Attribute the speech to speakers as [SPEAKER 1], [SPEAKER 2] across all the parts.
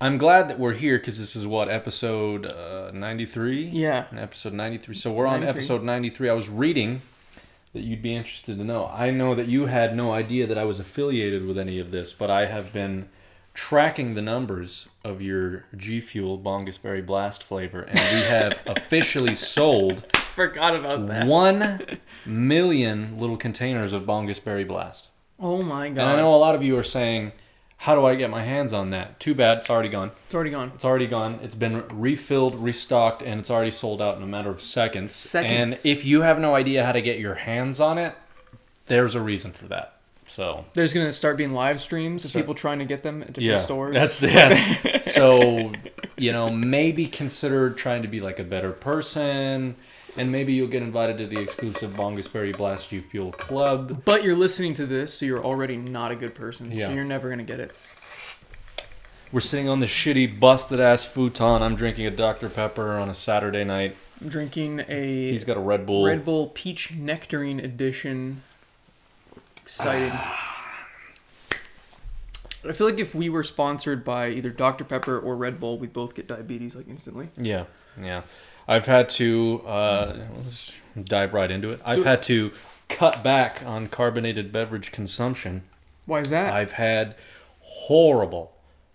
[SPEAKER 1] I'm glad that we're here because this is what episode uh, 93.
[SPEAKER 2] Yeah.
[SPEAKER 1] Episode 93. So we're on
[SPEAKER 2] 93.
[SPEAKER 1] episode 93. I was reading that you'd be interested to know. I know that you had no idea that I was affiliated with any of this, but I have been tracking the numbers of your G Fuel Bongus Berry Blast flavor, and we have officially sold
[SPEAKER 2] Forgot about that.
[SPEAKER 1] one million little containers of Bongus Berry Blast.
[SPEAKER 2] Oh my
[SPEAKER 1] And I
[SPEAKER 2] god.
[SPEAKER 1] know a lot of you are saying, "How do I get my hands on that?" Too bad, it's already gone.
[SPEAKER 2] It's already gone.
[SPEAKER 1] It's already gone. It's been refilled, restocked, and it's already sold out in a matter of seconds.
[SPEAKER 2] Seconds.
[SPEAKER 1] And if you have no idea how to get your hands on it, there's a reason for that. So
[SPEAKER 2] There's gonna start being live streams of
[SPEAKER 1] So-
[SPEAKER 2] people trying to get them at different
[SPEAKER 1] yeah,
[SPEAKER 2] stores.
[SPEAKER 1] that's yeah. so you know maybe consider trying to be like a better person, and maybe you'll get invited to the exclusive Bongus Berry Blast You Fuel Club.
[SPEAKER 2] but you're listening to this, so you're already not a good person.
[SPEAKER 1] Yeah.
[SPEAKER 2] So you're never gonna get it.
[SPEAKER 1] We're sitting on the shitty busted ass futon. I'm drinking a Dr Pepper on a Saturday night.
[SPEAKER 2] I'm drinking a
[SPEAKER 1] He's got a Red Bull.
[SPEAKER 2] Red Bull Peach Nectarine Edition. Exciting. I feel like if we were sponsored by either Dr. Pepper or Red Bull, we'd both get diabetes like instantly.
[SPEAKER 1] Yeah, yeah. I've had to uh, let's dive right into it. I've
[SPEAKER 2] Do it.
[SPEAKER 1] had to cut back on carbonated beverage consumption.
[SPEAKER 2] Why is that?
[SPEAKER 1] I've had horrible,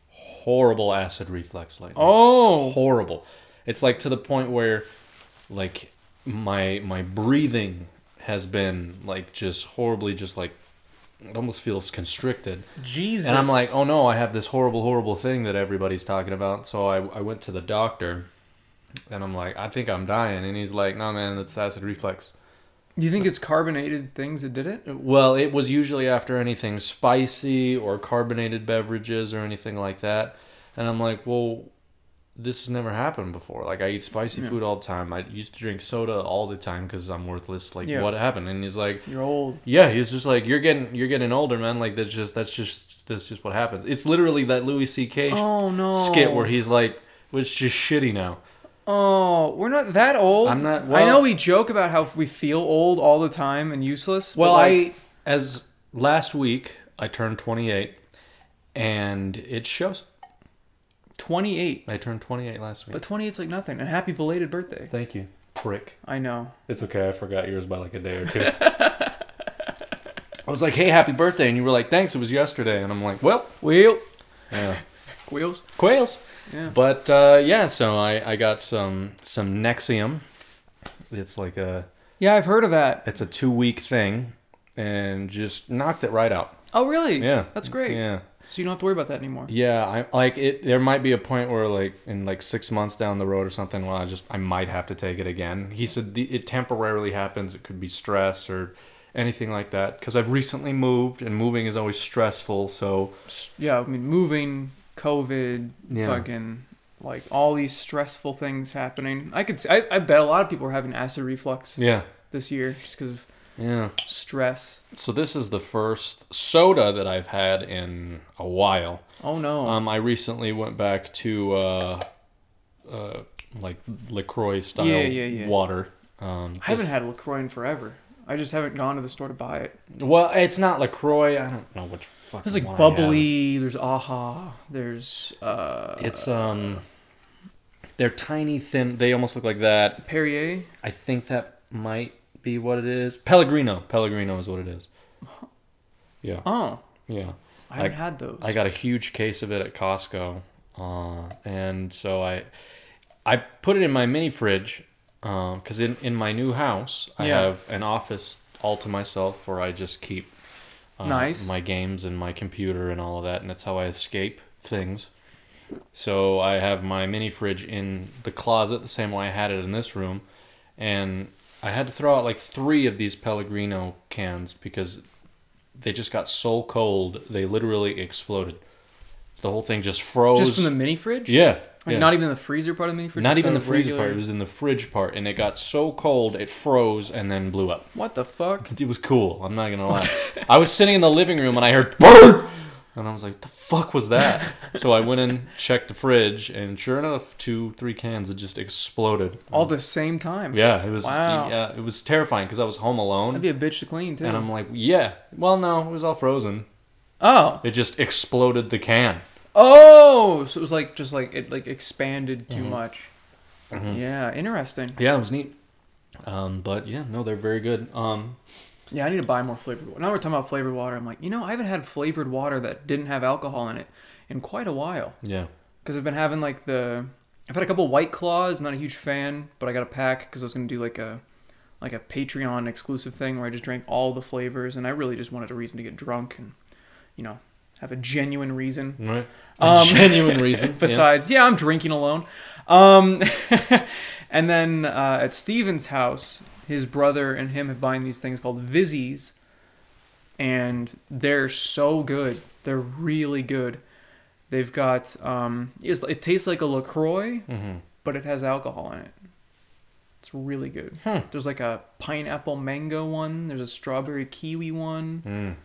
[SPEAKER 1] horrible acid reflux lately.
[SPEAKER 2] oh,
[SPEAKER 1] horrible! It's like to the point where, like, my my breathing has been like just horribly, just like it almost feels constricted.
[SPEAKER 2] Jesus.
[SPEAKER 1] And I'm like, oh no, I have this horrible, horrible thing that everybody's talking about. So I, I went to the doctor and I'm like, I think I'm dying. And he's like, no, man, it's acid reflux.
[SPEAKER 2] Do you think it's carbonated things that did it?
[SPEAKER 1] Well, it was usually after anything spicy or carbonated beverages or anything like that. And I'm like, well, this has never happened before. Like, I eat spicy
[SPEAKER 2] Yeah.
[SPEAKER 1] food all the time. I used to drink soda all the time because I'm worthless. Like,
[SPEAKER 2] Yeah.
[SPEAKER 1] what happened? And he's like,
[SPEAKER 2] You're old.
[SPEAKER 1] yeah, he's just like you're getting you're getting older, man. Like that's just that's just that's just what happens. It's literally that Louis C.K.
[SPEAKER 2] Oh no.
[SPEAKER 1] skit where he's like, well, it's just shitty now.
[SPEAKER 2] Oh, we're not that old.
[SPEAKER 1] I'm not-
[SPEAKER 2] I
[SPEAKER 1] well-
[SPEAKER 2] know we joke about how we feel old all the time and useless. but,
[SPEAKER 1] Well,
[SPEAKER 2] like,
[SPEAKER 1] I as last week I turned 28, and it shows.
[SPEAKER 2] 28,
[SPEAKER 1] I turned 28 last week.
[SPEAKER 2] but 28's like nothing. And happy belated birthday.
[SPEAKER 1] Thank you, prick.
[SPEAKER 2] I know.
[SPEAKER 1] It's okay. I forgot yours by like a day or two. I was like, hey, happy birthday, and you were like, thanks. It was yesterday, and I'm like, well,
[SPEAKER 2] Wheel,
[SPEAKER 1] yeah.
[SPEAKER 2] wheels.
[SPEAKER 1] quails.
[SPEAKER 2] Yeah.
[SPEAKER 1] But uh, yeah, so I, I got some some Nexium. It's like a
[SPEAKER 2] Yeah, I've heard of that.
[SPEAKER 1] it's a two week thing, and just knocked it right out.
[SPEAKER 2] Oh, really?
[SPEAKER 1] Yeah,
[SPEAKER 2] That's great.
[SPEAKER 1] Yeah,
[SPEAKER 2] So you don't have to worry about that anymore.
[SPEAKER 1] yeah. I like it. There might be a point where like in like six months down the road or something, well, I just I might have to take it again. He said the, it temporarily happens. It could be stress or anything like that because I've recently moved, and moving is always stressful. So
[SPEAKER 2] S- Yeah, I mean, moving, COVID,
[SPEAKER 1] Yeah.
[SPEAKER 2] fucking, like all these stressful things happening. I could, s- I, I bet a lot of people are having acid reflux
[SPEAKER 1] yeah,
[SPEAKER 2] this year just because of
[SPEAKER 1] yeah.
[SPEAKER 2] stress.
[SPEAKER 1] So this is the first soda that I've had in a while.
[SPEAKER 2] Oh no.
[SPEAKER 1] Um, I recently went back to uh, uh, like Lacroix style
[SPEAKER 2] Yeah, yeah, yeah.
[SPEAKER 1] water. Um,
[SPEAKER 2] I haven't had Lacroix in forever. I just haven't gone to the store to buy it.
[SPEAKER 1] just- well, it's not Lacroix. I don't know which. fucking
[SPEAKER 2] There's like
[SPEAKER 1] one I had.
[SPEAKER 2] bubbly. There's aha. There's uh,
[SPEAKER 1] It's um, they're tiny, thin. They almost look like that.
[SPEAKER 2] Perrier.
[SPEAKER 1] I think that might be what it is. Pellegrino. Pellegrino is what it is. Yeah,
[SPEAKER 2] Oh,
[SPEAKER 1] yeah.
[SPEAKER 2] I haven't had those.
[SPEAKER 1] I got a huge case of it at Costco, uh, and so I I put it in my mini fridge because in in my new house I
[SPEAKER 2] Yeah.
[SPEAKER 1] have an office all to myself where I just keep uh,
[SPEAKER 2] Nice.
[SPEAKER 1] my games and my computer and all of that, and that's how I escape things. So I have my mini fridge in the closet the same way I had it in this room, and I had to throw out like three of these Pellegrino cans because they just got so cold they literally exploded. The whole thing just froze.
[SPEAKER 2] just from the mini fridge.
[SPEAKER 1] yeah,
[SPEAKER 2] Like
[SPEAKER 1] yeah.
[SPEAKER 2] not even the freezer part of the mini fridge.
[SPEAKER 1] Not
[SPEAKER 2] just
[SPEAKER 1] even the
[SPEAKER 2] the
[SPEAKER 1] freezer
[SPEAKER 2] regular-
[SPEAKER 1] part. It was in the fridge part, and it got so cold it froze and then blew up.
[SPEAKER 2] What the fuck?
[SPEAKER 1] It was cool. I'm not gonna lie. I was sitting in the living room and I heard "Burp!" and I was like, "The fuck was that?" so I went and checked the fridge, and sure enough, two, three cans had just exploded.
[SPEAKER 2] All the same time.
[SPEAKER 1] yeah, it was.
[SPEAKER 2] Wow.
[SPEAKER 1] Yeah, it was terrifying because I was home
[SPEAKER 2] That'd
[SPEAKER 1] alone,
[SPEAKER 2] be a bitch to clean too.
[SPEAKER 1] and I'm like, "Yeah, well, no, it was all frozen.
[SPEAKER 2] oh,
[SPEAKER 1] It just exploded the can."
[SPEAKER 2] Oh, so it was like just like it like expanded
[SPEAKER 1] Mm-hmm.
[SPEAKER 2] too much. Yeah, interesting.
[SPEAKER 1] Yeah, it was neat. Um, but yeah, no, they're very good. Um,
[SPEAKER 2] Yeah, I need to buy more flavored water. Now we're talking about flavored water. I'm like, you know, I haven't had flavored water that didn't have alcohol in it in quite a while.
[SPEAKER 1] yeah,
[SPEAKER 2] Because I've been having like the, I've had a couple White Claws. I'm not a huge fan, but I got a pack because I was gonna do like a, like a Patreon exclusive thing where I just drank all the flavors, and I really just wanted a reason to get drunk and, you know, have a genuine reason
[SPEAKER 1] right. A
[SPEAKER 2] Um,
[SPEAKER 1] genuine reason. yeah.
[SPEAKER 2] besides yeah. i'm drinking alone um and then uh, at steven's house his brother and him have buying these things called vizzies and they're so good they're really good they've got um it's, it tastes like a lacroix
[SPEAKER 1] Mhm.
[SPEAKER 2] but it has alcohol in it it's really good
[SPEAKER 1] Hmm.
[SPEAKER 2] there's like a pineapple mango one there's a strawberry kiwi one
[SPEAKER 1] Mm.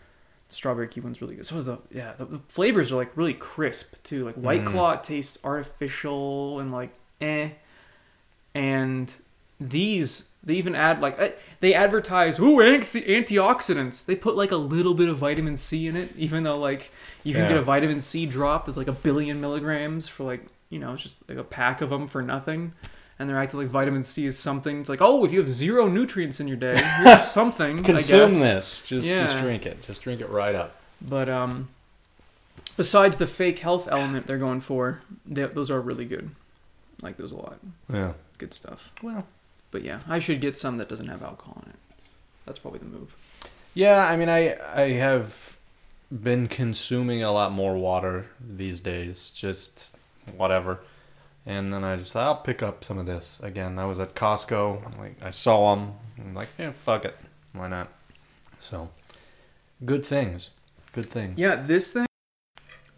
[SPEAKER 2] strawberry kiwi one's really good. So is the yeah, the, the flavors are like really crisp too. Like
[SPEAKER 1] Mm.
[SPEAKER 2] White Claw tastes artificial and like eh, and these they even add like eh, they advertise ooh anxi- antioxidants. They put like a little bit of vitamin C in it, even though like you can
[SPEAKER 1] Yeah.
[SPEAKER 2] get a vitamin C drop that's like a billion milligrams for like you know it's just like a pack of them for nothing. And they're acting like vitamin C is something. It's like, oh, if you have zero nutrients in your day, you're something. I
[SPEAKER 1] Consume
[SPEAKER 2] guess.
[SPEAKER 1] this. Just just
[SPEAKER 2] Yeah.
[SPEAKER 1] drink it. Just drink it right up.
[SPEAKER 2] But um, besides the fake health element they're going for, they, those are really good. Like those a lot.
[SPEAKER 1] Yeah.
[SPEAKER 2] Good stuff.
[SPEAKER 1] Well.
[SPEAKER 2] But yeah, I should get some that doesn't have alcohol in it. That's probably the move.
[SPEAKER 1] Yeah, I mean, I I have been consuming a lot more water these days, just whatever. And then I just thought I'll pick up some of this again. I was at Costco, I'm like I saw them, I'm like, yeah, fuck it, why not? So, good things, good things.
[SPEAKER 2] Yeah, this thing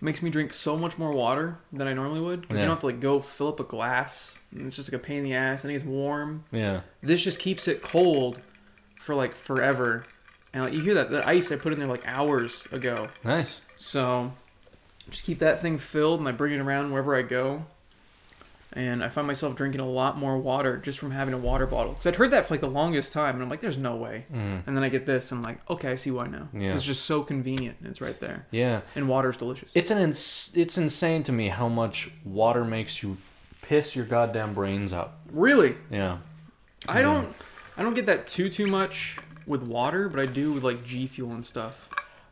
[SPEAKER 2] makes me drink so much more water than I normally would because
[SPEAKER 1] Yeah.
[SPEAKER 2] you don't have to like go fill up a glass. And it's just like a pain in the ass. And it's warm.
[SPEAKER 1] yeah,
[SPEAKER 2] This just keeps it cold for like forever. And like, you hear that the ice I put in there like hours ago.
[SPEAKER 1] nice.
[SPEAKER 2] So just keep that thing filled and I bring it around wherever I go. And I find myself drinking a lot more water just from having a water bottle. Because I'd heard that for like the longest time and I'm like, there's no way.
[SPEAKER 1] Mm.
[SPEAKER 2] And then I get this and I'm like, okay, I see why now.
[SPEAKER 1] Yeah.
[SPEAKER 2] It's just so convenient and it's right there.
[SPEAKER 1] Yeah,
[SPEAKER 2] And water's delicious.
[SPEAKER 1] it's an ins- it's insane to me how much water makes you piss your goddamn brains out.
[SPEAKER 2] really,
[SPEAKER 1] Yeah,
[SPEAKER 2] I don't I don't get that too too much with water, but I do with like G Fuel and stuff.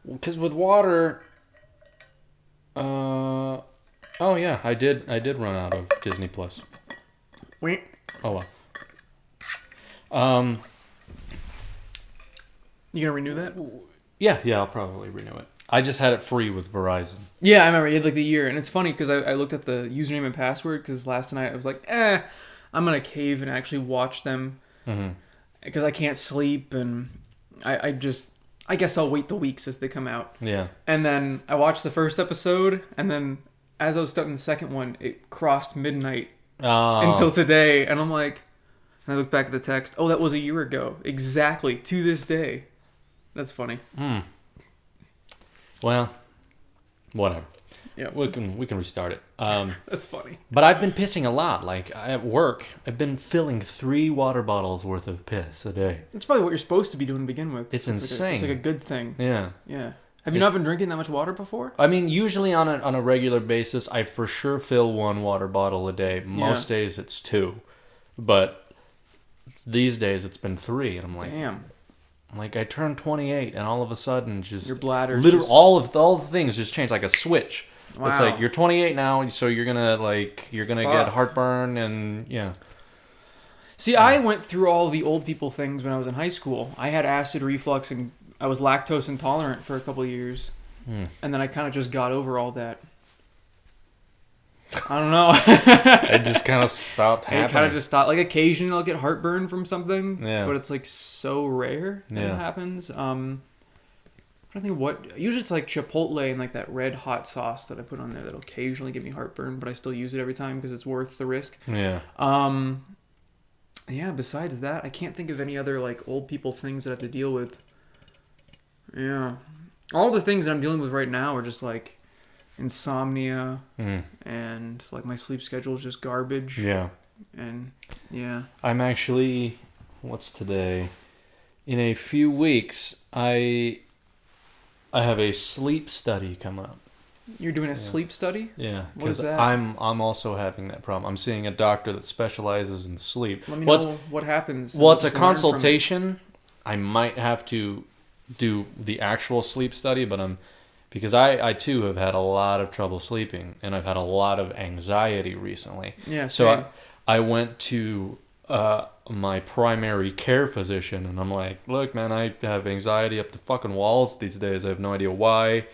[SPEAKER 1] because with water uh oh yeah i did i did run out of disney plus
[SPEAKER 2] Wait.
[SPEAKER 1] oh well um
[SPEAKER 2] You gonna renew that?
[SPEAKER 1] yeah yeah i'll probably renew it i just had it free with verizon
[SPEAKER 2] Yeah, I remember. You had like the year, and it's funny because I, I looked at the username and password because last night I was like, eh, I'm gonna cave and actually watch them
[SPEAKER 1] Mhm.
[SPEAKER 2] because I can't sleep, and I, I just, I guess I'll wait the weeks as they come out.
[SPEAKER 1] yeah
[SPEAKER 2] And then I watched the first episode, and then as I was starting the second one, it crossed midnight
[SPEAKER 1] uh,
[SPEAKER 2] until today, and I'm like, and I look back at the text. Oh, that was a year ago, exactly to this day. That's funny.
[SPEAKER 1] hmm. well whatever
[SPEAKER 2] Yeah.
[SPEAKER 1] we can we can restart it um
[SPEAKER 2] That's funny.
[SPEAKER 1] but i've been pissing a lot like I- at work i've been filling three water bottles worth of piss a day
[SPEAKER 2] That's probably what you're supposed to be doing to begin with.
[SPEAKER 1] It's
[SPEAKER 2] like a- it's
[SPEAKER 1] insane.
[SPEAKER 2] like a good thing.
[SPEAKER 1] yeah
[SPEAKER 2] Yeah. Have you not been drinking that much water before?
[SPEAKER 1] I mean, usually on a, on a regular basis, I for sure fill one water bottle a day. Most days it's two, but these days it's been three, and I'm like,
[SPEAKER 2] Damn.
[SPEAKER 1] I'm like I turned 28, and all of a sudden, just
[SPEAKER 2] Your bladder.
[SPEAKER 1] literally all of all the things just changed like a switch. It's
[SPEAKER 2] Wow.
[SPEAKER 1] like you're 28 now, so you're gonna like you're gonna get
[SPEAKER 2] Fuck.
[SPEAKER 1] heartburn and yeah,
[SPEAKER 2] See, I went through all the old people things when I was in high school. I had acid reflux and I was lactose intolerant for a couple of years.
[SPEAKER 1] Hmm.
[SPEAKER 2] And then I kind of just got over all that. I don't know.
[SPEAKER 1] it just kind of stopped
[SPEAKER 2] it kind
[SPEAKER 1] happening.
[SPEAKER 2] of just stopped. Like occasionally I'll get heartburn from something,
[SPEAKER 1] Yeah.
[SPEAKER 2] but it's like so rare that
[SPEAKER 1] Yeah.
[SPEAKER 2] it happens. Um, I'm trying to think what. Usually it's like Chipotle and like that red hot sauce that I put on there that'll occasionally give me heartburn, but I still use it every time because it's worth the risk.
[SPEAKER 1] yeah,
[SPEAKER 2] Um, yeah. Besides that, I can't think of any other like old people things that I have to deal with. Yeah, all the things that I'm dealing with right now are just like insomnia
[SPEAKER 1] Mm.
[SPEAKER 2] and like my sleep schedule is just garbage
[SPEAKER 1] yeah.
[SPEAKER 2] and yeah.
[SPEAKER 1] I'm actually what's today? In a few weeks, I I have a sleep study come up.
[SPEAKER 2] You're doing a sleep study?
[SPEAKER 1] Yeah,
[SPEAKER 2] What
[SPEAKER 1] because
[SPEAKER 2] is that?
[SPEAKER 1] I'm I'm also having that problem. I'm seeing a doctor that specializes in sleep.
[SPEAKER 2] Let me
[SPEAKER 1] Well, it's-
[SPEAKER 2] know what happens. and
[SPEAKER 1] well,
[SPEAKER 2] I'll
[SPEAKER 1] it's a
[SPEAKER 2] just learn from it.
[SPEAKER 1] consultation. I might have to do the actual sleep study, but I'm because I I too have had a lot of trouble sleeping, and I've had a lot of anxiety recently.
[SPEAKER 2] Yeah.
[SPEAKER 1] So
[SPEAKER 2] same.
[SPEAKER 1] I, I went to uh, my primary care physician and I'm like, look, man, I have anxiety up the fucking walls these days. I have no idea why.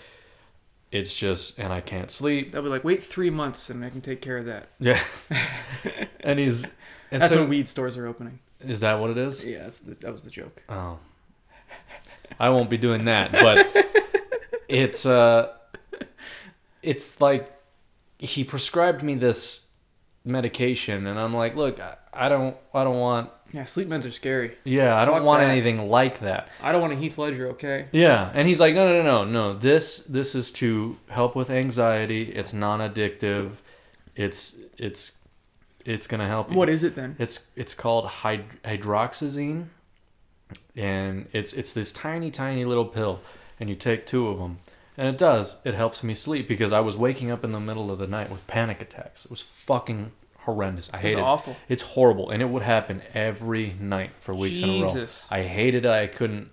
[SPEAKER 1] It's just, and I can't sleep.
[SPEAKER 2] They'll be like, wait three months and I can take care of that.
[SPEAKER 1] Yeah. and he's, and
[SPEAKER 2] That's
[SPEAKER 1] so,
[SPEAKER 2] when weed stores are opening.
[SPEAKER 1] is that what it is?
[SPEAKER 2] Yeah, that's the, that was the joke.
[SPEAKER 1] Oh. I won't be doing that, but it's, uh, it's like he prescribed me this medication and I'm like, look, I, I don't, I don't want,
[SPEAKER 2] Yeah, sleep meds are scary.
[SPEAKER 1] Yeah, I don't
[SPEAKER 2] Fuck
[SPEAKER 1] want
[SPEAKER 2] that.
[SPEAKER 1] anything like that.
[SPEAKER 2] I don't want a Heath Ledger, okay?
[SPEAKER 1] Yeah, and he's like, no, no, no, no, no. This this is to help with anxiety. It's non-addictive. It's it's it's gonna help. You.
[SPEAKER 2] What is it then?
[SPEAKER 1] It's it's called hyd- hydroxyzine, and it's it's this tiny tiny little pill, and you take two of them, and it does it helps me sleep because I was waking up in the middle of the night with panic attacks. It was fucking horrendous. I
[SPEAKER 2] It's
[SPEAKER 1] hated. it.
[SPEAKER 2] awful.
[SPEAKER 1] It's horrible, and it would happen every night for weeks in a row.
[SPEAKER 2] Jesus.
[SPEAKER 1] I hated it. I couldn't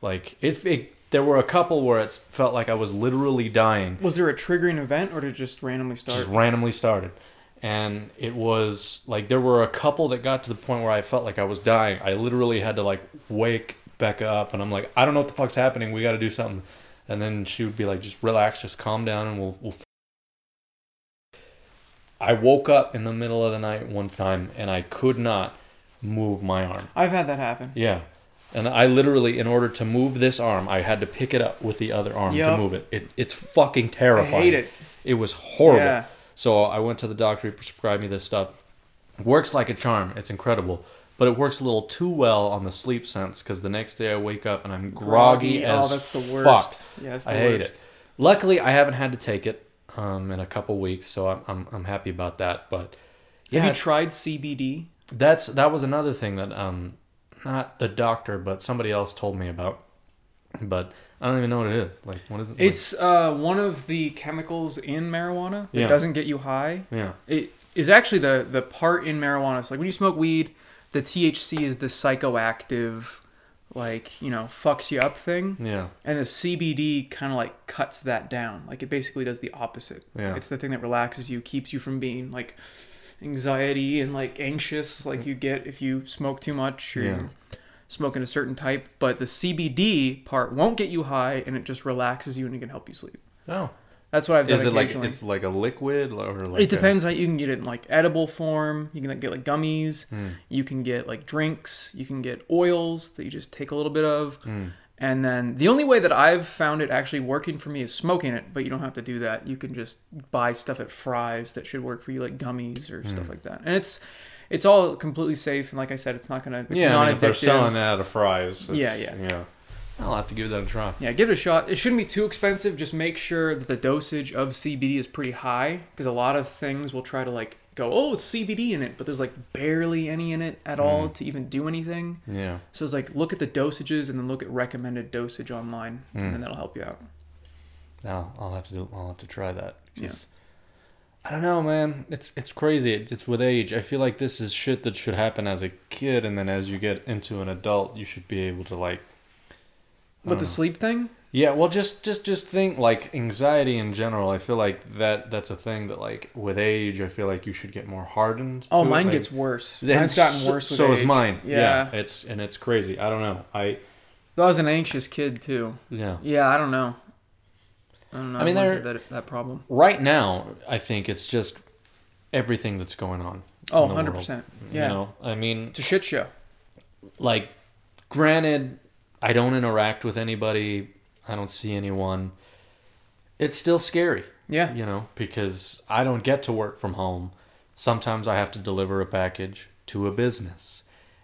[SPEAKER 1] like if it. There were a couple where it felt like I was literally dying.
[SPEAKER 2] Was there a triggering event or did it just randomly start?
[SPEAKER 1] Just randomly started, and it was like there were a couple that got to the point where I felt like I was dying. I literally had to like wake Becca up, and I'm like, I don't know what the fuck's happening. We got to do something. And then she would be like, just relax, just calm down, and we'll we'll. f-" I woke up in the middle of the night one time, and I could not move my arm.
[SPEAKER 2] I've had that happen.
[SPEAKER 1] Yeah. And I literally, in order to move this arm, I had to pick it up with the other arm
[SPEAKER 2] Yup.
[SPEAKER 1] to move it. it. It's fucking terrifying.
[SPEAKER 2] I hate it.
[SPEAKER 1] It was horrible.
[SPEAKER 2] Yeah.
[SPEAKER 1] So I went to the doctor. He prescribed me this stuff. Works like a charm. It's incredible. But it works a little too well on the sleep sense because the next day I wake up and I'm groggy, as
[SPEAKER 2] oh, that's the worst.
[SPEAKER 1] fuck.
[SPEAKER 2] Yeah, that's the
[SPEAKER 1] I hate
[SPEAKER 2] worst.
[SPEAKER 1] it. Luckily, I haven't had to take it um, in a couple weeks, so I'm, I'm, I'm happy about that. But
[SPEAKER 2] Have you tried CBD?
[SPEAKER 1] that's that was another thing that um not the doctor but somebody else told me about but i don't even know what it is like what is it
[SPEAKER 2] It's uh, one of the chemicals in marijuana that
[SPEAKER 1] Yeah.
[SPEAKER 2] doesn't get you high.
[SPEAKER 1] like, yeah
[SPEAKER 2] It is actually the the part in marijuana. So like when you smoke weed, the THC is the psychoactive, like you know, fucks you up thing.
[SPEAKER 1] yeah
[SPEAKER 2] And the CBD kind of like cuts that down. Like it basically does the opposite.
[SPEAKER 1] Yeah.
[SPEAKER 2] It's the thing that relaxes you, keeps you from being like anxiety and like anxious, like you get if you smoke too much or
[SPEAKER 1] Yeah.
[SPEAKER 2] smoking a certain type. But the CBD part won't get you high, and it just relaxes you and it can help you sleep.
[SPEAKER 1] oh
[SPEAKER 2] That's what I've done
[SPEAKER 1] is it like
[SPEAKER 2] occasionally.
[SPEAKER 1] it's like a liquid or like
[SPEAKER 2] it
[SPEAKER 1] a-
[SPEAKER 2] depends. Like you can get it in like edible form. You can like, get like gummies.
[SPEAKER 1] Hmm.
[SPEAKER 2] You can get like drinks. You can get oils that you just take a little bit of.
[SPEAKER 1] Hmm.
[SPEAKER 2] And then the only way that I've found it actually working for me is smoking it, but you don't have to do that. You can just buy stuff at Fry's that should work for you, like gummies
[SPEAKER 1] Hmm.
[SPEAKER 2] or stuff like that. And it's it's all completely safe. And like I said, it's not gonna it's
[SPEAKER 1] yeah I
[SPEAKER 2] not
[SPEAKER 1] mean, if they're
[SPEAKER 2] addictive.
[SPEAKER 1] selling that out of fries it's-
[SPEAKER 2] Yeah, yeah.
[SPEAKER 1] yeah i'll have to give that a try
[SPEAKER 2] Yeah, give it a shot. It shouldn't be too expensive. Just make sure that the dosage of CBD is pretty high because a lot of things will try to like go, oh, it's CBD in it, but there's like barely any in it at all
[SPEAKER 1] Mm.
[SPEAKER 2] to even do anything.
[SPEAKER 1] yeah
[SPEAKER 2] So it's like look at the dosages and then look at recommended dosage online,
[SPEAKER 1] Mm.
[SPEAKER 2] and then that'll help you out.
[SPEAKER 1] I'll, I'll have to do, I'll have to try that.
[SPEAKER 2] Yeah.
[SPEAKER 1] 'Cause I don't know, man. It's it's crazy. It, it's with age. I feel like this is shit that should happen as a kid, and then as you get into an adult, you should be able to like.
[SPEAKER 2] But
[SPEAKER 1] Mm.
[SPEAKER 2] the sleep thing,
[SPEAKER 1] Yeah, well, just just just think like anxiety in general. I feel like that that's a thing that like with age, I feel like you should get more hardened.
[SPEAKER 2] oh,
[SPEAKER 1] to it,
[SPEAKER 2] mine
[SPEAKER 1] like-
[SPEAKER 2] gets worse.
[SPEAKER 1] Then
[SPEAKER 2] Mine's gotten
[SPEAKER 1] so-
[SPEAKER 2] worse. With
[SPEAKER 1] so is
[SPEAKER 2] age.
[SPEAKER 1] mine.
[SPEAKER 2] Yeah.
[SPEAKER 1] Yeah. it's and it's crazy. I don't know. I
[SPEAKER 2] I was an anxious kid too.
[SPEAKER 1] yeah.
[SPEAKER 2] Yeah, I don't know. I don't know.
[SPEAKER 1] I mean,
[SPEAKER 2] I've
[SPEAKER 1] there-
[SPEAKER 2] always had that, that problem.
[SPEAKER 1] Right now, I think it's just everything that's going on.
[SPEAKER 2] Oh,
[SPEAKER 1] in the world,
[SPEAKER 2] 100%. Yeah.
[SPEAKER 1] You know, I mean,
[SPEAKER 2] It's a shit show.
[SPEAKER 1] like granted i don't interact with anybody i don't see anyone it's still scary
[SPEAKER 2] Yeah.
[SPEAKER 1] you know because i don't get to work from home sometimes i have to deliver a package to a business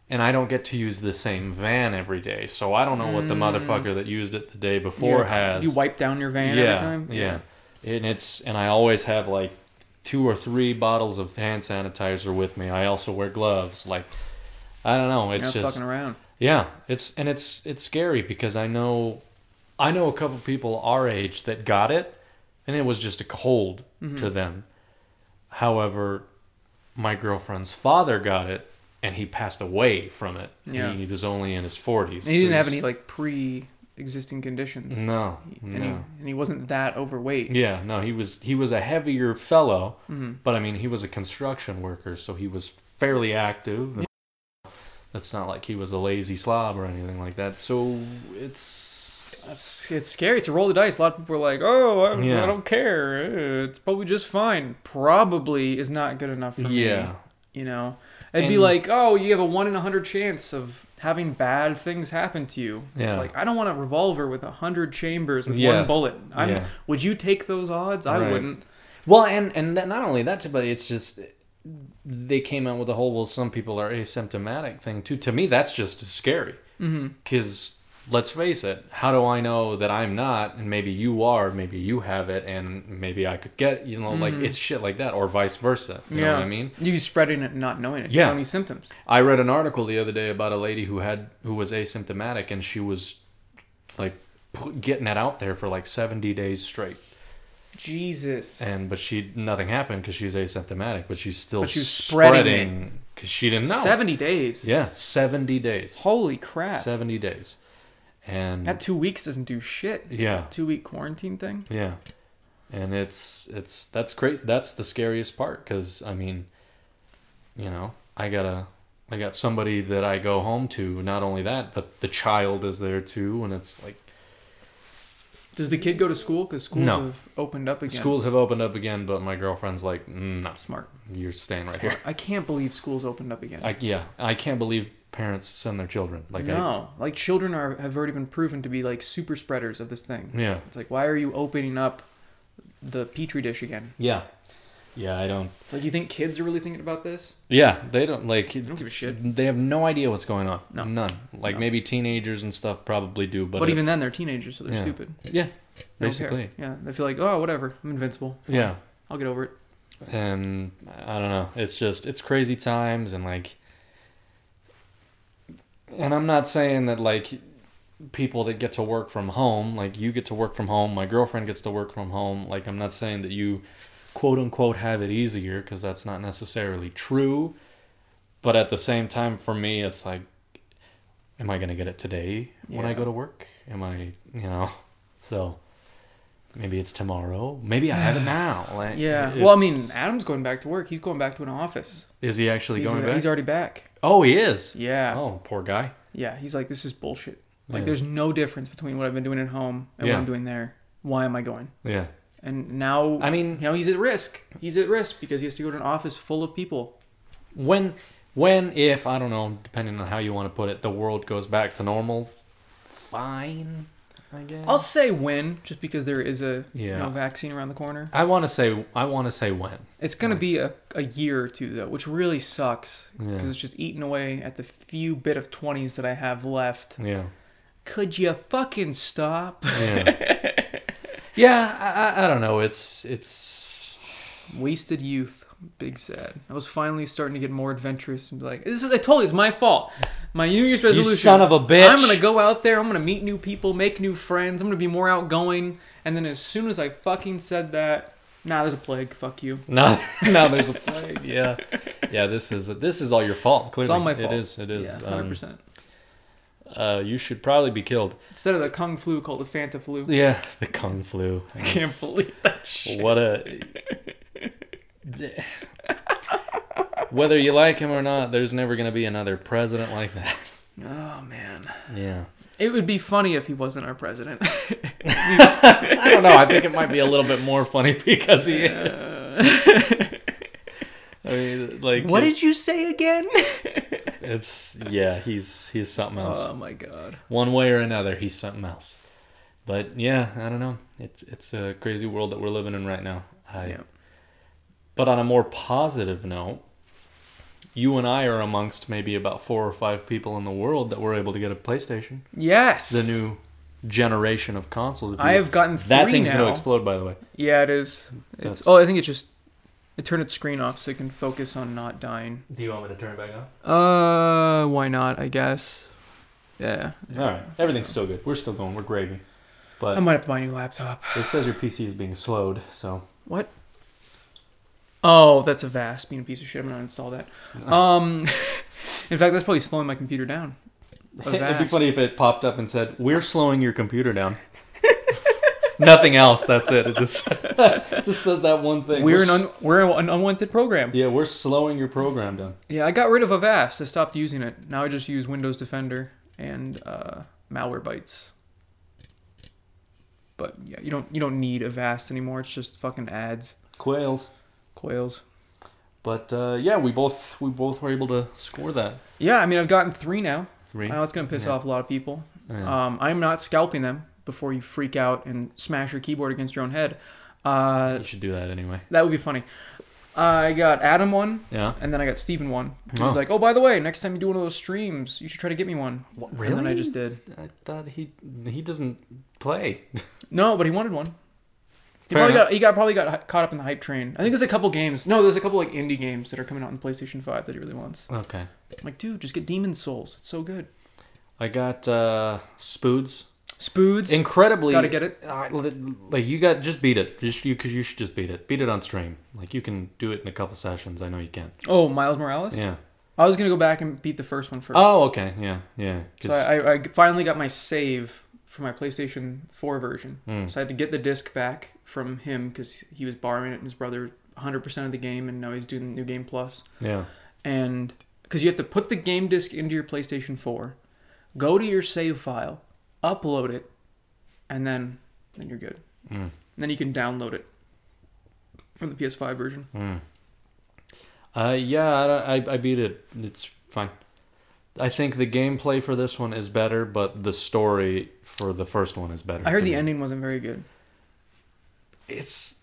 [SPEAKER 1] and i don't get to use the same van every day so i don't know what the
[SPEAKER 2] Mm.
[SPEAKER 1] motherfucker that used it the day before
[SPEAKER 2] you,
[SPEAKER 1] has
[SPEAKER 2] You wipe down your van every time.
[SPEAKER 1] yeah, And it's and I always have like two or three bottles of hand sanitizer with me. I also wear gloves. Like I don't know.
[SPEAKER 2] You're
[SPEAKER 1] It's
[SPEAKER 2] not
[SPEAKER 1] just
[SPEAKER 2] fucking around.
[SPEAKER 1] yeah. It's and it's it's scary because I know I know a couple people our age that got it and it was just a cold
[SPEAKER 2] Mm-hmm.
[SPEAKER 1] to them. However, my girlfriend's father got it, and he passed away from it.
[SPEAKER 2] Yeah.
[SPEAKER 1] He was only in his forties.
[SPEAKER 2] And he didn't have any like pre-existing conditions.
[SPEAKER 1] No,
[SPEAKER 2] And,
[SPEAKER 1] Mm, no.
[SPEAKER 2] he, and he wasn't that overweight. Mm-hmm.
[SPEAKER 1] Yeah, no, he was he was a heavier fellow, but I mean he was a construction worker, so he was fairly active. And That's not like he was a lazy slob or anything like that. So it's
[SPEAKER 2] That's, it's scary to roll the dice. A lot of people are like, "Oh, I,
[SPEAKER 1] Yeah.
[SPEAKER 2] I don't care. Uh, It's probably just fine." Probably is not good enough for me.
[SPEAKER 1] yeah,
[SPEAKER 2] You know, it'd be
[SPEAKER 1] And-
[SPEAKER 2] like, "Oh, you have a one in a hundred chance of having bad things happen to you." It's
[SPEAKER 1] Yeah.
[SPEAKER 2] like I don't want a revolver with a hundred chambers with
[SPEAKER 1] Yeah.
[SPEAKER 2] one bullet. I'm,
[SPEAKER 1] Yeah.
[SPEAKER 2] Would you take those odds? I
[SPEAKER 1] Right.
[SPEAKER 2] wouldn't.
[SPEAKER 1] Well, and and that, not only that, too, but it's just they came out with the whole well, some people are asymptomatic thing too. To me, that's just as scary because let's face it, how do I know that I'm not, and maybe you are, maybe you have it, and maybe I could get, you know, like it's shit like that, or vice versa. You know what I mean?
[SPEAKER 2] You spreading it, and not knowing it.
[SPEAKER 1] Yeah.
[SPEAKER 2] Showing these symptoms.
[SPEAKER 1] I read an article the other day about a lady who had who was asymptomatic, and she was like pu- getting it out there for like 70 days straight
[SPEAKER 2] Jesus.
[SPEAKER 1] and but she nothing happened because she's asymptomatic, but she's still
[SPEAKER 2] But she was spreading
[SPEAKER 1] spreading because she didn't know.
[SPEAKER 2] Seventy days.
[SPEAKER 1] Yeah, seventy days.
[SPEAKER 2] Holy crap.
[SPEAKER 1] Seventy days, and
[SPEAKER 2] That two weeks doesn't do shit.
[SPEAKER 1] yeah,
[SPEAKER 2] Two week quarantine thing.
[SPEAKER 1] yeah, and it's it's that's crazy. That's the scariest part because I mean, you know, I gotta. I got somebody that I go home to. Not only that, but the child is there too, and it's like
[SPEAKER 2] Does the kid go to school? Because schools
[SPEAKER 1] No.
[SPEAKER 2] have opened up again.
[SPEAKER 1] schools have opened up again. But my girlfriend's like, "Mm, "No,
[SPEAKER 2] Smart.
[SPEAKER 1] you're staying right here."
[SPEAKER 2] I can't believe schools opened up again.
[SPEAKER 1] I, yeah, I can't believe parents send their children. Like, I,
[SPEAKER 2] no, like children are have already been proven to be like super spreaders of this thing.
[SPEAKER 1] yeah,
[SPEAKER 2] It's like why are you opening up the petri dish again?
[SPEAKER 1] yeah, yeah. I don't.
[SPEAKER 2] It's like you think kids are really thinking about this?
[SPEAKER 1] Yeah, they don't like.
[SPEAKER 2] They don't give a shit.
[SPEAKER 1] They have no idea what's going on.
[SPEAKER 2] No.
[SPEAKER 1] none. Like
[SPEAKER 2] No.
[SPEAKER 1] maybe teenagers and stuff probably do, but,
[SPEAKER 2] But,
[SPEAKER 1] it-
[SPEAKER 2] even then, they're teenagers, so they're
[SPEAKER 1] Yeah.
[SPEAKER 2] stupid.
[SPEAKER 1] yeah,
[SPEAKER 2] They don't care.
[SPEAKER 1] basically,
[SPEAKER 2] yeah, they feel like oh whatever, I'm invincible.
[SPEAKER 1] yeah.
[SPEAKER 2] I'll get over it.
[SPEAKER 1] And I don't know. It's just it's crazy times and like. And I'm not saying that like people that get to work from home, like you get to work from home, my girlfriend gets to work from home. Like I'm not saying that you quote unquote have it easier because that's not necessarily true. But at the same time, for me, it's like, am I going to get it today when I
[SPEAKER 2] Yeah.
[SPEAKER 1] go to work? Am I, you know? So maybe it's tomorrow. Maybe I have it now. Like,
[SPEAKER 2] Yeah. Well, I mean,
[SPEAKER 1] it's-
[SPEAKER 2] Adam's going back to work. He's going back to an office.
[SPEAKER 1] is he actually
[SPEAKER 2] he's,
[SPEAKER 1] going back?
[SPEAKER 2] he's already back.
[SPEAKER 1] oh, he is.
[SPEAKER 2] Yeah.
[SPEAKER 1] Oh, poor guy.
[SPEAKER 2] Yeah, he's like, this is bullshit. Like,
[SPEAKER 1] Yeah.
[SPEAKER 2] there's no difference between what I've been doing at home and
[SPEAKER 1] Yeah.
[SPEAKER 2] what I'm doing there. Why am I going?
[SPEAKER 1] Yeah.
[SPEAKER 2] And now,
[SPEAKER 1] I mean,
[SPEAKER 2] now he's at risk. He's at risk because he has to go to an office full of people.
[SPEAKER 1] when when if i don't know depending on how you want to put it the world goes back to normal fine i guess
[SPEAKER 2] I'll say when, just because there is a you
[SPEAKER 1] Yeah.
[SPEAKER 2] know, vaccine around the corner.
[SPEAKER 1] i want to say i want to say when
[SPEAKER 2] It's gonna be a, a year or two though, which really sucks because
[SPEAKER 1] Yeah.
[SPEAKER 2] it's just eating away at the few bit of twenties that I have left.
[SPEAKER 1] yeah
[SPEAKER 2] Could you fucking stop?
[SPEAKER 1] yeah yeah I, I- I don't know it's it's
[SPEAKER 2] Wasted youth. Big sad. I was finally starting to get more adventurous and be like, this is, I told you, it's my fault. My New Year's resolution.
[SPEAKER 1] son of a bitch.
[SPEAKER 2] I'm going to go out there. I'm going to meet new people, make new friends. I'm going to be more outgoing. And then as soon as I fucking said that, nah, there's a plague. Fuck you.
[SPEAKER 1] no no there's a plague yeah yeah this is this is all your fault clearly
[SPEAKER 2] It's all my fault.
[SPEAKER 1] it is it is
[SPEAKER 2] Yeah,
[SPEAKER 1] Um,
[SPEAKER 2] 100%.
[SPEAKER 1] uh, you should probably be killed
[SPEAKER 2] Instead of the Kung Flu called the Fanta Flu.
[SPEAKER 1] yeah the kung flu
[SPEAKER 2] I can't believe that shit.
[SPEAKER 1] What a. Whether you like him or not, there's never going to be another president like that.
[SPEAKER 2] Oh, man.
[SPEAKER 1] Yeah.
[SPEAKER 2] It would be funny if he wasn't our president.
[SPEAKER 1] I don't know. I think it might be a little bit more funny because he is. I mean, like,
[SPEAKER 2] what
[SPEAKER 1] it-
[SPEAKER 2] did you say again?
[SPEAKER 1] it's yeah, he's he's something else.
[SPEAKER 2] oh, my God.
[SPEAKER 1] One way or another, he's something else. But yeah, I don't know. It's it's a crazy world that we're living in right now. I,
[SPEAKER 2] Yeah.
[SPEAKER 1] But on a more positive note, you and I are amongst maybe about four or five people in the world that were able to get a PlayStation,
[SPEAKER 2] Yes.
[SPEAKER 1] the new generation of consoles. if you
[SPEAKER 2] I
[SPEAKER 1] will.
[SPEAKER 2] have gotten three
[SPEAKER 1] that thing's
[SPEAKER 2] now.
[SPEAKER 1] going to explode, by the way.
[SPEAKER 2] Yeah, it is. It's
[SPEAKER 1] That's-
[SPEAKER 2] oh, I think it just it turned its screen off so it can focus on not dying.
[SPEAKER 1] Do you want me to turn it back on?
[SPEAKER 2] Uh, why not? I guess. Yeah.
[SPEAKER 1] All right, everything's still good. We're still going. We're gravy.
[SPEAKER 2] I
[SPEAKER 1] But
[SPEAKER 2] might have to buy a new laptop.
[SPEAKER 1] it says your PC is being slowed, so
[SPEAKER 2] What? Oh, that's a vast being a piece of shit. I'm gonna install that. Um, in fact, that's probably slowing my computer down. A
[SPEAKER 1] it'd be
[SPEAKER 2] vast.
[SPEAKER 1] funny if it popped up and said, "We're slowing your computer down." Nothing else. That's it. It just it just says that one thing.
[SPEAKER 2] We're an
[SPEAKER 1] s-
[SPEAKER 2] un- we're an unwanted program.
[SPEAKER 1] yeah, we're slowing your program down.
[SPEAKER 2] Yeah, I got rid of Avast. I stopped using it. Now I just use Windows Defender and uh, Malwarebytes. But yeah, you don't you don't need Avast anymore. It's just fucking ads,
[SPEAKER 1] Quails.
[SPEAKER 2] coils.
[SPEAKER 1] But uh, yeah, we both we both were able to score that
[SPEAKER 2] Yeah, I mean I've gotten three now.
[SPEAKER 1] three.
[SPEAKER 2] I know it's gonna piss
[SPEAKER 1] Yeah.
[SPEAKER 2] off a lot of people.
[SPEAKER 1] Yeah.
[SPEAKER 2] Um, I'm not scalping them before you freak out and smash your keyboard against your own head. Uh,
[SPEAKER 1] you should do that anyway.
[SPEAKER 2] that would be funny. I got Adam one,
[SPEAKER 1] Yeah.
[SPEAKER 2] and then I got Steven one. He's
[SPEAKER 1] Oh.
[SPEAKER 2] like, "Oh, by the way, next time you do one of those streams, you should try to get me one."
[SPEAKER 1] What,
[SPEAKER 2] And then I just did.
[SPEAKER 1] I thought he he doesn't play.
[SPEAKER 2] No, but he wanted one. He
[SPEAKER 1] Fair
[SPEAKER 2] probably
[SPEAKER 1] enough.
[SPEAKER 2] got, he got probably got hi- caught up in the hype train. I think there's a couple games. No, there's a couple like indie games that are coming out on PlayStation Five that he really wants.
[SPEAKER 1] Okay.
[SPEAKER 2] I'm like, dude, just get Demon Souls. It's so good.
[SPEAKER 1] I got uh Spoods.
[SPEAKER 2] Spoods,
[SPEAKER 1] Incredibly
[SPEAKER 2] gotta get it.
[SPEAKER 1] I- like you got just beat it. Just you cuz you should just beat it. Beat it on stream. Like you can do it in a couple sessions. I know you can.
[SPEAKER 2] Oh, Miles Morales.
[SPEAKER 1] Yeah.
[SPEAKER 2] I was gonna go back and beat the first one first.
[SPEAKER 1] Oh, okay. Yeah. Yeah. 'Cause-
[SPEAKER 2] so I, I, I finally got my save for my PlayStation 4 version.
[SPEAKER 1] Mm.
[SPEAKER 2] So I had to get the disc back from him because he was borrowing it and his brother 100% of the game, and now he's doing New Game Plus.
[SPEAKER 1] yeah.
[SPEAKER 2] and because you have to put the game disc into your PlayStation 4, go to your save file, upload it, and then then you're good.
[SPEAKER 1] Mm.
[SPEAKER 2] then you can download it from the PS5 version.
[SPEAKER 1] Mm. Uh, yeah, I, I, I beat it. It's fine. I think the gameplay for this one is better, but the story for the first one is better.
[SPEAKER 2] I heard
[SPEAKER 1] to
[SPEAKER 2] the
[SPEAKER 1] me.
[SPEAKER 2] ending wasn't very good.
[SPEAKER 1] It's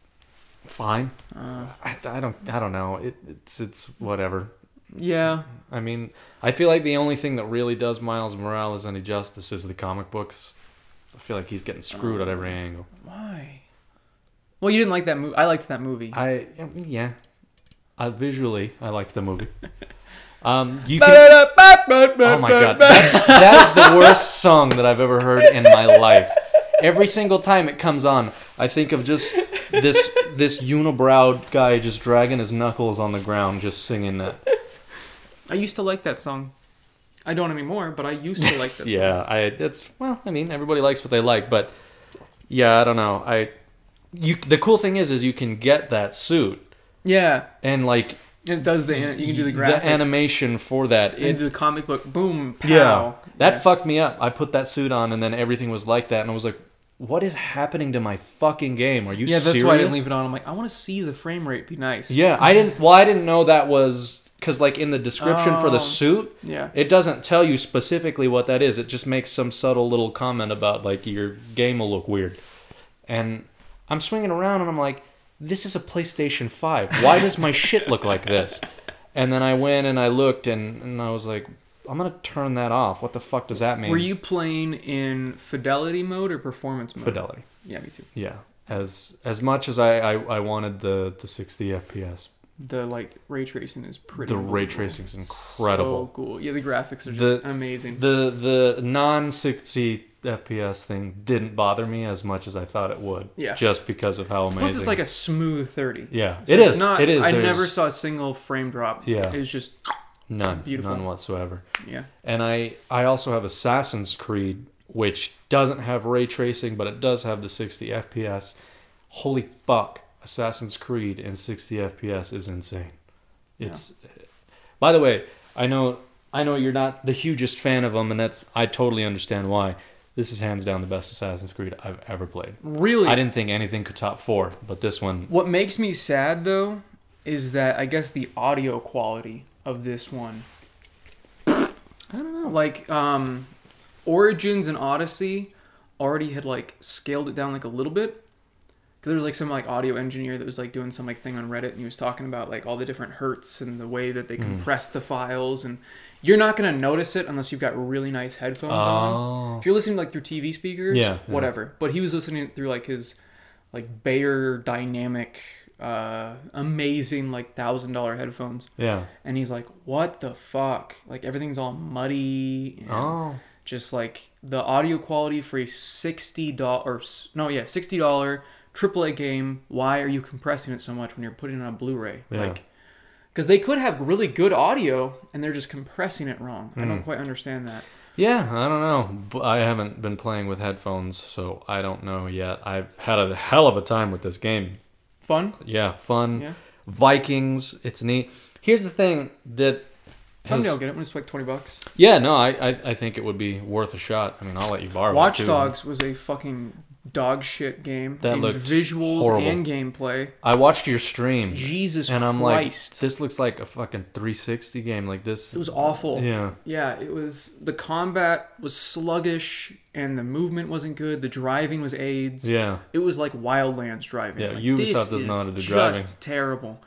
[SPEAKER 1] fine.
[SPEAKER 2] Uh,
[SPEAKER 1] I, I don't I don't know. It, it's it's whatever.
[SPEAKER 2] yeah,
[SPEAKER 1] I mean, I feel like the only thing that really does Miles Morales any justice is the comic books. I feel like he's getting screwed at every angle.
[SPEAKER 2] why? Well, you didn't like that movie. I liked that movie.
[SPEAKER 1] I yeah. I visually I liked the movie. Um, you can Oh
[SPEAKER 2] Oh
[SPEAKER 1] my god, that's, that's the worst song that I've ever heard in my life. Every single time it comes on, I think of just this this unibrowed guy just dragging his knuckles on the ground, just singing that.
[SPEAKER 2] I used to like that song. I don't anymore, but I used to like that. song.
[SPEAKER 1] yeah, I it's well, I mean, everybody likes what they like, but yeah, I don't know. I you the cool thing is, is you can get that suit
[SPEAKER 2] yeah.
[SPEAKER 1] and like
[SPEAKER 2] And it does the you can do the graphics,
[SPEAKER 1] the animation for that.
[SPEAKER 2] and
[SPEAKER 1] It
[SPEAKER 2] do the comic book. Boom, pow.
[SPEAKER 1] Yeah. That
[SPEAKER 2] Yeah.
[SPEAKER 1] fucked me up. I put that suit on and then everything was like that and I was like, what is happening to my fucking game? Are you
[SPEAKER 2] yeah, that's
[SPEAKER 1] serious?
[SPEAKER 2] why I didn't leave it on. I'm like, I want to see the frame rate be nice.
[SPEAKER 1] Yeah, I didn't well I didn't know that was cuz like in the description for
[SPEAKER 2] Oh.
[SPEAKER 1] the suit,
[SPEAKER 2] yeah.
[SPEAKER 1] it doesn't tell you specifically what that is. It just makes some subtle little comment about like your game will look weird. And I'm swinging around and I'm like, this is a PlayStation 5. Why does my shit look like this? And then I went and I looked and, and I was like, I'm going to turn that off. What the fuck does that mean?
[SPEAKER 2] Were you playing in fidelity mode or performance mode?
[SPEAKER 1] fidelity?
[SPEAKER 2] Yeah, me too.
[SPEAKER 1] Yeah, as as much as I I, I wanted the the 60 FPS,
[SPEAKER 2] The like ray tracing is pretty.
[SPEAKER 1] the ray
[SPEAKER 2] unbelievable.
[SPEAKER 1] tracing's
[SPEAKER 2] So
[SPEAKER 1] incredible.
[SPEAKER 2] cool. Yeah, the graphics are just
[SPEAKER 1] The-
[SPEAKER 2] amazing.
[SPEAKER 1] The the non 60 FPS thing didn't bother me as much as I thought it would.
[SPEAKER 2] Yeah.
[SPEAKER 1] just because of how amazing.
[SPEAKER 2] Plus, it's like a smooth thirty.
[SPEAKER 1] yeah,
[SPEAKER 2] So
[SPEAKER 1] it
[SPEAKER 2] it's
[SPEAKER 1] is.
[SPEAKER 2] Not,
[SPEAKER 1] it is.
[SPEAKER 2] I
[SPEAKER 1] There's
[SPEAKER 2] never saw a single frame drop.
[SPEAKER 1] Yeah.
[SPEAKER 2] It was just
[SPEAKER 1] none,
[SPEAKER 2] beautiful.
[SPEAKER 1] none whatsoever.
[SPEAKER 2] yeah.
[SPEAKER 1] And I I also have Assassin's Creed, which doesn't have ray tracing, but it does have the 60 FPS. Holy fuck! Assassin's Creed and 60 FPS is insane. It's. By the way, I know I know you're not the hugest fan of them, and that's I totally understand why. This is hands down the best Assassin's Creed I've ever played.
[SPEAKER 2] Really.
[SPEAKER 1] I didn't think anything could top four, but this one.
[SPEAKER 2] Um, What makes me sad though is that I guess the audio quality of this one. I don't know. Like um Origins and Odyssey already had like scaled it down like a little bit. Cause there was like some like audio engineer that was like doing some like thing on Reddit and he was talking about like all the different hertz and the way that they compress the files and you're not gonna notice it unless you've got really nice headphones on.
[SPEAKER 1] Oh.
[SPEAKER 2] If you're listening to, like through TV speakers,
[SPEAKER 1] Yeah, yeah.
[SPEAKER 2] whatever. But he was listening through like his like Bayer Dynamic, uh, amazing like thousand dollar headphones,
[SPEAKER 1] Yeah.
[SPEAKER 2] and he's like, "What the fuck? Like everything's all muddy." And
[SPEAKER 1] Oh.
[SPEAKER 2] just like the audio quality for a sixty dollar no yeah sixty dollar AAA game. Why are you compressing it so much when you're putting it on Blu-ray?
[SPEAKER 1] Yeah.
[SPEAKER 2] Like, because they could have really good audio and they're just compressing it wrong. I
[SPEAKER 1] Mm.
[SPEAKER 2] don't quite understand that.
[SPEAKER 1] Yeah, I don't know. B- I haven't been playing with headphones, so I don't know yet. I've had a hell of a time with this game.
[SPEAKER 2] Fun.
[SPEAKER 1] Yeah, fun.
[SPEAKER 2] Yeah.
[SPEAKER 1] Vikings, it's neat. Here's the thing that
[SPEAKER 2] Someday
[SPEAKER 1] has-
[SPEAKER 2] I'll get it when it's like twenty bucks.
[SPEAKER 1] Yeah, no, I, I I think it would be worth a shot. I mean, I'll let you borrow it.
[SPEAKER 2] Watch
[SPEAKER 1] too.
[SPEAKER 2] Dogs was a fucking dog shit game.
[SPEAKER 1] That
[SPEAKER 2] in
[SPEAKER 1] looked
[SPEAKER 2] visuals
[SPEAKER 1] horrible.
[SPEAKER 2] and gameplay.
[SPEAKER 1] I watched your stream.
[SPEAKER 2] Jesus
[SPEAKER 1] and I'm like,
[SPEAKER 2] Christ.
[SPEAKER 1] this looks like a fucking 360 game. Like this.
[SPEAKER 2] it was awful.
[SPEAKER 1] yeah.
[SPEAKER 2] Yeah, it was the combat was sluggish and the movement wasn't good. The driving was AIDS.
[SPEAKER 1] Yeah.
[SPEAKER 2] It was like Wildlands driving.
[SPEAKER 1] Yeah,
[SPEAKER 2] like,
[SPEAKER 1] Ubisoft
[SPEAKER 2] this
[SPEAKER 1] doesn't know how
[SPEAKER 2] is
[SPEAKER 1] to do
[SPEAKER 2] just
[SPEAKER 1] driving.
[SPEAKER 2] terrible.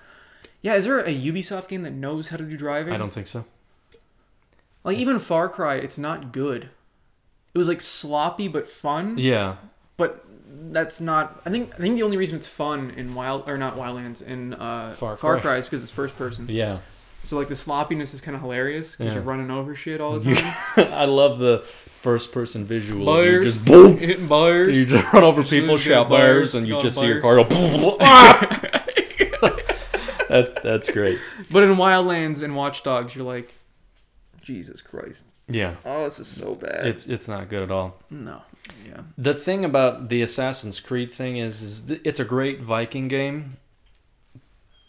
[SPEAKER 2] Yeah, is there a Ubisoft game that knows how to do driving?
[SPEAKER 1] I don't think so.
[SPEAKER 2] like even Far Cry, it's not good. It was like sloppy but fun.
[SPEAKER 1] Yeah.
[SPEAKER 2] But that's not. I think I think the only reason it's fun in Wild or not Wildlands in uh,
[SPEAKER 1] Far
[SPEAKER 2] Far,
[SPEAKER 1] Cry.
[SPEAKER 2] Cry. is because it's first person.
[SPEAKER 1] Yeah.
[SPEAKER 2] So like the sloppiness is kind of hilarious because
[SPEAKER 1] Yeah.
[SPEAKER 2] you're running over shit all the
[SPEAKER 1] You-
[SPEAKER 2] time.
[SPEAKER 1] I love the first person visual. You
[SPEAKER 2] Buyers.
[SPEAKER 1] just boom.
[SPEAKER 2] Hitting buyers.
[SPEAKER 1] You just run over
[SPEAKER 2] As soon
[SPEAKER 1] people,
[SPEAKER 2] as you're
[SPEAKER 1] shout
[SPEAKER 2] buyer,
[SPEAKER 1] buyers, and you
[SPEAKER 2] not a
[SPEAKER 1] just see your
[SPEAKER 2] buyer.
[SPEAKER 1] car go. that, that's great.
[SPEAKER 2] But in Wildlands and Watch Dogs, you're like, Jesus Christ.
[SPEAKER 1] Yeah.
[SPEAKER 2] Oh, this is so bad.
[SPEAKER 1] It's it's not good at all.
[SPEAKER 2] no. Yeah.
[SPEAKER 1] The thing about the Assassin's Creed thing is, is th- it's a great Viking game,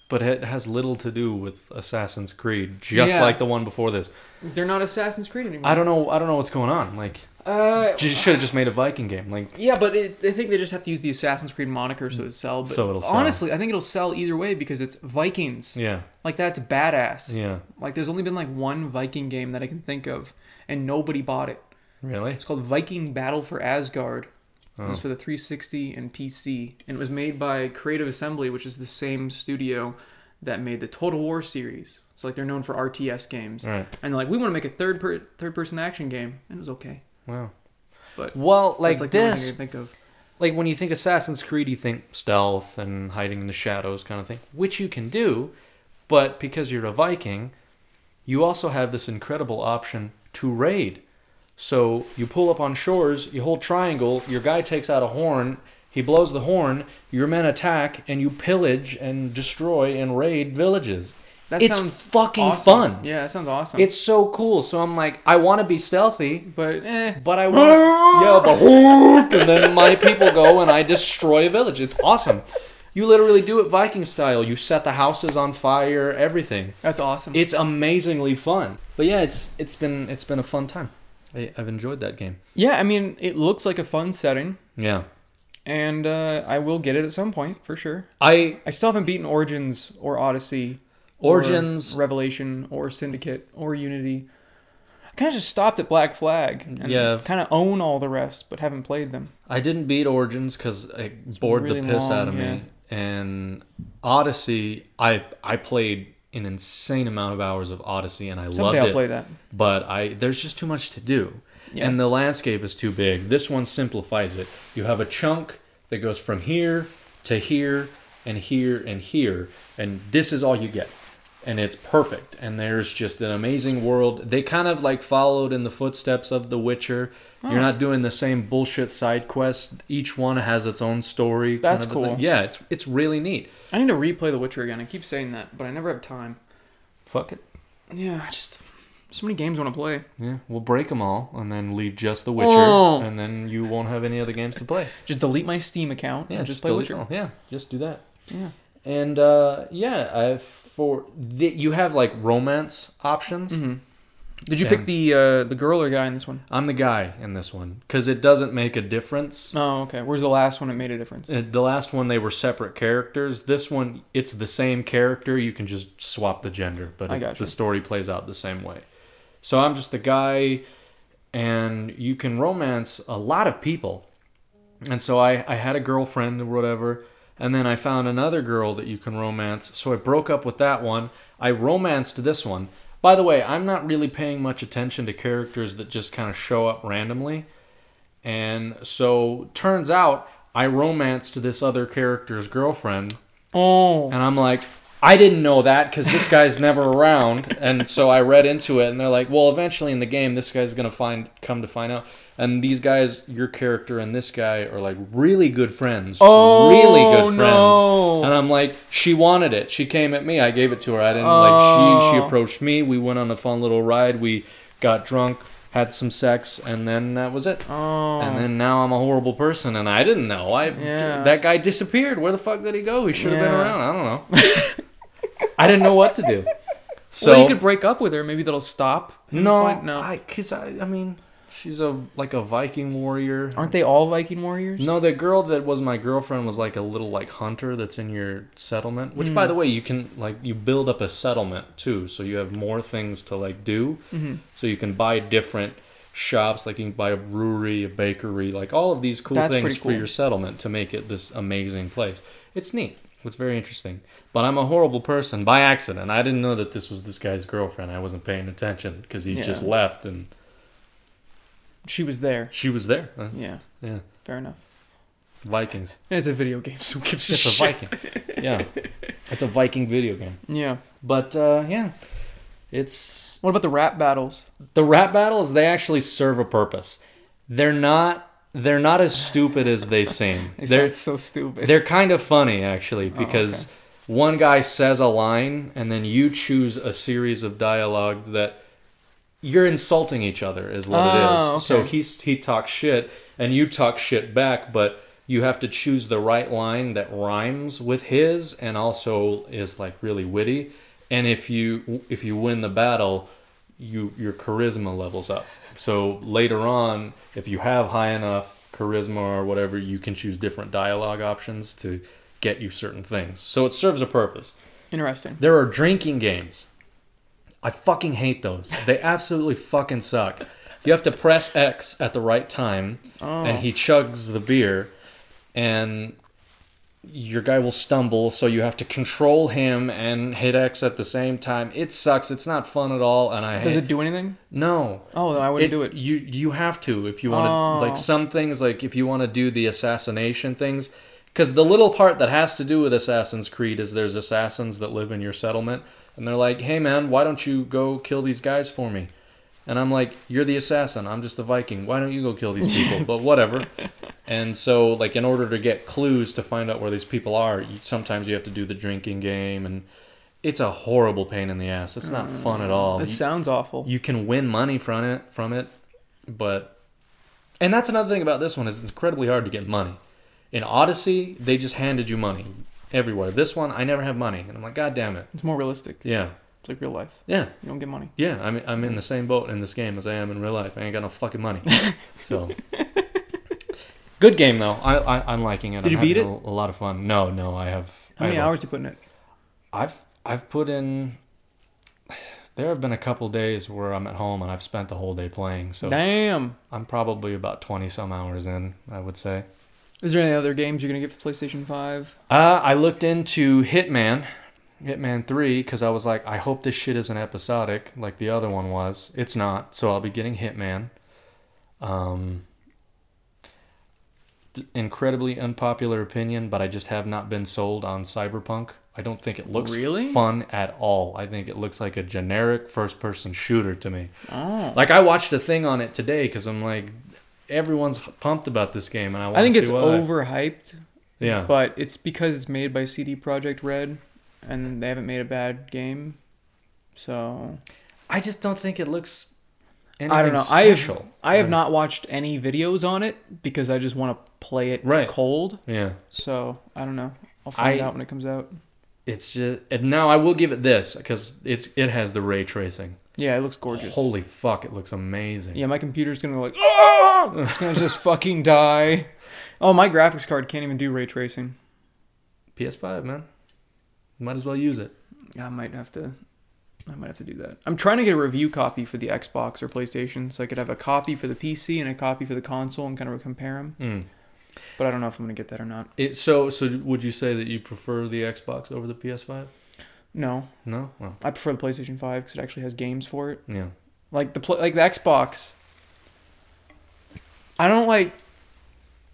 [SPEAKER 1] but it has little to do with Assassin's Creed, just
[SPEAKER 2] Yeah.
[SPEAKER 1] like the one before this.
[SPEAKER 2] They're not Assassin's Creed anymore.
[SPEAKER 1] I don't know. I don't know what's going on. Like,
[SPEAKER 2] Uh,
[SPEAKER 1] j- should have just made a Viking game. Like,
[SPEAKER 2] yeah, but it, I think they just have to use the Assassin's Creed moniker so it sell. But
[SPEAKER 1] So it'll sell.
[SPEAKER 2] honestly, I think it'll sell either way because it's Vikings.
[SPEAKER 1] yeah,
[SPEAKER 2] Like that's badass.
[SPEAKER 1] yeah,
[SPEAKER 2] Like there's only been like one Viking game that I can think of, and nobody bought it.
[SPEAKER 1] really.
[SPEAKER 2] It's called Viking Battle for Asgard. It was
[SPEAKER 1] Oh.
[SPEAKER 2] for the 360 and PC, and it was made by Creative Assembly, which is the same studio that made the Total War series. So like they're known for RTS games,
[SPEAKER 1] All right.
[SPEAKER 2] and they're like we want to make a third per- third person action game, and it was okay.
[SPEAKER 1] Wow.
[SPEAKER 2] But
[SPEAKER 1] Well, like,
[SPEAKER 2] That's, the only thing I
[SPEAKER 1] this,
[SPEAKER 2] can think of.
[SPEAKER 1] like when you think Assassin's Creed, you think stealth and hiding in the shadows kind of thing, which you can do, but because you're a Viking, you also have this incredible option to raid. So you pull up on shores, you hold triangle, your guy takes out a horn, he blows the horn, your men attack, and you pillage and destroy and raid villages.
[SPEAKER 2] That
[SPEAKER 1] it's
[SPEAKER 2] sounds
[SPEAKER 1] fucking
[SPEAKER 2] awesome.
[SPEAKER 1] fun.
[SPEAKER 2] Yeah, that sounds awesome.
[SPEAKER 1] It's so cool. So I'm like, I want to be stealthy,
[SPEAKER 2] but eh,
[SPEAKER 1] but I want yeah, the whoop, and then my people go and I destroy a village. It's awesome. You literally do it Viking style. You set the houses on fire, everything.
[SPEAKER 2] that's awesome.
[SPEAKER 1] It's amazingly fun. But yeah, it's it's been it's been a fun time. I, I've enjoyed that game.
[SPEAKER 2] yeah, I mean it looks like a fun setting,
[SPEAKER 1] Yeah,
[SPEAKER 2] and uh, I will get it at some point for sure.
[SPEAKER 1] I
[SPEAKER 2] I still haven't beaten Origins or Odyssey
[SPEAKER 1] Origins.
[SPEAKER 2] or Revelation, or Syndicate, or Unity. I kind of just stopped at Black Flag. And
[SPEAKER 1] Yeah.
[SPEAKER 2] Kind of own all the rest, but haven't played them.
[SPEAKER 1] I didn't beat Origins because it bored
[SPEAKER 2] really
[SPEAKER 1] the piss
[SPEAKER 2] long,
[SPEAKER 1] out of
[SPEAKER 2] yeah.
[SPEAKER 1] me. And Odyssey, I I played an insane amount of hours of Odyssey, and I loved
[SPEAKER 2] Someday I'll
[SPEAKER 1] it.
[SPEAKER 2] play that.
[SPEAKER 1] but I there's just too much to do,
[SPEAKER 2] Yeah.
[SPEAKER 1] and the landscape is too big. This one simplifies it. You have a chunk that goes from here to here and here and here, and this is all you get, and it's perfect. And there's just an amazing world. They kind of like followed in the footsteps of The Witcher.
[SPEAKER 2] Oh.
[SPEAKER 1] You're not doing the same bullshit side quest. Each one has its own story. kind
[SPEAKER 2] That's
[SPEAKER 1] of a thing.
[SPEAKER 2] cool.
[SPEAKER 1] Yeah, it's it's really neat.
[SPEAKER 2] I need to replay The Witcher again. I keep saying that, but I never have time.
[SPEAKER 1] Fuck it.
[SPEAKER 2] Yeah, I just so many games I want to play.
[SPEAKER 1] Yeah, we'll break them all and then leave just The Witcher,
[SPEAKER 2] Oh.
[SPEAKER 1] and then you won't have any other games to play.
[SPEAKER 2] Just delete my Steam account
[SPEAKER 1] Yeah,
[SPEAKER 2] and
[SPEAKER 1] just,
[SPEAKER 2] just, play
[SPEAKER 1] delete
[SPEAKER 2] Witcher.
[SPEAKER 1] all. Yeah, just do that.
[SPEAKER 2] Yeah.
[SPEAKER 1] And uh, yeah, I for the, you have like romance options.
[SPEAKER 2] hmm Did you
[SPEAKER 1] And-
[SPEAKER 2] pick the uh, the girl or guy in this one?
[SPEAKER 1] I'm the guy in this one because it doesn't make a difference.
[SPEAKER 2] Oh, okay. Where's the last one that made a difference?
[SPEAKER 1] Uh, The last one they were separate characters. This one it's the same character. You can just swap the gender, but
[SPEAKER 2] I
[SPEAKER 1] it's,
[SPEAKER 2] gotcha.
[SPEAKER 1] the story plays out the same way. So I'm just the guy, and you can romance a lot of people. And so I, I had a girlfriend or whatever, and then I found another girl that you can romance. So I broke up with that one. I romanced this one. By the way, I'm not really paying much attention to characters that just kind of show up randomly. And so turns out I romanced this other character's girlfriend,
[SPEAKER 2] Oh,
[SPEAKER 1] and I'm like, I didn't know that because this guy's never around, and so I read into it, and they're like, "Well, eventually in the game, this guy's gonna find come to find out." And these guys, your character and this guy, are like really good friends.
[SPEAKER 2] Oh,
[SPEAKER 1] really good friends.
[SPEAKER 2] no.
[SPEAKER 1] And I'm like, she wanted it. She came at me. I gave it to her. I didn't like. She she
[SPEAKER 2] Oh.
[SPEAKER 1] approached me. We went on a fun little ride. We got drunk, had some sex, and then that was it.
[SPEAKER 2] Oh.
[SPEAKER 1] And then now I'm a horrible person, and I didn't know. I
[SPEAKER 2] Yeah.
[SPEAKER 1] that guy disappeared. Where the fuck did he go? He should have been
[SPEAKER 2] Yeah.
[SPEAKER 1] around. I don't know. I didn't know what to do. So
[SPEAKER 2] well, you could break up with her. Maybe that'll stop. You
[SPEAKER 1] no,
[SPEAKER 2] find- no.
[SPEAKER 1] I, cause I, I mean, she's a like a Viking warrior.
[SPEAKER 2] Aren't they all Viking warriors?
[SPEAKER 1] No, the girl that was my girlfriend was like a little like hunter that's in your settlement. Which,
[SPEAKER 2] Hmm.
[SPEAKER 1] by the way, you can like you build up a settlement too, so you have more things to like do.
[SPEAKER 2] Mm-hmm.
[SPEAKER 1] So you can buy different shops, like you can buy a brewery, a bakery, like all of these cool
[SPEAKER 2] That's
[SPEAKER 1] things
[SPEAKER 2] pretty
[SPEAKER 1] for
[SPEAKER 2] cool.
[SPEAKER 1] your settlement to make it this amazing place. It's neat. It's very interesting. But I'm a horrible person by accident. I didn't know that this was this guy's girlfriend. I wasn't paying attention because he
[SPEAKER 2] Yeah.
[SPEAKER 1] just left and
[SPEAKER 2] She was there.
[SPEAKER 1] she was there. Uh,
[SPEAKER 2] Yeah,
[SPEAKER 1] yeah,
[SPEAKER 2] fair enough.
[SPEAKER 1] Vikings.
[SPEAKER 2] It's a video game, so who gives a
[SPEAKER 1] It's a
[SPEAKER 2] shit?
[SPEAKER 1] Viking. Yeah. It's a Viking video game.
[SPEAKER 2] Yeah.
[SPEAKER 1] But uh, yeah. It's
[SPEAKER 2] What about the rap battles?
[SPEAKER 1] the rap battles they actually serve a purpose. They're not they're not as stupid as they seem.
[SPEAKER 2] They
[SPEAKER 1] they're
[SPEAKER 2] sound so stupid. Oh,
[SPEAKER 1] they're kind of funny actually because
[SPEAKER 2] okay.
[SPEAKER 1] one guy says a line and then you choose a series of dialogue that you're insulting each other is what it is.
[SPEAKER 2] Oh,
[SPEAKER 1] So
[SPEAKER 2] okay.
[SPEAKER 1] he he talks shit and you talk shit back, but you have to choose the right line that rhymes with his and also is like really witty. And if you if you win the battle, you your charisma levels up. So later on, if you have high enough charisma or whatever, you can choose different dialogue options to get you certain things. So it serves a purpose.
[SPEAKER 2] Interesting.
[SPEAKER 1] There are drinking games. I fucking hate those. They absolutely fucking suck. You have to press X at the right time, and
[SPEAKER 2] Oh.
[SPEAKER 1] he chugs the beer, and your guy will stumble, so you have to control him and hit X at the same time. It sucks. It's not fun at all, and I
[SPEAKER 2] Does
[SPEAKER 1] hate
[SPEAKER 2] it do anything?
[SPEAKER 1] no.
[SPEAKER 2] Oh, then I wouldn't do it.
[SPEAKER 1] You you have to if you want to
[SPEAKER 2] Oh.
[SPEAKER 1] like some things like if you want to do the assassination things because the little part that has to do with Assassin's Creed is there's assassins that live in your settlement and they're like, hey man, why don't you go kill these guys for me? And I'm like, you're the assassin. I'm just the Viking. Why don't you go kill these people? But whatever. and so, like, in order to get clues to find out where these people are, you, sometimes you have to do the drinking game, and it's a horrible pain in the ass. It's not fun at all.
[SPEAKER 2] It
[SPEAKER 1] You-
[SPEAKER 2] sounds awful.
[SPEAKER 1] you can win money from it from it but and that's another thing about this one is it's incredibly hard to get money in odyssey they just handed you money everywhere this one i never have money and i'm like god damn it
[SPEAKER 2] it's more realistic.
[SPEAKER 1] yeah
[SPEAKER 2] It's like real life.
[SPEAKER 1] yeah
[SPEAKER 2] You don't get money.
[SPEAKER 1] yeah i'm, I'm in the same boat in this game as i am in real life i ain't got no fucking money so good game though i, I i'm liking it
[SPEAKER 2] Did
[SPEAKER 1] I'm
[SPEAKER 2] you beat
[SPEAKER 1] having a, a lot of fun no no i have
[SPEAKER 2] How many
[SPEAKER 1] I have a-
[SPEAKER 2] hours do you put in it?
[SPEAKER 1] I've I've put in. There have been a couple days where I'm at home and I've spent the whole day playing, so
[SPEAKER 2] Damn.
[SPEAKER 1] I'm probably about twenty some hours in. I would say.
[SPEAKER 2] Is there any other games you're gonna get for PlayStation Five?
[SPEAKER 1] Uh, I looked into Hitman, Hitman Three, because I was like, I hope this shit isn't episodic like the other one was. It's not, so I'll be getting Hitman. Um, d- incredibly unpopular opinion, but I just have not been sold on Cyberpunk. I don't think it looks
[SPEAKER 2] Really?
[SPEAKER 1] fun at all. I think it looks like a generic first-person shooter to me.
[SPEAKER 2] Oh.
[SPEAKER 1] Like I watched a thing on it today because I'm like, everyone's pumped about this game, and I want
[SPEAKER 2] I think
[SPEAKER 1] to
[SPEAKER 2] it's
[SPEAKER 1] see why.
[SPEAKER 2] overhyped,
[SPEAKER 1] Yeah.
[SPEAKER 2] but it's because it's made by CD Projekt Red, and they haven't made a bad game. So
[SPEAKER 1] I just don't think it looks. Anything
[SPEAKER 2] I don't know. I have
[SPEAKER 1] Special.
[SPEAKER 2] I have
[SPEAKER 1] Right.
[SPEAKER 2] not watched any videos on it because I just want to play it
[SPEAKER 1] Right.
[SPEAKER 2] cold.
[SPEAKER 1] Yeah,
[SPEAKER 2] So I don't know. I'll find
[SPEAKER 1] I-
[SPEAKER 2] out when it comes out.
[SPEAKER 1] it's just. And now I will give it this because it's it has the ray tracing.
[SPEAKER 2] Yeah, it looks gorgeous.
[SPEAKER 1] Holy fuck! It looks amazing.
[SPEAKER 2] Yeah, my computer's gonna like,
[SPEAKER 1] Ah!
[SPEAKER 2] oh, it's gonna just fucking die. Oh, my graphics card can't even do ray tracing.
[SPEAKER 1] PS5 man, might as well use it.
[SPEAKER 2] Yeah, I might have to. I might have to do that. I'm trying to get a review copy for the Xbox or PlayStation, so I could have a copy for the PC and a copy for the console and kind of compare them.
[SPEAKER 1] Mm.
[SPEAKER 2] But I don't know if I'm gonna get that or not.
[SPEAKER 1] It so so. Would you say that you prefer the Xbox over the PS5?
[SPEAKER 2] No,
[SPEAKER 1] No. Well,
[SPEAKER 2] I prefer the PlayStation Five because it actually has games for it.
[SPEAKER 1] yeah.
[SPEAKER 2] Like the pla like the Xbox. I don't like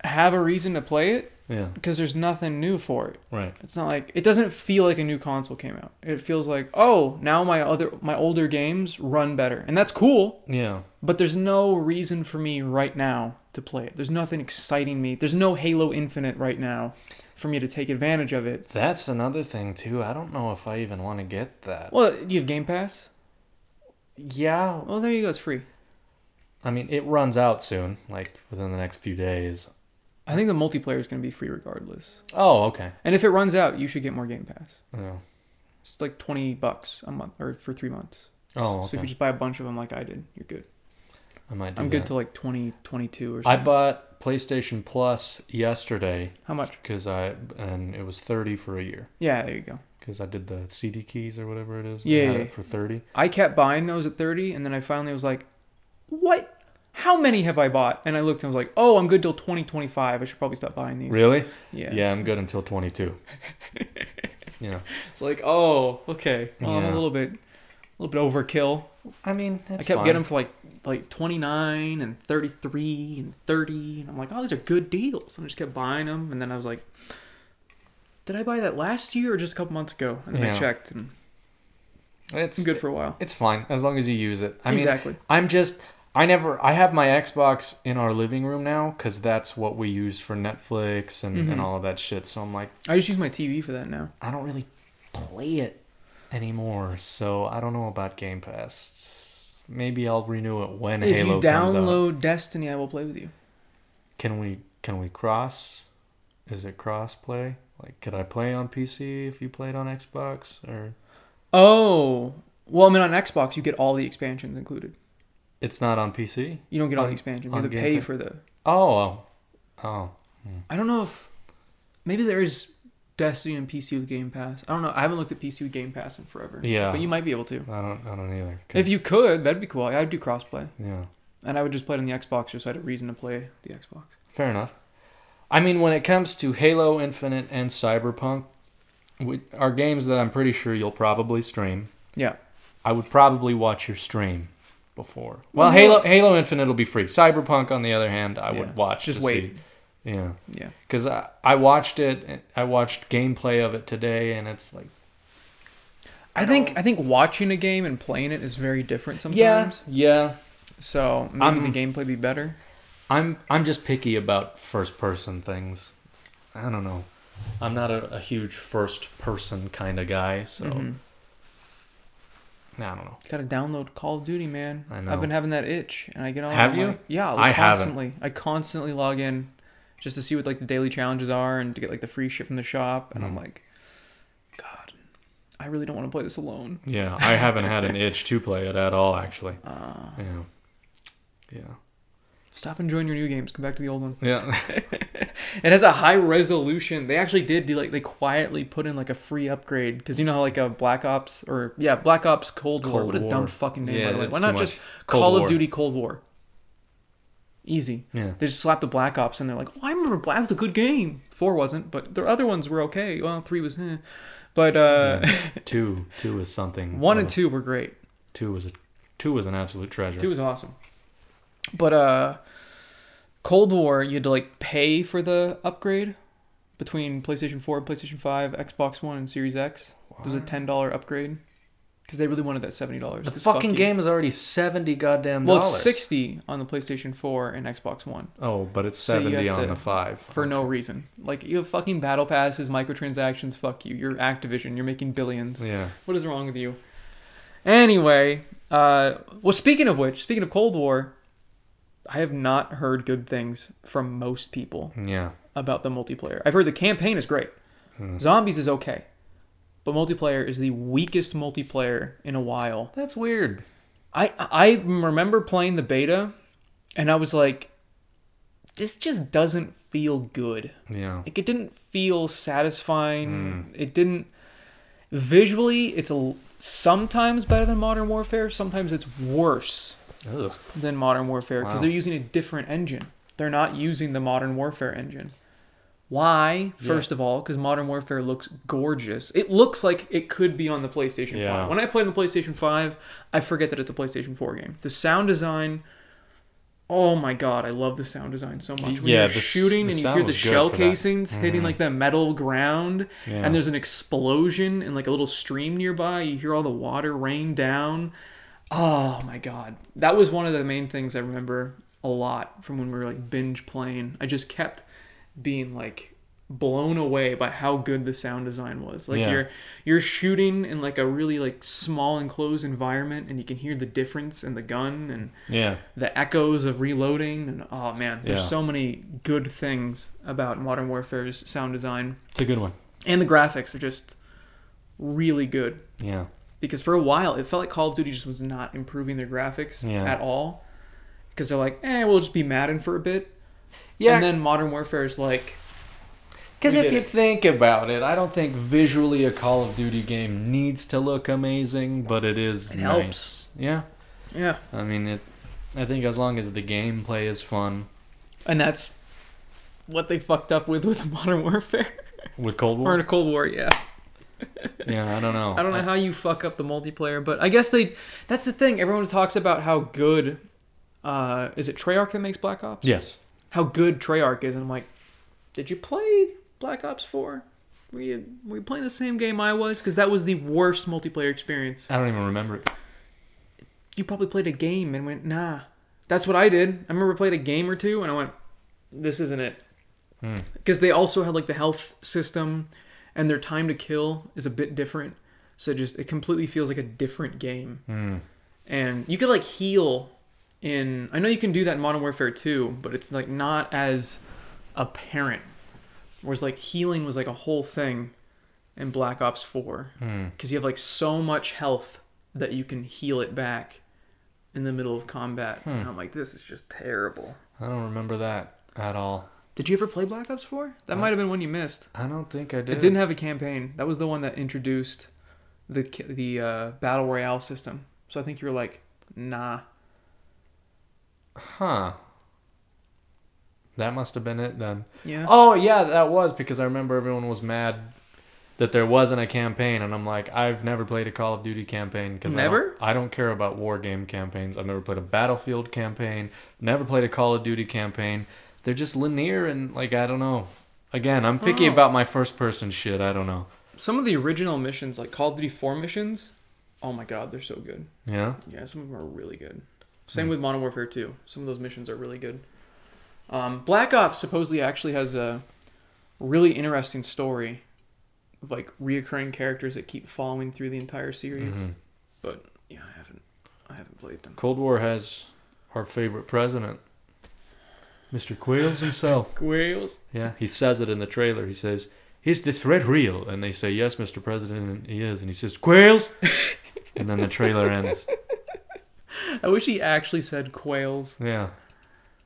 [SPEAKER 2] have a reason to play it,
[SPEAKER 1] Yeah.
[SPEAKER 2] because there's nothing new for it.
[SPEAKER 1] Right.
[SPEAKER 2] It's not like it doesn't feel like a new console came out. It feels like oh now my other my older games run better, and that's cool.
[SPEAKER 1] Yeah.
[SPEAKER 2] But there's no reason for me right now to play it. There's nothing exciting me. There's no Halo Infinite right now for me to take advantage of it.
[SPEAKER 1] That's another thing too. I don't know if I even want to get that.
[SPEAKER 2] Well, do you have Game Pass?
[SPEAKER 1] Yeah.
[SPEAKER 2] Well, there you go. It's free.
[SPEAKER 1] I mean, it runs out soon, like within the next few days.
[SPEAKER 2] I think the multiplayer is going to be free regardless.
[SPEAKER 1] Oh, okay.
[SPEAKER 2] And if it runs out, you should get more Game Pass.
[SPEAKER 1] Oh,
[SPEAKER 2] It's like 20 bucks a month or for 3 months.
[SPEAKER 1] oh
[SPEAKER 2] So if you
[SPEAKER 1] okay.
[SPEAKER 2] just buy a bunch of them like I did, you're good.
[SPEAKER 1] I might do
[SPEAKER 2] I'm
[SPEAKER 1] that.
[SPEAKER 2] good to like 20 22 or
[SPEAKER 1] I
[SPEAKER 2] something.
[SPEAKER 1] bought PlayStation Plus yesterday
[SPEAKER 2] How much?
[SPEAKER 1] because I and it was thirty for a year
[SPEAKER 2] Yeah, there you go.
[SPEAKER 1] because I did the CD keys or whatever it is. and
[SPEAKER 2] Yeah,
[SPEAKER 1] had
[SPEAKER 2] yeah,
[SPEAKER 1] it for thirty.
[SPEAKER 2] I kept buying those at 30 and then I finally was like, "What? How many have I bought?" And I looked and was like, "Oh, I'm good till 2025. I should probably stop buying these."
[SPEAKER 1] Really?
[SPEAKER 2] Yeah.
[SPEAKER 1] Yeah. I'm good until twenty two. you know,
[SPEAKER 2] It's like, "Oh, okay. Well, I'm
[SPEAKER 1] Yeah.
[SPEAKER 2] a little bit a little bit overkill."
[SPEAKER 1] I mean,
[SPEAKER 2] I
[SPEAKER 1] it's
[SPEAKER 2] kept
[SPEAKER 1] fine.
[SPEAKER 2] getting them for like like 29 and 33 and 30 and I'm like, "Oh, these are good deals." And I just kept buying them and then I was like, "Did I buy that last year or just a couple months ago?" And then I
[SPEAKER 1] Yeah.
[SPEAKER 2] checked and
[SPEAKER 1] It's
[SPEAKER 2] it's good for a while.
[SPEAKER 1] It's fine as long as you use it. I mean,
[SPEAKER 2] exactly.
[SPEAKER 1] I'm just I never I have my Xbox in our living room now because that's what we use for Netflix and,
[SPEAKER 2] Mhm.
[SPEAKER 1] and all of that shit. So I'm like
[SPEAKER 2] I just use my TV for that now.
[SPEAKER 1] I don't really play it anymore. So I don't know about Game Pass. Maybe I'll renew it when
[SPEAKER 2] if
[SPEAKER 1] Halo
[SPEAKER 2] you
[SPEAKER 1] comes out.
[SPEAKER 2] download Destiny, I will play with you.
[SPEAKER 1] Can we can we cross? Is it cross play? Like could I play on PC if you played on Xbox or
[SPEAKER 2] Oh, well, I mean, on Xbox, you get all the expansions included.
[SPEAKER 1] it's not on PC?
[SPEAKER 2] You don't get all the
[SPEAKER 1] On-
[SPEAKER 2] expansions. You
[SPEAKER 1] on
[SPEAKER 2] have to
[SPEAKER 1] Game
[SPEAKER 2] pay
[SPEAKER 1] Pass.
[SPEAKER 2] for the.
[SPEAKER 1] Oh, oh, oh.
[SPEAKER 2] I don't know if maybe there is Destiny and PC with Game Pass. I don't know. I haven't looked at PC with Game Pass in forever.
[SPEAKER 1] Yeah.
[SPEAKER 2] but you might be able to.
[SPEAKER 1] I don't I don't either. 'cause-
[SPEAKER 2] If you could, that'd be cool. I'd do crossplay,
[SPEAKER 1] yeah.
[SPEAKER 2] and I would just play it on the Xbox just so I had a reason to play the Xbox.
[SPEAKER 1] Fair enough. I mean, when it comes to Halo Infinite and Cyberpunk, we, are games that I'm pretty sure you'll probably stream.
[SPEAKER 2] Yeah.
[SPEAKER 1] I would probably watch your stream before.
[SPEAKER 2] Well,
[SPEAKER 1] Well,
[SPEAKER 2] yeah.
[SPEAKER 1] Halo Halo Infinite will be free. Cyberpunk, on the other hand, I
[SPEAKER 2] Yeah.
[SPEAKER 1] would watch.
[SPEAKER 2] Just
[SPEAKER 1] to
[SPEAKER 2] wait.
[SPEAKER 1] see. Yeah,
[SPEAKER 2] Yeah,
[SPEAKER 1] because I, I watched it. I watched gameplay of it today, and it's like
[SPEAKER 2] I, think I think watching a game and playing it is very different sometimes.
[SPEAKER 1] yeah, yeah.
[SPEAKER 2] So maybe
[SPEAKER 1] I'm-
[SPEAKER 2] the gameplay be better.
[SPEAKER 1] I'm I'm just picky about first person things. I don't know. I'm not a, a huge first person kind of guy, so
[SPEAKER 2] Mhm.
[SPEAKER 1] I don't know.
[SPEAKER 2] Gotta download Call of Duty, man.
[SPEAKER 1] I
[SPEAKER 2] I've
[SPEAKER 1] know.
[SPEAKER 2] been having that itch, and I get on.
[SPEAKER 1] Have
[SPEAKER 2] I'm
[SPEAKER 1] you?
[SPEAKER 2] like- yeah,
[SPEAKER 1] I
[SPEAKER 2] like,
[SPEAKER 1] haven't.
[SPEAKER 2] constantly. I constantly log in just to see what like the daily challenges are and to get like the free shit from the shop, and I'm
[SPEAKER 1] Mm.
[SPEAKER 2] like, God, I really don't want to play this alone.
[SPEAKER 1] Yeah, I haven't had an itch to play it at all, actually.
[SPEAKER 2] Uh,
[SPEAKER 1] Yeah, yeah,
[SPEAKER 2] stop enjoying your new games. Come back to the old one.
[SPEAKER 1] yeah.
[SPEAKER 2] It has a high resolution. They actually did do like they quietly put in like a free upgrade because you know how like a Black Ops or yeah Black Ops Cold, War.
[SPEAKER 1] Cold
[SPEAKER 2] What a
[SPEAKER 1] War.
[SPEAKER 2] dumb fucking name.
[SPEAKER 1] Yeah,
[SPEAKER 2] by the way.
[SPEAKER 1] that's
[SPEAKER 2] Why
[SPEAKER 1] too
[SPEAKER 2] not
[SPEAKER 1] much.
[SPEAKER 2] just
[SPEAKER 1] Cold
[SPEAKER 2] Call of
[SPEAKER 1] War.
[SPEAKER 2] Duty Cold War? Easy.
[SPEAKER 1] yeah.
[SPEAKER 2] They just slapped the Black Ops in there, like, oh, I remember Black was a good game. Four wasn't, but the other ones were okay. Well, three was, eh. but uh,
[SPEAKER 1] Two, two is something.
[SPEAKER 2] one
[SPEAKER 1] Uh,
[SPEAKER 2] and two were great.
[SPEAKER 1] Two was a, two was an absolute treasure.
[SPEAKER 2] Two was awesome, but uh, Cold War you had to like pay for the upgrade between PlayStation Four, PlayStation Five, Xbox One, and Series X. There was a ten dollar upgrade because they really wanted that seventy dollars.
[SPEAKER 1] The fucking game is already seventy goddamn
[SPEAKER 2] Well,
[SPEAKER 1] dollars.
[SPEAKER 2] it's sixty on the PlayStation Four and Xbox One.
[SPEAKER 1] Oh, but it's
[SPEAKER 2] So you
[SPEAKER 1] seventy
[SPEAKER 2] have
[SPEAKER 1] on
[SPEAKER 2] to-
[SPEAKER 1] the five.
[SPEAKER 2] for no reason. Like you have fucking battle passes, microtransactions. Fuck you. You're Activision. You're making billions.
[SPEAKER 1] Yeah.
[SPEAKER 2] What is wrong with you? Anyway, uh, well, speaking of which, speaking of Cold War, I have not heard good things from most people
[SPEAKER 1] Yeah.
[SPEAKER 2] about the multiplayer. I've heard the campaign is great.
[SPEAKER 1] Hmm.
[SPEAKER 2] Zombies is okay, but multiplayer is the weakest multiplayer in a while.
[SPEAKER 1] That's weird.
[SPEAKER 2] I I remember playing the beta, and I was like, this just doesn't feel good
[SPEAKER 1] Yeah.
[SPEAKER 2] like it didn't feel
[SPEAKER 1] Hmm.
[SPEAKER 2] satisfying it didn't visually it's a l- sometimes better than modern warfare sometimes it's worse
[SPEAKER 1] Ugh.
[SPEAKER 2] than modern warfare because
[SPEAKER 1] Wow.
[SPEAKER 2] they're using a different engine they're not using the modern warfare engine why first of all because modern warfare looks gorgeous it looks like it could be on the playstation
[SPEAKER 1] Yeah.
[SPEAKER 2] 5 when i play on the playstation 5 i forget that it's a playstation 4 game the sound design Oh my god, I love the sound design so much. When
[SPEAKER 1] Yeah,
[SPEAKER 2] you're
[SPEAKER 1] the s-
[SPEAKER 2] shooting
[SPEAKER 1] the
[SPEAKER 2] and you
[SPEAKER 1] sound
[SPEAKER 2] hear the
[SPEAKER 1] was good
[SPEAKER 2] shell
[SPEAKER 1] for that.
[SPEAKER 2] casings hitting like the metal ground,
[SPEAKER 1] Mm-hmm. Yeah.
[SPEAKER 2] and there's an explosion and like a little stream nearby. You hear all the water rain down. Oh my god, that was one of the main things I remember a lot from when we were like binge playing. I just kept being like blown away by how good the sound design was. Like
[SPEAKER 1] Yeah.
[SPEAKER 2] you're you're shooting in like a really like small enclosed environment, and you can hear the difference in the gun and
[SPEAKER 1] Yeah.
[SPEAKER 2] the echoes of reloading and oh man there's
[SPEAKER 1] Yeah.
[SPEAKER 2] so many good things about modern warfare's sound design
[SPEAKER 1] It's a good one.
[SPEAKER 2] and the graphics are just really good
[SPEAKER 1] Yeah.
[SPEAKER 2] because for a while it felt like call of duty just was not improving their graphics
[SPEAKER 1] Yeah.
[SPEAKER 2] at all because they're like eh we'll just be madden for a bit
[SPEAKER 1] Yeah.
[SPEAKER 2] and then modern warfare is like
[SPEAKER 1] Because
[SPEAKER 2] We
[SPEAKER 1] if
[SPEAKER 2] did
[SPEAKER 1] you
[SPEAKER 2] it.
[SPEAKER 1] think about it, I don't think visually a Call of Duty game needs to look amazing, but it is
[SPEAKER 2] It
[SPEAKER 1] nice.
[SPEAKER 2] helps.
[SPEAKER 1] Yeah,
[SPEAKER 2] yeah
[SPEAKER 1] I mean it. I think as long as the gameplay is fun
[SPEAKER 2] and that's what they fucked up with with modern warfare
[SPEAKER 1] with Cold
[SPEAKER 2] or in
[SPEAKER 1] War.
[SPEAKER 2] a cold war yeah
[SPEAKER 1] yeah, I don't know.
[SPEAKER 2] I don't know how you fuck up the multiplayer, but I guess they. That's the thing. Everyone talks about how good. Uh, is it Treyarch that makes Black Ops?
[SPEAKER 1] Yes.
[SPEAKER 2] How good Treyarch is, and I'm like, did you play Black Ops Four? Were you were you playing the same game I was? Because that was the worst multiplayer experience.
[SPEAKER 1] I don't even remember it.
[SPEAKER 2] You probably played a game and went, nah. That's what I did. I remember I played a game or two and I went, this isn't it.
[SPEAKER 1] Hmm.
[SPEAKER 2] Because they also had like the health system, and their time to kill is a bit different. So it just it completely feels like a different game.
[SPEAKER 1] Hmm.
[SPEAKER 2] and you could like heal in i know you can do that in modern warfare 2 but it's like not as apparent whereas like healing was like a whole thing in black ops 4
[SPEAKER 1] Hmm.
[SPEAKER 2] because you have like so much health that you can heal it back in the middle of combat and i'm like this is just terrible
[SPEAKER 1] I don't remember that at all.
[SPEAKER 2] did you ever play black ops 4 that might have been one you missed
[SPEAKER 1] I don't think I did.
[SPEAKER 2] it didn't have a campaign that was the one that introduced the ca- the uh, battle royale system so i think you were like nah
[SPEAKER 1] Huh. That must have been it then.
[SPEAKER 2] yeah
[SPEAKER 1] Oh yeah, that was because I remember everyone was mad that there wasn't a campaign, and I'm like, I've never played a Call of Duty campaign because I
[SPEAKER 2] Never?
[SPEAKER 1] don't, I don't care about war game campaigns. I've never played a Battlefield campaign, never played a Call of Duty campaign. They're just linear and like I don't know. Again, I'm picky
[SPEAKER 2] Oh.
[SPEAKER 1] about my first person shit. I don't know.
[SPEAKER 2] some of the original missions, like Call of Duty 4 missions, oh my god, they're so good.
[SPEAKER 1] Yeah.
[SPEAKER 2] Yeah, some of them are really good. Same with Modern Warfare 2. Some of those missions are really good. Um, Black Ops supposedly actually has a really interesting story of like reoccurring characters that keep following through the entire series.
[SPEAKER 1] Mhm.
[SPEAKER 2] But yeah, I haven't, I haven't played them.
[SPEAKER 1] Cold War has our favorite president, Mr. Quails himself.
[SPEAKER 2] Whales.
[SPEAKER 1] Yeah, he says it in the trailer. He says, "Is the threat real?" And they say, "Yes, Mr. President, and he is." And he says, "Quails." and then the trailer ends.
[SPEAKER 2] I wish he actually said quails.
[SPEAKER 1] Yeah,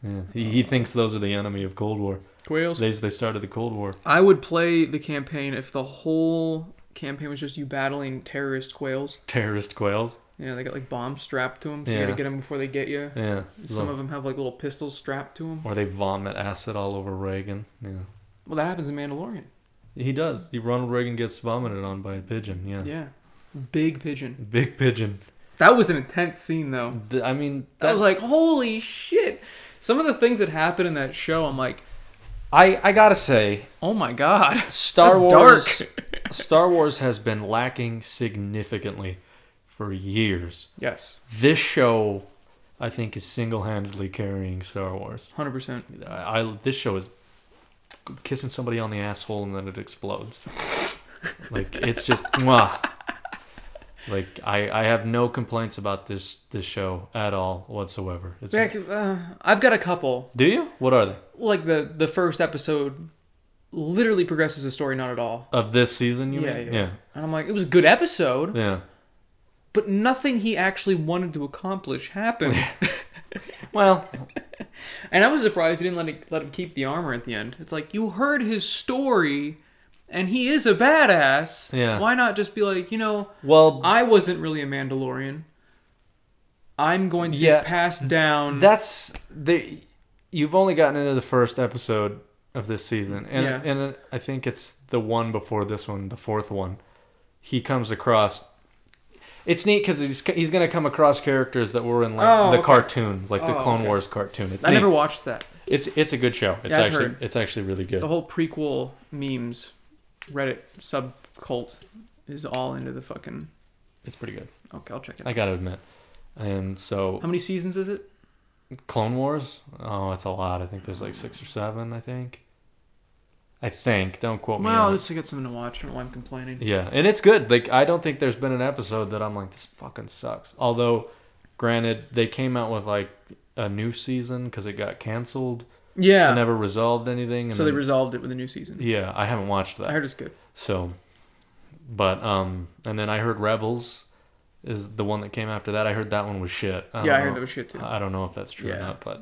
[SPEAKER 1] yeah. He, he thinks those are the enemy of Cold War.
[SPEAKER 2] Quails.
[SPEAKER 1] They they started the Cold War.
[SPEAKER 2] I would play the campaign if the whole campaign was just you battling terrorist quails.
[SPEAKER 1] Terrorist quails.
[SPEAKER 2] Yeah, they got like bombs strapped to them, so you
[SPEAKER 1] Yeah.
[SPEAKER 2] gotta get them before they get you.
[SPEAKER 1] Yeah,
[SPEAKER 2] Some of them have like little pistols strapped to them.
[SPEAKER 1] or they vomit acid all over Reagan. Yeah,
[SPEAKER 2] Well, that happens in Mandalorian.
[SPEAKER 1] he does. He, Ronald Reagan gets vomited on by a pigeon. Yeah,
[SPEAKER 2] Yeah. Big pigeon.
[SPEAKER 1] big pigeon.
[SPEAKER 2] That was an intense scene, though.
[SPEAKER 1] Th- I mean,
[SPEAKER 2] That was like, holy shit. Some of the things that happen in that show, I'm like,
[SPEAKER 1] I I gotta say,
[SPEAKER 2] oh my god.
[SPEAKER 1] Star
[SPEAKER 2] That's
[SPEAKER 1] Wars Star Wars has been lacking significantly for years.
[SPEAKER 2] Yes.
[SPEAKER 1] This show I think is single-handedly carrying Star Wars.
[SPEAKER 2] 100%.
[SPEAKER 1] I, I this show is kissing somebody on the asshole and then it explodes. like it's just mwah. Like I, I have no complaints about this this show at all whatsoever. It's,
[SPEAKER 2] Yeah, 'cause, uh, I've got a couple.
[SPEAKER 1] Do you? What are they?
[SPEAKER 2] Like, the, the first episode literally progresses the story not at all.
[SPEAKER 1] Of this season, you
[SPEAKER 2] Yeah,
[SPEAKER 1] mean?
[SPEAKER 2] yeah. And I'm like, it was a good episode,
[SPEAKER 1] Yeah. Yeah.
[SPEAKER 2] but nothing he actually wanted to accomplish happened.
[SPEAKER 1] Well,
[SPEAKER 2] And I was surprised he didn't let him, let him keep the armor at the end. It's like you heard his story, and he is a badass.
[SPEAKER 1] Yeah.
[SPEAKER 2] Why not just be like, you know,
[SPEAKER 1] well,
[SPEAKER 2] I wasn't really a Mandalorian. I'm going to
[SPEAKER 1] Yeah.
[SPEAKER 2] pass down.
[SPEAKER 1] that's the you've only gotten into the first episode of this season and
[SPEAKER 2] Yeah.
[SPEAKER 1] and I think it's the one before this one the fourth one he comes across It's neat because he's he's gonna come across characters that were in like
[SPEAKER 2] Oh,
[SPEAKER 1] the
[SPEAKER 2] okay.
[SPEAKER 1] cartoon, like the
[SPEAKER 2] Oh,
[SPEAKER 1] Clone
[SPEAKER 2] okay.
[SPEAKER 1] Wars cartoon. It's
[SPEAKER 2] I
[SPEAKER 1] neat.
[SPEAKER 2] never watched that.
[SPEAKER 1] It's it's a good show. It's
[SPEAKER 2] I've
[SPEAKER 1] actually
[SPEAKER 2] heard.
[SPEAKER 1] it's actually really good.
[SPEAKER 2] The whole prequel memes, Reddit sub cult, is all into the fucking.
[SPEAKER 1] It's pretty good.
[SPEAKER 2] Okay, I'll check it. out.
[SPEAKER 1] I gotta admit. And so
[SPEAKER 2] How many seasons is it?
[SPEAKER 1] Clone Wars. Oh, it's a lot. I think there's like six or seven. I think. I think. Don't quote me.
[SPEAKER 2] Well,
[SPEAKER 1] on
[SPEAKER 2] at
[SPEAKER 1] it.
[SPEAKER 2] least I got something to watch. I don't know why I'm complaining.
[SPEAKER 1] Oh, Yeah, and it's good. Like I don't think there's been an episode that I'm like this fucking sucks. Although, granted, they came out with like a new season because it got canceled.
[SPEAKER 2] Yeah.
[SPEAKER 1] and never resolved anything. And
[SPEAKER 2] so they
[SPEAKER 1] then-
[SPEAKER 2] resolved it with a new season.
[SPEAKER 1] yeah, I haven't watched
[SPEAKER 2] I
[SPEAKER 1] that.
[SPEAKER 2] heard it's good.
[SPEAKER 1] So, but um, and then I heard Rebels is the one that came after that. I heard that one was shit. I
[SPEAKER 2] yeah,
[SPEAKER 1] don't
[SPEAKER 2] I heard
[SPEAKER 1] know-
[SPEAKER 2] that was shit too.
[SPEAKER 1] I don't know if that's true or
[SPEAKER 2] Yeah.
[SPEAKER 1] not, but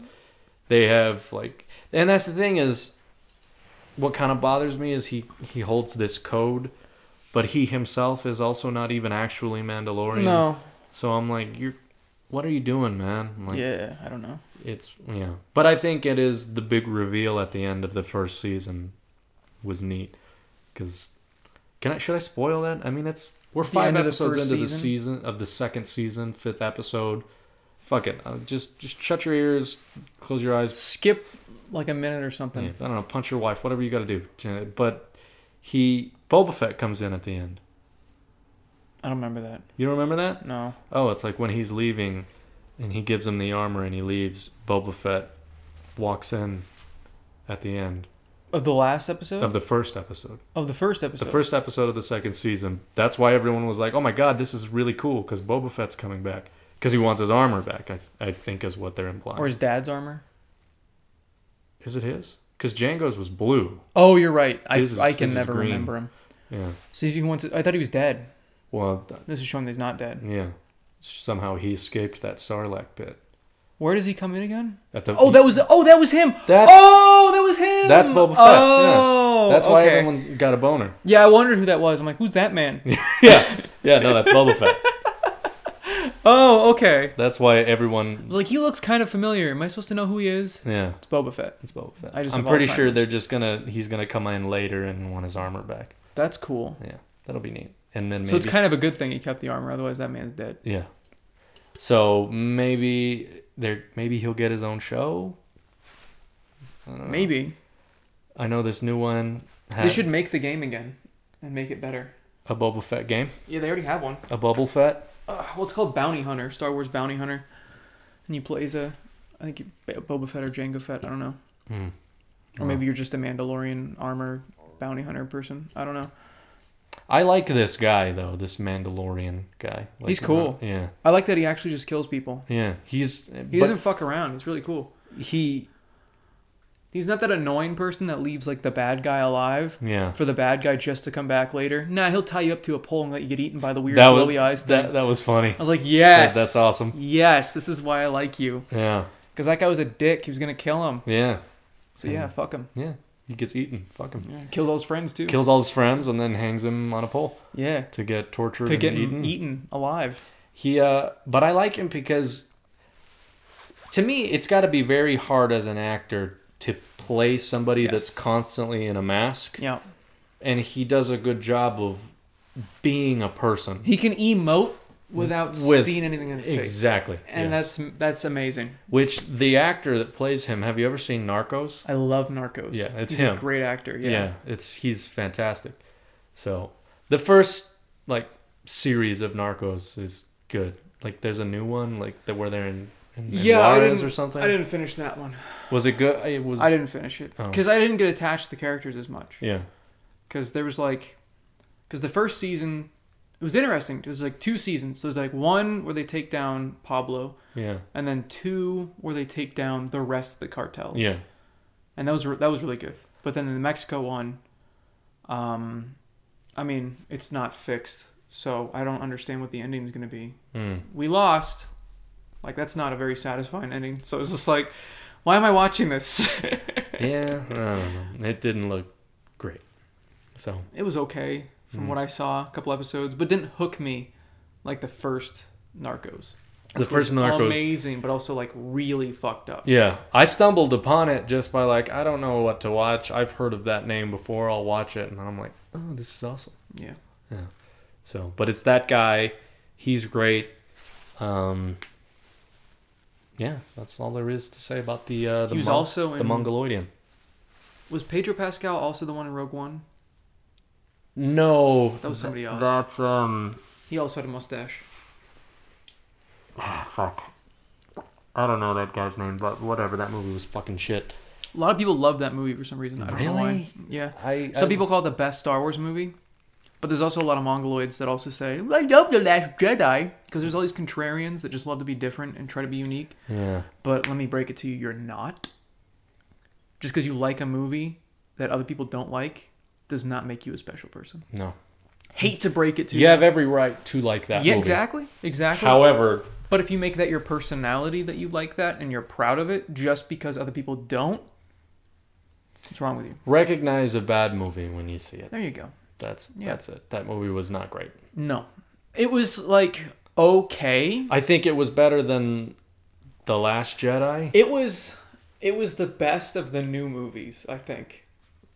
[SPEAKER 1] they have like, and that's the thing is, what kind of bothers me is he he holds this code, but he himself is also not even actually Mandalorian.
[SPEAKER 2] no.
[SPEAKER 1] So I'm like, you're, what are you doing, man? I'm like,
[SPEAKER 2] yeah, I don't know.
[SPEAKER 1] it's yeah, but I think it is the big reveal at the end of the first season was neat because can I should I spoil that? I mean, it's we're
[SPEAKER 2] The
[SPEAKER 1] five
[SPEAKER 2] end of the
[SPEAKER 1] episodes
[SPEAKER 2] first
[SPEAKER 1] into the
[SPEAKER 2] season?
[SPEAKER 1] season of the second season, fifth episode. Fuck it, uh, just just shut your ears, close your eyes.
[SPEAKER 2] Skip like a minute or
[SPEAKER 1] Yeah,
[SPEAKER 2] something.
[SPEAKER 1] I don't know, punch your wife, whatever you got to do. But he Boba Fett comes in at the end.
[SPEAKER 2] I don't remember that.
[SPEAKER 1] You don't remember that?
[SPEAKER 2] No.
[SPEAKER 1] Oh, it's like when he's leaving, and he gives him the armor and he leaves. Boba Fett walks in at the end.
[SPEAKER 2] Of the last episode?
[SPEAKER 1] of the first episode.
[SPEAKER 2] Of the first
[SPEAKER 1] The
[SPEAKER 2] episode.
[SPEAKER 1] first episode of the second season. That's why everyone was like, "Oh my god, this is really cool" because Boba Fett's coming back because he wants his armor back. I I think is what they're implying.
[SPEAKER 2] Or his dad's armor?
[SPEAKER 1] is it his? Because Django's was blue.
[SPEAKER 2] Oh, you're right. I,
[SPEAKER 1] His is-
[SPEAKER 2] I can
[SPEAKER 1] his is
[SPEAKER 2] never
[SPEAKER 1] green.
[SPEAKER 2] remember him.
[SPEAKER 1] Yeah.
[SPEAKER 2] So he's- he wants. I thought he was dead.
[SPEAKER 1] Well, th-
[SPEAKER 2] This is showing that he's not dead.
[SPEAKER 1] yeah. Somehow he escaped that Sarlacc pit.
[SPEAKER 2] Where does he come in again?
[SPEAKER 1] At the
[SPEAKER 2] Oh, that was. Oh, that was him.
[SPEAKER 1] That's-
[SPEAKER 2] oh, that was him.
[SPEAKER 1] that's Boba Fett, yeah.
[SPEAKER 2] Oh,
[SPEAKER 1] That's why
[SPEAKER 2] okay.
[SPEAKER 1] everyone's got a boner.
[SPEAKER 2] Yeah, I wondered who that was. I'm like, who's that man?
[SPEAKER 1] yeah. Yeah. No, that's Boba Fett.
[SPEAKER 2] oh, okay.
[SPEAKER 1] That's why
[SPEAKER 2] I
[SPEAKER 1] everyone.
[SPEAKER 2] was like, he looks kind of familiar. Am I supposed to know who he is?
[SPEAKER 1] Yeah.
[SPEAKER 2] It's Boba Fett.
[SPEAKER 1] It's Boba Fett.
[SPEAKER 2] I just
[SPEAKER 1] I'm
[SPEAKER 2] have
[SPEAKER 1] pretty
[SPEAKER 2] Alzheimer's.
[SPEAKER 1] sure they're just gonna. He's gonna come in later and want his armor back.
[SPEAKER 2] That's cool.
[SPEAKER 1] Yeah. That'll be neat. And then maybe.
[SPEAKER 2] So it's kind of a good thing he kept the armor. Otherwise, that man's dead.
[SPEAKER 1] Yeah. So maybe there maybe he'll get his own show. I don't know.
[SPEAKER 2] Maybe
[SPEAKER 1] I know this new one
[SPEAKER 2] they
[SPEAKER 1] has
[SPEAKER 2] should make the game again and make it better.
[SPEAKER 1] a Boba Fett game.
[SPEAKER 2] Yeah, they already have one.
[SPEAKER 1] A Bubble Fett.
[SPEAKER 2] Uh, well, it's called Bounty Hunter, Star Wars Bounty Hunter, and you play as a, I think you, Boba Fett or Jango Fett. I don't know.
[SPEAKER 1] Hmm.
[SPEAKER 2] Or maybe you're just a Mandalorian armor bounty hunter person. I don't know.
[SPEAKER 1] Uh, I like this guy though, this Mandalorian guy. Like, uh,
[SPEAKER 2] He's cool.
[SPEAKER 1] Yeah.
[SPEAKER 2] I like that he actually just kills people.
[SPEAKER 1] Yeah. He's
[SPEAKER 2] He
[SPEAKER 1] he
[SPEAKER 2] doesn't fuck around. It's really cool.
[SPEAKER 1] he
[SPEAKER 2] He's not that annoying person that leaves like the bad guy alive
[SPEAKER 1] yeah.
[SPEAKER 2] for the bad guy just to come back later. Nah, he'll tie you up to a pole and let you get eaten by the weird
[SPEAKER 1] That was
[SPEAKER 2] glowy eyes thing.
[SPEAKER 1] that that was funny.
[SPEAKER 2] I was like, yes,
[SPEAKER 1] That- that's awesome.
[SPEAKER 2] Yes, this is why I like you.
[SPEAKER 1] Yeah.
[SPEAKER 2] Because that guy was a dick. He was gonna kill him.
[SPEAKER 1] Yeah.
[SPEAKER 2] So
[SPEAKER 1] Hmm.
[SPEAKER 2] yeah, fuck him.
[SPEAKER 1] Yeah. He gets eaten. Fuck him.
[SPEAKER 2] Yeah, killed all his friends too.
[SPEAKER 1] Kills all his friends and then hangs him on a pole
[SPEAKER 2] yeah,
[SPEAKER 1] to get tortured
[SPEAKER 2] to
[SPEAKER 1] and
[SPEAKER 2] get
[SPEAKER 1] eaten.
[SPEAKER 2] eaten. alive.
[SPEAKER 1] He, uh, but I like him because to me, it's got to be very hard as an actor to play somebody
[SPEAKER 2] Yes.
[SPEAKER 1] that's constantly in a mask,
[SPEAKER 2] Yeah,
[SPEAKER 1] and he does a good job of being a person.
[SPEAKER 2] he can emote without
[SPEAKER 1] With-
[SPEAKER 2] seeing anything in his face.
[SPEAKER 1] Exactly,
[SPEAKER 2] and
[SPEAKER 1] yes.
[SPEAKER 2] that's that's amazing.
[SPEAKER 1] which the actor that plays him. Have you ever seen Narcos?
[SPEAKER 2] I love Narcos.
[SPEAKER 1] Yeah, it's
[SPEAKER 2] He's
[SPEAKER 1] him.
[SPEAKER 2] A great actor. Yeah.
[SPEAKER 1] Yeah. it's he's fantastic. So the first like series of Narcos is good. Like there's a new one like that where they're in, in, in
[SPEAKER 2] Yeah, I
[SPEAKER 1] Juarez
[SPEAKER 2] didn't-
[SPEAKER 1] or something.
[SPEAKER 2] I didn't finish that one.
[SPEAKER 1] Was it good? It was.
[SPEAKER 2] I didn't finish it
[SPEAKER 1] Oh.
[SPEAKER 2] because I didn't get attached to the characters as much.
[SPEAKER 1] Yeah.
[SPEAKER 2] Because there was like, because the first season, it was interesting. There's like two seasons. There's like one where they take down Pablo,
[SPEAKER 1] Yeah.
[SPEAKER 2] and then two where they take down the rest of the cartels.
[SPEAKER 1] Yeah.
[SPEAKER 2] and that was that was really good. But then in the Mexico one, um, I mean it's not fixed, so I don't understand what the ending is going to be.
[SPEAKER 1] Mm.
[SPEAKER 2] We lost, like that's not a very satisfying ending. So it's just like, why am I watching this?
[SPEAKER 1] Yeah. I don't know. It didn't look great. So
[SPEAKER 2] it was okay from
[SPEAKER 1] Mm-hmm.
[SPEAKER 2] what I saw, a couple episodes, but didn't hook me like the first Narcos.
[SPEAKER 1] The
[SPEAKER 2] which
[SPEAKER 1] first
[SPEAKER 2] was
[SPEAKER 1] Narcos-
[SPEAKER 2] amazing, but also like really fucked up.
[SPEAKER 1] yeah, I stumbled upon it just by like I don't know what to watch. I've heard of that name before. I'll watch it, and I'm like, oh, this is awesome.
[SPEAKER 2] Yeah,
[SPEAKER 1] So, but it's that guy He's great. Um, yeah, that's all there is to say about the uh, the,
[SPEAKER 2] He was
[SPEAKER 1] Mon-
[SPEAKER 2] also
[SPEAKER 1] the
[SPEAKER 2] in-
[SPEAKER 1] Mongoloidian.
[SPEAKER 2] Was Pedro Pascal also the one in Rogue One?
[SPEAKER 1] No,
[SPEAKER 2] That was somebody else.
[SPEAKER 1] That's um.
[SPEAKER 2] He also had a mustache.
[SPEAKER 1] Ah, fuck. I don't know that guy's name, but whatever. That movie was fucking shit.
[SPEAKER 2] A lot of people love that movie for some reason. I don't know why.
[SPEAKER 1] Really?
[SPEAKER 2] Yeah.
[SPEAKER 1] I
[SPEAKER 2] Some people call it the best Star Wars movie, but there's also a lot of mongoloids that also say, "I love the Last Jedi," because there's all these contrarians that just love to be different and try to be unique.
[SPEAKER 1] Yeah.
[SPEAKER 2] But let me break it to you: you're not. Just because you like a movie that other people don't like does not make you a special person.
[SPEAKER 1] No.
[SPEAKER 2] Hate to break it to
[SPEAKER 1] You have every right to like that
[SPEAKER 2] yeah,
[SPEAKER 1] movie.
[SPEAKER 2] exactly, exactly.
[SPEAKER 1] However,
[SPEAKER 2] But if you make that your personality that you like that and you're proud of it just because other people don't, what's wrong with you?
[SPEAKER 1] recognize a bad movie when you see it.
[SPEAKER 2] There you go.
[SPEAKER 1] That's
[SPEAKER 2] Yeah.
[SPEAKER 1] that's it. That movie was not great.
[SPEAKER 2] No. It was like okay.
[SPEAKER 1] I think it was better than The Last Jedi.
[SPEAKER 2] It was it was the best of the new movies, I think.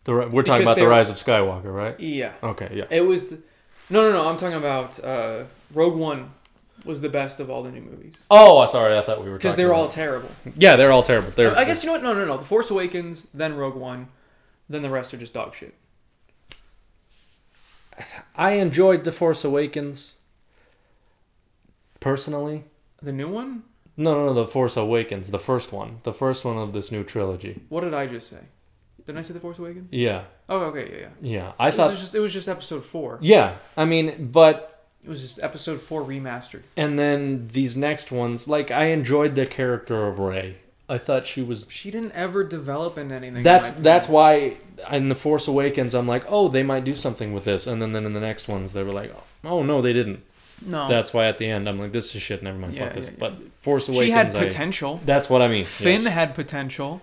[SPEAKER 1] The, ri- we're talking
[SPEAKER 2] Because
[SPEAKER 1] about The
[SPEAKER 2] they're-
[SPEAKER 1] Rise of Skywalker, right?
[SPEAKER 2] Yeah.
[SPEAKER 1] Okay, yeah.
[SPEAKER 2] It was the, No, no, no. I'm talking about uh Rogue One was the best of all the new movies
[SPEAKER 1] Oh, sorry. I thought we were
[SPEAKER 2] because
[SPEAKER 1] talking
[SPEAKER 2] they're all
[SPEAKER 1] about-
[SPEAKER 2] terrible.
[SPEAKER 1] Yeah, they're all terrible. They're
[SPEAKER 2] I guess you know what? No, no, no. The Force Awakens, then Rogue One, then the rest are just dog shit.
[SPEAKER 1] I enjoyed The Force Awakens personally.
[SPEAKER 2] The new one?
[SPEAKER 1] No, no, no, The Force Awakens, the first one, the first one of this new trilogy.
[SPEAKER 2] What did I just say? Didn't I say the Force Awakens?
[SPEAKER 1] Yeah,
[SPEAKER 2] Oh, okay, yeah, yeah.
[SPEAKER 1] yeah. I
[SPEAKER 2] it
[SPEAKER 1] thought,
[SPEAKER 2] was just it was just episode four.
[SPEAKER 1] yeah. I mean, but
[SPEAKER 2] It was just episode four remastered.
[SPEAKER 1] and then these next ones, like I enjoyed the character of Rey. I thought she was.
[SPEAKER 2] She didn't ever develop into anything. in
[SPEAKER 1] That's
[SPEAKER 2] my opinion.
[SPEAKER 1] that's why in the Force Awakens, I'm like, oh, they might do something with this, and then then in the next ones, they were like, oh no, they didn't.
[SPEAKER 2] no.
[SPEAKER 1] That's why at the end, I'm like, this is shit. Never mind,
[SPEAKER 2] Oh. Yeah,
[SPEAKER 1] fuck this.
[SPEAKER 2] yeah, yeah.
[SPEAKER 1] But Force Awakens,
[SPEAKER 2] she had
[SPEAKER 1] I-
[SPEAKER 2] potential.
[SPEAKER 1] that's what I mean.
[SPEAKER 2] Finn
[SPEAKER 1] yes.
[SPEAKER 2] had potential.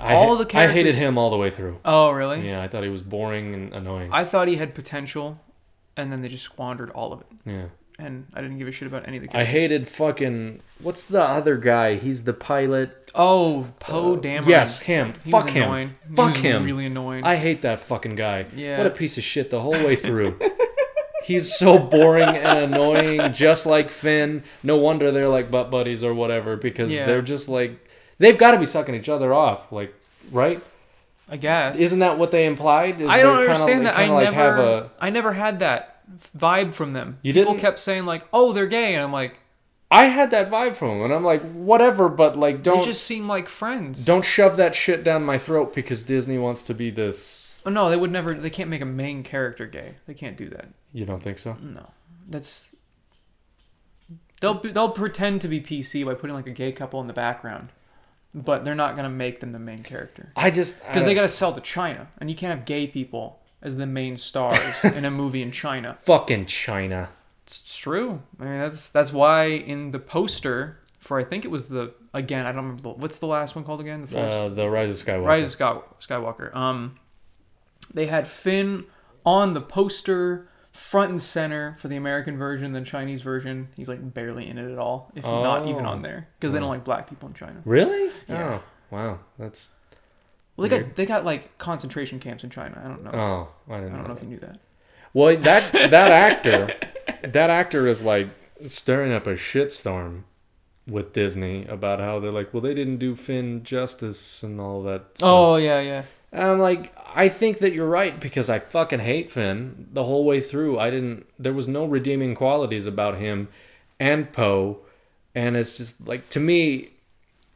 [SPEAKER 1] I
[SPEAKER 2] all
[SPEAKER 1] ha-
[SPEAKER 2] the
[SPEAKER 1] I hated
[SPEAKER 2] characters-
[SPEAKER 1] him all the way through.
[SPEAKER 2] Oh, really?
[SPEAKER 1] Yeah, I thought he was boring and annoying.
[SPEAKER 2] I thought he had potential, and then they just squandered all of it,
[SPEAKER 1] yeah.
[SPEAKER 2] and I didn't give a shit about any of the.
[SPEAKER 1] I
[SPEAKER 2] Characters.
[SPEAKER 1] hated fucking. What's the other guy? He's the pilot.
[SPEAKER 2] Oh, Poe Dameron.
[SPEAKER 1] Uh, Yes, him.
[SPEAKER 2] He
[SPEAKER 1] Fuck
[SPEAKER 2] was
[SPEAKER 1] him.
[SPEAKER 2] Annoying. He
[SPEAKER 1] Fuck
[SPEAKER 2] was
[SPEAKER 1] him.
[SPEAKER 2] Really annoying.
[SPEAKER 1] I hate that fucking guy.
[SPEAKER 2] Yeah.
[SPEAKER 1] What a piece of shit the whole way through. He's so boring and annoying, just like Finn. No wonder they're like butt buddies or whatever because
[SPEAKER 2] Yeah.
[SPEAKER 1] they're just like they've got to be sucking each other off, like right?
[SPEAKER 2] I guess.
[SPEAKER 1] Isn't that what they implied? Is
[SPEAKER 2] I don't
[SPEAKER 1] they're kinda-
[SPEAKER 2] understand
[SPEAKER 1] they
[SPEAKER 2] that. I
[SPEAKER 1] kinda, like,
[SPEAKER 2] never.
[SPEAKER 1] have a-
[SPEAKER 2] I never had that vibe from them.
[SPEAKER 1] You
[SPEAKER 2] People
[SPEAKER 1] didn't?
[SPEAKER 2] kept saying like, "Oh, they're gay," and I'm like,
[SPEAKER 1] I had that vibe from him, and I'm like, whatever, but like, don't
[SPEAKER 2] they just seem like friends.
[SPEAKER 1] don't shove that shit down my throat because Disney wants to be this.
[SPEAKER 2] Oh, no, they would never. They can't make a main character gay. They can't do that.
[SPEAKER 1] You don't think so?
[SPEAKER 2] No, that's. They'll be- they'll pretend to be PC by putting like a gay couple in the background, but they're not gonna make them the main character
[SPEAKER 1] I just
[SPEAKER 2] because they
[SPEAKER 1] I-
[SPEAKER 2] gotta sell to China, and you can't have gay people as the main stars in a movie in China.
[SPEAKER 1] fucking China.
[SPEAKER 2] It's true. I mean, that's that's why in the poster for I think it was the again I don't remember what's the last one called again the Force-
[SPEAKER 1] Uh, the Rise of Skywalker.
[SPEAKER 2] Rise of Sky- Skywalker. Um, they had Finn on the poster, front and center for the American version, the Chinese version. He's like barely in it at all, if not even
[SPEAKER 1] Oh.
[SPEAKER 2] on there, because they don't like black people in China.
[SPEAKER 1] Really?
[SPEAKER 2] Yeah.
[SPEAKER 1] Oh, wow. That's
[SPEAKER 2] Well, they got they got like concentration camps in China. I don't know.
[SPEAKER 1] oh, I didn't
[SPEAKER 2] I
[SPEAKER 1] know.
[SPEAKER 2] don't know if
[SPEAKER 1] that.
[SPEAKER 2] you knew that.
[SPEAKER 1] Well, that that actor, that actor is like stirring up a shitstorm with Disney about how they're like, well, they didn't do Finn justice and all that. stuff.
[SPEAKER 2] Oh yeah, yeah.
[SPEAKER 1] And I'm like, I think that you're right because I fucking hate Finn the whole way through. I didn't. There was no redeeming qualities about him and Poe, and it's just like to me,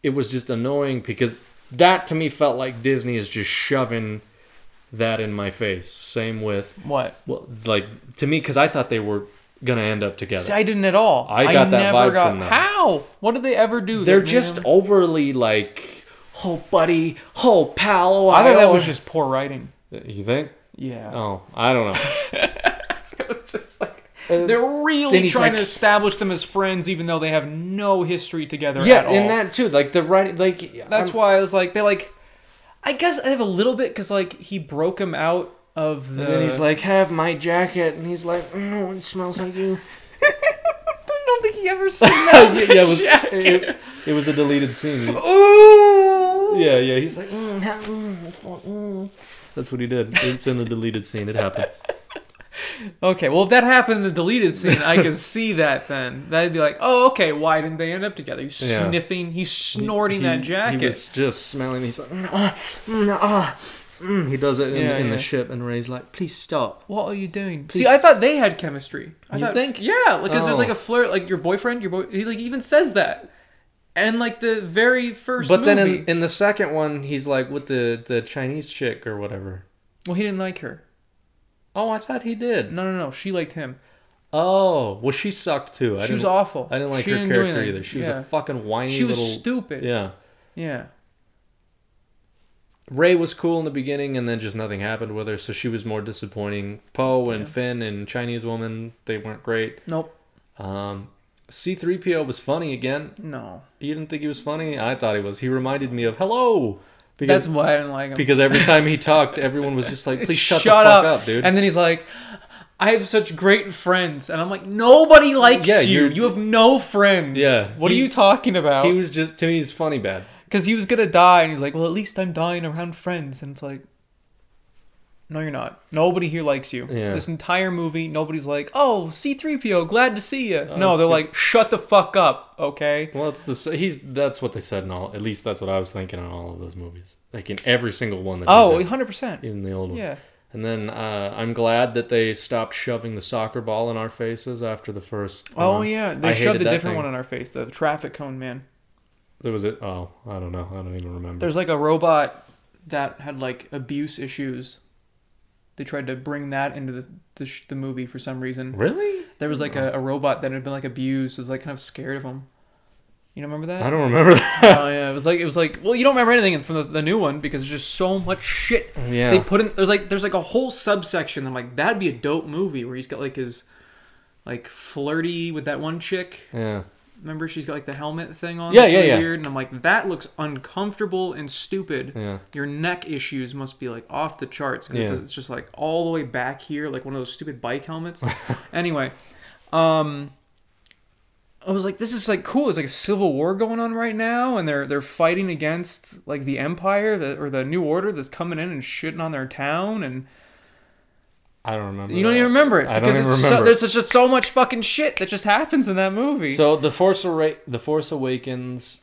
[SPEAKER 1] it was just annoying because that to me felt like Disney is just shoving that in my face. Same with
[SPEAKER 2] What?
[SPEAKER 1] well, like to me because I thought they were gonna end up together.
[SPEAKER 2] See, I didn't at all.
[SPEAKER 1] I got that vibe from them.
[SPEAKER 2] How? What did they ever do?
[SPEAKER 1] They're
[SPEAKER 2] They-
[SPEAKER 1] just overly like, oh buddy, oh pal. Oh,
[SPEAKER 2] I thought that was
[SPEAKER 1] always-"
[SPEAKER 2] just poor writing.
[SPEAKER 1] You think?
[SPEAKER 2] Yeah.
[SPEAKER 1] Oh, I don't know.
[SPEAKER 2] It was just like
[SPEAKER 1] Uh,
[SPEAKER 2] they're
[SPEAKER 1] then
[SPEAKER 2] really
[SPEAKER 1] he's
[SPEAKER 2] trying
[SPEAKER 1] like-
[SPEAKER 2] to establish them as friends, even though they have no history together.
[SPEAKER 1] yeah
[SPEAKER 2] at all.
[SPEAKER 1] and that too like the right like
[SPEAKER 2] that's
[SPEAKER 1] I'm-
[SPEAKER 2] why I was like, they like, I guess I have a little bit because like he broke him out of the.
[SPEAKER 1] and then he's like have my jacket and he's like no it smells like you
[SPEAKER 2] I don't think he ever seen
[SPEAKER 1] yeah,
[SPEAKER 2] that.
[SPEAKER 1] yeah, it, was, it, it was a deleted scene
[SPEAKER 2] Ooh.
[SPEAKER 1] yeah yeah he's like mm, ha- mm, mm, mm. that's what he did it's in a deleted scene it happened
[SPEAKER 2] Okay, well, if that happened in the deleted scene, I can see that then. That'd be like, oh, okay, why didn't they end up together? He's
[SPEAKER 1] Yeah.
[SPEAKER 2] sniffing, he's snorting
[SPEAKER 1] He-
[SPEAKER 2] that jacket.
[SPEAKER 1] He was just smelling. He's like, "Mm, ah, mm, ah, mm." he does it in,
[SPEAKER 2] Yeah,
[SPEAKER 1] in
[SPEAKER 2] yeah.
[SPEAKER 1] the ship, and Ray's like, please stop.
[SPEAKER 2] What are you doing?
[SPEAKER 1] Please-
[SPEAKER 2] See, I thought they had chemistry. I
[SPEAKER 1] You
[SPEAKER 2] thought,
[SPEAKER 1] think?
[SPEAKER 2] Yeah, because there's
[SPEAKER 1] Oh.
[SPEAKER 2] like a flirt, like your boyfriend, your boy. He like even says that, and like the very first.
[SPEAKER 1] But then
[SPEAKER 2] movie-
[SPEAKER 1] in, in the second one, he's like with the, the Chinese chick or whatever.
[SPEAKER 2] well, he didn't like her.
[SPEAKER 1] Oh, I thought he did.
[SPEAKER 2] No, no, no. She liked him.
[SPEAKER 1] Oh, well, she sucked too. I
[SPEAKER 2] She was
[SPEAKER 1] didn't-
[SPEAKER 2] awful.
[SPEAKER 1] I didn't like
[SPEAKER 2] She
[SPEAKER 1] her
[SPEAKER 2] do
[SPEAKER 1] character
[SPEAKER 2] anything.
[SPEAKER 1] either. She
[SPEAKER 2] yeah.
[SPEAKER 1] was a fucking whiny
[SPEAKER 2] She was
[SPEAKER 1] little.
[SPEAKER 2] stupid. Yeah.
[SPEAKER 1] Yeah. Ray was cool in the beginning, and then just nothing happened with her, so she was more disappointing. Poe and
[SPEAKER 2] Yeah.
[SPEAKER 1] Finn and Chinese woman, they weren't great.
[SPEAKER 2] Nope.
[SPEAKER 1] Um, C3PO was funny again.
[SPEAKER 2] No.
[SPEAKER 1] You didn't think he was funny? I thought he was. He reminded me of Hello. Because,
[SPEAKER 2] That's why I didn't like him.
[SPEAKER 1] because every time he talked, everyone was just like, please shut, the fuck up, dude.
[SPEAKER 2] And then he's like, I have such great friends. And I'm like, nobody likes
[SPEAKER 1] Yeah,
[SPEAKER 2] you.
[SPEAKER 1] you're-
[SPEAKER 2] You have no friends.
[SPEAKER 1] Yeah,
[SPEAKER 2] What
[SPEAKER 1] he-
[SPEAKER 2] are you talking about?
[SPEAKER 1] he was just, to me, he's funny bad.
[SPEAKER 2] Because he was gonna die, and he's like, "Well, at least I'm dying around friends." And it's like, "No, you're not. Nobody here likes you.
[SPEAKER 1] Yeah.
[SPEAKER 2] This entire movie, nobody's like, "Oh, C-3PO, glad to see you." no,
[SPEAKER 1] Oh, that's
[SPEAKER 2] they're
[SPEAKER 1] good.
[SPEAKER 2] like, "Shut the fuck up, okay?"
[SPEAKER 1] Well, it's the he's that's what they said in all. At least that's what I was thinking in all of those movies. Like in every single one that.
[SPEAKER 2] Oh,
[SPEAKER 1] he's
[SPEAKER 2] 100 percent.
[SPEAKER 1] in, in the old one.
[SPEAKER 2] Yeah.
[SPEAKER 1] And then uh, I'm glad that they stopped shoving the soccer ball in our faces after the first.
[SPEAKER 2] Oh
[SPEAKER 1] one.
[SPEAKER 2] yeah, they
[SPEAKER 1] I hated
[SPEAKER 2] shoved a
[SPEAKER 1] that
[SPEAKER 2] different
[SPEAKER 1] thing.
[SPEAKER 2] one in our face. The traffic cone man.
[SPEAKER 1] There was it. Oh, I don't know. I don't even remember.
[SPEAKER 2] There's like a robot that had like abuse issues. They tried to bring that into the the, sh- the movie for some reason.
[SPEAKER 1] really?
[SPEAKER 2] There was like a, a robot that had been like abused. Was like kind of scared of him. You don't remember that?
[SPEAKER 1] I don't remember that.
[SPEAKER 2] oh yeah, it was like it was like well, you don't remember anything from the, the new one because there's just so much shit
[SPEAKER 1] Yeah.
[SPEAKER 2] they put in. There's like there's like a whole subsection. I'm like that'd be a dope movie where he's got like his like flirty with that one chick.
[SPEAKER 1] yeah.
[SPEAKER 2] Remember she's got like the helmet thing on.
[SPEAKER 1] Yeah,
[SPEAKER 2] that's
[SPEAKER 1] yeah,
[SPEAKER 2] really
[SPEAKER 1] yeah.
[SPEAKER 2] Weird, and I'm like that looks uncomfortable and stupid.
[SPEAKER 1] Yeah.
[SPEAKER 2] Your neck issues must be like off the charts. 'cause it
[SPEAKER 1] Yeah.
[SPEAKER 2] does- it's just like all the way back here, like one of those stupid bike helmets. anyway, um, I was like, this is like cool. It's like a civil war going on right now, and they're they're fighting against like the empire that or the new order that's coming in and shitting on their town, and
[SPEAKER 1] I don't remember.
[SPEAKER 2] you don't
[SPEAKER 1] that.
[SPEAKER 2] even remember it
[SPEAKER 1] I don't
[SPEAKER 2] because
[SPEAKER 1] even
[SPEAKER 2] it's so,
[SPEAKER 1] remember.
[SPEAKER 2] there's just so much fucking shit that just happens in that movie.
[SPEAKER 1] So the Force Ara- the Force Awakens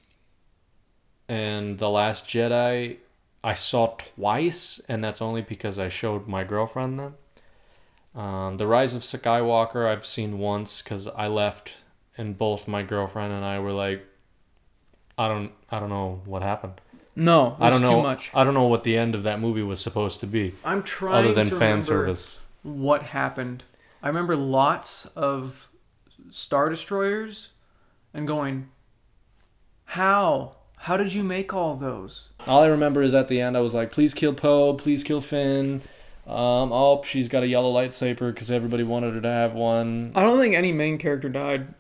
[SPEAKER 1] and the Last Jedi I saw twice, and that's only because I showed my girlfriend them. Um, the Rise of Skywalker I've seen once because I left, and both my girlfriend and I were like, I don't I don't know what happened.
[SPEAKER 2] no,
[SPEAKER 1] I don't know
[SPEAKER 2] too much.
[SPEAKER 1] I don't know what the end of that movie was supposed to be,
[SPEAKER 2] I'm trying
[SPEAKER 1] other than
[SPEAKER 2] to
[SPEAKER 1] fan
[SPEAKER 2] remember
[SPEAKER 1] service.
[SPEAKER 2] what happened. I remember lots of star destroyers and going, how how did you make all those?
[SPEAKER 1] All I remember is at the end, I was like, "Please kill Poe, please kill Finn." Um, oh, she's got a yellow lightsaber because everybody wanted her to have one.
[SPEAKER 2] I don't think any main character died.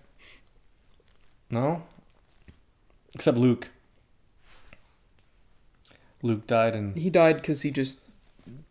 [SPEAKER 1] No, except Luke. Luke died, and
[SPEAKER 2] He died because he just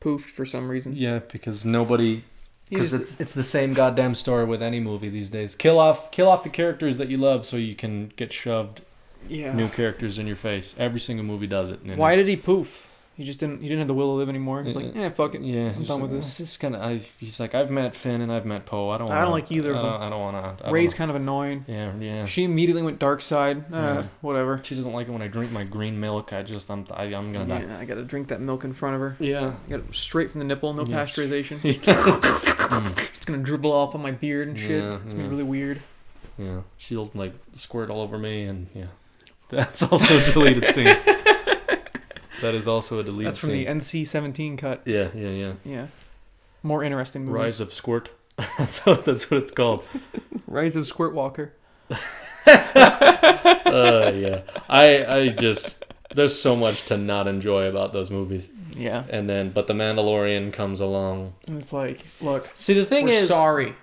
[SPEAKER 2] poofed for some reason.
[SPEAKER 1] yeah, because nobody.
[SPEAKER 2] He
[SPEAKER 1] Because
[SPEAKER 2] just,
[SPEAKER 1] it's it's the same goddamn story with any movie these days. Kill off kill off the characters that you love so you can get shoved
[SPEAKER 2] yeah.
[SPEAKER 1] new characters in your face. Every single movie does it. and
[SPEAKER 2] Why
[SPEAKER 1] it's-
[SPEAKER 2] did he poof? He just didn't. He didn't have the will to live anymore. He's like, yeah, fuck it.
[SPEAKER 1] Yeah,
[SPEAKER 2] I'm done with this.
[SPEAKER 1] Just kind of. He's like, I've met Finn and I've met Poe. I don't.
[SPEAKER 2] I
[SPEAKER 1] Wanna,
[SPEAKER 2] don't like either of
[SPEAKER 1] I
[SPEAKER 2] them.
[SPEAKER 1] don't- I don't want to.
[SPEAKER 2] Ray's kind of annoying.
[SPEAKER 1] Yeah, yeah.
[SPEAKER 2] She immediately went dark side. Uh,
[SPEAKER 1] Yeah.
[SPEAKER 2] Whatever.
[SPEAKER 1] She doesn't like it when I drink my green milk. I just, I'm, I, I'm gonna die.
[SPEAKER 2] Yeah, I gotta drink that milk in front of her.
[SPEAKER 1] Yeah.
[SPEAKER 2] I got it straight from the nipple, no
[SPEAKER 1] Yes.
[SPEAKER 2] pasteurization. it's gonna dribble off on my beard and shit.
[SPEAKER 1] Yeah,
[SPEAKER 2] it's gonna
[SPEAKER 1] yeah.
[SPEAKER 2] be really weird.
[SPEAKER 1] Yeah. She'll like squirt all over me, and yeah. That's also a deleted scene. That is also a deleted
[SPEAKER 2] That's from
[SPEAKER 1] scene.
[SPEAKER 2] the NC-17 cut.
[SPEAKER 1] yeah, yeah, yeah.
[SPEAKER 2] Yeah, more interesting movie. Rise,
[SPEAKER 1] Rise of Squirt. that's what that's what it's called.
[SPEAKER 2] of Squirt Walker.
[SPEAKER 1] Uh, yeah. I I just there's so much to not enjoy about those movies.
[SPEAKER 2] Yeah,
[SPEAKER 1] And then, but the Mandalorian comes along.
[SPEAKER 2] and it's like, look,
[SPEAKER 1] See, the thing
[SPEAKER 2] we're sorry.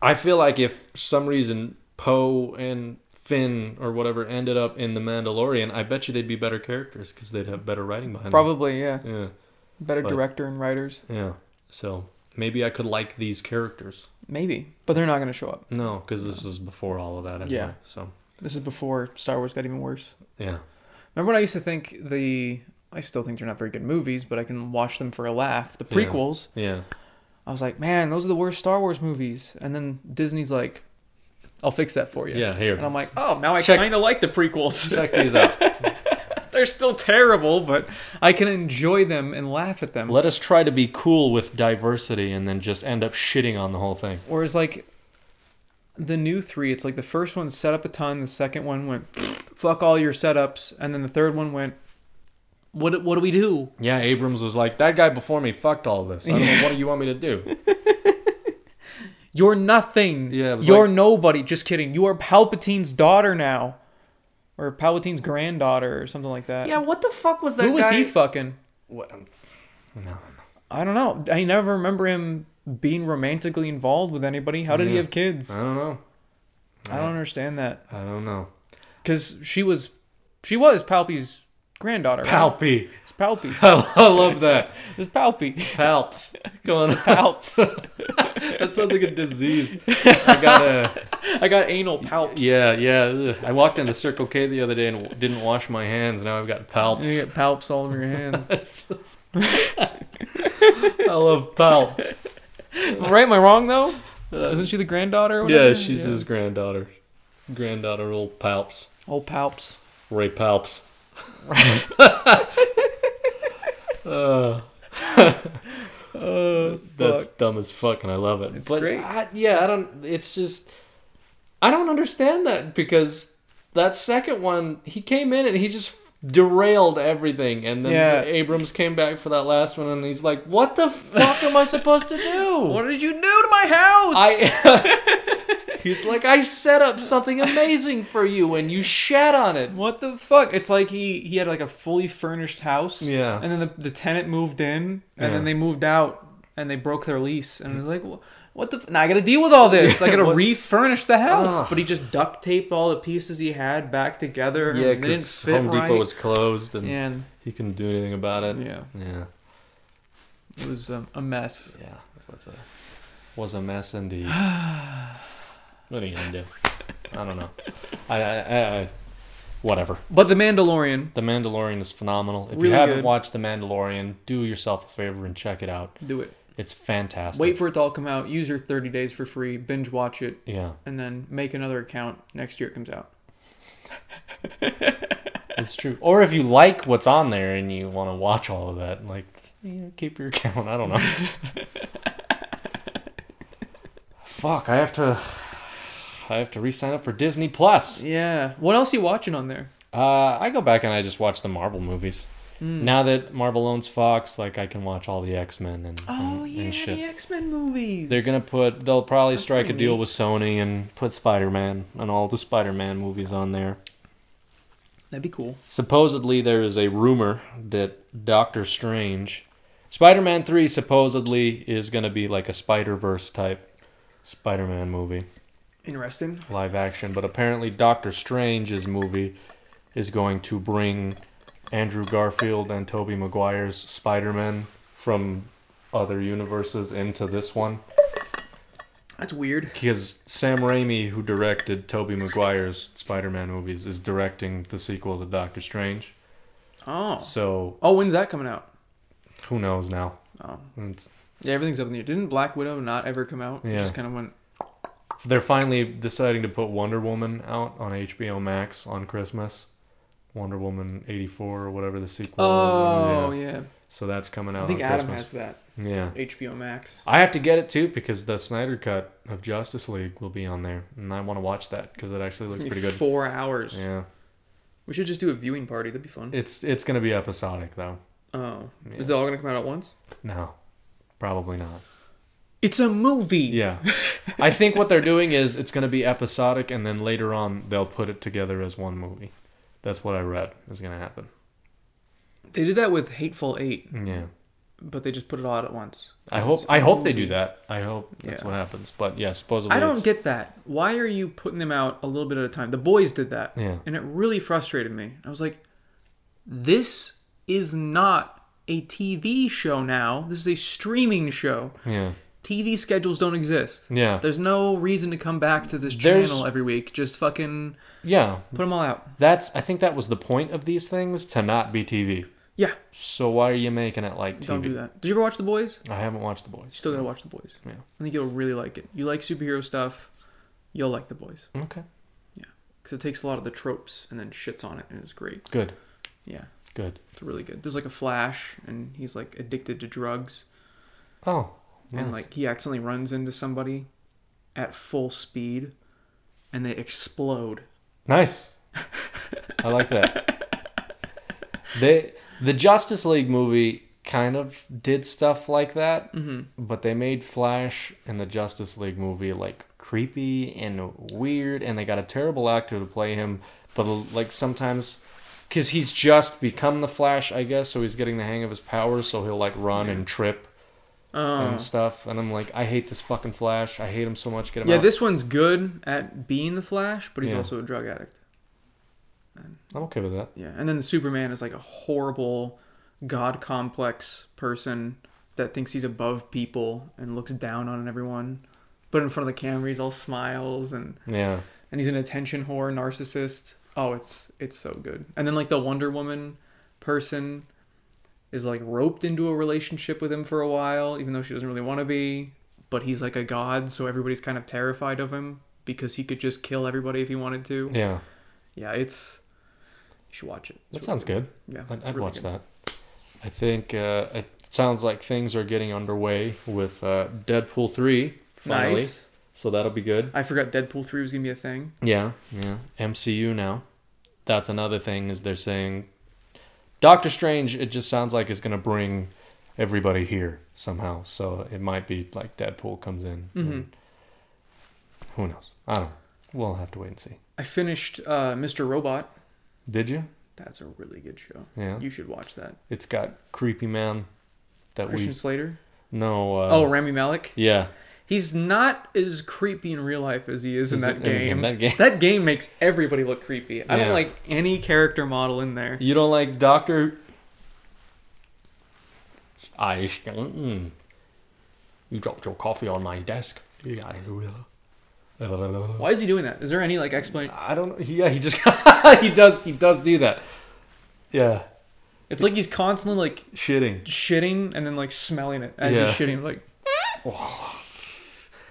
[SPEAKER 1] I feel like if for some reason Poe and Finn or whatever ended up in The Mandalorian, I bet you they'd be better characters because they'd have better writing behind
[SPEAKER 2] Probably, yeah.
[SPEAKER 1] them.
[SPEAKER 2] Better
[SPEAKER 1] But-
[SPEAKER 2] director and writers,
[SPEAKER 1] Yeah, yeah. So maybe I could like these characters.
[SPEAKER 2] maybe, but they're not gonna show up.
[SPEAKER 1] No, because this is before all of that. Anyway,
[SPEAKER 2] Yeah.
[SPEAKER 1] So
[SPEAKER 2] This is before Star Wars got even worse.
[SPEAKER 1] yeah,
[SPEAKER 2] Remember when I used to think the? I still think they're not very good movies, but I can watch them for a laugh. The
[SPEAKER 1] Yeah.
[SPEAKER 2] prequels.
[SPEAKER 1] yeah.
[SPEAKER 2] I was like, man, those are the worst Star Wars movies. And then Disney's like, I'll fix that for you.
[SPEAKER 1] Yeah, here.
[SPEAKER 2] And I'm like, oh, now I
[SPEAKER 1] Check-
[SPEAKER 2] kind of like the prequels.
[SPEAKER 1] Check these out.
[SPEAKER 2] They're still terrible, but I can enjoy them and laugh at them.
[SPEAKER 1] Let us try to be cool with diversity and then just end up shitting on the whole thing.
[SPEAKER 2] Whereas like the new three, it's like the first one set up a ton, the second one went fuck all your setups, and then the third one went what what do we do?
[SPEAKER 1] Yeah, Abrams was like, that guy before me fucked all this. I don't know, what do you want me to do?
[SPEAKER 2] You're nothing.
[SPEAKER 1] Yeah, it was
[SPEAKER 2] You're
[SPEAKER 1] like-
[SPEAKER 2] nobody. Just kidding. You are Palpatine's daughter now. Or Palpatine's granddaughter or something like that.
[SPEAKER 3] Yeah, what the fuck was that
[SPEAKER 2] Who was
[SPEAKER 3] guy?
[SPEAKER 2] he fucking?
[SPEAKER 3] What, um,
[SPEAKER 2] I don't know. I never remember him being romantically involved with anybody. How did he
[SPEAKER 1] Yeah.
[SPEAKER 2] have kids?
[SPEAKER 1] I don't know.
[SPEAKER 2] I don't understand that.
[SPEAKER 1] I don't know.
[SPEAKER 2] Because she was she was Palpy's granddaughter. right?
[SPEAKER 1] Palpy.
[SPEAKER 2] It's Palpy.
[SPEAKER 1] I I love that.
[SPEAKER 2] It's Palpy.
[SPEAKER 1] Palps. Going on.
[SPEAKER 2] Palps.
[SPEAKER 1] That sounds like a disease. I got a.
[SPEAKER 2] I got anal palps.
[SPEAKER 1] Yeah, yeah. ugh. I walked into Circle K the other day and w- didn't wash my hands. Now I've got
[SPEAKER 2] You
[SPEAKER 1] palps.
[SPEAKER 2] get palps all over your hands.
[SPEAKER 1] I love palps.
[SPEAKER 2] right? Am I wrong though? Isn't she the granddaughter? Or whatever?
[SPEAKER 1] Yeah, she's his granddaughter. Granddaughter, old palps.
[SPEAKER 2] old palps.
[SPEAKER 1] Ray palps. uh,
[SPEAKER 2] Uh,
[SPEAKER 1] that's dumb as fuck, and I love it. It's
[SPEAKER 2] great.
[SPEAKER 1] I, yeah, I don't. It's just I don't understand that because that second one, he came in and he just derailed everything, and then
[SPEAKER 2] Yeah.
[SPEAKER 1] Abrams came back for that last one, and he's like, "What the fuck am I supposed to do?"
[SPEAKER 2] What did you do to my house?
[SPEAKER 1] I. He's like, I set up something amazing for you, and you shat on it.
[SPEAKER 2] what the fuck? It's like he he had like a fully furnished house.
[SPEAKER 1] Yeah.
[SPEAKER 2] And then the, the tenant moved in,
[SPEAKER 1] Yeah.
[SPEAKER 2] and then they moved out, and they broke their lease, and they're like. "Wha- What the? F-? Now I gotta deal with all this. I gotta
[SPEAKER 1] What- Ah.
[SPEAKER 2] refurnish the house.
[SPEAKER 1] Ugh.
[SPEAKER 2] But he just duct taped all the pieces he had back together.
[SPEAKER 1] Yeah,
[SPEAKER 2] and they didn't
[SPEAKER 1] because
[SPEAKER 2] fit
[SPEAKER 1] Home Depot
[SPEAKER 2] right.
[SPEAKER 1] was closed, and
[SPEAKER 2] And
[SPEAKER 1] he couldn't do anything about it.
[SPEAKER 2] yeah,
[SPEAKER 1] yeah,
[SPEAKER 2] it was um, a mess.
[SPEAKER 1] yeah. It was a was a mess indeed. what are you gonna do? I don't know. I, I, I, I whatever.
[SPEAKER 2] But The Mandalorian,
[SPEAKER 1] The Mandalorian is phenomenal. If
[SPEAKER 2] Really
[SPEAKER 1] you haven't
[SPEAKER 2] good.
[SPEAKER 1] watched The Mandalorian, do yourself a favor and check it out.
[SPEAKER 2] do it.
[SPEAKER 1] It's fantastic.
[SPEAKER 2] Wait for it to all come out. Use your 30 days for free. Binge watch it,
[SPEAKER 1] yeah,
[SPEAKER 2] and then make another account next year it comes out.
[SPEAKER 1] it's true. Or if you like what's on there and you want to watch all of that, like you know, keep your account. I don't know. Fuck, I have to. I have to re-sign up for Disney Plus.
[SPEAKER 2] Yeah. What else you watching on there?
[SPEAKER 1] Uh, I go back and I just watch the Marvel movies.
[SPEAKER 2] Hmm.
[SPEAKER 1] Now that Marvel owns Fox, like I can watch all the X Men and,
[SPEAKER 2] Oh,
[SPEAKER 1] and, and shit.
[SPEAKER 2] X Men movies.
[SPEAKER 1] They're gonna put. They'll probably strike a
[SPEAKER 2] pretty
[SPEAKER 1] deal
[SPEAKER 2] neat.
[SPEAKER 1] with Sony and put Spider Man and all the Spider Man movies on there.
[SPEAKER 2] That'd be cool.
[SPEAKER 1] Supposedly, there is a rumor that Doctor Strange, Spider Man Three, supposedly is gonna be like a Spider Verse type Spider Man movie.
[SPEAKER 2] Interesting.
[SPEAKER 1] live action, but apparently Doctor Strange's movie is going to bring Andrew Garfield and Tobey Maguire's Spider-Man from other universes into this one
[SPEAKER 2] That's weird.
[SPEAKER 1] because Sam Raimi, who directed Tobey Maguire's Spider-Man movies, is directing the sequel to Doctor Strange.
[SPEAKER 2] Oh.
[SPEAKER 1] So
[SPEAKER 2] Oh, when's that coming out?
[SPEAKER 1] who knows now?
[SPEAKER 2] Oh.
[SPEAKER 1] It's-
[SPEAKER 2] Yeah, everything's up in the air. Didn't Black Widow not ever come out? It
[SPEAKER 1] Yeah.
[SPEAKER 2] just kind of went.
[SPEAKER 1] They're finally deciding to put Wonder Woman out on HBO Max on Christmas. Wonder Woman '84 or whatever the sequel.
[SPEAKER 2] Oh
[SPEAKER 1] is.
[SPEAKER 2] yeah.
[SPEAKER 1] So that's coming out.
[SPEAKER 2] I think
[SPEAKER 1] on
[SPEAKER 2] Adam
[SPEAKER 1] Christmas.
[SPEAKER 2] has that
[SPEAKER 1] Yeah.
[SPEAKER 2] HBO Max.
[SPEAKER 1] I have to get it too because the Snyder cut of Justice League will be on there, and I want to watch that because it actually
[SPEAKER 2] It's
[SPEAKER 1] looks
[SPEAKER 2] gonna be
[SPEAKER 1] pretty good.
[SPEAKER 2] Four hours.
[SPEAKER 1] Yeah,
[SPEAKER 2] We should just do a viewing party. That'd be fun.
[SPEAKER 1] it's it's gonna be episodic though.
[SPEAKER 2] oh,
[SPEAKER 1] Yeah.
[SPEAKER 2] is it all gonna come out at once?
[SPEAKER 1] No, probably not.
[SPEAKER 2] It's a movie.
[SPEAKER 1] Yeah, I think what they're doing is it's gonna be episodic, and then later on they'll put it together as one movie. That's what I read is gonna happen.
[SPEAKER 2] They did that with Hateful Eight,
[SPEAKER 1] Yeah,
[SPEAKER 2] but they just put it all out at once.
[SPEAKER 1] I
[SPEAKER 2] It's
[SPEAKER 1] hope
[SPEAKER 2] a
[SPEAKER 1] I hope they
[SPEAKER 2] movie.
[SPEAKER 1] do that. I hope that's
[SPEAKER 2] Yeah.
[SPEAKER 1] what happens. But yeah, supposedly
[SPEAKER 2] I don't
[SPEAKER 1] it's-
[SPEAKER 2] get that. Why are you putting them out a little bit at a time? The boys did that,
[SPEAKER 1] Yeah.
[SPEAKER 2] and it really frustrated me. I was like, "This is not a TV show now. This is a streaming show.
[SPEAKER 1] Yeah,
[SPEAKER 2] TV schedules don't exist.
[SPEAKER 1] yeah,
[SPEAKER 2] There's no reason to come back to this
[SPEAKER 1] There's-
[SPEAKER 2] channel every week. Just fucking
[SPEAKER 1] yeah.
[SPEAKER 2] put them all out."
[SPEAKER 1] That's I think that was the point of these things to not be TV.
[SPEAKER 2] Yeah,
[SPEAKER 1] So why are you making it like TV?
[SPEAKER 2] don't do that. Did you ever watch The Boys?
[SPEAKER 1] I haven't watched The
[SPEAKER 2] You
[SPEAKER 1] Boys.
[SPEAKER 2] still gotta watch The Boys.
[SPEAKER 1] Yeah.
[SPEAKER 2] I think you'll really like it. You like superhero stuff, you'll like The Boys
[SPEAKER 1] Okay.
[SPEAKER 2] because it takes a lot of the tropes and then shits on it, and it's great.
[SPEAKER 1] Good.
[SPEAKER 2] Yeah,
[SPEAKER 1] Good.
[SPEAKER 2] it's really good. There's like a Flash, and he's like addicted to drugs,
[SPEAKER 1] Oh. Nice.
[SPEAKER 2] and like he accidentally runs into somebody at full speed, and they explode.
[SPEAKER 1] nice. I like that. They the Justice League movie kind of did stuff like that,
[SPEAKER 2] Mm-hmm.
[SPEAKER 1] but they made Flash and the Justice League movie like creepy and weird, and they got a terrible actor to play him. But like sometimes, because he's just become the Flash, I guess, so he's getting the hang of his powers, so he'll like run and trip
[SPEAKER 2] Oh.
[SPEAKER 1] and stuff. And I'm like, I hate this fucking Flash. I hate him so much. Get him
[SPEAKER 2] Yeah,
[SPEAKER 1] out.
[SPEAKER 2] this one's good at being the Flash, but he's
[SPEAKER 1] Yeah.
[SPEAKER 2] also a drug addict.
[SPEAKER 1] I'm okay with that.
[SPEAKER 2] Yeah, and then the Superman is like a horrible god complex person that thinks he's above people and looks down on everyone. But in front of the camera, he's all smiles and
[SPEAKER 1] Yeah.
[SPEAKER 2] and he's an attention whore narcissist. Oh, it's it's so good. And then like the Wonder Woman person is like roped into a relationship with him for a while, even though she doesn't really want to be. But he's like a god, so everybody's kind of terrified of him because he could just kill everybody if he wanted to. Yeah,
[SPEAKER 1] Yeah.
[SPEAKER 2] it's you should watch it.
[SPEAKER 1] That sounds good.
[SPEAKER 2] Yeah,
[SPEAKER 1] I'd,
[SPEAKER 2] it's
[SPEAKER 1] I'd
[SPEAKER 2] really
[SPEAKER 1] watch
[SPEAKER 2] good.
[SPEAKER 1] that. I think uh, it sounds like things are getting underway with uh, Deadpool 3 finally.
[SPEAKER 2] Nice.
[SPEAKER 1] So that'll be good.
[SPEAKER 2] I forgot Deadpool three was gonna be a thing.
[SPEAKER 1] Yeah. Yeah. MCU now. That's another thing is they're saying Doctor Strange it just sounds like is going to bring everybody here somehow. So it might be like Deadpool comes in.
[SPEAKER 2] Mhm.
[SPEAKER 1] and
[SPEAKER 2] Mm-hmm.
[SPEAKER 1] Who knows? I don't know. We'll have to wait and see.
[SPEAKER 2] I finished uh, Mr. Robot.
[SPEAKER 1] Did you?
[SPEAKER 2] That's a really good show.
[SPEAKER 1] Yeah.
[SPEAKER 2] You should watch that.
[SPEAKER 1] It's got creepy man that
[SPEAKER 2] Christian Slater.
[SPEAKER 1] we know. Uh,
[SPEAKER 2] oh, Rami Malek.
[SPEAKER 1] yeah.
[SPEAKER 2] He's not as creepy in real life as he is in
[SPEAKER 1] Is
[SPEAKER 2] that
[SPEAKER 1] it- in the
[SPEAKER 2] game.
[SPEAKER 1] game, that game.
[SPEAKER 2] That game makes everybody look creepy. I don't
[SPEAKER 1] Yeah.
[SPEAKER 2] like any character model in there.
[SPEAKER 1] You don't like Doctor. I. Mm. You dropped your coffee on my desk. Yeah.
[SPEAKER 2] Why is he doing that? Is there any like explanation?
[SPEAKER 1] I don't. Yeah, he just he does he does do that. Yeah,
[SPEAKER 2] It's like he's constantly like
[SPEAKER 1] shitting.
[SPEAKER 2] shitting and then like smelling it as
[SPEAKER 1] Yeah.
[SPEAKER 2] he's shitting. Like,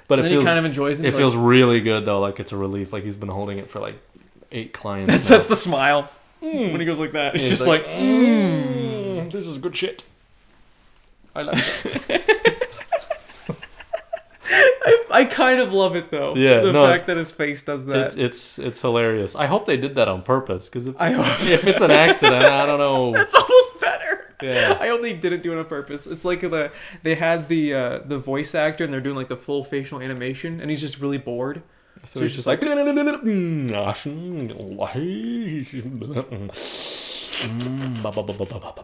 [SPEAKER 1] But
[SPEAKER 2] and
[SPEAKER 1] it
[SPEAKER 2] then he
[SPEAKER 1] feels
[SPEAKER 2] kind of enjoys it.
[SPEAKER 1] it
[SPEAKER 2] like-
[SPEAKER 1] feels really good though. Like it's a relief. Like he's been holding it for like eight clients.
[SPEAKER 2] That's,
[SPEAKER 1] now.
[SPEAKER 2] that's the smile
[SPEAKER 1] mm,
[SPEAKER 2] when he goes like that. It's
[SPEAKER 1] Yeah, he's
[SPEAKER 2] just like,
[SPEAKER 1] "Mm, this is good shit. I like that.
[SPEAKER 2] I kind of love it though.
[SPEAKER 1] Yeah,
[SPEAKER 2] the
[SPEAKER 1] no.
[SPEAKER 2] fact that his face does that.
[SPEAKER 1] It's it's it's hilarious. I hope they did that on purpose because if,
[SPEAKER 2] I hope
[SPEAKER 1] if it's an accident, I don't know.
[SPEAKER 2] that's almost better.
[SPEAKER 1] Yeah.
[SPEAKER 2] I only didn't do it on purpose. It's like the they had the uh, the voice actor and they're doing like the full facial animation and he's just really bored.
[SPEAKER 1] So he's just like Oh, yeah,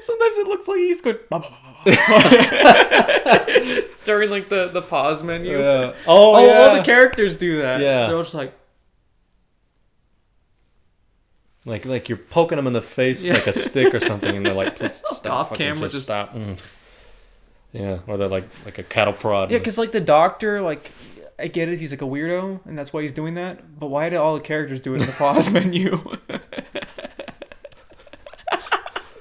[SPEAKER 2] Sometimes it looks like he's going "Bah, bah, bah, bah, bah." during like the the pause menu.
[SPEAKER 1] oh,
[SPEAKER 2] All,
[SPEAKER 1] yeah.
[SPEAKER 2] all the characters do that.
[SPEAKER 1] Yeah.
[SPEAKER 2] they're all just like
[SPEAKER 1] like like you're poking them in the face
[SPEAKER 2] Yeah.
[SPEAKER 1] with like a stick or something, and they're like, please stop,
[SPEAKER 2] Off
[SPEAKER 1] fucking
[SPEAKER 2] camera, just-
[SPEAKER 1] stop. Mm. Yeah, or they're like like a cattle prod.
[SPEAKER 2] yeah, because like the doctor like. I get it, he's like a weirdo, and that's why he's doing that. But why do all the characters do it in the pause menu?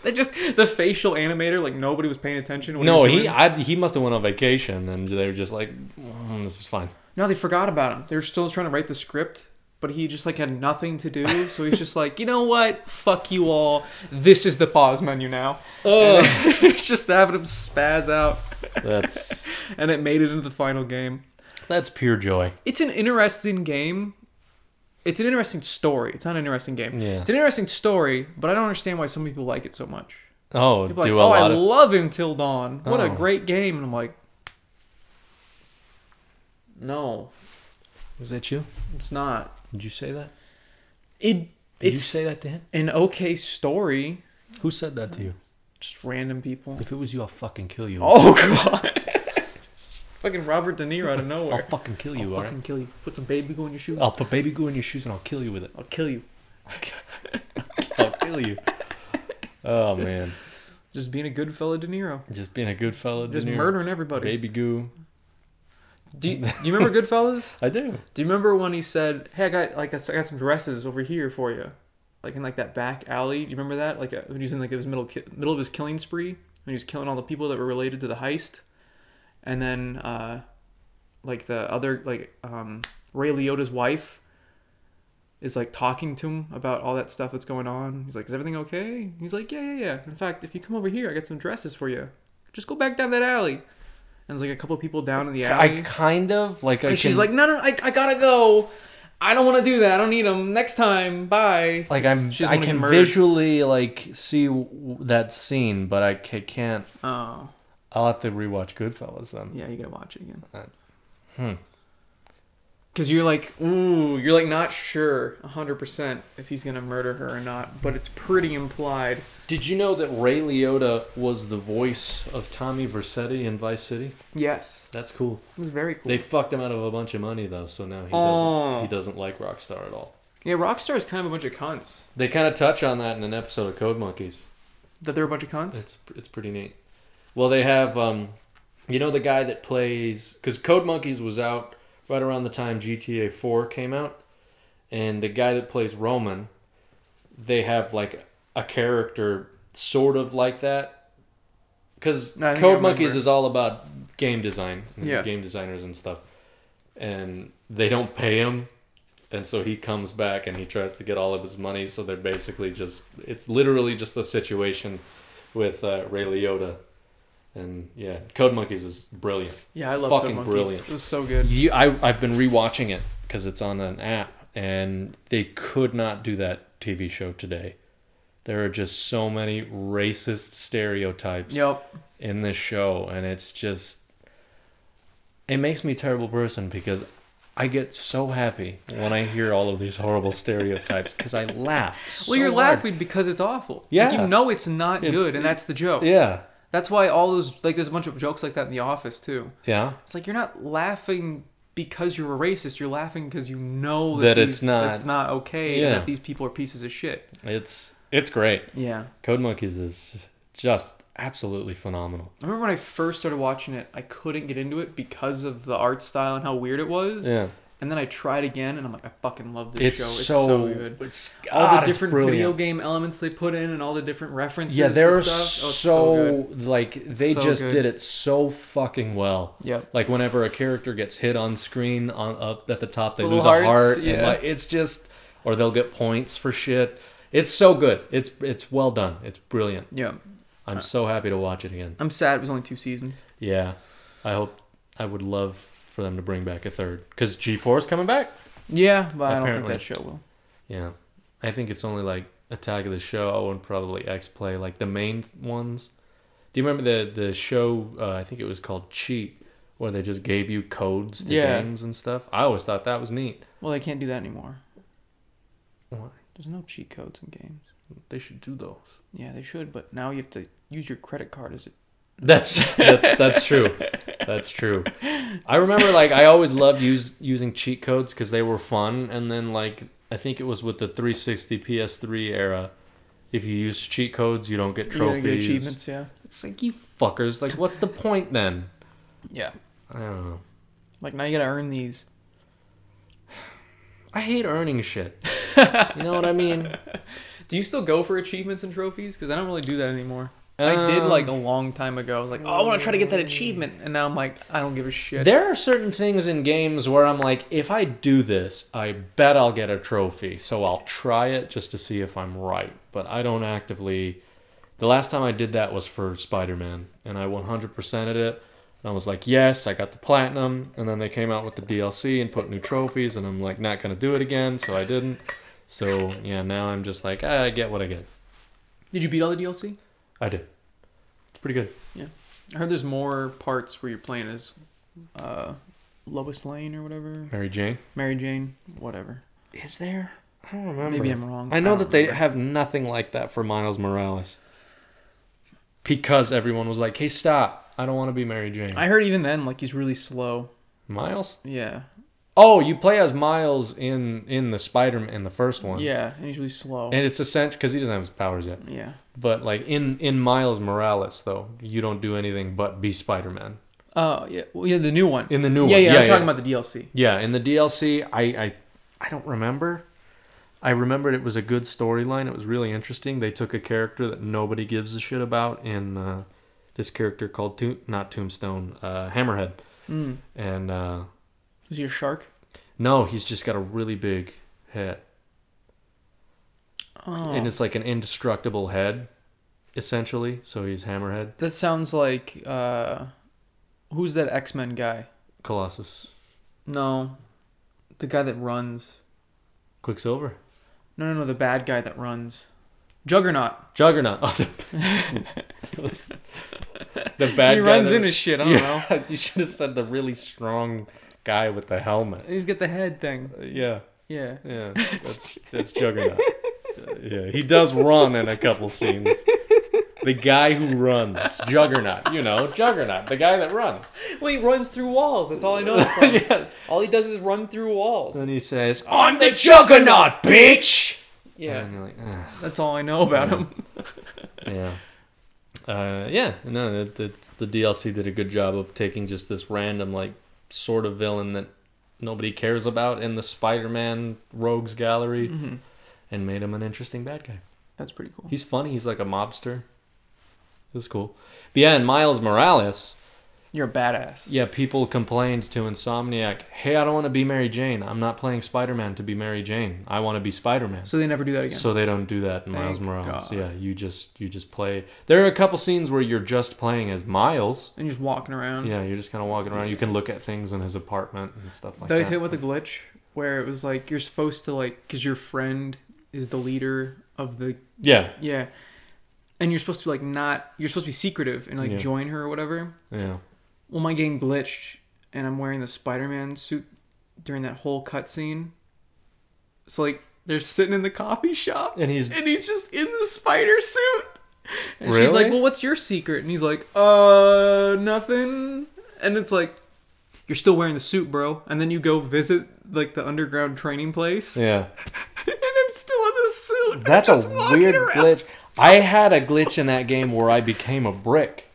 [SPEAKER 2] they just the facial animator, like nobody was paying attention. When
[SPEAKER 1] no,
[SPEAKER 2] he, was doing
[SPEAKER 1] he
[SPEAKER 2] it.
[SPEAKER 1] I, he must have went on vacation, and they were just like, mm, this is fine.
[SPEAKER 2] No, they forgot about him. They were still trying to write the script, but he just like had nothing to do. So he's just like, you know what? Fuck you all. This is the pause menu now. And it's just having him spaz out,
[SPEAKER 1] That's
[SPEAKER 2] and it made it into the final game.
[SPEAKER 1] that's pure joy.
[SPEAKER 2] It's an interesting game. It's an interesting story. It's not an interesting game.
[SPEAKER 1] Yeah.
[SPEAKER 2] It's an interesting story, but I don't understand why some people like it so much.
[SPEAKER 1] Oh,
[SPEAKER 2] People are like,
[SPEAKER 1] do a
[SPEAKER 2] oh, I
[SPEAKER 1] lot of
[SPEAKER 2] love him till dawn. What a
[SPEAKER 1] Oh.
[SPEAKER 2] great game. And I'm like, no,
[SPEAKER 1] Was that you?
[SPEAKER 2] it's not.
[SPEAKER 1] Did you say that?
[SPEAKER 2] It
[SPEAKER 1] Did
[SPEAKER 2] it's
[SPEAKER 1] you say that to him?
[SPEAKER 2] an okay story.
[SPEAKER 1] Who said that to you?
[SPEAKER 2] Just random people.
[SPEAKER 1] If it was you, I'll fucking kill you.
[SPEAKER 2] Oh god. fucking Robert De Niro out of
[SPEAKER 1] I'll
[SPEAKER 2] nowhere.
[SPEAKER 1] fucking kill
[SPEAKER 2] I'll
[SPEAKER 1] Oh, you. alright?
[SPEAKER 2] fucking kill you. Put some baby goo in your shoes.
[SPEAKER 1] I'll put baby goo in your shoes and I'll kill you with it.
[SPEAKER 2] I'll kill you.
[SPEAKER 1] I'll kill you. Oh man,
[SPEAKER 2] Just being a good fella De Niro.
[SPEAKER 1] just being a good fella. De
[SPEAKER 2] Just
[SPEAKER 1] Niro.
[SPEAKER 2] murdering everybody.
[SPEAKER 1] baby goo.
[SPEAKER 2] Do, you, do you remember Goodfellas?
[SPEAKER 1] I do.
[SPEAKER 2] Do you remember when he said, "Hey, I got like I got some dresses over here for you," like in like that back alley. Do you remember that? Like uh, when he was in like his middle ki- middle of his killing spree, when he was killing all the people that were related to the heist, and then uh, like the other like um, Ray Liotta's wife is like talking to him about all that stuff that's going on. He's like, "Is everything okay?" He's like, "Yeah, yeah, yeah. In fact, if you come over here, I got some dresses for you. Just go back down that alley." And there's like a couple people down in the alley.
[SPEAKER 1] I kind of like. I
[SPEAKER 2] And she's
[SPEAKER 1] can-
[SPEAKER 2] like, no, no, I, I gotta go. I don't want to do that. I don't need them. Next time, bye.
[SPEAKER 1] like I'm.
[SPEAKER 2] She's
[SPEAKER 1] I
[SPEAKER 2] wanna get
[SPEAKER 1] can
[SPEAKER 2] murdered.
[SPEAKER 1] visually like see w- that scene, but I ca- can't.
[SPEAKER 2] Oh,
[SPEAKER 1] I'll have to rewatch Goodfellas then.
[SPEAKER 2] yeah, you gotta watch it again.
[SPEAKER 1] Uh, hmm.
[SPEAKER 2] Cause you're like, ooh, you're like not sure hundred percent if he's gonna murder her or not, but it's pretty implied.
[SPEAKER 1] Did you know that Ray Liotta was the voice of Tommy Vercetti in Vice City?
[SPEAKER 2] Yes,
[SPEAKER 1] That's cool.
[SPEAKER 2] it was very cool.
[SPEAKER 1] They fucked him out of a bunch of money though, so now he
[SPEAKER 2] Oh.
[SPEAKER 1] doesn't. He doesn't like Rockstar at all.
[SPEAKER 2] yeah, Rockstar is kind of a bunch of cunts.
[SPEAKER 1] They kind of touch on that in an episode of Code Monkeys.
[SPEAKER 2] That they're a bunch of cunts.
[SPEAKER 1] It's it's pretty neat. Well, they have um, you know the guy that plays because Code Monkeys was out right around the time GTA Four came out, and the guy that plays Roman, they have like a character sort of like that, because
[SPEAKER 2] I think I
[SPEAKER 1] Code Monkeys
[SPEAKER 2] remember.
[SPEAKER 1] is all about game design, and
[SPEAKER 2] Yeah.
[SPEAKER 1] game designers and stuff, and they don't pay him. And so he comes back and he tries to get all of his money. So they're basically just, it's literally just the situation with uh, Ray Liotta. And yeah, Code Monkeys is brilliant.
[SPEAKER 2] Yeah, I love
[SPEAKER 1] Fucking
[SPEAKER 2] Code Monkeys.
[SPEAKER 1] brilliant.
[SPEAKER 2] It was so good.
[SPEAKER 1] You, I, I've been rewatching it because it's on an app, and they could not do that TV show today. There are just so many racist stereotypes
[SPEAKER 2] Yep.
[SPEAKER 1] in this show, and it's just. It makes me a terrible person because I get so happy when I hear all of these horrible stereotypes because I laugh. so
[SPEAKER 2] well, you're
[SPEAKER 1] hard.
[SPEAKER 2] laughing because it's awful.
[SPEAKER 1] Yeah.
[SPEAKER 2] Like, you know it's not
[SPEAKER 1] It's-
[SPEAKER 2] good, and that's the joke.
[SPEAKER 1] Yeah.
[SPEAKER 2] That's why all those like there's a bunch of jokes like that in The Office too.
[SPEAKER 1] Yeah.
[SPEAKER 2] It's like you're not laughing because you're a racist. You're laughing because you know that,
[SPEAKER 1] That it's
[SPEAKER 2] these-
[SPEAKER 1] not-
[SPEAKER 2] It's not okay.
[SPEAKER 1] Yeah.
[SPEAKER 2] And that these people are pieces of shit.
[SPEAKER 1] It's it's great.
[SPEAKER 2] Yeah.
[SPEAKER 1] Code Monkeys is just absolutely phenomenal.
[SPEAKER 2] I remember when I first started watching it, I couldn't get into it because of the art style and how weird it was.
[SPEAKER 1] Yeah.
[SPEAKER 2] And then I tried again, and I'm like, I fucking love this
[SPEAKER 1] It's
[SPEAKER 2] show. It's
[SPEAKER 1] so,
[SPEAKER 2] so, good.
[SPEAKER 1] it's
[SPEAKER 2] All
[SPEAKER 1] God,
[SPEAKER 2] the
[SPEAKER 1] it's
[SPEAKER 2] different
[SPEAKER 1] brilliant.
[SPEAKER 2] video game elements they put in, and all the different references.
[SPEAKER 1] Yeah,
[SPEAKER 2] to
[SPEAKER 1] they're
[SPEAKER 2] stuff. Oh, it's
[SPEAKER 1] so, like they
[SPEAKER 2] so
[SPEAKER 1] just
[SPEAKER 2] good.
[SPEAKER 1] did it so fucking well.
[SPEAKER 2] Yep.
[SPEAKER 1] Like whenever a character gets hit on screen on up at the top, they
[SPEAKER 2] Little
[SPEAKER 1] lose a
[SPEAKER 2] hearts,
[SPEAKER 1] heart. and,
[SPEAKER 2] yeah.
[SPEAKER 1] like, it's just, or they'll get points for shit. It's so good. It's it's well done. It's brilliant.
[SPEAKER 2] Yeah,
[SPEAKER 1] I'm so happy to watch it again.
[SPEAKER 2] I'm sad it was only two seasons.
[SPEAKER 1] Yeah, I hope. I would love for them to bring back a third because G4 is coming back.
[SPEAKER 2] Yeah, but I don't
[SPEAKER 1] Apparently.
[SPEAKER 2] think that show will.
[SPEAKER 1] Yeah, I think it's only like Attack of the Show and probably X Play, like the main ones. Do you remember the the show? Uh, I think it was called Cheat, where they just gave you codes to
[SPEAKER 2] Yeah.
[SPEAKER 1] games and stuff. I always thought that was neat.
[SPEAKER 2] Well, they can't do that anymore.
[SPEAKER 1] Why?
[SPEAKER 2] There's no cheat codes in games.
[SPEAKER 1] They should do those.
[SPEAKER 2] Yeah, they should, but now you have to use your credit card as it.
[SPEAKER 1] That's that's that's true. That's true. I remember like I always loved use, using cheat codes because they were fun. And then like I think it was with the 360 PS3 era. If you use cheat codes, you don't get
[SPEAKER 2] You're gonna
[SPEAKER 1] trophies.
[SPEAKER 2] get achievements, yeah.
[SPEAKER 1] It's like you fuckers. Like, what's the point then?
[SPEAKER 2] Yeah.
[SPEAKER 1] I don't know.
[SPEAKER 2] Like now you gotta earn these.
[SPEAKER 1] I hate earning shit. you know what I mean?
[SPEAKER 2] Do you still go for achievements and trophies? Because I don't really do that anymore. I did like a long time ago. I was like, oh, I want to try to get that achievement, and now I'm like, I don't give a shit.
[SPEAKER 1] There are certain things in games where I'm like, if I do this, I bet I'll get a trophy. So I'll try it just to see if I'm right. But I don't actively. The last time I did that was for Spider Man, and I 100%ed it. And I was like, yes, I got the platinum. And then they came out with the DLC and put new trophies, and I'm like, not going to do it again. So I didn't. So yeah, now I'm just like, ah, I get what I get.
[SPEAKER 2] Did you beat all the DLC?
[SPEAKER 1] I did. It's pretty good.
[SPEAKER 2] I heard there's more parts where you're playing as uh, Lois Lane or whatever,
[SPEAKER 1] Mary Jane?
[SPEAKER 2] Mary Jane, whatever.
[SPEAKER 1] Is there? I don't remember.
[SPEAKER 2] Maybe I'm wrong.
[SPEAKER 1] I know
[SPEAKER 2] don't
[SPEAKER 1] that they
[SPEAKER 2] remember.
[SPEAKER 1] have nothing like that for Miles Morales. Because everyone was like, hey, stop. I don't want to be Mary Jane.
[SPEAKER 2] I heard even then, like he's really slow.
[SPEAKER 1] Miles?
[SPEAKER 2] Yeah,
[SPEAKER 1] Oh, you play as Miles in in the Spider Man in the first one.
[SPEAKER 2] yeah, and he's really slow.
[SPEAKER 1] And it's essential because he doesn't have his powers yet.
[SPEAKER 2] yeah.
[SPEAKER 1] But like in in Miles Morales though, you don't do anything but be Spider Man
[SPEAKER 2] Oh yeah, well, yeah, the new one.
[SPEAKER 1] in the new
[SPEAKER 2] yeah,
[SPEAKER 1] one.
[SPEAKER 2] yeah, I'm talking about the DLC.
[SPEAKER 1] Yeah, in the DLC, I I, I don't remember, I remembered it was a good storyline. It was really interesting. They took a character that nobody gives a shit about in uh, this character called to- not Tombstone, uh, Hammerhead,
[SPEAKER 2] Mm.
[SPEAKER 1] and uh,
[SPEAKER 2] Is he a shark?
[SPEAKER 1] no, he's just got a really big head,
[SPEAKER 2] Oh.
[SPEAKER 1] and it's like an indestructible head, essentially. So he's Hammerhead,
[SPEAKER 2] that sounds like uh, who's that X Men guy?
[SPEAKER 1] Colossus,
[SPEAKER 2] No, the guy that runs.
[SPEAKER 1] Quicksilver,
[SPEAKER 2] No, no, no, the bad guy that runs. Juggernaut.
[SPEAKER 1] Juggernaut. Oh, the, the bad guy
[SPEAKER 2] he runs
[SPEAKER 1] that-
[SPEAKER 2] into shit. I don't know.
[SPEAKER 1] Yeah, you should have said the really strong guy with the helmet.
[SPEAKER 2] He's got the head thing.
[SPEAKER 1] Uh, Yeah,
[SPEAKER 2] Yeah.
[SPEAKER 1] yeah, that's, that's Juggernaut. Uh, Yeah, he does run in a couple scenes. The guy who runs, Juggernaut, you know, Juggernaut, the guy that runs.
[SPEAKER 2] Well, he runs through walls. That's all I know. From. All he does is run through walls.
[SPEAKER 1] Then he says, "I'm the Juggernaut, bitch."
[SPEAKER 2] Yeah,
[SPEAKER 1] And you're like, "Ugh."
[SPEAKER 2] that's all I know about him.
[SPEAKER 1] yeah, uh, yeah. No, it, it's the DLC did a good job of taking just this random, like, sort of villain that nobody cares about in the Spider-Man rogues gallery.
[SPEAKER 2] hmm
[SPEAKER 1] and made him an interesting bad guy.
[SPEAKER 2] That's pretty cool.
[SPEAKER 1] He's funny. He's like a mobster. It was cool. But yeah, and Miles Morales.
[SPEAKER 2] You're a badass.
[SPEAKER 1] Yeah, people complained to Insomniac, "Hey, I don't want to be Mary Jane. I'm not playing Spider-Man to be Mary Jane. I want to be Spider-Man."
[SPEAKER 2] So they never do that again.
[SPEAKER 1] So they don't do that in Miles
[SPEAKER 2] Thank
[SPEAKER 1] Morales.
[SPEAKER 2] God.
[SPEAKER 1] Yeah, you just you just play. There are a couple scenes where you're just playing as Miles.
[SPEAKER 2] and you're just walking around.
[SPEAKER 1] Yeah, you're just kind of walking around. You can look at things in his apartment and stuff like
[SPEAKER 2] Did I
[SPEAKER 1] that.
[SPEAKER 2] tell you about the glitch where it was like you're supposed to like because your friend is the leader of the
[SPEAKER 1] yeah,
[SPEAKER 2] yeah, and you're supposed to like not you're supposed to be secretive and like
[SPEAKER 1] Yeah.
[SPEAKER 2] join her or whatever.
[SPEAKER 1] yeah.
[SPEAKER 2] Well, my game glitched and I'm wearing the Spider-Man suit during that whole cutscene. So like they're sitting in the coffee shop
[SPEAKER 1] And he's
[SPEAKER 2] and he's just in the spider suit. And she's
[SPEAKER 1] Really?
[SPEAKER 2] like, "Well, what's your secret?" And he's like, "Uh, nothing." And it's like, "You're still wearing the suit, bro." And then you go visit like the underground training place,
[SPEAKER 1] yeah.
[SPEAKER 2] and I'm still in the suit.
[SPEAKER 1] That's
[SPEAKER 2] I'm just
[SPEAKER 1] a
[SPEAKER 2] walking
[SPEAKER 1] weird
[SPEAKER 2] around.
[SPEAKER 1] glitch. I had a glitch in that game where I became a brick.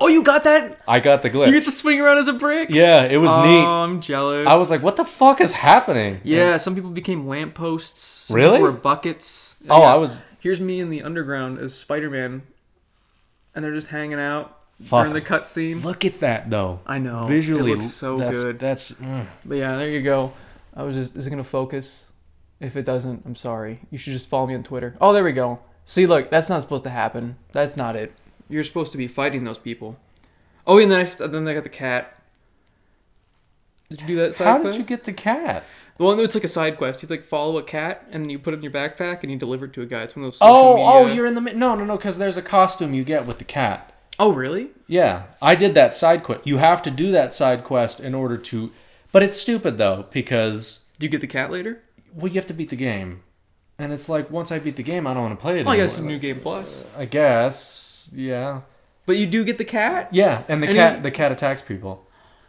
[SPEAKER 2] Oh, you got that?
[SPEAKER 1] I got the glitch.
[SPEAKER 2] You get to swing around as a brick.
[SPEAKER 1] yeah, it was
[SPEAKER 2] oh,
[SPEAKER 1] neat.
[SPEAKER 2] I'm jealous.
[SPEAKER 1] I was like, what the fuck is happening?
[SPEAKER 2] Yeah, some people became lampposts. Some
[SPEAKER 1] Really?
[SPEAKER 2] people were buckets.
[SPEAKER 1] Oh, I
[SPEAKER 2] Yeah.
[SPEAKER 1] was-
[SPEAKER 2] Here's me in the underground as Spider Man, and they're just hanging out
[SPEAKER 1] Fuck.
[SPEAKER 2] during the cutscene.
[SPEAKER 1] Look at that though.
[SPEAKER 2] I know.
[SPEAKER 1] Visually,
[SPEAKER 2] it looks so
[SPEAKER 1] that's,
[SPEAKER 2] good.
[SPEAKER 1] That's mm.
[SPEAKER 2] But yeah, there you go. I was just. Is it gonna focus? If it doesn't, I'm sorry. You should just follow me on Twitter. Oh, there we go. See, look, that's not supposed to happen. That's not it. You're supposed to be fighting those people. Oh, and then I, then I got the cat. Did you do that side
[SPEAKER 1] how
[SPEAKER 2] quest?
[SPEAKER 1] did you get the cat?
[SPEAKER 2] Well, no, it's like a side quest. You like follow a cat and you put it in your backpack and you deliver it to a guy. It's one of those. Social
[SPEAKER 1] Oh, oh,
[SPEAKER 2] media-
[SPEAKER 1] you're in the mi- no, no, no, because there's a costume you get with the cat.
[SPEAKER 2] Oh, really?
[SPEAKER 1] Yeah, I did that side quest. You have to do that side quest in order to, but it's stupid though because
[SPEAKER 2] Do you get the cat later?
[SPEAKER 1] well, you have to beat the game, and it's like once I beat the game, I don't want to play it.
[SPEAKER 2] Oh, I
[SPEAKER 1] anymore.
[SPEAKER 2] guess new game plus.
[SPEAKER 1] I guess. Yeah.
[SPEAKER 2] But you do get the cat.
[SPEAKER 1] Yeah, and the
[SPEAKER 2] And
[SPEAKER 1] cat
[SPEAKER 2] he-
[SPEAKER 1] the cat attacks people.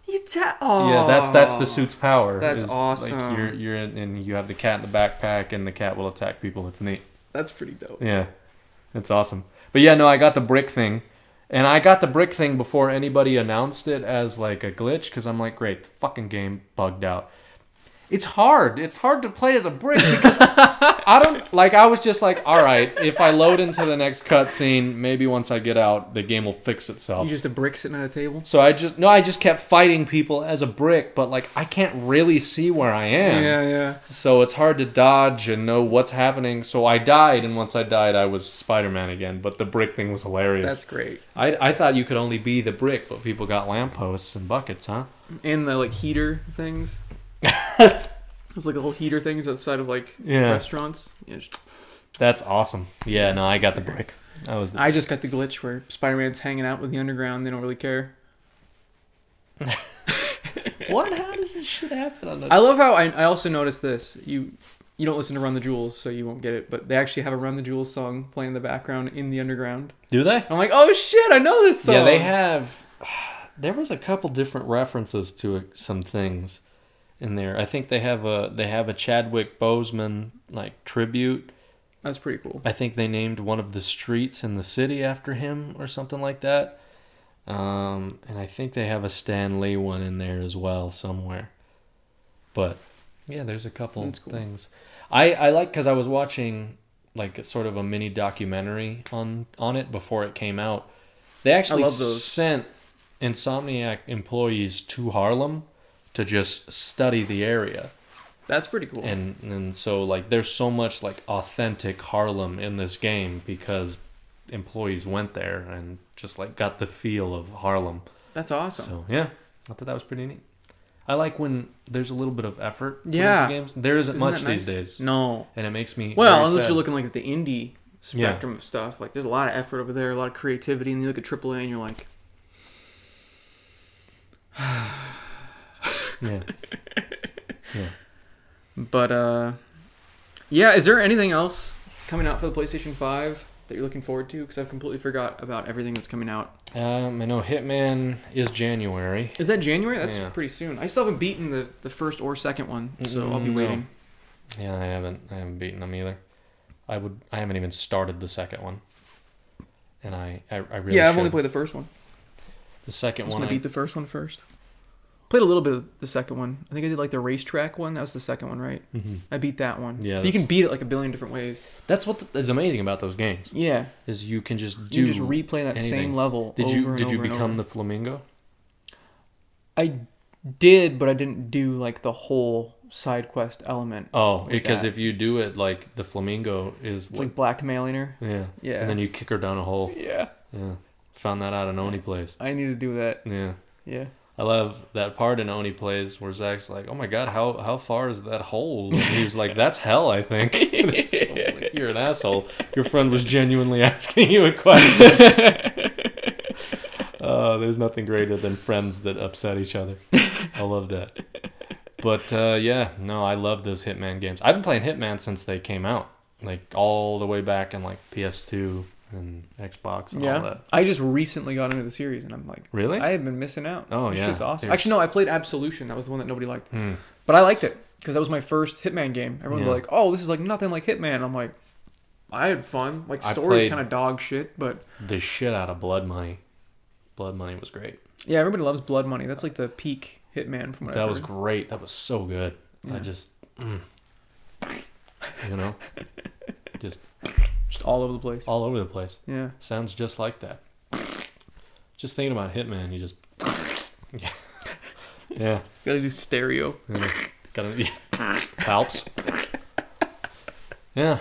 [SPEAKER 2] You ta- oh.
[SPEAKER 1] Yeah, that's that's the suit's power.
[SPEAKER 2] That's
[SPEAKER 1] like,
[SPEAKER 2] awesome.
[SPEAKER 1] you're you're in, and you have the cat in the backpack, and the cat will attack people. It's neat.
[SPEAKER 2] That's pretty dope.
[SPEAKER 1] Yeah, it's awesome. But yeah, no, I got the brick thing, and I got the brick thing before anybody announced it as like a glitch because I'm like, great, the fucking game bugged out. It's hard. It's hard to play as a brick because I don't like. I was just like, all right, if I load into the next cutscene, maybe once I get out, the game will fix itself.
[SPEAKER 2] You just a brick sitting at a table.
[SPEAKER 1] So I just no, I just kept fighting people as a brick, but like I can't really see where I am.
[SPEAKER 2] yeah.
[SPEAKER 1] So it's hard to dodge and know what's happening. So I died, and once I died, I was Spider-Man again. But the brick thing was hilarious.
[SPEAKER 2] That's great.
[SPEAKER 1] I I thought you could only be the brick, but people got lampposts and buckets, huh?
[SPEAKER 2] And the like heater things. There's like little heater things outside of like
[SPEAKER 1] Yeah.
[SPEAKER 2] restaurants. Yeah, just-
[SPEAKER 1] That's awesome. Yeah, no, I got the brick. I was the,
[SPEAKER 2] I just got the glitch where Spider-Man's hanging out with the underground. They don't really care.
[SPEAKER 1] what? How does this shit happen on the?
[SPEAKER 2] I love how I, I also noticed this. You you don't listen to Run the Jewels, so you won't get it. But they actually have a Run the Jewels song playing in the background in the underground.
[SPEAKER 1] Do they?
[SPEAKER 2] I'm like, oh shit, I know this song.
[SPEAKER 1] Yeah, they have. There was a couple different references to it- some things in there. I think they have a they have a Chadwick Boseman like tribute.
[SPEAKER 2] That's pretty cool.
[SPEAKER 1] I think they named one of the streets in the city after him or something like that. Um, and I think they have a Stan Lee one in there as well somewhere. But Yeah, there's a couple
[SPEAKER 2] That's cool.
[SPEAKER 1] things. I I like because I was watching like a sort of a mini documentary on on it before it came out. They actually
[SPEAKER 2] love those.
[SPEAKER 1] sent Insomniac employees to Harlem to just study the area,
[SPEAKER 2] That's pretty cool.
[SPEAKER 1] and and so like there's so much like authentic Harlem in this game because employees went there and just like got the feel of Harlem.
[SPEAKER 2] That's awesome.
[SPEAKER 1] So yeah, I thought that was pretty neat. I like when there's a little bit of effort. put
[SPEAKER 2] Yeah.
[SPEAKER 1] into games. there isn't
[SPEAKER 2] Isn't
[SPEAKER 1] much
[SPEAKER 2] that
[SPEAKER 1] these
[SPEAKER 2] nice?
[SPEAKER 1] days,
[SPEAKER 2] No.
[SPEAKER 1] and it makes me
[SPEAKER 2] Well,
[SPEAKER 1] very
[SPEAKER 2] unless
[SPEAKER 1] sad.
[SPEAKER 2] you're looking like at the indie
[SPEAKER 1] Yeah.
[SPEAKER 2] spectrum of stuff, like there's a lot of effort over there, a lot of creativity, and you look at AAA and you're like,
[SPEAKER 1] Yeah.
[SPEAKER 2] but uh, yeah. Is there anything else coming out for the PlayStation Five that you're looking forward to? Because I've completely forgot about everything that's coming out.
[SPEAKER 1] Um, I know Hitman is January.
[SPEAKER 2] Is that January? That's
[SPEAKER 1] Yeah.
[SPEAKER 2] pretty soon. I still haven't beaten the, the first or second one, so I'll be
[SPEAKER 1] Mm, no.
[SPEAKER 2] waiting.
[SPEAKER 1] Yeah, I haven't. I haven't beaten them either. I would. I haven't even started the second one. And I, I, I really.
[SPEAKER 2] yeah, I've only
[SPEAKER 1] should.
[SPEAKER 2] played the first one.
[SPEAKER 1] the
[SPEAKER 2] I
[SPEAKER 1] second
[SPEAKER 2] was
[SPEAKER 1] one.
[SPEAKER 2] gonna
[SPEAKER 1] I,
[SPEAKER 2] beat the first one first. Played a little bit of the second one. I think I did like the racetrack one. That was the second one, right?
[SPEAKER 1] Mhm.
[SPEAKER 2] I beat that one.
[SPEAKER 1] Yeah,
[SPEAKER 2] you can
[SPEAKER 1] that's-
[SPEAKER 2] beat it like a billion different ways.
[SPEAKER 1] That's what th- is amazing about those games
[SPEAKER 2] Yeah,
[SPEAKER 1] is you can just do.
[SPEAKER 2] you can just replay that
[SPEAKER 1] anything.
[SPEAKER 2] same level.
[SPEAKER 1] did
[SPEAKER 2] over
[SPEAKER 1] you
[SPEAKER 2] and
[SPEAKER 1] did you
[SPEAKER 2] over and
[SPEAKER 1] become the
[SPEAKER 2] over.
[SPEAKER 1] flamingo?
[SPEAKER 2] I did, but I didn't do like the whole side quest element.
[SPEAKER 1] Oh,
[SPEAKER 2] Like
[SPEAKER 1] because
[SPEAKER 2] that.
[SPEAKER 1] if you do it like the flamingo is
[SPEAKER 2] It's
[SPEAKER 1] what
[SPEAKER 2] like blackmailing her.
[SPEAKER 1] Yeah.
[SPEAKER 2] Yeah.
[SPEAKER 1] And then you kick her down a hole.
[SPEAKER 2] Yeah,
[SPEAKER 1] Yeah. Found that out in Oni plays.
[SPEAKER 2] I need to do that.
[SPEAKER 1] Yeah.
[SPEAKER 2] Yeah.
[SPEAKER 1] I love that part in Oni plays where Zach's like, "Oh my god, how how far is that hole?" And he was like, "That's hell, I think." It's like, You're an asshole. Your friend was genuinely asking you a question. Uh, there's nothing greater than friends that upset each other. I love that. But uh, yeah, no, I love those Hitman games. I've been playing Hitman since they came out, like all the way back in like PS2 and Xbox and all
[SPEAKER 2] Yeah.
[SPEAKER 1] that.
[SPEAKER 2] I just recently got into the series, and I'm like.
[SPEAKER 1] Really?
[SPEAKER 2] I have been missing out.
[SPEAKER 1] Oh,
[SPEAKER 2] This
[SPEAKER 1] yeah.
[SPEAKER 2] shit's awesome.
[SPEAKER 1] There's-
[SPEAKER 2] Actually, no, I played Absolution. That was the one that nobody liked,
[SPEAKER 1] Hmm.
[SPEAKER 2] but I liked it because that was my first Hitman game. Everyone's
[SPEAKER 1] Yeah.
[SPEAKER 2] like, "Oh, this is like nothing like Hitman." I'm like, I had fun. Like
[SPEAKER 1] I
[SPEAKER 2] story's
[SPEAKER 1] played-
[SPEAKER 2] kind of dog shit, but
[SPEAKER 1] the shit out of Blood Money. Blood Money was great.
[SPEAKER 2] yeah, everybody loves Blood Money. That's like the peak Hitman from what
[SPEAKER 1] that
[SPEAKER 2] I've
[SPEAKER 1] was
[SPEAKER 2] heard.
[SPEAKER 1] great. That was so good. I
[SPEAKER 2] Yeah.
[SPEAKER 1] just, mm. you know, just
[SPEAKER 2] just all over the place.
[SPEAKER 1] all over the place.
[SPEAKER 2] yeah,
[SPEAKER 1] Sounds just like that. Just thinking about Hitman, you just, yeah, yeah,
[SPEAKER 2] got to do stereo.
[SPEAKER 1] yeah. got a palps. Yeah,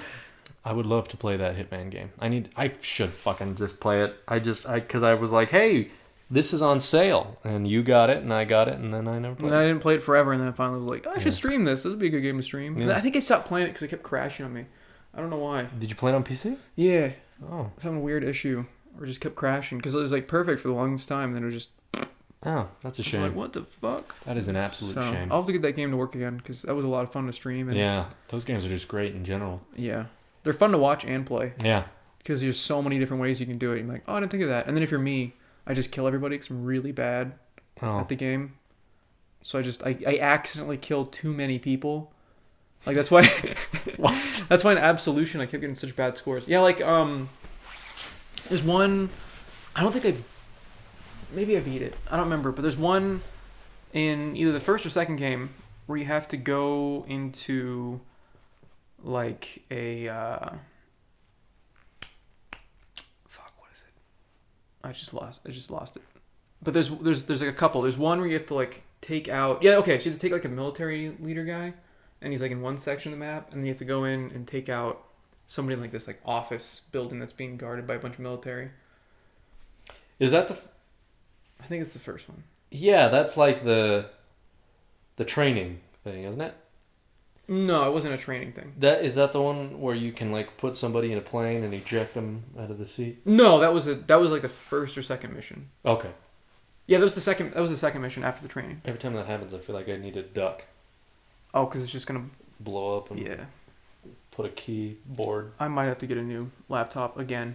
[SPEAKER 1] I would love to play that Hitman game. I need, I should fucking just play it. I just, I, cause I was like, hey, this is on sale, and you got it, and I got it, and then I never
[SPEAKER 2] And
[SPEAKER 1] played.
[SPEAKER 2] then
[SPEAKER 1] it.
[SPEAKER 2] I didn't play it forever, and then I finally was like, I
[SPEAKER 1] Yeah.
[SPEAKER 2] should stream this. This would be a good game to stream. And
[SPEAKER 1] Yeah.
[SPEAKER 2] I think I stopped playing it because it kept crashing on me. I don't know why.
[SPEAKER 1] Did you play it on PC?
[SPEAKER 2] Yeah,
[SPEAKER 1] Oh.
[SPEAKER 2] I was having a weird issue, or just kept crashing because it was like perfect for the longest time, and then it was just
[SPEAKER 1] Oh, that's a
[SPEAKER 2] I'm
[SPEAKER 1] shame.
[SPEAKER 2] Like what the fuck?
[SPEAKER 1] that is an absolute
[SPEAKER 2] So, oh,
[SPEAKER 1] shame.
[SPEAKER 2] I'll have to get that game to work again because that was a lot of fun to stream. And,
[SPEAKER 1] Yeah, those games are just great in general.
[SPEAKER 2] yeah. They're fun to watch and play
[SPEAKER 1] Yeah.
[SPEAKER 2] because there's so many different ways you can do it. You're like, oh, I didn't think of that. And then if you're me, I just kill everybody because I'm really bad
[SPEAKER 1] Oh.
[SPEAKER 2] at the game. So I just I, I accidentally killed too many people. Like that's why. what? That's why in Absolution I kept getting such bad scores. Yeah, like um, there's one. I don't think I. Maybe I beat it. I don't remember, but there's one in either the first or second game where you have to go into like a uh, fuck what is it i just lost i just lost it but there's there's there's like a couple there's one where you have to like take out yeah okay so you have to take like a military leader guy and he's like in one section of the map and you have to go in and take out somebody in like this like office building that's being guarded by a bunch of military
[SPEAKER 1] Is that the? F-
[SPEAKER 2] i think it's the first one
[SPEAKER 1] yeah, that's like the, the training thing, isn't it?
[SPEAKER 2] no it wasn't a training thing
[SPEAKER 1] That is that the one where you can like put somebody in a plane and eject them out of the seat.
[SPEAKER 2] no that was a that was like the first or second mission
[SPEAKER 1] Okay.
[SPEAKER 2] yeah that was the second that was the second mission after the training
[SPEAKER 1] Every time that happens, I feel like I need to duck,
[SPEAKER 2] oh because it's just gonna
[SPEAKER 1] blow up, and
[SPEAKER 2] yeah
[SPEAKER 1] put a keyboard.
[SPEAKER 2] I might have to get a new laptop again.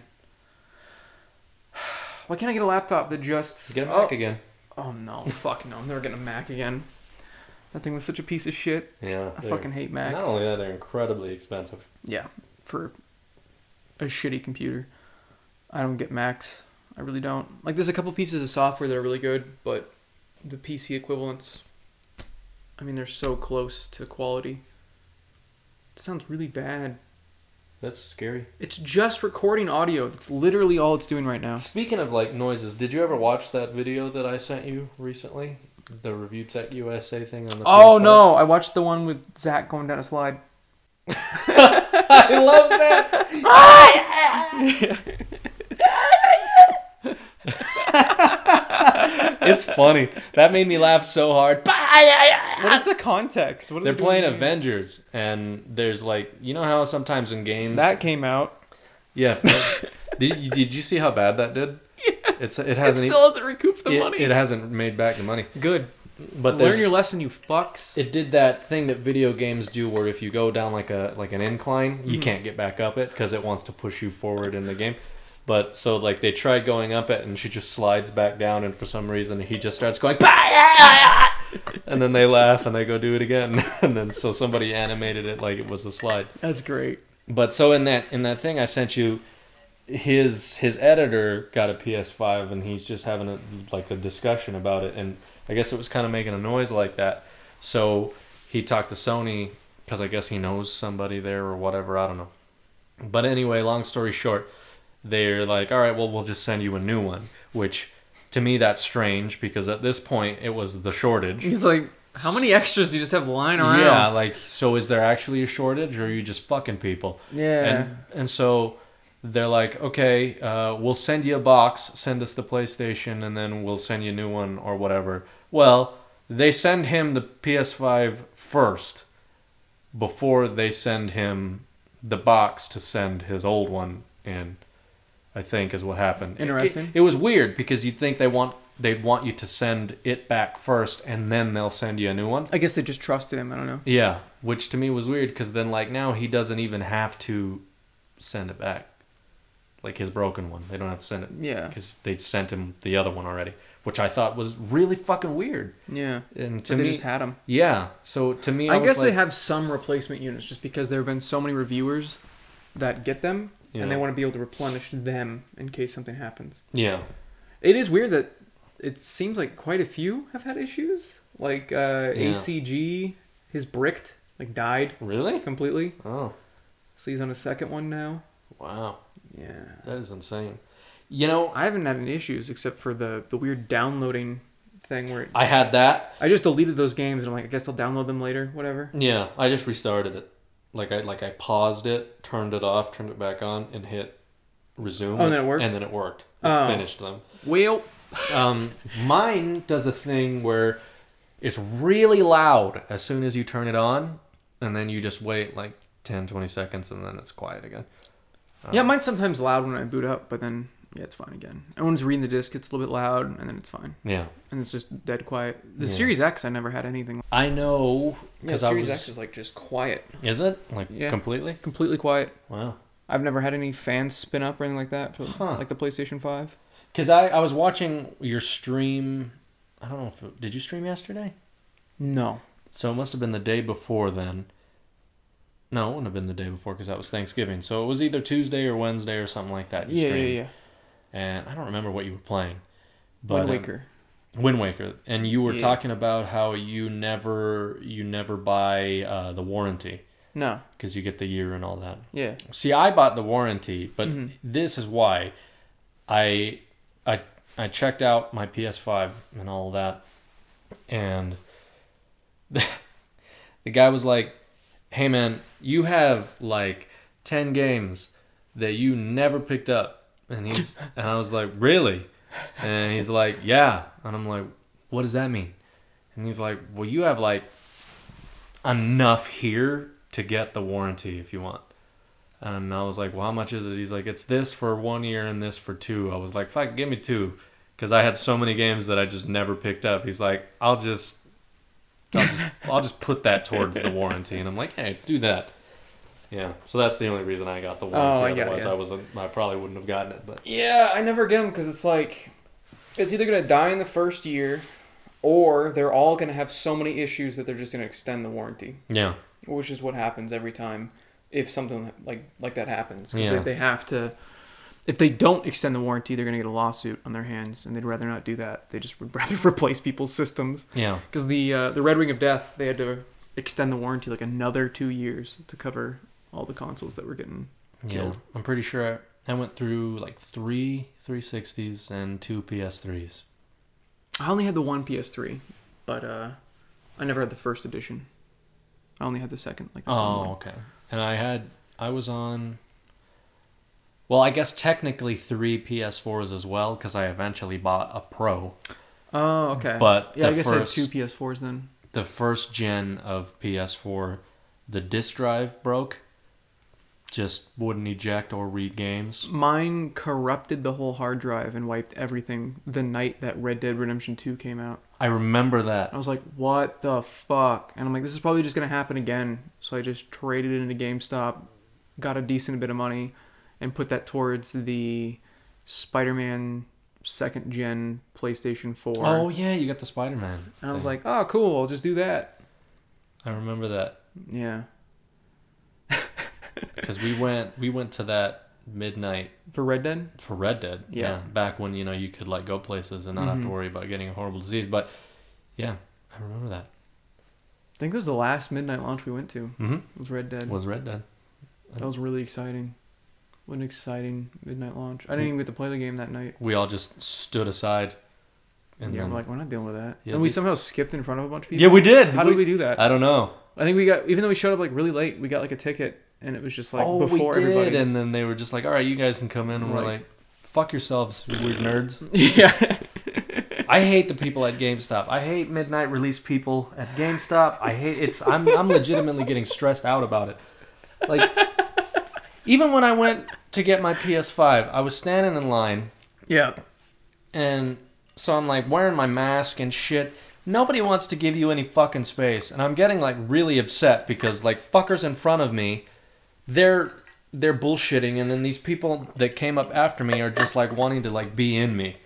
[SPEAKER 2] Why can't I get a laptop that just
[SPEAKER 1] Get him
[SPEAKER 2] oh,
[SPEAKER 1] back again.
[SPEAKER 2] oh no, fuck no, I'm never getting a Mac again. That thing was such a piece of shit.
[SPEAKER 1] Yeah.
[SPEAKER 2] I
[SPEAKER 1] they're-
[SPEAKER 2] fucking hate Macs.
[SPEAKER 1] Not only that, they're incredibly expensive.
[SPEAKER 2] Yeah, for a shitty computer, I don't get Macs. I really don't. Like, there's a couple pieces of software that are really good, but the PC equivalents, I mean, they're so close to quality. It sounds really bad.
[SPEAKER 1] That's scary.
[SPEAKER 2] It's just recording audio. That's literally all it's doing right now.
[SPEAKER 1] Speaking of like noises, did you ever watch that video that I sent you recently? The Review Tech USA thing on the
[SPEAKER 2] Oh
[SPEAKER 1] PS5?
[SPEAKER 2] no! I watched the one with Zach going down a slide.
[SPEAKER 1] I love that. it's funny. That made me laugh so hard.
[SPEAKER 2] What is the context? What are
[SPEAKER 1] Ah! They're
[SPEAKER 2] they doing
[SPEAKER 1] playing
[SPEAKER 2] here?
[SPEAKER 1] Avengers, and there's like, you know how sometimes in games
[SPEAKER 2] That came out.
[SPEAKER 1] yeah. did, did you see how bad that did? It's it hasn't e-
[SPEAKER 2] hasn't recouped
[SPEAKER 1] it, it hasn't made back the money.
[SPEAKER 2] Good.
[SPEAKER 1] But
[SPEAKER 2] Learn
[SPEAKER 1] there's
[SPEAKER 2] your lesson, you fucks.
[SPEAKER 1] it did that thing that video games do where if you go down like a like an incline you can't get back up it because it wants to push you forward in the game but so like they tried going up it and she just slides back down and for some reason he just starts going and then they laugh and they go do it again and then so somebody animated it like it was a slide
[SPEAKER 2] That's great.
[SPEAKER 1] but so in that in that thing I sent you, his his editor got a PS5 and he's just having a like a discussion about it and I guess it was kind of making a noise like that. So he talked to Sony because I guess he knows somebody there or whatever. I don't know. But anyway, long story short, they're like, all right, well we'll just send you a new one, which to me that's strange because at this point it was the shortage.
[SPEAKER 2] He's like, how many extras do you just have lying around?
[SPEAKER 1] Yeah, like so is there actually a shortage or are you just fucking people?
[SPEAKER 2] Yeah.
[SPEAKER 1] And and so they're like, okay, uh, we'll send you a box, send us the PlayStation, and then we'll send you a new one or whatever. Well, they send him the PS5 first before they send him the box to send his old one in. I think is what happened.
[SPEAKER 2] Interesting.
[SPEAKER 1] It, it was weird because you'd think they want they'd want you to send it back first, and then they'll send you a new one.
[SPEAKER 2] I guess they just trusted him. I don't know.
[SPEAKER 1] Yeah, which to me was weird because then like now he doesn't even have to send it back, like his broken one. They don't have to send it
[SPEAKER 2] Yeah.
[SPEAKER 1] because they'd sent him the other one already, which I thought was really fucking weird.
[SPEAKER 2] Yeah.
[SPEAKER 1] And to
[SPEAKER 2] But they
[SPEAKER 1] me,
[SPEAKER 2] just had him.
[SPEAKER 1] yeah. So to me, I,
[SPEAKER 2] I
[SPEAKER 1] was
[SPEAKER 2] guess
[SPEAKER 1] like,
[SPEAKER 2] they have some replacement units just because there have been so many reviewers that get them
[SPEAKER 1] Yeah.
[SPEAKER 2] and they want to be able to replenish them in case something happens.
[SPEAKER 1] yeah,
[SPEAKER 2] It is weird that it seems like quite a few have had issues. Like uh,
[SPEAKER 1] Yeah.
[SPEAKER 2] ACG, his bricked, like died
[SPEAKER 1] really?
[SPEAKER 2] completely.
[SPEAKER 1] Oh,
[SPEAKER 2] So he's on a second one now.
[SPEAKER 1] wow,
[SPEAKER 2] Yeah.
[SPEAKER 1] that is insane. You know,
[SPEAKER 2] I haven't had any issues except for the, the weird downloading thing where it,
[SPEAKER 1] I had that.
[SPEAKER 2] I just deleted those games and I'm like, I guess I'll download them later, whatever.
[SPEAKER 1] Yeah, I just restarted it. Like I like I paused it, turned it off, turned it back on, and hit resume.
[SPEAKER 2] Oh, and then it worked?
[SPEAKER 1] And then it worked. It
[SPEAKER 2] Oh.
[SPEAKER 1] finished them.
[SPEAKER 2] Well,
[SPEAKER 1] um, mine does a thing where it's really loud as soon as you turn it on and then you just wait like 10 20 seconds and then it's quiet again
[SPEAKER 2] yeah, mine's sometimes loud when I boot up, but then yeah, it's fine again. And when it's reading the disc, it's a little bit loud, and then it's fine,
[SPEAKER 1] yeah
[SPEAKER 2] and it's just dead quiet. The
[SPEAKER 1] Yeah.
[SPEAKER 2] Series X, I never had anything. like
[SPEAKER 1] i know
[SPEAKER 2] Yeah,
[SPEAKER 1] I
[SPEAKER 2] Series
[SPEAKER 1] was-
[SPEAKER 2] X is like just quiet,
[SPEAKER 1] is it like
[SPEAKER 2] Yeah.
[SPEAKER 1] completely
[SPEAKER 2] completely quiet.
[SPEAKER 1] wow
[SPEAKER 2] I've never had any fans spin up or anything like that for
[SPEAKER 1] Huh.
[SPEAKER 2] like the PlayStation Five.
[SPEAKER 1] because I, I was watching your stream i don't know if it, did you stream yesterday
[SPEAKER 2] No,
[SPEAKER 1] so it must have been the day before then no it wouldn't have been the day before because that was thanksgiving so it was either tuesday or wednesday or something like that you
[SPEAKER 2] yeah, yeah,
[SPEAKER 1] streamed.
[SPEAKER 2] yeah.
[SPEAKER 1] and i don't remember what you were playing but
[SPEAKER 2] Wind
[SPEAKER 1] um,
[SPEAKER 2] Waker.
[SPEAKER 1] Wind Waker, and you were
[SPEAKER 2] Yeah.
[SPEAKER 1] talking about how you never you never buy uh, the warranty
[SPEAKER 2] No,
[SPEAKER 1] because you get the year and all that.
[SPEAKER 2] yeah,
[SPEAKER 1] See, I bought the warranty, but
[SPEAKER 2] Mhm.
[SPEAKER 1] this is why I I I checked out my PS5 and all that, and the, the guy was like, "Hey man, you have like ten games that you never picked up," and he's and I was like, "Really?" And he's like, "Yeah," and I'm like, "What does that mean?" And he's like, "Well, you have like enough here to get the warranty if you want." And I was like, well, how much is it? He's like, it's this for one year and this for two. I was like, fuck, give me two. Because I had so many games that I just never picked up. He's like, I'll just, I'll just, I'll just put that towards the warranty. And I'm like, hey, do that. Yeah. So that's the only reason I got the warranty.
[SPEAKER 2] Oh, I got it,
[SPEAKER 1] Otherwise,
[SPEAKER 2] yeah.
[SPEAKER 1] I wasn't, I probably wouldn't have gotten it. But
[SPEAKER 2] yeah. I never get them because it's like it's either gonna die in the first year, or they're all gonna have so many issues that they're just gonna extend the warranty.
[SPEAKER 1] yeah,
[SPEAKER 2] which is what happens every time if something like like that happens because
[SPEAKER 1] Yeah.
[SPEAKER 2] they, they have to if they don't extend the warranty, they're going to get a lawsuit on their hands, and they'd rather not do that. They just would rather replace people's systems
[SPEAKER 1] Yeah.
[SPEAKER 2] because the uh, the Red Wing of Death they had to extend the warranty like another two years to cover all the consoles that were getting
[SPEAKER 1] Yeah.
[SPEAKER 2] killed.
[SPEAKER 1] I'm pretty sure I, I went through like three 360s and two PS3s.
[SPEAKER 2] I only had the one PS3, but uh, I never had the first edition. I only had the second, like the second
[SPEAKER 1] Oh,
[SPEAKER 2] one.
[SPEAKER 1] okay. And I had I was on. Well, I guess technically three PS4s as well because I eventually bought a Pro.
[SPEAKER 2] Oh, okay.
[SPEAKER 1] But
[SPEAKER 2] yeah, I
[SPEAKER 1] the
[SPEAKER 2] guess
[SPEAKER 1] first-
[SPEAKER 2] I had two PS4s then.
[SPEAKER 1] The first gen of PS4, the disc drive broke. Just wouldn't eject or read games.
[SPEAKER 2] Mine corrupted the whole hard drive and wiped everything the night that Red Dead Redemption 2 came out.
[SPEAKER 1] I remember that.
[SPEAKER 2] I was like, what the fuck? And I'm like, this is probably just going to happen again. So I just traded it into GameStop, got a decent bit of money, and put that towards the Spider Man second gen PlayStation 4.
[SPEAKER 1] Oh yeah, you got the Spider Man.
[SPEAKER 2] and I was like, oh, cool, I'll just do that.
[SPEAKER 1] I remember that
[SPEAKER 2] Yeah.
[SPEAKER 1] because we went we went to that midnight
[SPEAKER 2] For Red Dead?
[SPEAKER 1] for Red Dead.
[SPEAKER 2] Yeah. Mm-hmm.
[SPEAKER 1] Back when, you know, you could like go places and not have to worry about getting a horrible disease. But yeah, I remember that.
[SPEAKER 2] I think that was the last midnight launch we went to.
[SPEAKER 1] Mm-hmm.
[SPEAKER 2] was Red Dead.
[SPEAKER 1] Was Red Dead.
[SPEAKER 2] That was really exciting. What an exciting midnight launch.
[SPEAKER 1] Hmm.
[SPEAKER 2] I didn't even get to play the game that night.
[SPEAKER 1] We all just stood aside. And
[SPEAKER 2] yeah,
[SPEAKER 1] then,
[SPEAKER 2] I'm like, we're not dealing with that.
[SPEAKER 1] Yeah,
[SPEAKER 2] and we
[SPEAKER 1] these-
[SPEAKER 2] somehow skipped in front of a bunch of people.
[SPEAKER 1] yeah, we did.
[SPEAKER 2] How did we do that?
[SPEAKER 1] I don't know.
[SPEAKER 2] I think we got, even though we showed up like really late, we got like a ticket and it was just like
[SPEAKER 1] oh,
[SPEAKER 2] before
[SPEAKER 1] we did.
[SPEAKER 2] everybody.
[SPEAKER 1] And then they were just like, all right, you guys can come in. And we're
[SPEAKER 2] Right.
[SPEAKER 1] like, fuck yourselves, you weird nerds.
[SPEAKER 2] yeah.
[SPEAKER 1] I hate the people at GameStop. I hate midnight release people at GameStop. I hate it's. I'm I'm legitimately getting stressed out about it. Like, even when I went to get my PS5, I was standing in line,
[SPEAKER 2] Yeah.
[SPEAKER 1] and so I'm like wearing my mask and shit. Nobody wants to give you any fucking space, and I'm getting like really upset because like fuckers in front of me, they're they're bullshitting, and then these people that came up after me are just like wanting to like be in me,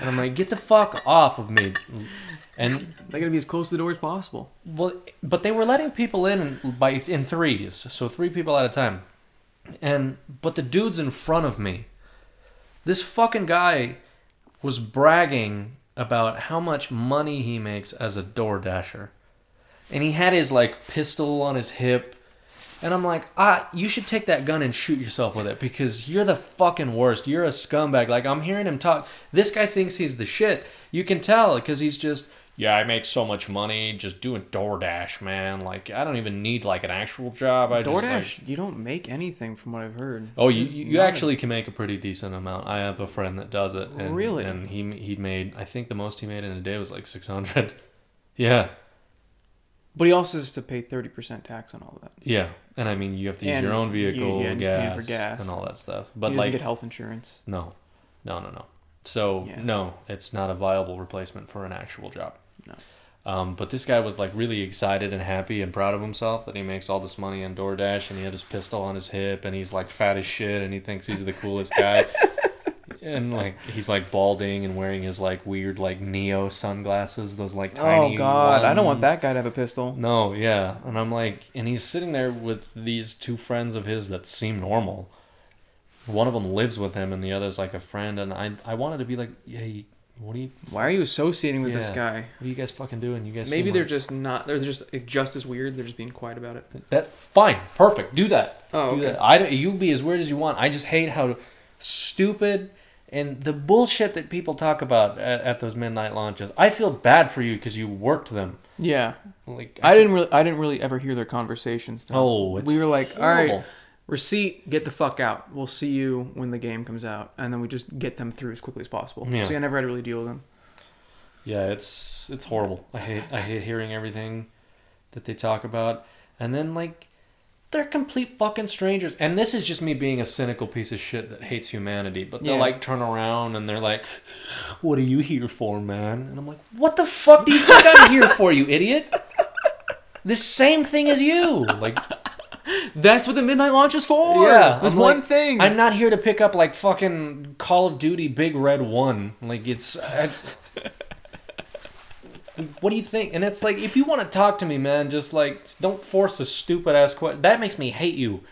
[SPEAKER 1] and I'm like get the fuck off of me, and
[SPEAKER 2] They gotta be as close to the door as possible.
[SPEAKER 1] well, but they were letting people in by in threes, so three people at a time. And but the dudes in front of me, this fucking guy was bragging about how much money he makes as a door dasher. And he had his like pistol on his hip. And I'm like, ah, you should take that gun and shoot yourself with it because you're the fucking worst. You're a scumbag. Like, I'm hearing him talk. This guy thinks he's the shit. You can tell because he's just, yeah, I make so much money just doing DoorDash, man. Like, I don't even need like an actual job. I just, like-
[SPEAKER 2] DoorDash, you don't make anything from what I've heard.
[SPEAKER 1] Oh, you,
[SPEAKER 2] It's
[SPEAKER 1] you you
[SPEAKER 2] not-
[SPEAKER 1] actually can make a pretty decent amount. I have a friend that does it. And,
[SPEAKER 2] Really?
[SPEAKER 1] And he he made I think the most he made in a day was like six hundred. Yeah,
[SPEAKER 2] But he also has to pay 30% tax on all that.
[SPEAKER 1] yeah. And I mean, you have to use
[SPEAKER 2] And
[SPEAKER 1] your own
[SPEAKER 2] you-
[SPEAKER 1] vehicle,
[SPEAKER 2] yeah, and you're paying
[SPEAKER 1] gas,
[SPEAKER 2] for gas.
[SPEAKER 1] and all that stuff.
[SPEAKER 2] But
[SPEAKER 1] But
[SPEAKER 2] he doesn't
[SPEAKER 1] like,
[SPEAKER 2] get health insurance.
[SPEAKER 1] no, no, no, no. So
[SPEAKER 2] Yeah.
[SPEAKER 1] no, it's not a viable replacement for an actual job.
[SPEAKER 2] No.
[SPEAKER 1] Um, but this guy was like really excited and happy and proud of himself that he makes all this money on DoorDash and he had his pistol on his hip and he's like fat as shit and he thinks he's the coolest guy. and like he's like balding and wearing his like weird like neo sunglasses, those like tiny
[SPEAKER 2] oh, God. I don't want
[SPEAKER 1] ones.
[SPEAKER 2] that guy to have a pistol.
[SPEAKER 1] No, yeah. And I'm like, and he's sitting there with these two friends of his that seem normal. One of them lives with him, and the other's like a friend. And I, I wanted to be like, hey, what are you,
[SPEAKER 2] Why are you associating with this
[SPEAKER 1] Yeah.
[SPEAKER 2] guy?
[SPEAKER 1] what are you guys fucking doing? You guys
[SPEAKER 2] Maybe
[SPEAKER 1] seem
[SPEAKER 2] they're
[SPEAKER 1] like-
[SPEAKER 2] just not. They're just just as weird. They're just being quiet about it.
[SPEAKER 1] That's fine, perfect. Do that.
[SPEAKER 2] Oh,
[SPEAKER 1] Do
[SPEAKER 2] okay.
[SPEAKER 1] that. I don't, you be as weird as you want. I just hate how stupid and the bullshit that people talk about at, at those midnight launches. I feel bad for you because you worked them.
[SPEAKER 2] Yeah,
[SPEAKER 1] Like
[SPEAKER 2] I didn't really. I didn't really ever hear their conversations. Though.
[SPEAKER 1] Oh, it's
[SPEAKER 2] we were like, all right,
[SPEAKER 1] horrible.
[SPEAKER 2] receipt, get the fuck out. We'll see you when the game comes out, and then we just get them through as quickly as possible.
[SPEAKER 1] Yeah.
[SPEAKER 2] So I never had to really deal with them.
[SPEAKER 1] Yeah, it's it's horrible. I hate I hate hearing everything that they talk about. And then like they're complete fucking strangers. And this is just me being a cynical piece of shit that hates humanity. But they'll
[SPEAKER 2] Yeah.
[SPEAKER 1] like turn around and they're like, What are you here for, man? And I'm like, What the fuck do you think I'm here for, you idiot? The same thing as you. Like
[SPEAKER 2] That's what the midnight launch is for.
[SPEAKER 1] yeah,
[SPEAKER 2] there's
[SPEAKER 1] I'm
[SPEAKER 2] one
[SPEAKER 1] like,
[SPEAKER 2] thing.
[SPEAKER 1] I'm not here to pick up like fucking Call of Duty Big Red One. Like it's. I, what do you think? And it's like if you want to talk to me, man, just like don't force a stupid ass question. That makes me hate you.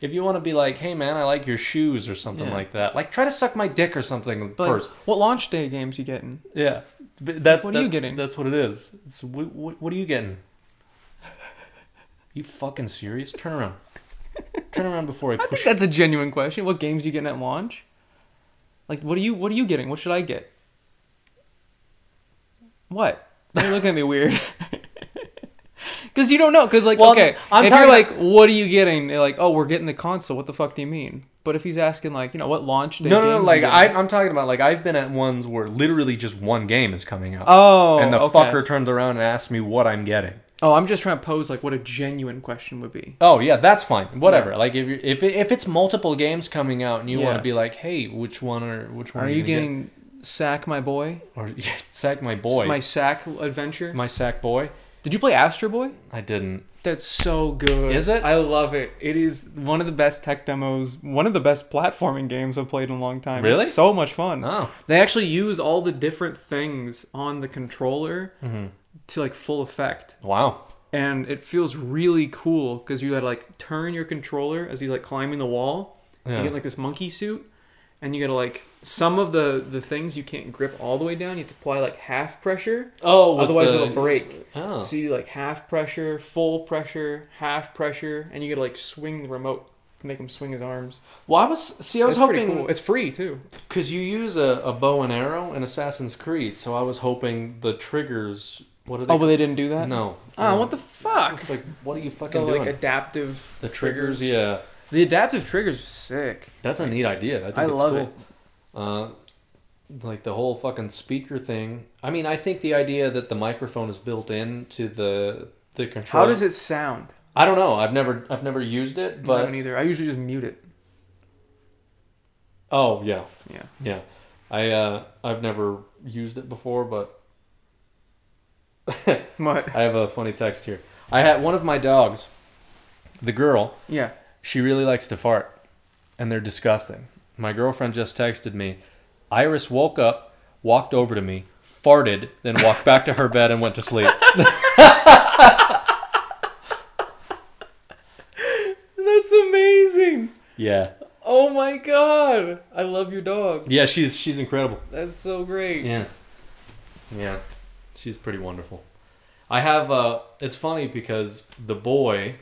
[SPEAKER 1] If you want to be like, hey man, I like your shoes or something
[SPEAKER 2] Yeah.
[SPEAKER 1] like that, like try to suck my dick or something
[SPEAKER 2] But
[SPEAKER 1] first.
[SPEAKER 2] what launch day games you getting?
[SPEAKER 1] Yeah, but that's
[SPEAKER 2] What are you
[SPEAKER 1] that-
[SPEAKER 2] getting?
[SPEAKER 1] That's what it is. It's what, what, what are you getting? You fucking serious? Turn around. Turn around before I
[SPEAKER 2] I think
[SPEAKER 1] push.
[SPEAKER 2] that's a genuine question. What games you getting at launch? Like, what are you what are you getting? What should I get? What? You're looking at me weird. Because you don't know. Because like,
[SPEAKER 1] Well, I'm-
[SPEAKER 2] okay,
[SPEAKER 1] I'm
[SPEAKER 2] if you're
[SPEAKER 1] talking-
[SPEAKER 2] like, what are you getting? They're like, oh, we're getting the console. What the fuck do you mean? But if he's asking like, you know, what launch day?
[SPEAKER 1] No, no, no.
[SPEAKER 2] games you
[SPEAKER 1] Like
[SPEAKER 2] getting?
[SPEAKER 1] I, I'm talking about. Like I've been at ones where literally just one game is coming out,
[SPEAKER 2] Oh,
[SPEAKER 1] and the
[SPEAKER 2] okay.
[SPEAKER 1] fucker turns around and asks me what I'm getting.
[SPEAKER 2] Oh, I'm just trying to pose like what a genuine question would be.
[SPEAKER 1] Oh yeah, that's fine. Whatever. Like if you if it- if it's multiple games coming out and you want
[SPEAKER 2] Yeah.
[SPEAKER 1] to be like, hey, which one are which one
[SPEAKER 2] Are you
[SPEAKER 1] gonna get?"
[SPEAKER 2] getting sack, my boy?
[SPEAKER 1] or yeah, sack my boy,
[SPEAKER 2] My
[SPEAKER 1] my,
[SPEAKER 2] sack adventure.
[SPEAKER 1] sack boy?
[SPEAKER 2] Did you play Astro Boy?
[SPEAKER 1] I didn't.
[SPEAKER 2] That's so good.
[SPEAKER 1] Is it?
[SPEAKER 2] I love it. It is one of the best tech demos, one of the best platforming games I've played in a long time.
[SPEAKER 1] Really?
[SPEAKER 2] It's so much fun.
[SPEAKER 1] Oh,
[SPEAKER 2] They actually use all the different things on the controller
[SPEAKER 1] Mm-hmm.
[SPEAKER 2] to like full effect.
[SPEAKER 1] wow.
[SPEAKER 2] And it feels really cool because you had to like turn your controller as he's like climbing the wall.
[SPEAKER 1] Yeah.
[SPEAKER 2] You get like this monkey suit, and you gotta like some of the the things you can't grip all the way down. You have to apply like half pressure,
[SPEAKER 1] Oh, with
[SPEAKER 2] otherwise
[SPEAKER 1] the-
[SPEAKER 2] it'll break.
[SPEAKER 1] Oh.
[SPEAKER 2] So you like half pressure, full pressure, half pressure, and you gotta like swing the remote to make him swing his arms.
[SPEAKER 1] Well, I was see, I was
[SPEAKER 2] It's pretty
[SPEAKER 1] hoping
[SPEAKER 2] cool. It's free too.
[SPEAKER 1] because you use a, a bow and arrow in Assassin's Creed, so I was hoping the triggers. What are they?
[SPEAKER 2] Oh, but they didn't do that.
[SPEAKER 1] no.
[SPEAKER 2] Oh,
[SPEAKER 1] No.
[SPEAKER 2] what the fuck?
[SPEAKER 1] It's like, what are you fucking
[SPEAKER 2] The
[SPEAKER 1] doing?
[SPEAKER 2] like adaptive.
[SPEAKER 1] the triggers, yeah.
[SPEAKER 2] The adaptive triggers are sick.
[SPEAKER 1] That's a neat idea. I, think
[SPEAKER 2] I
[SPEAKER 1] it's
[SPEAKER 2] love
[SPEAKER 1] cool. Uh, like the whole fucking speaker thing. I mean, I think the idea that the microphone is built in to the the controller.
[SPEAKER 2] How does it sound?
[SPEAKER 1] I don't know. I've never I've never used it,
[SPEAKER 2] I
[SPEAKER 1] but
[SPEAKER 2] don't either. I usually just mute it.
[SPEAKER 1] oh yeah,
[SPEAKER 2] Yeah.
[SPEAKER 1] yeah. I uh, I've never used it before, but
[SPEAKER 2] What?
[SPEAKER 1] I have a funny text here. I had one of my dogs, the girl.
[SPEAKER 2] Yeah.
[SPEAKER 1] She really likes to fart, and they're disgusting. My girlfriend just texted me. Iris woke up, walked over to me, farted, then walked back to her bed and went to sleep.
[SPEAKER 2] That's amazing.
[SPEAKER 1] yeah,
[SPEAKER 2] Oh my god! I love your dog.
[SPEAKER 1] yeah, she's she's incredible.
[SPEAKER 2] That's so great.
[SPEAKER 1] Yeah, yeah, she's pretty wonderful. I have. Uh, it's funny because the boy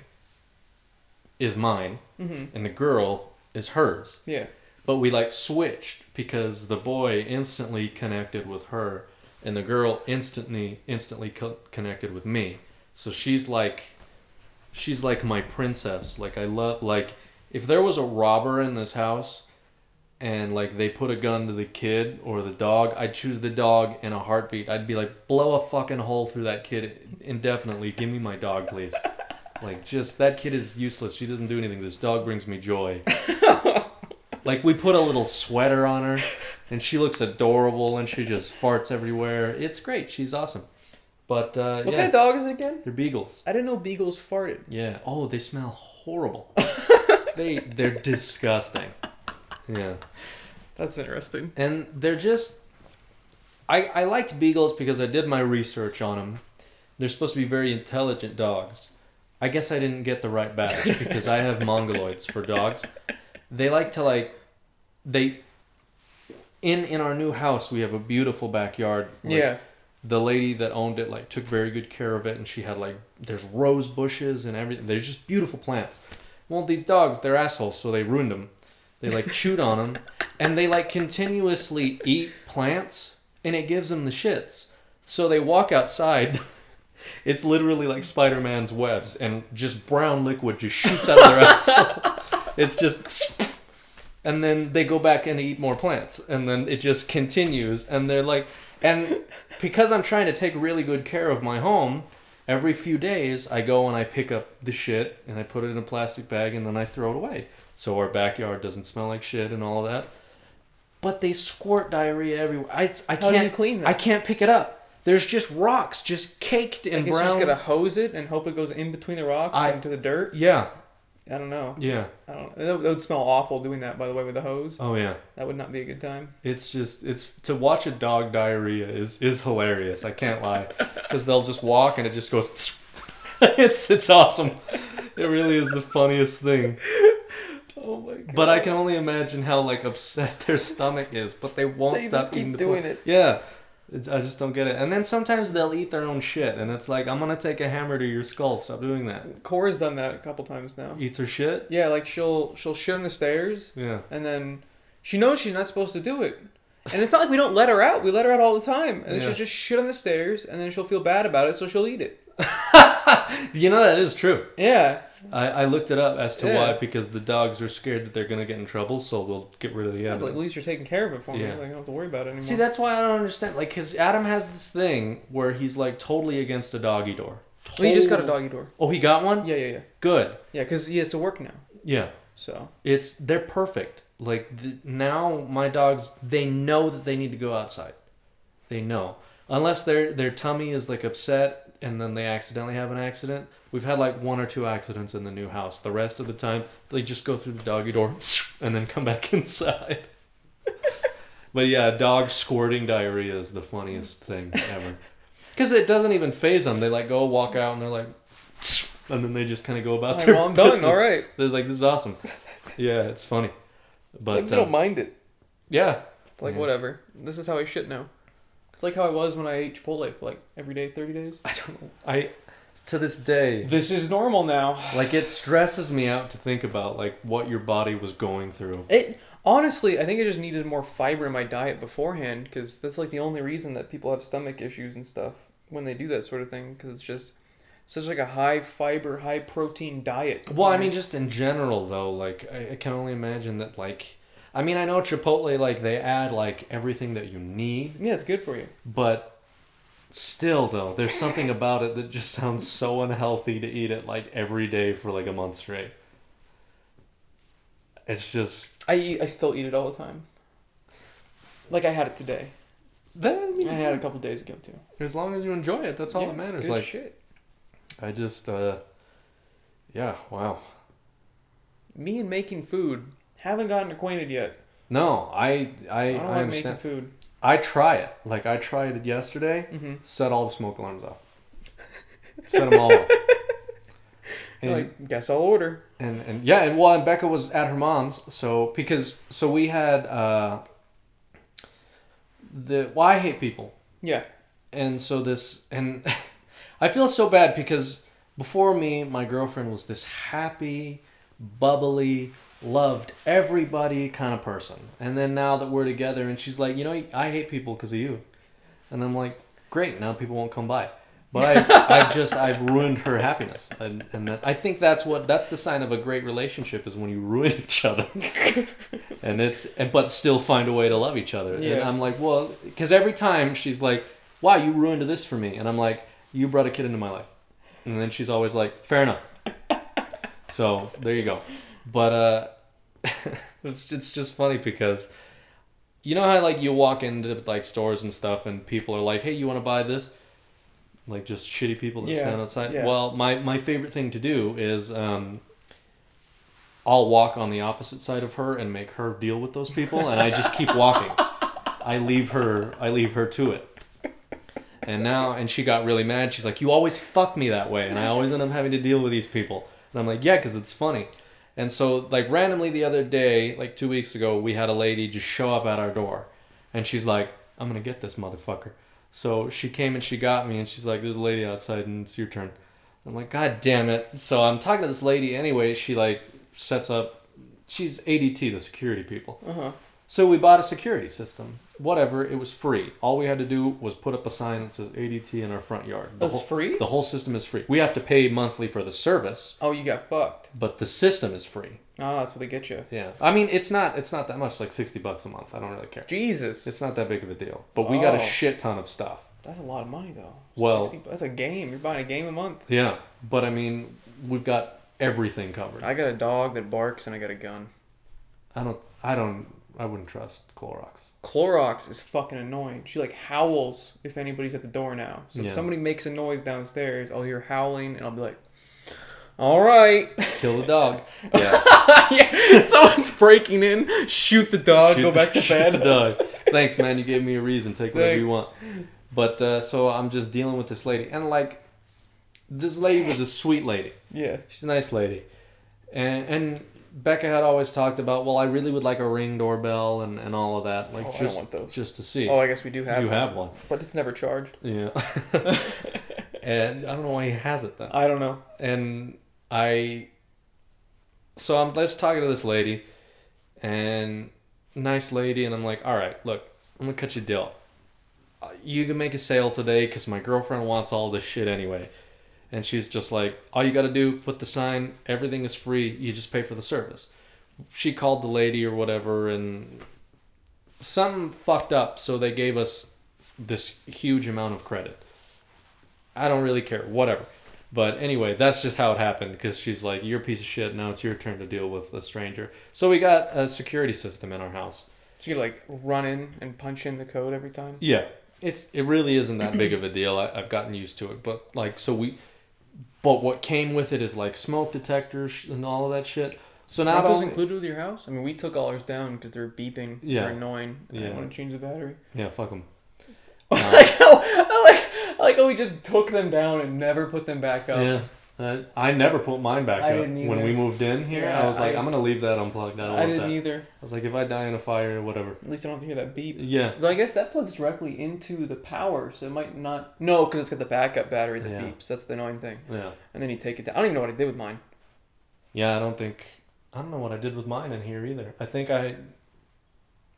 [SPEAKER 1] is mine, and the girl is hers.
[SPEAKER 2] Yeah.
[SPEAKER 1] But we like switched because the boy instantly connected with her, and the girl instantly instantly co- connected with me. So she's like, she's like my princess. Like I love like if there was a robber in this house, and like they put a gun to the kid or the dog, I'd choose the dog in a heartbeat. I'd be like, blow a fucking hole through that kid indefinitely. Give me my dog, please. Like just that kid is useless. She doesn't do anything. This dog brings me joy. Like we put a little sweater on her, and she looks adorable, and she just farts everywhere. It's great. She's awesome. But uh,
[SPEAKER 2] What
[SPEAKER 1] yeah,
[SPEAKER 2] kind of dog is it again?
[SPEAKER 1] they're beagles.
[SPEAKER 2] I didn't know beagles farted.
[SPEAKER 1] Yeah. Oh, they smell horrible. they they're disgusting. Yeah.
[SPEAKER 2] That's interesting.
[SPEAKER 1] And they're just. I, I liked beagles because I did my research on them. They're supposed to be very intelligent dogs. I guess I didn't get the right batch because I have mongoloids for dogs. They like to like they in in our new house we have a beautiful backyard. Like,
[SPEAKER 2] yeah.
[SPEAKER 1] The lady that owned it like took very good care of it and she had like there's rose bushes and everything. They're just beautiful plants. Well, these dogs, they're assholes, so they ruined them. They like chewed on them, and they like continuously eat plants, and it gives them the shits. So they walk outside. It's literally like Spider Man's webs, and just brown liquid just shoots out of their asshole. It's just. And then they go back and eat more plants, and then it just continues. And they're like. And because I'm trying to take really good care of my home, every few days I go and I pick up the shit and I put it in a plastic bag and then I throw it away. So our backyard doesn't smell like shit and all that. But they squirt diarrhea everywhere. I, I
[SPEAKER 2] How do
[SPEAKER 1] can't
[SPEAKER 2] you clean that?
[SPEAKER 1] I can't pick it up. There's just rocks just caked
[SPEAKER 2] I
[SPEAKER 1] in
[SPEAKER 2] guess you
[SPEAKER 1] brown.
[SPEAKER 2] just gotta hose it and hope it goes in between the rocks
[SPEAKER 1] I-
[SPEAKER 2] into the dirt.
[SPEAKER 1] Yeah.
[SPEAKER 2] I don't know.
[SPEAKER 1] Yeah.
[SPEAKER 2] I don't. That would- that would smell awful doing that, by the way, with a hose.
[SPEAKER 1] Oh yeah.
[SPEAKER 2] That would not be a good time.
[SPEAKER 1] It's just it's to watch a dog diarrhea is is hilarious. I can't lie, because they'll just walk and it just goes. it's it's awesome. It really is the funniest thing.
[SPEAKER 2] Oh my god.
[SPEAKER 1] But I can only imagine how like upset their stomach is. But they won't
[SPEAKER 2] They
[SPEAKER 1] stop
[SPEAKER 2] just
[SPEAKER 1] eating
[SPEAKER 2] keep
[SPEAKER 1] the
[SPEAKER 2] doing
[SPEAKER 1] pork.
[SPEAKER 2] it.
[SPEAKER 1] Yeah, it's, I just don't get it. And then sometimes they'll eat their own shit, and it's like I'm gonna take a hammer to your skull. Stop doing that.
[SPEAKER 2] Cora's done that a couple times now.
[SPEAKER 1] Eats her shit.
[SPEAKER 2] Yeah, like she'll she'll shit on the stairs
[SPEAKER 1] Yeah.
[SPEAKER 2] and then she knows she's not supposed to do it. And it's not like we don't let her out. We let her out all the time. And then
[SPEAKER 1] Yeah.
[SPEAKER 2] she'll just shit on the stairs and then she'll feel bad about it, so she'll eat it.
[SPEAKER 1] You know that is true.
[SPEAKER 2] Yeah.
[SPEAKER 1] I, I looked it up as to
[SPEAKER 2] Yeah.
[SPEAKER 1] why because the dogs are scared that they're gonna get in trouble, so we'll get rid of the
[SPEAKER 2] I
[SPEAKER 1] evidence.
[SPEAKER 2] was like, at least you're taking care of it for me.
[SPEAKER 1] Yeah.
[SPEAKER 2] Like I don't have to worry about it anymore.
[SPEAKER 1] See, that's why I don't understand. Like, cause Adam has this thing where he's like totally against a doggy door.
[SPEAKER 2] well, he just got a
[SPEAKER 1] Total-
[SPEAKER 2] doggy door.
[SPEAKER 1] Oh, he got one.
[SPEAKER 2] Yeah, yeah, yeah.
[SPEAKER 1] Good.
[SPEAKER 2] Yeah, because he has to work now.
[SPEAKER 1] Yeah.
[SPEAKER 2] So
[SPEAKER 1] It's they're perfect. Like the, now, my dogs they know that they need to go outside. They know unless their their tummy is like upset and then they accidentally have an accident. We've had like one or two accidents in the new house. The rest of the time, they just go through the doggy door and then come back inside. but yeah, dogs squirting diarrhea is the funniest thing ever. Because it doesn't even phase them. They like go walk out and they're like, and then they just kind of go about
[SPEAKER 2] Like,
[SPEAKER 1] their
[SPEAKER 2] oh, well, I'm done.
[SPEAKER 1] business.
[SPEAKER 2] All right.
[SPEAKER 1] They're like, this is awesome. Yeah, it's funny.
[SPEAKER 2] like,
[SPEAKER 1] But
[SPEAKER 2] they
[SPEAKER 1] uh,
[SPEAKER 2] don't mind it.
[SPEAKER 1] yeah,
[SPEAKER 2] Like
[SPEAKER 1] Yeah.
[SPEAKER 2] whatever. This is how I shit now. It's like how I was when I ate Chipotle for like every day, thirty days.
[SPEAKER 1] I don't know. I to this day,
[SPEAKER 2] This is normal now.
[SPEAKER 1] like it stresses me out to think about like what your body was going through.
[SPEAKER 2] It honestly, I think I just needed more fiber in my diet beforehand because that's like the only reason that people have stomach issues and stuff when they do that sort of thing because it's just such like a high fiber, high protein diet.
[SPEAKER 1] Well, I mean, just in general though, like I, I can only imagine that like. I mean, I know Chipotle like they add like everything that you need,
[SPEAKER 2] yeah, it's good for you.
[SPEAKER 1] but still though, there's something about it that just sounds so unhealthy to eat it like every day for like a month straight. It's just
[SPEAKER 2] I eat, I still eat it all the time. Like I had it today. I had it a couple days ago too.
[SPEAKER 1] As long as you enjoy it, that's all
[SPEAKER 2] Yeah,
[SPEAKER 1] that matters.
[SPEAKER 2] it's good
[SPEAKER 1] Like
[SPEAKER 2] shit.
[SPEAKER 1] I just, uh, yeah, wow.
[SPEAKER 2] Me and making food haven't gotten acquainted yet.
[SPEAKER 1] No, I, I,
[SPEAKER 2] I
[SPEAKER 1] I,
[SPEAKER 2] don't like making
[SPEAKER 1] understand.
[SPEAKER 2] food.
[SPEAKER 1] I try it. Like I tried it yesterday.
[SPEAKER 2] Mm-hmm.
[SPEAKER 1] Set all the smoke alarms off. set them all off. And,
[SPEAKER 2] like, guess I'll order.
[SPEAKER 1] and and yeah, and well, and Becca was at her mom's, so because so we had uh, the why I hate people.
[SPEAKER 2] Yeah.
[SPEAKER 1] and so this and i feel so bad because before me my girlfriend was this happy bubbly loved everybody kind of person and then now that we're together and she's like you know i hate people because of you and i'm like great now people won't come by but I, I just i've ruined her happiness and, and that, i think that's what that's the sign of a great relationship is when you ruin each other and it's and but still find a way to love each other and
[SPEAKER 2] Yeah.
[SPEAKER 1] i'm like well because every time she's like wow you ruined this for me and i'm like you brought a kid into my life and then she's always like fair enough so there you go but uh it's, it's just funny because you know how like you walk into like stores and stuff and people are like hey you want to buy this like just shitty people that
[SPEAKER 2] Yeah,
[SPEAKER 1] stand outside
[SPEAKER 2] yeah.
[SPEAKER 1] well my my favorite thing to do is um I'll walk on the opposite side of her and make her deal with those people, and I just keep walking. I leave her. I leave her to it. And now, and she got really mad. She's like, "You always fuck me that way, and I always end up having to deal with these people." And I'm like, "Yeah, because it's funny." And so, like randomly the other day, like two weeks ago, we had a lady just show up at our door, and she's like, "I'm gonna get this motherfucker." So she came and she got me, and she's like, "There's a lady outside, and it's your turn." I'm like, God damn it. So I'm talking to this lady anyway. She like sets up, she's ADT, the security people.
[SPEAKER 2] Uh huh.
[SPEAKER 1] So we bought a security system. Whatever, it was free. All we had to do was put up a sign that says ADT in our front yard. The,
[SPEAKER 2] That's
[SPEAKER 1] whole,
[SPEAKER 2] free.
[SPEAKER 1] the whole system is free. We have to pay monthly for the service,
[SPEAKER 2] Oh, you got fucked.
[SPEAKER 1] but the system is free.
[SPEAKER 2] Ah, that's what they get you.
[SPEAKER 1] Yeah. I mean, it's not it's not that much, it's like 60 bucks a month. I don't really care.
[SPEAKER 2] Jesus,
[SPEAKER 1] It's not that big of a deal. But we got a
[SPEAKER 2] Oh.
[SPEAKER 1] shit ton of stuff.
[SPEAKER 2] that's a lot of money though.
[SPEAKER 1] Well-
[SPEAKER 2] 60 that's a game. You're buying a game a month.
[SPEAKER 1] Yeah. But I mean, we've got everything covered.
[SPEAKER 2] I got a dog that barks and I got a gun.
[SPEAKER 1] I don't I don't I wouldn't trust Clorox.
[SPEAKER 2] Clorox is fucking annoying. She like howls if anybody's at the door now. So
[SPEAKER 1] Yeah.
[SPEAKER 2] if somebody makes a noise downstairs, I'll hear howling and I'll be like, "All right."
[SPEAKER 1] Kill the dog. Yeah.
[SPEAKER 2] yeah, someone's breaking in. Shoot the dog.
[SPEAKER 1] Shoot
[SPEAKER 2] go
[SPEAKER 1] the-
[SPEAKER 2] back to
[SPEAKER 1] shoot the
[SPEAKER 2] bed.
[SPEAKER 1] dog. Thanks, man. You gave me a reason. Take whatever you
[SPEAKER 2] Thanks.
[SPEAKER 1] want. But uh, so I'm just dealing with this lady, and like, this lady was a sweet lady.
[SPEAKER 2] Yeah.
[SPEAKER 1] She's a nice lady, and and Becca had always talked about, well, I really would like a ring doorbell and, and all of that, like
[SPEAKER 2] Oh, I don't
[SPEAKER 1] just
[SPEAKER 2] want those.
[SPEAKER 1] just to see.
[SPEAKER 2] Oh, I guess we do have.
[SPEAKER 1] you
[SPEAKER 2] one,
[SPEAKER 1] have one,
[SPEAKER 2] But it's never charged.
[SPEAKER 1] yeah. and I don't know why he has it then.
[SPEAKER 2] I don't know.
[SPEAKER 1] And I, so I'm just talking to this lady, and nice lady, and I'm like, all right, look, I'm gonna cut you a deal. Uh, You can make a sale today because my girlfriend wants all this shit anyway. And she's just like, all you got to do, put the sign, everything is free, you just pay for the service. She called the lady or whatever, and something fucked up, so they gave us this huge amount of credit. I don't really care, whatever. But anyway, that's just how it happened because she's like, you're a piece of shit, now it's your turn to deal with a stranger. So we got a security system in our house.
[SPEAKER 2] So you like run in and punch in the code every time.
[SPEAKER 1] Yeah, it's it really isn't that big of a deal. I, I've gotten used to it, but like so we, but what came with it is like smoke detectors sh- and all of that shit. So now
[SPEAKER 2] Aren't those
[SPEAKER 1] only-
[SPEAKER 2] included with your house? I mean, we took ours down because they're beeping.
[SPEAKER 1] Yeah.
[SPEAKER 2] They're annoying. I
[SPEAKER 1] Yeah.
[SPEAKER 2] didn't want to change the battery.
[SPEAKER 1] yeah, fuck them.
[SPEAKER 2] I like how I like I like how we just took them down and never put them back up.
[SPEAKER 1] Yeah. Uh, I never put mine back
[SPEAKER 2] I
[SPEAKER 1] up
[SPEAKER 2] didn't
[SPEAKER 1] when
[SPEAKER 2] either.
[SPEAKER 1] we moved in here.
[SPEAKER 2] Yeah,
[SPEAKER 1] I was like, I,
[SPEAKER 2] I-
[SPEAKER 1] am gonna leave that unplugged. I don't
[SPEAKER 2] I
[SPEAKER 1] want
[SPEAKER 2] didn't e-
[SPEAKER 1] that.
[SPEAKER 2] either.
[SPEAKER 1] I was like, if I die in a fire or whatever.
[SPEAKER 2] At least I don't have to hear that beep.
[SPEAKER 1] Yeah,
[SPEAKER 2] Though I guess that plugs directly into the power, so it might not. No, because it's got the backup battery that
[SPEAKER 1] Yeah.
[SPEAKER 2] beeps. That's the annoying thing.
[SPEAKER 1] yeah,
[SPEAKER 2] And then you take it down. I don't even know what I did with mine.
[SPEAKER 1] yeah. I don't think I don't know what I did with mine in here either. I think I,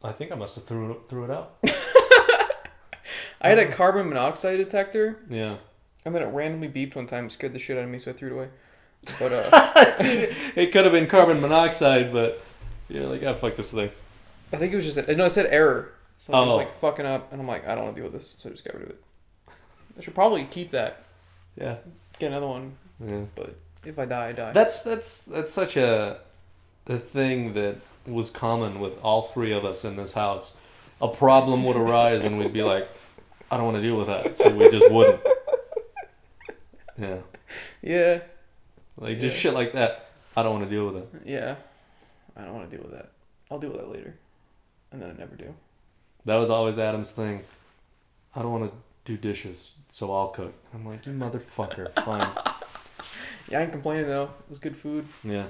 [SPEAKER 1] I think I must have threw it threw it out.
[SPEAKER 2] I had a
[SPEAKER 1] Mm-hmm.
[SPEAKER 2] carbon monoxide detector,
[SPEAKER 1] Yeah.
[SPEAKER 2] and then it randomly beeped one time. It scared the shit out of me, so I threw it away. But uh,
[SPEAKER 1] it could have been carbon monoxide, but yeah, like I fuck this thing.
[SPEAKER 2] I think it was just a, no. It said error, so I
[SPEAKER 1] Oh.
[SPEAKER 2] was like fucking up, and I'm like, I don't want to deal with this, so I just got rid of it. I should probably keep that.
[SPEAKER 1] Yeah.
[SPEAKER 2] Get another one.
[SPEAKER 1] yeah.
[SPEAKER 2] If I die, I die.
[SPEAKER 1] That's that's that's such a a thing that was common with all three of us in this house. A problem would arise and we'd be like, I don't want to deal with that, so we just wouldn't. Yeah.
[SPEAKER 2] yeah,
[SPEAKER 1] Like just
[SPEAKER 2] Yeah.
[SPEAKER 1] shit like that. I don't want to deal with it.
[SPEAKER 2] yeah. I don't want to deal with that. I'll deal with that later, and then I never do.
[SPEAKER 1] That was always Adam's thing. I don't want to do dishes, so I'll cook. I'm like, you motherfucker, fine.
[SPEAKER 2] Yeah, I'm complaining though. It was good food.
[SPEAKER 1] Yeah.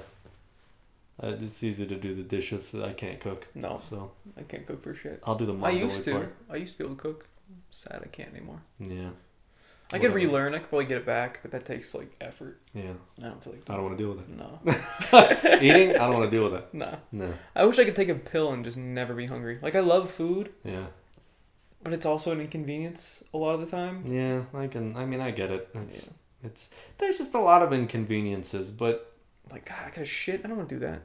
[SPEAKER 1] Uh, it's easy to do the dishes. I can't cook,
[SPEAKER 2] No,
[SPEAKER 1] so
[SPEAKER 2] I can't cook for shit.
[SPEAKER 1] I'll do the.
[SPEAKER 2] I
[SPEAKER 1] mongoloid
[SPEAKER 2] used to.
[SPEAKER 1] part.
[SPEAKER 2] I used to be able to cook. Sad I can't anymore.
[SPEAKER 1] Yeah.
[SPEAKER 2] I could
[SPEAKER 1] Whatever.
[SPEAKER 2] relearn. I could probably get it back, but that takes like effort.
[SPEAKER 1] Yeah.
[SPEAKER 2] I don't feel like.
[SPEAKER 1] I don't want to deal with
[SPEAKER 2] No,
[SPEAKER 1] it. Eating, I don't want to deal with it.
[SPEAKER 2] no.
[SPEAKER 1] No.
[SPEAKER 2] I wish I could take a pill and just never be hungry. Like I love food,
[SPEAKER 1] Yeah.
[SPEAKER 2] but it's also an inconvenience a lot of the time.
[SPEAKER 1] Yeah. I can. I mean, I get it. It's.
[SPEAKER 2] Yeah.
[SPEAKER 1] It's. There's just a lot of inconveniences, but
[SPEAKER 2] Like God, I gotta shit. I don't want to do that.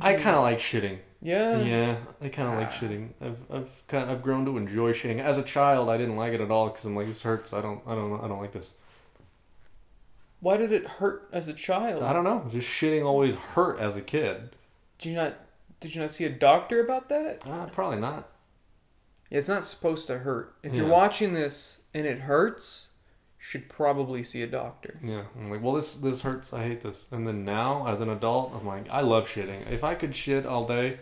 [SPEAKER 1] I kind of like shitting.
[SPEAKER 2] Yeah.
[SPEAKER 1] Yeah, I kind of like
[SPEAKER 2] Uh. Ah.
[SPEAKER 1] shitting. I've I've kind I've grown to enjoy shitting. As a child, I didn't like it at all because I'm like this hurts. I don't I don't I don't like this.
[SPEAKER 2] Why did it hurt as a child?
[SPEAKER 1] I don't know. Just shitting always hurt as a kid.
[SPEAKER 2] Did you not? Did you not see a doctor about that?
[SPEAKER 1] Uh, probably not.
[SPEAKER 2] Yeah, it's not supposed to hurt. If you're
[SPEAKER 1] Yeah.
[SPEAKER 2] watching this and it hurts, should probably see a doctor.
[SPEAKER 1] Yeah, I'm like, well, this this hurts. I hate this. And then now, as an adult, I'm like, I love shitting. If I could shit all day,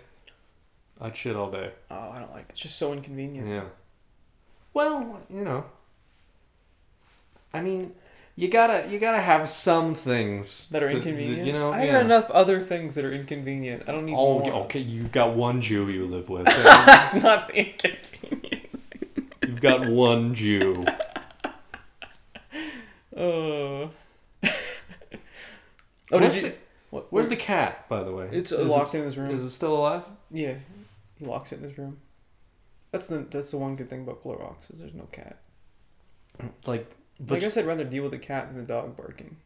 [SPEAKER 1] I'd shit all day.
[SPEAKER 2] Oh, I don't like. It's just so inconvenient.
[SPEAKER 1] Yeah. Well, you know. I mean, you gotta you gotta have some things
[SPEAKER 2] that are
[SPEAKER 1] to-
[SPEAKER 2] inconvenient.
[SPEAKER 1] You know,
[SPEAKER 2] I
[SPEAKER 1] yeah.
[SPEAKER 2] got enough other things that are inconvenient. I don't need
[SPEAKER 1] Oh,
[SPEAKER 2] more.
[SPEAKER 1] okay. You got one Jew you live with.
[SPEAKER 2] That's not inconvenient.
[SPEAKER 1] You've got one Jew.
[SPEAKER 2] Oh. oh,
[SPEAKER 1] Where's
[SPEAKER 2] did you?
[SPEAKER 1] the-
[SPEAKER 2] what,
[SPEAKER 1] Where's the cat, by the way?
[SPEAKER 2] It's
[SPEAKER 1] Is
[SPEAKER 2] locked
[SPEAKER 1] it,
[SPEAKER 2] in his room.
[SPEAKER 1] Is it still alive?
[SPEAKER 2] yeah, he locks it in his room. That's the that's the one good thing about Clorox is there's no cat.
[SPEAKER 1] Like,
[SPEAKER 2] I
[SPEAKER 1] but
[SPEAKER 2] guess I'd rather deal with a cat than the dog barking.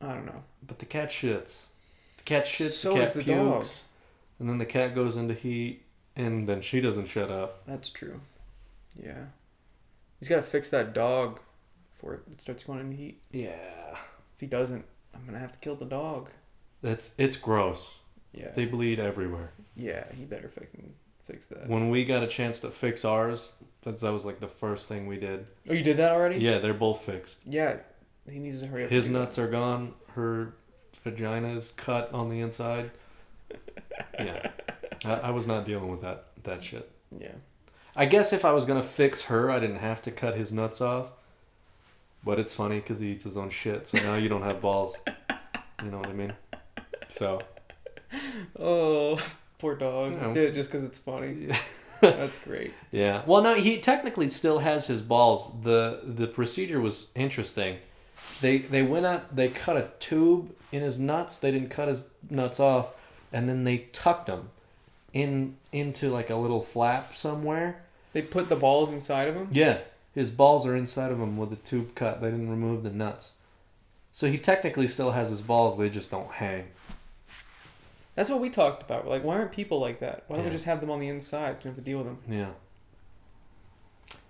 [SPEAKER 2] I don't know.
[SPEAKER 1] But the cat shits. The cat shits.
[SPEAKER 2] So
[SPEAKER 1] the cat
[SPEAKER 2] is the
[SPEAKER 1] pukes,
[SPEAKER 2] dog.
[SPEAKER 1] And then the cat goes into heat, and then she doesn't shut up.
[SPEAKER 2] That's true. Yeah, he's got to fix that dog before it starts going into heat.
[SPEAKER 1] Yeah.
[SPEAKER 2] If he doesn't, I'm gonna have to kill the dog.
[SPEAKER 1] That's it's gross.
[SPEAKER 2] Yeah.
[SPEAKER 1] They bleed everywhere.
[SPEAKER 2] Yeah, he better fucking fix that.
[SPEAKER 1] When we got a chance to fix ours, that's that was like the first thing we did.
[SPEAKER 2] Oh, you did that already?
[SPEAKER 1] Yeah, they're both fixed.
[SPEAKER 2] Yeah, he needs to hurry up. and
[SPEAKER 1] His
[SPEAKER 2] do that.
[SPEAKER 1] nuts are gone. Her vagina is cut on the inside. Yeah, I, I was not dealing with that that shit.
[SPEAKER 2] Yeah.
[SPEAKER 1] I guess if I was gonna fix her, I didn't have to cut his nuts off. But it's funny because he eats his own shit, so now you don't have balls. You know what I mean? So
[SPEAKER 2] Oh, poor dog.
[SPEAKER 1] No.
[SPEAKER 2] Did it just because it's funny. That's great.
[SPEAKER 1] yeah. Well, no, he technically still has his balls. the The procedure was interesting. They they went out. They cut a tube in his nuts. They didn't cut his nuts off, and then they tucked him in into like a little flap somewhere.
[SPEAKER 2] They put the balls inside of him.
[SPEAKER 1] Yeah, his balls are inside of him with a tube cut. They didn't remove the nuts, so he technically still has his balls. They just don't hang.
[SPEAKER 2] That's what we talked about. We're like, why aren't people like that? Why don't we
[SPEAKER 1] Yeah.
[SPEAKER 2] just have them on the inside? You don't have to deal with them.
[SPEAKER 1] Yeah.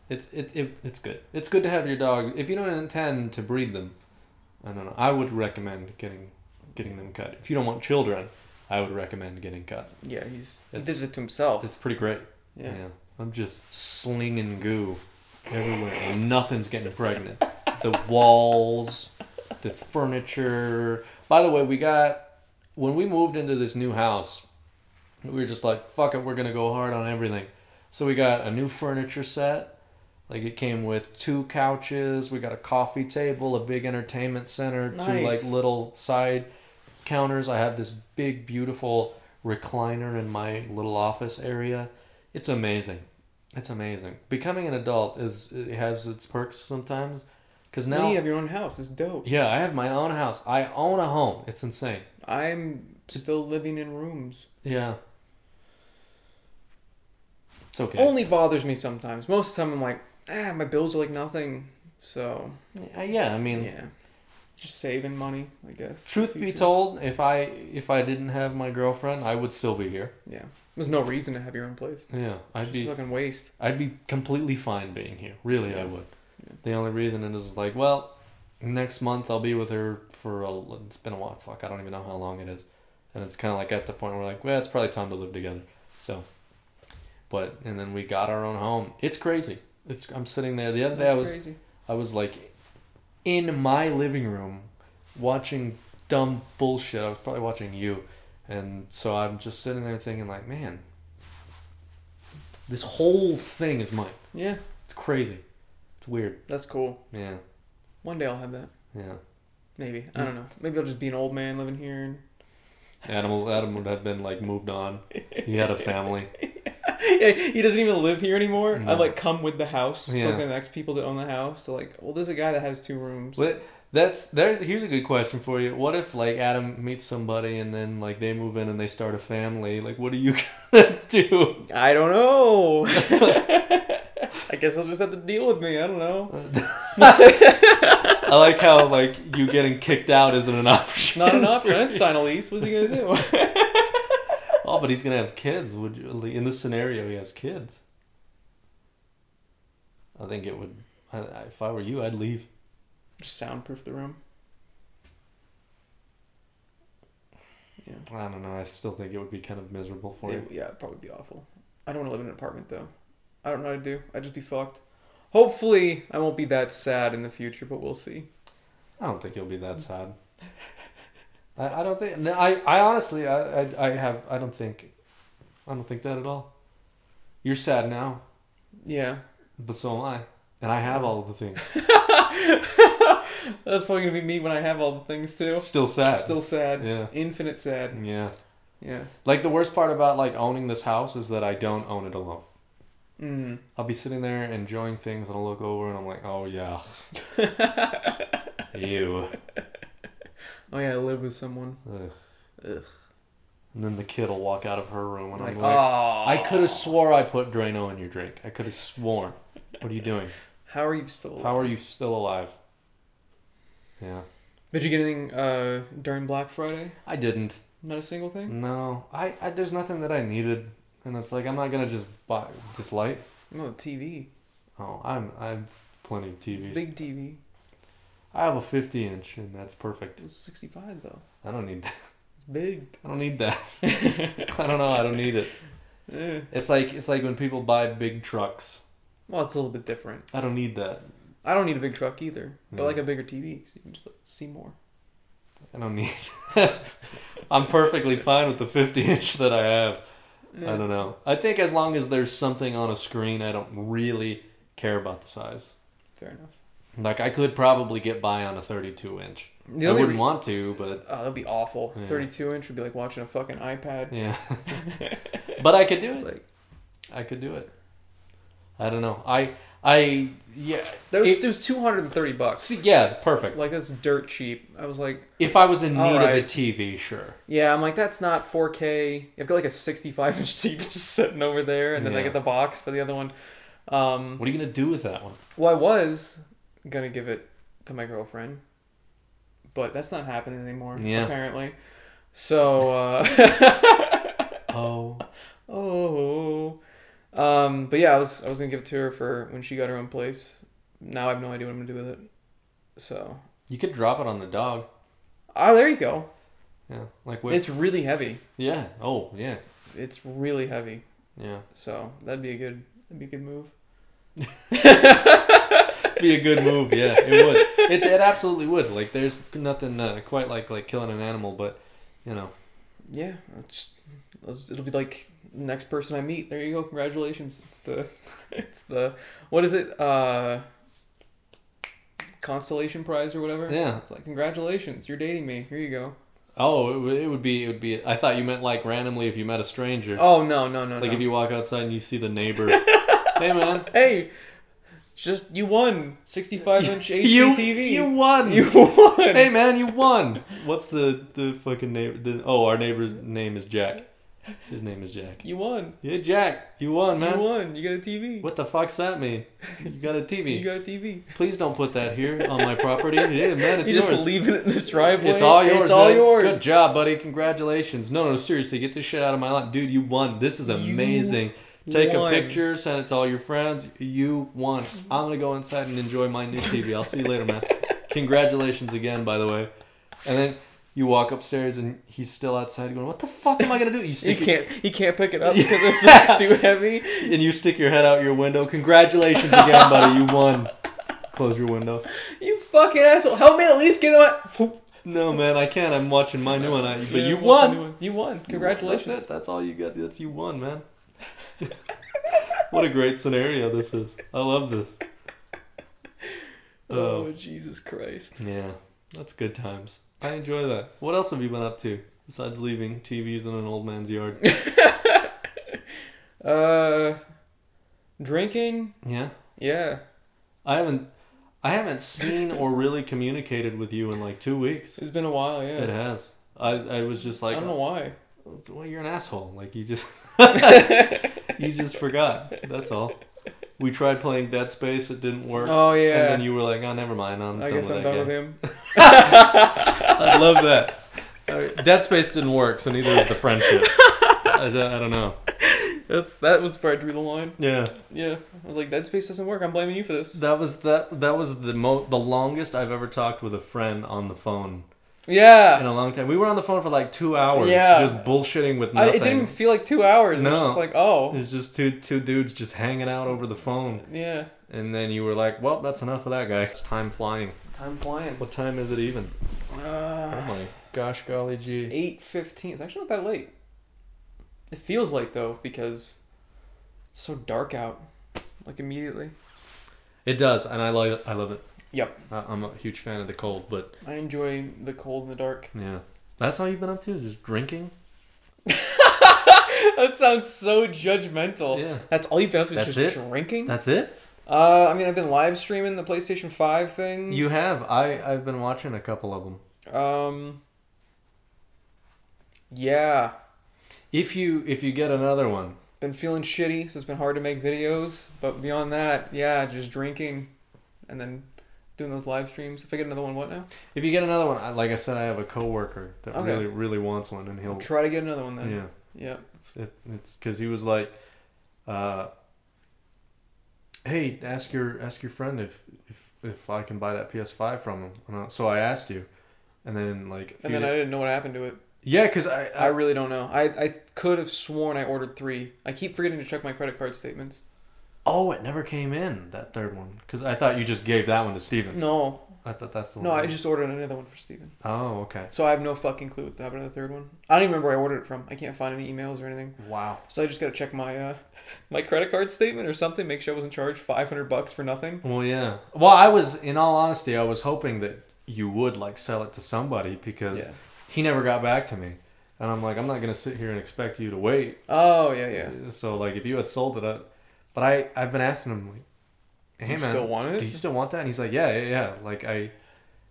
[SPEAKER 1] It's it, it it's good. It's good to have your dog. If you don't intend to breed them, I don't know. I would recommend getting getting them cut. If you don't want children, I would recommend getting cut.
[SPEAKER 2] Yeah, he's he
[SPEAKER 1] It's-
[SPEAKER 2] did it to himself.
[SPEAKER 1] It's pretty great.
[SPEAKER 2] Yeah.
[SPEAKER 1] I'm just slinging goo everywhere. and nothing's getting pregnant. The walls, the furniture. By the way, we got when we moved into this new house, we were just like, fuck it, we're gonna go hard on everything. So we got a new furniture set. Like it came with two couches, we got a coffee table, a big entertainment center, two
[SPEAKER 2] Nice.
[SPEAKER 1] like little side counters. I have this big beautiful recliner in my little office area. It's amazing. It's amazing. Becoming an adult is it has its perks sometimes cuz
[SPEAKER 2] Now
[SPEAKER 1] now
[SPEAKER 2] you have your own house. It's dope.
[SPEAKER 1] yeah, I have my own house. I own a home. It's insane.
[SPEAKER 2] I'm still living in rooms.
[SPEAKER 1] Yeah. It's okay.
[SPEAKER 2] Only bothers me sometimes. Most of the time, I'm like, ah, my bills are like nothing. So
[SPEAKER 1] Uh, yeah, I mean,
[SPEAKER 2] yeah, just saving money, I guess. for
[SPEAKER 1] truth
[SPEAKER 2] the
[SPEAKER 1] be
[SPEAKER 2] future.
[SPEAKER 1] told, if I if I didn't have my girlfriend, I would still be here.
[SPEAKER 2] yeah, there's no reason to have your own place.
[SPEAKER 1] Yeah, I'd
[SPEAKER 2] just
[SPEAKER 1] be
[SPEAKER 2] fucking waste.
[SPEAKER 1] I'd be completely fine being here. Really, I
[SPEAKER 2] Yeah.
[SPEAKER 1] would.
[SPEAKER 2] Yeah.
[SPEAKER 1] The only reason it is like, well, next month I'll be with her for a. l- It's been a while. Fuck, I don't even know how long it is, and it's kind of like at the point where like, well, it's probably time to live together. So, but and then we got our own home. It's crazy. It's I'm sitting there the other day. I
[SPEAKER 2] That's
[SPEAKER 1] was
[SPEAKER 2] crazy.
[SPEAKER 1] I was like in my living room watching dumb bullshit. I was probably watching you. And so I'm just sitting there thinking like, man, this whole thing is mine.
[SPEAKER 2] Yeah,
[SPEAKER 1] It's crazy. It's weird.
[SPEAKER 2] that's cool.
[SPEAKER 1] Yeah.
[SPEAKER 2] One day I'll have that.
[SPEAKER 1] Yeah.
[SPEAKER 2] Maybe
[SPEAKER 1] Mm.
[SPEAKER 2] I don't know. Maybe I'll just be an old man living here. And...
[SPEAKER 1] Adam Adam would have been like moved on. He had a family.
[SPEAKER 2] yeah, he doesn't even live here anymore. I
[SPEAKER 1] No.
[SPEAKER 2] like come with the house. It's
[SPEAKER 1] Yeah.
[SPEAKER 2] like the next people that own the house. So like, well, there's a guy that has two rooms.
[SPEAKER 1] What that's there's here's a good question for you. What if like Adam meets somebody and then like they move in and they start a family? Like what are you gonna do?
[SPEAKER 2] I don't know. I guess he'll just have to deal with me. I don't know.
[SPEAKER 1] I like how like you getting kicked out isn't an option.
[SPEAKER 2] Not an option. I didn't sign a lease. What's he gonna do?
[SPEAKER 1] Oh, but he's gonna have kids. Would you, like, in this scenario he has kids? I think it would. I, I- if I were you, I'd leave.
[SPEAKER 2] Just soundproof the room. Yeah.
[SPEAKER 1] I don't know. I still think it would be kind of miserable for you.
[SPEAKER 2] It- yeah, it'd probably be awful. I don't want to live in an apartment though. I don't know how to do. I'd just be fucked. Hopefully, I won't be that sad in the future, but we'll see.
[SPEAKER 1] I don't think you'll be that sad. I, I don't think. No, I, I honestly, I, I, I have. I don't think. I don't think that at all. You're sad now,
[SPEAKER 2] Yeah.
[SPEAKER 1] but so am I, and I have all of the things.
[SPEAKER 2] That's probably gonna be me when I have all the things too.
[SPEAKER 1] Still sad.
[SPEAKER 2] Still sad.
[SPEAKER 1] Yeah.
[SPEAKER 2] Infinite sad.
[SPEAKER 1] Yeah.
[SPEAKER 2] Yeah.
[SPEAKER 1] Like the worst part about like owning this house is that I don't own it alone.
[SPEAKER 2] Mm.
[SPEAKER 1] I'll be sitting there enjoying things and I'll look over and I'm like, oh yeah. Ew.
[SPEAKER 2] Oh yeah, I live with someone.
[SPEAKER 1] Ugh.
[SPEAKER 2] Ugh.
[SPEAKER 1] And then the kid will walk out of her room and
[SPEAKER 2] like,
[SPEAKER 1] I'm
[SPEAKER 2] oh,
[SPEAKER 1] like, I could have swore I put Drano in your drink. I could have sworn. What are you doing?
[SPEAKER 2] How are you still? alive?
[SPEAKER 1] How are you still alive? Yeah.
[SPEAKER 2] Did you get anything uh, during Black Friday?
[SPEAKER 1] I didn't.
[SPEAKER 2] Not a single thing.
[SPEAKER 1] No. I, I there's nothing that I needed. And it's like I'm not gonna just buy this light.
[SPEAKER 2] No the TV,
[SPEAKER 1] Oh, I'm I've plenty of TVs.
[SPEAKER 2] big TV.
[SPEAKER 1] I have a 50 inch, and that's perfect.
[SPEAKER 2] It was sixty-five though.
[SPEAKER 1] I don't need that.
[SPEAKER 2] It's big.
[SPEAKER 1] I don't need that. I don't know. I don't need it.
[SPEAKER 2] Eh.
[SPEAKER 1] It's like it's like when people buy big trucks.
[SPEAKER 2] Well, it's a little bit different.
[SPEAKER 1] I don't need that.
[SPEAKER 2] I don't need a big truck either, but
[SPEAKER 1] Yeah.
[SPEAKER 2] like a bigger TV, so you can just like, see more.
[SPEAKER 1] I don't need that. I'm perfectly fine with the 50 inch that I have.
[SPEAKER 2] Eh.
[SPEAKER 1] I don't know. I think as long as there's something on a screen, I don't really care about the size.
[SPEAKER 2] Fair enough.
[SPEAKER 1] Like I could probably get by on a 32 inch.
[SPEAKER 2] The
[SPEAKER 1] I
[SPEAKER 2] only
[SPEAKER 1] wouldn't
[SPEAKER 2] re-
[SPEAKER 1] want to, but
[SPEAKER 2] Oh, that'd be awful.
[SPEAKER 1] Yeah.
[SPEAKER 2] 32 inch would be like watching a fucking iPad.
[SPEAKER 1] yeah. but I could do it.
[SPEAKER 2] Like
[SPEAKER 1] I could do it. I don't know. I I yeah.
[SPEAKER 2] that was,
[SPEAKER 1] it-
[SPEAKER 2] it, was 230 bucks.
[SPEAKER 1] see, yeah, perfect.
[SPEAKER 2] Like that's dirt cheap. I was like,
[SPEAKER 1] If I was in need
[SPEAKER 2] All
[SPEAKER 1] of a
[SPEAKER 2] right.
[SPEAKER 1] TV, sure.
[SPEAKER 2] yeah, I'm like that's not 4K. I've got like a 65 inch TV just sitting over there, and then
[SPEAKER 1] Yeah.
[SPEAKER 2] I get the box for the other one. Um,
[SPEAKER 1] What are you gonna do with that one?
[SPEAKER 2] well, I was gonna give it to my girlfriend, but that's not happening anymore.
[SPEAKER 1] Yeah.
[SPEAKER 2] apparently. So. Uh,
[SPEAKER 1] Oh,
[SPEAKER 2] Oh. Um, but yeah, I was I was gonna give it to her for when she got her own place. Now I have no idea what I'm gonna do with it. So
[SPEAKER 1] you could drop it on the dog.
[SPEAKER 2] ah, there you go.
[SPEAKER 1] Yeah, like what?
[SPEAKER 2] It's really heavy.
[SPEAKER 1] yeah. Oh, yeah,
[SPEAKER 2] It's really heavy.
[SPEAKER 1] yeah.
[SPEAKER 2] So that'd be a good that'd be a good move.
[SPEAKER 1] Be a good move. Yeah, it would. It, it absolutely would. Like, there's nothing uh, quite like like killing an animal, but you know,
[SPEAKER 2] Yeah, it's, it's- it'll be like next person I meet. There you go. Congratulations. It's the it's the what is it? Uh, constellation prize or whatever.
[SPEAKER 1] yeah.
[SPEAKER 2] It's like congratulations. You're dating me. Here you go.
[SPEAKER 1] Oh, it, w- it would be it would be. I thought you meant like randomly if you met a stranger.
[SPEAKER 2] Oh no no no.
[SPEAKER 1] like
[SPEAKER 2] no.
[SPEAKER 1] if you walk outside and you see the neighbor. hey man,
[SPEAKER 2] hey, just you won 65 inch HD
[SPEAKER 1] you
[SPEAKER 2] TV.
[SPEAKER 1] you won.
[SPEAKER 2] You won.
[SPEAKER 1] hey man, you won. What's the the fucking neighbor? The, oh, our neighbor's name is Jack. His name is Jack.
[SPEAKER 2] You won.
[SPEAKER 1] Yeah, Jack, you won, man.
[SPEAKER 2] You won. You got a TV.
[SPEAKER 1] What the fuck's that mean? You got a TV.
[SPEAKER 2] You got a TV.
[SPEAKER 1] Please don't put that here on my property. Yeah, man, it's
[SPEAKER 2] you
[SPEAKER 1] yours.
[SPEAKER 2] just leaving it in this driveway.
[SPEAKER 1] it's all yours.
[SPEAKER 2] It's all
[SPEAKER 1] man.
[SPEAKER 2] yours.
[SPEAKER 1] Good job, buddy. Congratulations. No, no, seriously, get this shit out of my lot, dude. You won. This is
[SPEAKER 2] You
[SPEAKER 1] amazing. Take
[SPEAKER 2] won.
[SPEAKER 1] a picture, send it to all your friends. You won. I'm gonna go inside and enjoy my new TV. I'll see you later, man. Congratulations again, by the way. And then you walk upstairs and he's still outside going, "What the fuck am I gonna do?" You
[SPEAKER 2] You
[SPEAKER 1] stick your,
[SPEAKER 2] can't. You can't pick it up because it's like too heavy.
[SPEAKER 1] and you stick your head out your window. Congratulations again, buddy. You won. Close your window.
[SPEAKER 2] You fucking asshole. Help me at least get on.
[SPEAKER 1] No, man, I can't. I'm watching my new one. I, but
[SPEAKER 2] Yeah,
[SPEAKER 1] you
[SPEAKER 2] what's the new
[SPEAKER 1] won.
[SPEAKER 2] one? You won. Congratulations.
[SPEAKER 1] That's it. That's all you got. That's you won, man. what a great scenario this is. I love this.
[SPEAKER 2] Oh
[SPEAKER 1] Oh,
[SPEAKER 2] Jesus Christ.
[SPEAKER 1] yeah. That's good times. I enjoy that. What else have you been up to besides leaving TVs in an old man's yard?
[SPEAKER 2] Uh, drinking.
[SPEAKER 1] yeah.
[SPEAKER 2] Yeah.
[SPEAKER 1] I haven't I haven't seen or really communicated with you in like 2 weeks.
[SPEAKER 2] It's been a while. Yeah.
[SPEAKER 1] It has. I I was just like "Oh,
[SPEAKER 2] I don't know why.
[SPEAKER 1] well, you're an asshole. Like you just you just forgot. That's all. We tried playing Dead Space. It didn't work.
[SPEAKER 2] Oh yeah.
[SPEAKER 1] And then you were like, "Oh, never mind. I'm
[SPEAKER 2] I
[SPEAKER 1] done
[SPEAKER 2] guess
[SPEAKER 1] with
[SPEAKER 2] I'm
[SPEAKER 1] that
[SPEAKER 2] done with
[SPEAKER 1] guy."
[SPEAKER 2] him.
[SPEAKER 1] I love that. Uh, Dead Space didn't work, so neither is the friendship. I, don't- I don't know.
[SPEAKER 2] That's that was where I drew the line.
[SPEAKER 1] Yeah,
[SPEAKER 2] Yeah, I was like, Dead Space doesn't work. I'm blaming you for this.
[SPEAKER 1] that was that. That was the mo- the longest I've ever talked with a friend on the phone in
[SPEAKER 2] Yeah,
[SPEAKER 1] a long time. We were on the phone for like two hours,
[SPEAKER 2] Uh, Yeah.
[SPEAKER 1] just bullshitting with
[SPEAKER 2] I, it
[SPEAKER 1] nothing.
[SPEAKER 2] didn't even feel like two hours. It
[SPEAKER 1] No.
[SPEAKER 2] was just like, oh,
[SPEAKER 1] It's just two two dudes just hanging out over the phone,
[SPEAKER 2] yeah,
[SPEAKER 1] and then you were like, "Well, that's enough of that guy." It's time flying.
[SPEAKER 2] time flying.
[SPEAKER 1] What time is it even? Oh
[SPEAKER 2] Uh,
[SPEAKER 1] my gosh, golly
[SPEAKER 2] it's
[SPEAKER 1] gee.
[SPEAKER 2] eight fifteen. It's actually not that late. It feels like though because it's so dark out, like immediately.
[SPEAKER 1] It does, and I love it. I love it.
[SPEAKER 2] Yep.
[SPEAKER 1] I, I'm a huge fan of the cold, but
[SPEAKER 2] I enjoy the cold and the dark.
[SPEAKER 1] yeah, that's all you've been up to, just drinking.
[SPEAKER 2] That sounds so judgmental.
[SPEAKER 1] Yeah,
[SPEAKER 2] That's all you've been up to
[SPEAKER 1] That's
[SPEAKER 2] is just
[SPEAKER 1] it?
[SPEAKER 2] drinking.
[SPEAKER 1] that's it.
[SPEAKER 2] uh, I mean, I've been live streaming the PlayStation Five things.
[SPEAKER 1] You have. I I've been watching a couple of them.
[SPEAKER 2] Um. Yeah,
[SPEAKER 1] If you if you get another one,
[SPEAKER 2] been feeling shitty, so it's been hard to make videos. But beyond that, yeah, just drinking, and then doing those live streams. If I get another one, what now?
[SPEAKER 1] if you get another one, I, like I said, I have a coworker that
[SPEAKER 2] Okay.
[SPEAKER 1] really really wants one, and
[SPEAKER 2] I'll
[SPEAKER 1] he'll
[SPEAKER 2] try to get another one then.
[SPEAKER 1] yeah.
[SPEAKER 2] Yeah.
[SPEAKER 1] It's it, it's because he was like, uh, "Hey, ask your ask your friend if if if I can buy that PS5 from him." And I- so I asked you, and then like, a
[SPEAKER 2] And
[SPEAKER 1] few
[SPEAKER 2] then I
[SPEAKER 1] da-
[SPEAKER 2] didn't know what happened to it.
[SPEAKER 1] yeah, because I,
[SPEAKER 2] I
[SPEAKER 1] I
[SPEAKER 2] really don't know. I I could have sworn I ordered three. I keep forgetting to check my credit card statements.
[SPEAKER 1] oh it never came in that third one because I thought you just gave that one to Steven.
[SPEAKER 2] No,
[SPEAKER 1] I thought that's the
[SPEAKER 2] Mm. no,
[SPEAKER 1] one.
[SPEAKER 2] I just ordered another one for Steven.
[SPEAKER 1] oh okay
[SPEAKER 2] So I have no fucking clue what happened to the third one. I don't even remember where I ordered it from. I can't find any emails or anything.
[SPEAKER 1] wow
[SPEAKER 2] So I just gotta check my uh, my credit card statement or something, make sure I wasn't charged five hundred bucks for nothing.
[SPEAKER 1] well yeah well I was in all honesty I was hoping that you would like sell it to somebody because
[SPEAKER 2] Yeah.
[SPEAKER 1] he never got back to me. And I'm like, I'm not gonna sit here and expect you to wait.
[SPEAKER 2] Oh yeah, yeah.
[SPEAKER 1] So like, if you had sold it, I, but I I've been asking him, like,
[SPEAKER 2] Do
[SPEAKER 1] hey
[SPEAKER 2] you
[SPEAKER 1] man,
[SPEAKER 2] still want it?
[SPEAKER 1] do you still want that? And he's like, yeah, yeah, yeah. Like I,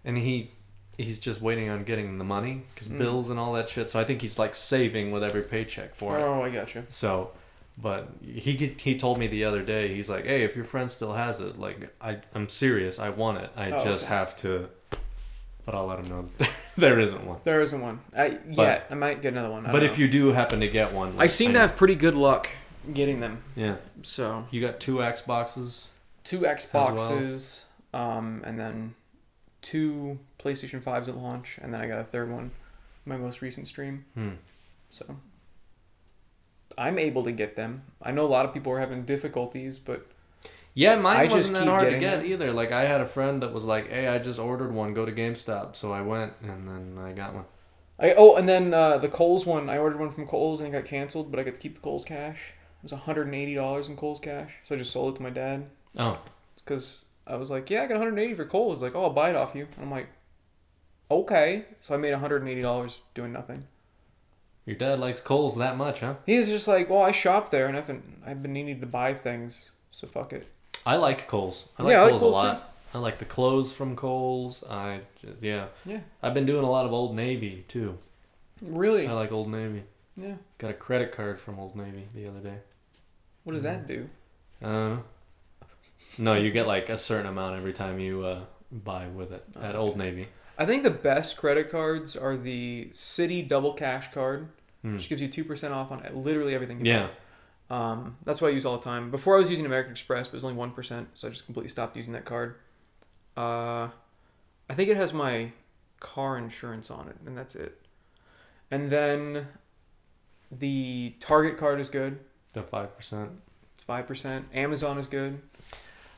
[SPEAKER 1] and he, he's just waiting on getting the money because
[SPEAKER 2] Mm.
[SPEAKER 1] bills and all that shit. So I think he's like saving with every paycheck for it.
[SPEAKER 2] oh, I gotcha.
[SPEAKER 1] So, but he could- he told me the other day, he's like, hey, if your friend still has it, like I I'm serious, I want it. I
[SPEAKER 2] Oh,
[SPEAKER 1] just
[SPEAKER 2] okay.
[SPEAKER 1] have to. But I'll let him know that there isn't one.
[SPEAKER 2] There isn't one. I yeah, I might get another one.
[SPEAKER 1] But if you do happen to get one,
[SPEAKER 4] I seem to have pretty good luck getting them.
[SPEAKER 1] yeah,
[SPEAKER 4] So
[SPEAKER 1] you got two Xboxes. boxes.
[SPEAKER 2] two Xboxes, um, and then two PlayStation Fives at launch, and then I got a third one, my most recent stream.
[SPEAKER 1] Hmm.
[SPEAKER 2] So I'm able to get them. I know a lot of people are having difficulties, but
[SPEAKER 1] Yeah, mine
[SPEAKER 2] I just
[SPEAKER 1] wasn't that
[SPEAKER 2] keep
[SPEAKER 1] hard to
[SPEAKER 2] getting
[SPEAKER 1] get
[SPEAKER 2] them.
[SPEAKER 1] either. Like I had a friend that was like, "Hey, I just ordered one. Go to GameStop." So I went and then I got one.
[SPEAKER 2] I oh, and then uh, the Coles one. I ordered one from Coles and it got canceled, but I got to keep the Coles cash. It was 180 dollars in Coles cash, so I just sold it to my dad
[SPEAKER 1] Oh,
[SPEAKER 2] because I was like, "Yeah, I got 180 for Coles." He's like, "Oh, I'll buy it off you." And I'm like, "Okay." So I made 180 dollars doing nothing.
[SPEAKER 1] your dad likes Coles that much, huh?
[SPEAKER 2] He's just like, "Well, I shop there, and I've been I've been needing to buy things, so fuck it."
[SPEAKER 1] I like Coles. I like
[SPEAKER 2] Yeah, I like
[SPEAKER 1] Coles,
[SPEAKER 2] Kohl's,
[SPEAKER 1] a lot. I like the clothes from Coles. I just, yeah.
[SPEAKER 2] Yeah.
[SPEAKER 1] I've been doing a lot of Old Navy too.
[SPEAKER 2] Really?
[SPEAKER 1] I like Old Navy.
[SPEAKER 2] yeah.
[SPEAKER 1] Got a credit card from Old Navy the other day.
[SPEAKER 2] What does
[SPEAKER 1] Mm.
[SPEAKER 2] that do?
[SPEAKER 1] Uh, no, you get like a certain amount every time you uh, buy with it at
[SPEAKER 2] Oh,
[SPEAKER 1] Old Navy.
[SPEAKER 2] I think the best credit cards are the City Double Cash Card,
[SPEAKER 1] Hmm.
[SPEAKER 2] which gives you two percent off on literally everything. you buy.
[SPEAKER 1] Yeah.
[SPEAKER 2] Um, that's what I use all the time. Before I was using American Express, but it was only one percent, so I just completely stopped using that card. Uh, I think it has my car insurance on it, and that's it. And then the Target card is good.
[SPEAKER 1] The five percent.
[SPEAKER 2] It's five percent. Amazon is good.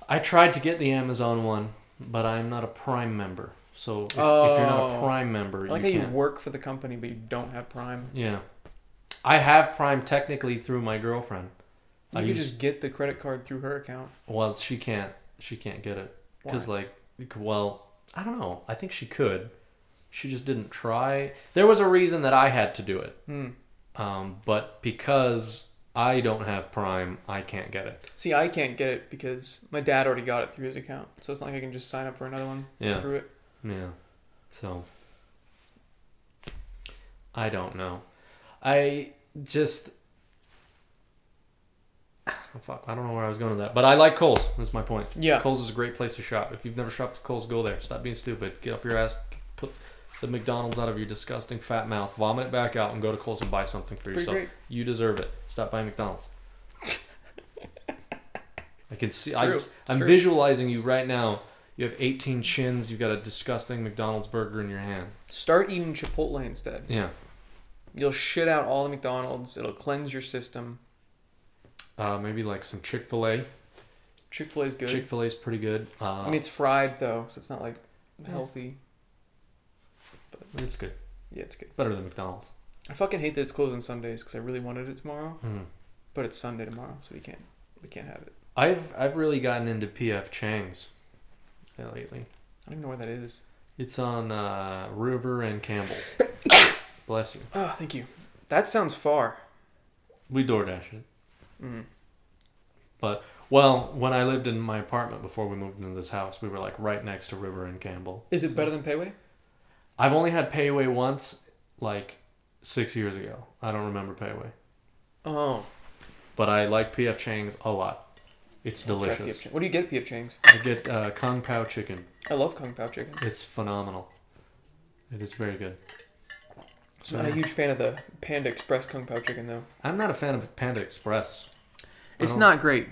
[SPEAKER 1] I tried to get the Amazon one, but I'm not a Prime member. So if, if you're not a
[SPEAKER 2] Oh.
[SPEAKER 1] Prime member,
[SPEAKER 2] I like
[SPEAKER 1] you
[SPEAKER 2] how
[SPEAKER 1] can't.
[SPEAKER 2] you work for the company, but you don't have Prime.
[SPEAKER 1] Yeah. I have Prime technically through my girlfriend.
[SPEAKER 2] You
[SPEAKER 1] I
[SPEAKER 2] could
[SPEAKER 1] use-
[SPEAKER 2] just get the credit card through her account.
[SPEAKER 1] Well, she can't. She can't get it because like, you could- well, I don't know. I think she could. She just didn't try. There was a reason that I had to do it,
[SPEAKER 2] Hmm.
[SPEAKER 1] um, but because I don't have Prime, I can't get it.
[SPEAKER 2] See, I can't get it because my dad already got it through his account, so it's not like I can just sign up for another one
[SPEAKER 1] Yeah.
[SPEAKER 2] through it.
[SPEAKER 1] Yeah. So I don't know. I just fuck. I don't know where I was going with that, but I like Coles. That's my point.
[SPEAKER 2] Yeah.
[SPEAKER 1] Coles is a great place to shop. If you've never shopped at Coles, go there. Stop being stupid. Get off your ass. Put the McDonald's out of your disgusting fat mouth. Vomit it back out and go to Coles and buy something for
[SPEAKER 2] Pretty
[SPEAKER 1] yourself.
[SPEAKER 2] great.
[SPEAKER 1] You deserve it. Stop buying McDonald's. I can see.
[SPEAKER 2] It's
[SPEAKER 1] I,
[SPEAKER 2] true. It's
[SPEAKER 1] I'm
[SPEAKER 2] true.
[SPEAKER 1] visualizing you right now. You have 18 chins. You've got a disgusting McDonald's burger in your hand.
[SPEAKER 2] Start eating Chipotle instead.
[SPEAKER 1] Yeah.
[SPEAKER 2] You'll shit out all the McDonald's. It'll cleanse your system.
[SPEAKER 1] Uh, maybe like some Chick Fil A.
[SPEAKER 2] Chick Fil A's good.
[SPEAKER 1] Chick Fil A's pretty good. Uh,
[SPEAKER 2] I mean, it's fried though, so it's not like healthy.
[SPEAKER 1] it's good.
[SPEAKER 2] Yeah, it's good.
[SPEAKER 1] Better than McDonald's.
[SPEAKER 2] I fucking hate that it's closed on Sundays because I really wanted it tomorrow,
[SPEAKER 1] Mm.
[SPEAKER 2] but it's Sunday tomorrow, so we can't we can't have it.
[SPEAKER 1] I've I've really gotten into PF Chang's lately.
[SPEAKER 2] I don't even know where that is.
[SPEAKER 1] It's on uh, River and Campbell. Bless you.
[SPEAKER 2] Oh, thank you. That sounds far.
[SPEAKER 1] We DoorDash it.
[SPEAKER 2] Mm.
[SPEAKER 1] Well, when I lived in my apartment before we moved into this house, we were like right next to River and Campbell.
[SPEAKER 2] Is it better than Payway?
[SPEAKER 1] I've only had Payway once, like six years ago. I don't remember Payway,
[SPEAKER 2] Oh,
[SPEAKER 1] but I like PF Chang's a lot. It's
[SPEAKER 2] let's try
[SPEAKER 1] delicious.
[SPEAKER 2] PF Chang- What do you get at PF Chang's?
[SPEAKER 1] I get uh, kung pao chicken.
[SPEAKER 2] I love Kung Pao chicken.
[SPEAKER 1] It's phenomenal. It is very good. So
[SPEAKER 2] I'm not a huge fan of the Panda Express Kung Pao chicken though.
[SPEAKER 1] I'm not a fan of Panda Express. I
[SPEAKER 4] it's
[SPEAKER 1] don't-
[SPEAKER 4] not great.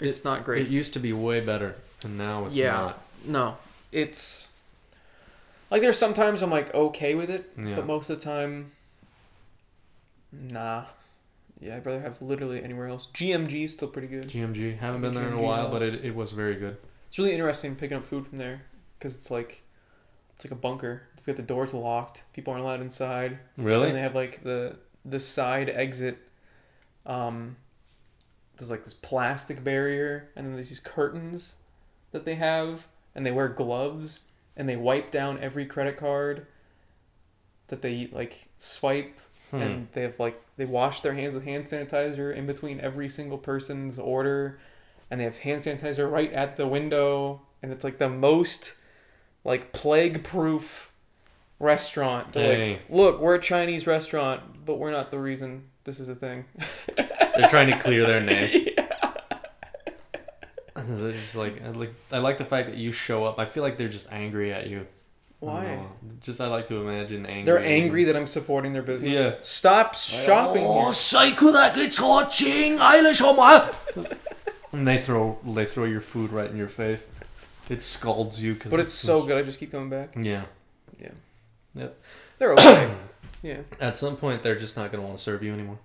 [SPEAKER 4] It's not great.
[SPEAKER 1] It used to be way better, and now it's
[SPEAKER 4] Yeah.
[SPEAKER 1] not.
[SPEAKER 4] no,
[SPEAKER 2] It's like there's sometimes I'm like okay with it,
[SPEAKER 1] Yeah.
[SPEAKER 2] But most of the time, nah. Yeah, I'd rather have literally anywhere else. GMG is still pretty good.
[SPEAKER 1] GMG. Haven't been there in a
[SPEAKER 2] GMG,
[SPEAKER 1] while,
[SPEAKER 2] uh,
[SPEAKER 1] but it, it was very good.
[SPEAKER 2] It's really interesting picking up food from there because it's like it's like a bunker. They've got the doors locked. People aren't allowed inside. And
[SPEAKER 1] Really?
[SPEAKER 2] they have like the the side exit. Um, there's like this plastic barrier, and then there's these curtains that they have, and they wear gloves, and they wipe down every credit card that they like swipe and they have like they wash their hands with hand sanitizer in between every single person's order and they have hand sanitizer right at the window and it's like the most like plague proof restaurant They're
[SPEAKER 1] Hey.
[SPEAKER 2] like look we're a chinese restaurant but we're not the reason this is a thing
[SPEAKER 1] They're trying to clear their name. They're just like I like I like the fact that you show up. I feel like they're just angry at you. I don't
[SPEAKER 2] why
[SPEAKER 1] know. Just I like to imagine angry.
[SPEAKER 2] they're angry that i'm supporting their business
[SPEAKER 1] Yeah.
[SPEAKER 2] stop shopping here.
[SPEAKER 1] And they throw they throw your food right in your face. It scalds you because.
[SPEAKER 2] but it's so good i just keep coming back
[SPEAKER 1] Yeah.
[SPEAKER 2] they're okay yeah
[SPEAKER 1] At some point, they're just not gonna want to serve you anymore.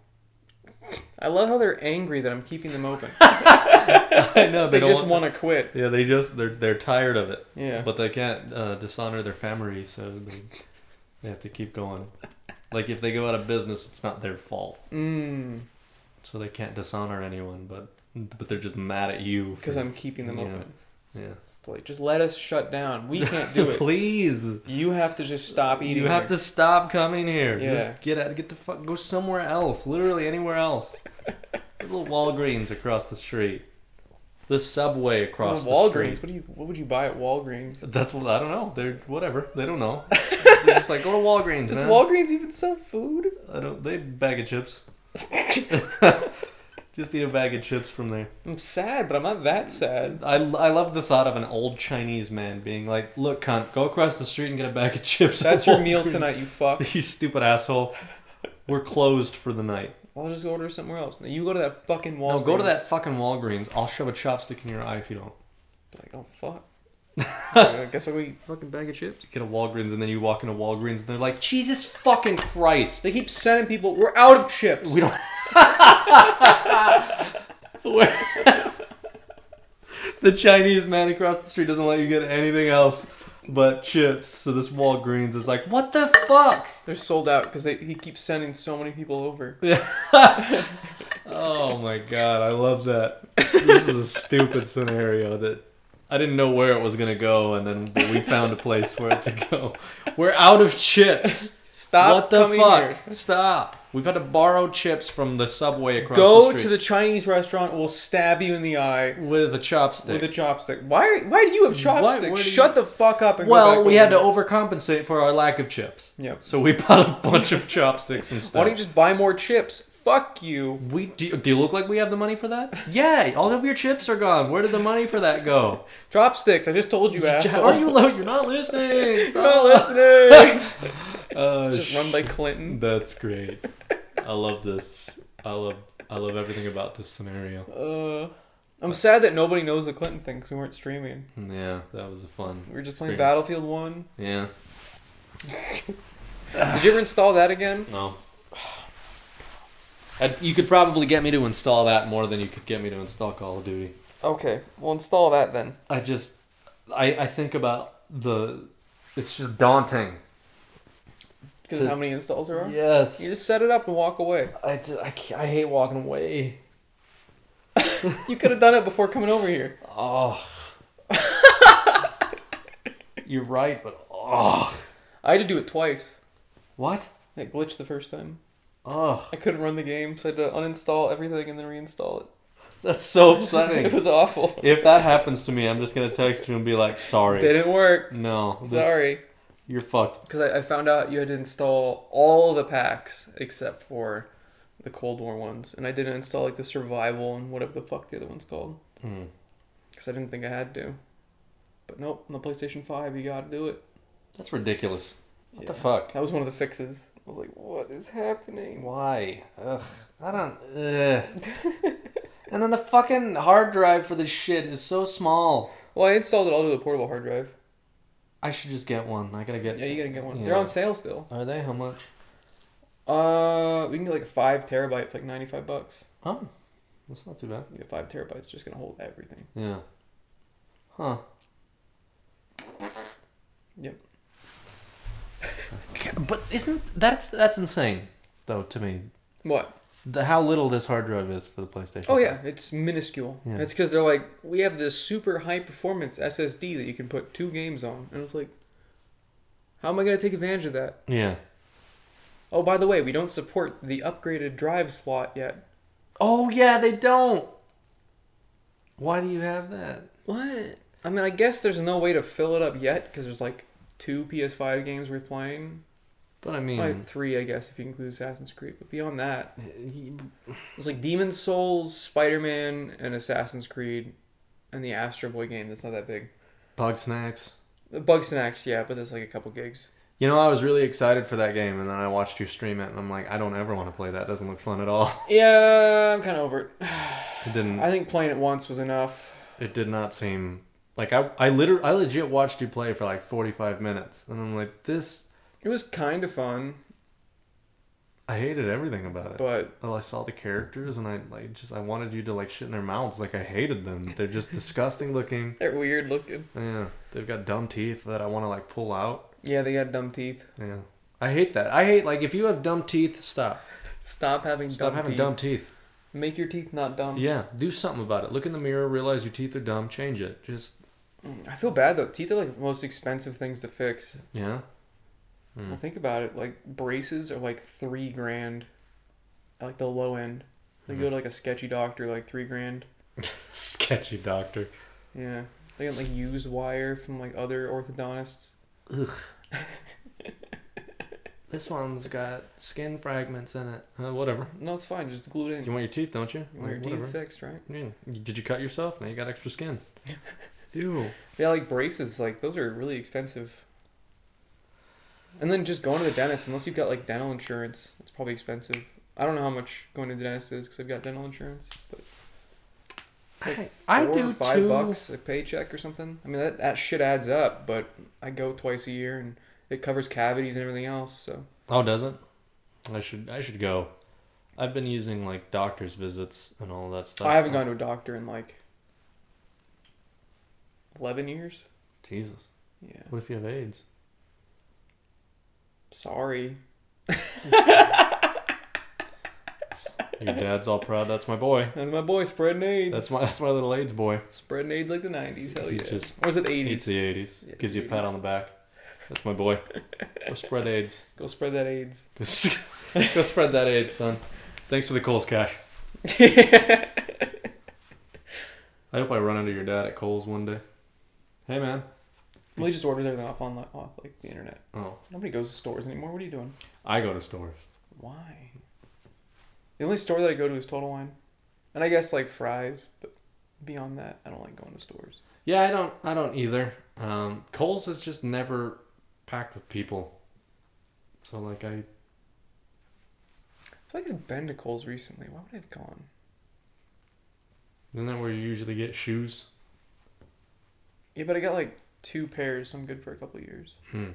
[SPEAKER 2] i love how they're angry that i'm keeping them open
[SPEAKER 1] I know
[SPEAKER 2] they just want to quit
[SPEAKER 1] Yeah, they just they're they're tired of it,
[SPEAKER 2] yeah
[SPEAKER 1] but they can't uh, dishonor their family, so they they have to keep going. Like if they go out of business, it's not their fault,
[SPEAKER 2] mm.
[SPEAKER 1] so they can't dishonor anyone. But but they're just mad at you for-
[SPEAKER 2] because I'm keeping them
[SPEAKER 1] Yeah.
[SPEAKER 2] open.
[SPEAKER 1] yeah.
[SPEAKER 2] Like, just let us shut down. We can't do it.
[SPEAKER 1] Please,
[SPEAKER 2] You have to just stop eating.
[SPEAKER 1] you have
[SPEAKER 2] here.
[SPEAKER 1] to stop coming here.
[SPEAKER 2] Yeah.
[SPEAKER 1] Just get out, get the fuck, go somewhere else. Literally anywhere else. Little Walgreens across the street, the subway
[SPEAKER 2] Go to
[SPEAKER 1] across the street.
[SPEAKER 2] Walgreens. What do you? What would you buy at Walgreens?
[SPEAKER 1] That's what I don't know. They're whatever. They don't know. They're just like go to Walgreens.
[SPEAKER 2] Does
[SPEAKER 1] man.
[SPEAKER 2] Walgreens even sell food?
[SPEAKER 1] I don't. They bag of chips. just eat a bag of chips from there.
[SPEAKER 2] I'm sad, but I'm not that sad.
[SPEAKER 1] I, I love the thought of an old Chinese man being like, "Look, cunt, go across the street and get a bag of chips." at
[SPEAKER 2] That's your meal
[SPEAKER 1] Walgreens."
[SPEAKER 2] tonight, you fuck.
[SPEAKER 1] You stupid asshole. We're closed for the night.
[SPEAKER 2] I'll just go order somewhere else. No, you go to that fucking Walgreens.
[SPEAKER 1] No, go to that fucking Walgreens. I'll shove a chopstick in your eye if you don't.
[SPEAKER 2] Like, oh fuck. I guess I'll go eat fucking bag of chips.
[SPEAKER 1] Get a Walgreens and then you walk into Walgreens and they're like, "Jesus fucking Christ."
[SPEAKER 2] They keep sending people. We're out of chips.
[SPEAKER 1] We don't. Where- the Chinese man across the street doesn't let you get anything else but chips. So this Walgreens is like, what the fuck?
[SPEAKER 2] They're sold out because he keeps sending so many people over.
[SPEAKER 1] Oh my god, I love that. This is a stupid scenario that I didn't know where it was gonna go, and then we found a place for it to go. We're out of chips.
[SPEAKER 2] Stop
[SPEAKER 1] what the
[SPEAKER 2] coming
[SPEAKER 1] fuck?
[SPEAKER 2] here.
[SPEAKER 1] Stop. We've had to borrow chips from the subway across
[SPEAKER 2] Go
[SPEAKER 1] the
[SPEAKER 2] to
[SPEAKER 1] street
[SPEAKER 2] the Chinese restaurant. We'll stab you in the eye.
[SPEAKER 1] with a chopstick.
[SPEAKER 2] With a chopstick. Why? Why do you have chopsticks?
[SPEAKER 1] where do you-
[SPEAKER 2] Shut the fuck up and go
[SPEAKER 1] Well,
[SPEAKER 2] back
[SPEAKER 1] we had to
[SPEAKER 2] over.
[SPEAKER 1] overcompensate for our lack of chips.
[SPEAKER 2] Yep.
[SPEAKER 1] So we bought a bunch of chopsticks and
[SPEAKER 2] Why
[SPEAKER 1] stuff.
[SPEAKER 2] don't you just buy more chips? Fuck you.
[SPEAKER 1] we do, do you look like we have the money for that? Yeah, all of your chips are gone. Where did the money for that go?
[SPEAKER 2] Chopsticks. I just told you, asshole.
[SPEAKER 1] Are you low? You're not listening.
[SPEAKER 2] You're not listening.
[SPEAKER 1] Uh,
[SPEAKER 2] just run by Clinton.
[SPEAKER 1] that's great. I love this. I love I love everything about this scenario.
[SPEAKER 2] Uh, I'm sad that nobody knows the Clinton thing because we weren't streaming.
[SPEAKER 1] Yeah, that was a fun.
[SPEAKER 2] We were just playing
[SPEAKER 1] Experience.
[SPEAKER 2] Battlefield One.
[SPEAKER 1] Yeah.
[SPEAKER 2] Did you ever install that again?
[SPEAKER 1] No. i you could probably get me to install that more than you could get me to install Call of Duty.
[SPEAKER 2] Okay, we'll install that then.
[SPEAKER 1] I just I I think about the it's just daunting.
[SPEAKER 2] Because
[SPEAKER 1] So-
[SPEAKER 2] of how many installs there are.
[SPEAKER 1] Yes.
[SPEAKER 2] You just set it up and walk away.
[SPEAKER 1] I just I, ca- I hate walking away.
[SPEAKER 2] You could have done it before coming over here.
[SPEAKER 1] Oh. You're right, but oh.
[SPEAKER 2] I had to do it twice.
[SPEAKER 1] What?
[SPEAKER 2] It glitched the first time.
[SPEAKER 1] Oh,
[SPEAKER 2] I couldn't run the game, so I had to uninstall everything and then reinstall it.
[SPEAKER 1] that's so
[SPEAKER 2] It
[SPEAKER 1] upsetting.
[SPEAKER 2] was awful.
[SPEAKER 1] if that happens to me, I'm just gonna text you and be like, "Sorry,
[SPEAKER 2] Didn't work.
[SPEAKER 1] no, this-
[SPEAKER 2] Sorry.
[SPEAKER 1] you're fucked."
[SPEAKER 2] Because I, I found out you had to install all the packs except for the Cold War ones. And I didn't install like the survival and whatever the fuck the other one's called.
[SPEAKER 1] Hmm.
[SPEAKER 2] Because I didn't think I had to. But nope, on the PlayStation 5, you gotta do it.
[SPEAKER 1] That's ridiculous. What the
[SPEAKER 2] Yeah.
[SPEAKER 1] fuck?
[SPEAKER 2] That was one of the fixes. I was like, what is happening?
[SPEAKER 1] Why? Ugh. I don't. Ugh. and then the fucking hard drive for this shit is so small.
[SPEAKER 2] Well, I installed it all to the portable hard drive.
[SPEAKER 1] I should just get one. I gotta get.
[SPEAKER 2] Yeah, you gotta get one.
[SPEAKER 1] Yeah.
[SPEAKER 2] They're on sale still.
[SPEAKER 1] Are they? How much?
[SPEAKER 2] Uh, we can get like a 5 terabyte for like 95 bucks.
[SPEAKER 1] Oh, that's not too bad.
[SPEAKER 2] Yeah, 5 terabytes just gonna hold everything.
[SPEAKER 1] Yeah. Huh.
[SPEAKER 2] Yep.
[SPEAKER 1] But isn't that's that's insane though to me
[SPEAKER 2] What?
[SPEAKER 1] the how little this hard drive is for the PlayStation.
[SPEAKER 2] Oh yeah, it's minuscule.
[SPEAKER 1] Yeah.
[SPEAKER 2] That's because they're like, we have this super high performance SSD that you can put two games on, and it's like, How am I going to take advantage of that?
[SPEAKER 1] Yeah.
[SPEAKER 2] Oh, by the way, we don't support the upgraded drive slot yet.
[SPEAKER 1] Oh yeah, they don't. Why do you have that?
[SPEAKER 2] What? I mean, I guess there's no way to fill it up yet because there's like two PS5 games worth playing.
[SPEAKER 1] But I mean,
[SPEAKER 2] Probably three, I guess, if you include Assassin's Creed. But beyond that, It's like Demon Souls, Spider Man, and Assassin's Creed, and the Astro Boy game. That's not that big.
[SPEAKER 1] bug snacks.
[SPEAKER 2] The Bug Snacks, yeah, but that's like a couple gigs.
[SPEAKER 1] You know, I was really excited for that game, and then I watched you stream it, and I'm like, I don't ever want to play that. It doesn't look fun at all.
[SPEAKER 2] Yeah, I'm kind of over it.
[SPEAKER 1] It didn't.
[SPEAKER 2] I think playing it once was enough.
[SPEAKER 1] It did not seem like I. I literally, I legit watched you play for like 45 minutes, and I'm like, this.
[SPEAKER 2] It was kind of fun,
[SPEAKER 1] I hated everything about it.
[SPEAKER 2] but
[SPEAKER 1] Well, I saw the characters, and I like just I wanted you to like shit in their mouths. Like I hated them. They're just disgusting looking.
[SPEAKER 2] they're weird looking.
[SPEAKER 1] Yeah, they've got dumb teeth that I want to like pull out.
[SPEAKER 2] Yeah, they got dumb teeth.
[SPEAKER 1] Yeah, I hate that. I hate like if you have dumb teeth, stop.
[SPEAKER 2] Stop having
[SPEAKER 1] Stop
[SPEAKER 2] dumb
[SPEAKER 1] having
[SPEAKER 2] teeth.
[SPEAKER 1] dumb teeth.
[SPEAKER 2] Make your teeth not dumb.
[SPEAKER 1] Yeah, do something about it. Look in the mirror, realize your teeth are dumb, change it. Just
[SPEAKER 2] Mm, I feel bad though. Teeth are like the most expensive things to fix.
[SPEAKER 1] yeah.
[SPEAKER 2] Well,
[SPEAKER 1] Mm.
[SPEAKER 2] think about it. Like braces are like three grand, at, like the low end. You
[SPEAKER 1] Mm.
[SPEAKER 2] go to like a sketchy doctor, like three grand.
[SPEAKER 1] Sketchy doctor.
[SPEAKER 2] Yeah, they got like used wire from like other orthodontists.
[SPEAKER 1] This one's got skin fragments in it. Uh, whatever.
[SPEAKER 2] No, it's fine. Just glue it in.
[SPEAKER 1] You want your teeth, don't you?
[SPEAKER 2] You want your teeth fixed, right?
[SPEAKER 1] Yeah. Did you cut yourself? Now you got extra skin. Ew.
[SPEAKER 2] Yeah, like braces. Like those are really expensive. And then just going to the dentist, unless you've got like dental insurance, it's probably expensive. I don't know how much going to the dentist is because I've got dental insurance, but it's like
[SPEAKER 1] I- I
[SPEAKER 2] four
[SPEAKER 1] do
[SPEAKER 2] or five
[SPEAKER 1] too.
[SPEAKER 2] bucks a paycheck or something. I mean that that shit adds up, but I go twice a year and it covers cavities and everything else. So
[SPEAKER 1] Oh, doesn't? I should. I should go. I've been using like doctor's visits and all that stuff.
[SPEAKER 2] I haven't gone to a doctor in like eleven years.
[SPEAKER 1] Jesus.
[SPEAKER 2] Yeah,
[SPEAKER 1] What if you have AIDS?
[SPEAKER 2] sorry.
[SPEAKER 1] Your dad's all proud. That's my boy.
[SPEAKER 2] That's my boy spreading AIDS.
[SPEAKER 1] That's my. That's my little AIDS boy.
[SPEAKER 2] Spreading AIDS like the '90s, hell
[SPEAKER 1] He
[SPEAKER 2] yeah.
[SPEAKER 1] just
[SPEAKER 2] or is it the
[SPEAKER 1] Hates
[SPEAKER 2] '80s?
[SPEAKER 1] the 80s.
[SPEAKER 2] Yeah, it's
[SPEAKER 1] Gives you a pat
[SPEAKER 2] 80s.
[SPEAKER 1] on the back. That's my boy. Go spread AIDS.
[SPEAKER 2] Go spread that AIDS.
[SPEAKER 1] Go spread that AIDS, son. Thanks for the Coles cash. I hope I run into your dad at Coles one day. Hey, man.
[SPEAKER 2] Well, he just orders everything off on off like the internet.
[SPEAKER 1] Oh,
[SPEAKER 2] Nobody goes to stores anymore. What are you doing?
[SPEAKER 1] I go to stores.
[SPEAKER 2] Why? The only store that I go to is Total Wine, and I guess like fries. But beyond that, I don't like going to stores.
[SPEAKER 1] Yeah, I don't. I don't either. Um, Coles is just never packed with people. So like I,
[SPEAKER 2] I feel like I've been to Kohl's recently. Why would I have gone?
[SPEAKER 1] isn't that where you usually get shoes?
[SPEAKER 2] Yeah, but I got like two pairs, so I'm good for a couple years.
[SPEAKER 1] Hmm.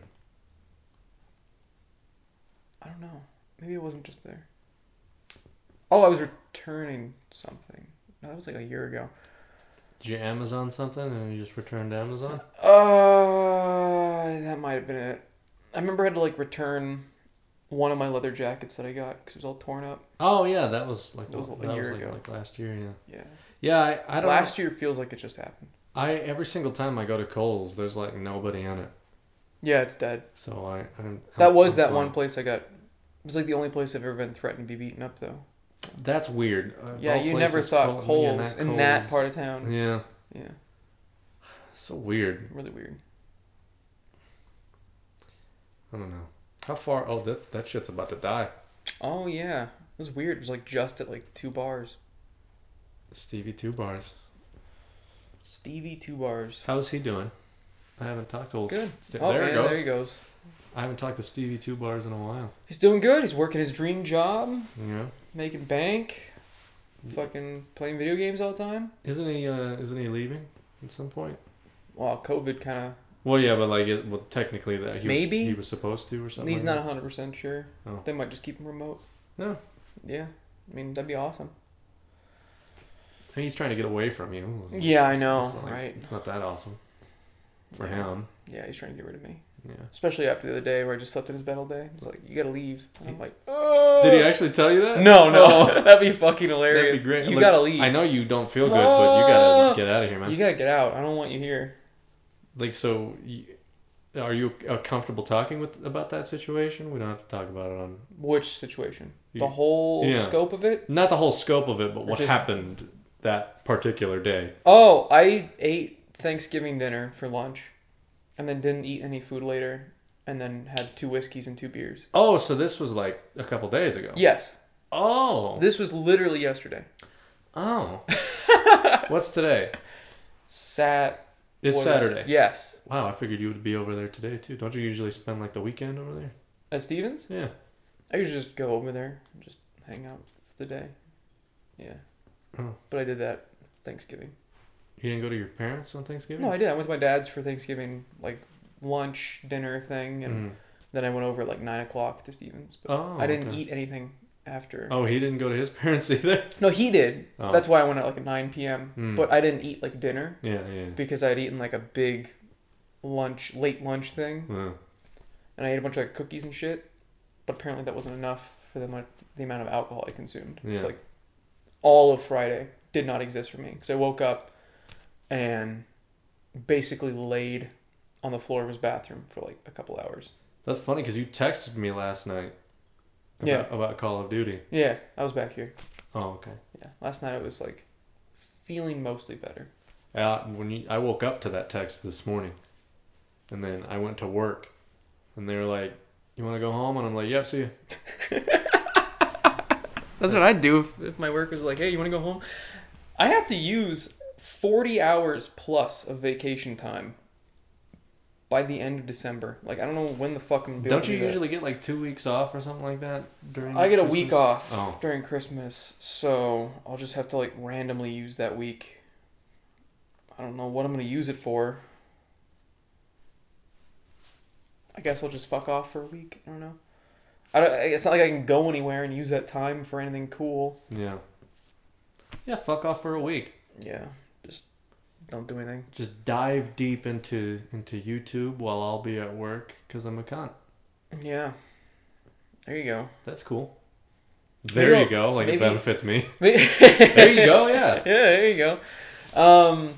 [SPEAKER 2] I don't know. Maybe it wasn't just there. Oh, I was returning something. No, that was like a year ago.
[SPEAKER 1] Did you Amazon something and you just returned to Amazon?
[SPEAKER 2] Uh, that might have been it. I remember I had to like return one of my leather jackets that I got because it was all torn up.
[SPEAKER 1] Oh yeah, that was like
[SPEAKER 2] That was a
[SPEAKER 1] that
[SPEAKER 2] year
[SPEAKER 1] was like,
[SPEAKER 2] ago.
[SPEAKER 1] like last year. Yeah.
[SPEAKER 2] Yeah.
[SPEAKER 1] Yeah, I, I don't.
[SPEAKER 2] Last year feels like it just happened.
[SPEAKER 1] I every single time I go to Coles, there's like nobody in it.
[SPEAKER 2] Yeah, it's dead.
[SPEAKER 1] So I. I'm,
[SPEAKER 2] That
[SPEAKER 1] I'm-
[SPEAKER 2] was
[SPEAKER 1] I'm
[SPEAKER 2] that
[SPEAKER 1] fine.
[SPEAKER 2] one place I got. It was like the only place I've ever been threatened to be beaten up though.
[SPEAKER 1] That's weird. Uh,
[SPEAKER 2] Yeah,
[SPEAKER 1] all
[SPEAKER 2] you never
[SPEAKER 1] places,
[SPEAKER 2] thought
[SPEAKER 1] Cole- yeah,
[SPEAKER 2] Kohl's
[SPEAKER 1] not
[SPEAKER 2] in that
[SPEAKER 1] Kohl's.
[SPEAKER 2] part of town.
[SPEAKER 1] Yeah,
[SPEAKER 2] Yeah,
[SPEAKER 1] so weird.
[SPEAKER 2] really weird.
[SPEAKER 1] I don't know. How far? Oh, that that shit's about to die.
[SPEAKER 2] Oh yeah, it was weird. It was like just at like two bars.
[SPEAKER 1] Stevie Two Bars.
[SPEAKER 2] Stevie two bars.
[SPEAKER 1] How's he doing? I haven't talked to old.
[SPEAKER 2] Good.
[SPEAKER 1] Ste-
[SPEAKER 2] oh,
[SPEAKER 1] there
[SPEAKER 2] yeah,
[SPEAKER 1] it goes.
[SPEAKER 2] there he goes.
[SPEAKER 1] I haven't talked to Stevie Two Bars in a while.
[SPEAKER 2] He's doing good. He's working his dream job,
[SPEAKER 1] Yeah.
[SPEAKER 2] making bank, fucking playing video games all the time.
[SPEAKER 1] Isn't he? Uh, isn't he leaving at some point?
[SPEAKER 2] Well, COVID kind
[SPEAKER 1] Well, yeah, but like, it, well, technically, that he
[SPEAKER 2] Maybe.
[SPEAKER 1] was, he was supposed to or
[SPEAKER 2] of.
[SPEAKER 1] something.
[SPEAKER 2] He's
[SPEAKER 1] like
[SPEAKER 2] not 100% sure.
[SPEAKER 1] Oh.
[SPEAKER 2] They might just keep him remote.
[SPEAKER 1] that. No,
[SPEAKER 2] Yeah. I mean, that'd be awesome.
[SPEAKER 1] I mean, he's trying to get away from you.
[SPEAKER 2] Yeah, I
[SPEAKER 1] It's-
[SPEAKER 2] know,
[SPEAKER 1] it's not like-
[SPEAKER 2] right.
[SPEAKER 1] It's not that awesome for
[SPEAKER 2] Yeah.
[SPEAKER 1] him.
[SPEAKER 2] Yeah, he's trying to get rid of me.
[SPEAKER 1] Yeah.
[SPEAKER 2] Especially after the other day where I just slept in his bed all day. He's like, you gotta leave. And I'm like,
[SPEAKER 1] Did he
[SPEAKER 2] "Uh."
[SPEAKER 1] actually tell you that?
[SPEAKER 2] No,
[SPEAKER 1] Oh,
[SPEAKER 2] no. That'd be fucking hilarious.
[SPEAKER 1] that'd be great.
[SPEAKER 2] You
[SPEAKER 1] Look,
[SPEAKER 2] gotta leave.
[SPEAKER 1] I know you don't feel good, but you gotta
[SPEAKER 2] Oh.
[SPEAKER 1] get out of here, man.
[SPEAKER 2] You gotta get out. I don't want you here.
[SPEAKER 1] like so, you, Are you uh, comfortable talking with about that situation? We don't have to talk about it on
[SPEAKER 2] Which situation?
[SPEAKER 1] You-
[SPEAKER 2] the whole
[SPEAKER 1] yeah.
[SPEAKER 2] scope of it?
[SPEAKER 1] not the whole scope of it, but what
[SPEAKER 2] just-
[SPEAKER 1] happened that particular day.
[SPEAKER 2] Oh, I ate Thanksgiving dinner for lunch and then didn't eat any food later and then had two whiskeys and two beers.
[SPEAKER 1] Oh, so this was like a couple days ago.
[SPEAKER 2] Yes.
[SPEAKER 1] Oh.
[SPEAKER 2] This was literally yesterday.
[SPEAKER 1] oh. What's today?
[SPEAKER 2] Sat
[SPEAKER 1] It's
[SPEAKER 2] was-
[SPEAKER 1] Saturday.
[SPEAKER 2] Yes.
[SPEAKER 1] Wow, I figured you would be over there today too. Don't you usually spend like the weekend over there?
[SPEAKER 2] At Stevens?
[SPEAKER 1] Yeah.
[SPEAKER 2] I usually just go over there and just hang out for the day. Yeah.
[SPEAKER 1] Oh.
[SPEAKER 2] But I did that Thanksgiving.
[SPEAKER 1] You didn't go to your parents on Thanksgiving?
[SPEAKER 2] No, I did. I went to my dad's for Thanksgiving, like lunch, dinner thing, and
[SPEAKER 1] Mm.
[SPEAKER 2] then I went over at like nine o'clock to Stevens. But
[SPEAKER 1] Oh.
[SPEAKER 2] I didn't
[SPEAKER 1] okay.
[SPEAKER 2] eat anything after.
[SPEAKER 1] Oh, he didn't go to his parents either.
[SPEAKER 2] No, he did.
[SPEAKER 1] Oh.
[SPEAKER 2] That's why I went at like nine p.m.
[SPEAKER 1] Mm.
[SPEAKER 2] But I didn't eat like dinner
[SPEAKER 1] Yeah, yeah.
[SPEAKER 2] because I'd eaten like a big lunch, late lunch thing,
[SPEAKER 1] Wow.
[SPEAKER 2] and I ate a bunch of like, cookies and shit. But apparently that wasn't enough for the, amount- the amount of alcohol I consumed. It's
[SPEAKER 1] Yeah.
[SPEAKER 2] like all of Friday did not exist for me because I woke up and basically laid on the floor of his bathroom for like a couple hours.
[SPEAKER 1] That's funny because you texted me last night. About,
[SPEAKER 2] Yeah.
[SPEAKER 1] About Call of Duty.
[SPEAKER 2] Yeah, I was back here.
[SPEAKER 1] Oh, okay.
[SPEAKER 2] Yeah, last night I was like feeling mostly better.
[SPEAKER 1] Uh, when you, I woke up to that text this morning, and then I went to work, and they were like, "You want to go home?" And I'm like, "Yep, see you."
[SPEAKER 2] That's what I'd do if, if my work was like, hey, you want to go home? I have to use 40 hours plus of vacation time by the end of December. Like, I don't know when the fuck I'm gonna be able
[SPEAKER 1] Don't
[SPEAKER 2] to
[SPEAKER 1] you
[SPEAKER 2] do that.
[SPEAKER 1] usually get like two weeks off or something like that during?
[SPEAKER 2] I get a
[SPEAKER 1] Christmas?
[SPEAKER 2] week off
[SPEAKER 1] Oh.
[SPEAKER 2] during Christmas, so I'll just have to like randomly use that week. I don't know what I'm gonna use it for. I guess I'll just fuck off for a week. I don't know. I don't, it's not like I can go anywhere and use that time for anything cool.
[SPEAKER 1] Yeah. Yeah, fuck off for a week.
[SPEAKER 2] Yeah, just don't do anything.
[SPEAKER 1] Just dive deep into into YouTube while I'll be at work because I'm a cunt.
[SPEAKER 2] Yeah, there you go.
[SPEAKER 1] That's cool.
[SPEAKER 2] There
[SPEAKER 1] There
[SPEAKER 2] you
[SPEAKER 1] you go. Like
[SPEAKER 2] maybe-
[SPEAKER 1] it benefits me.
[SPEAKER 2] there
[SPEAKER 1] There you go. Yeah.
[SPEAKER 2] Yeah, there you go. Um,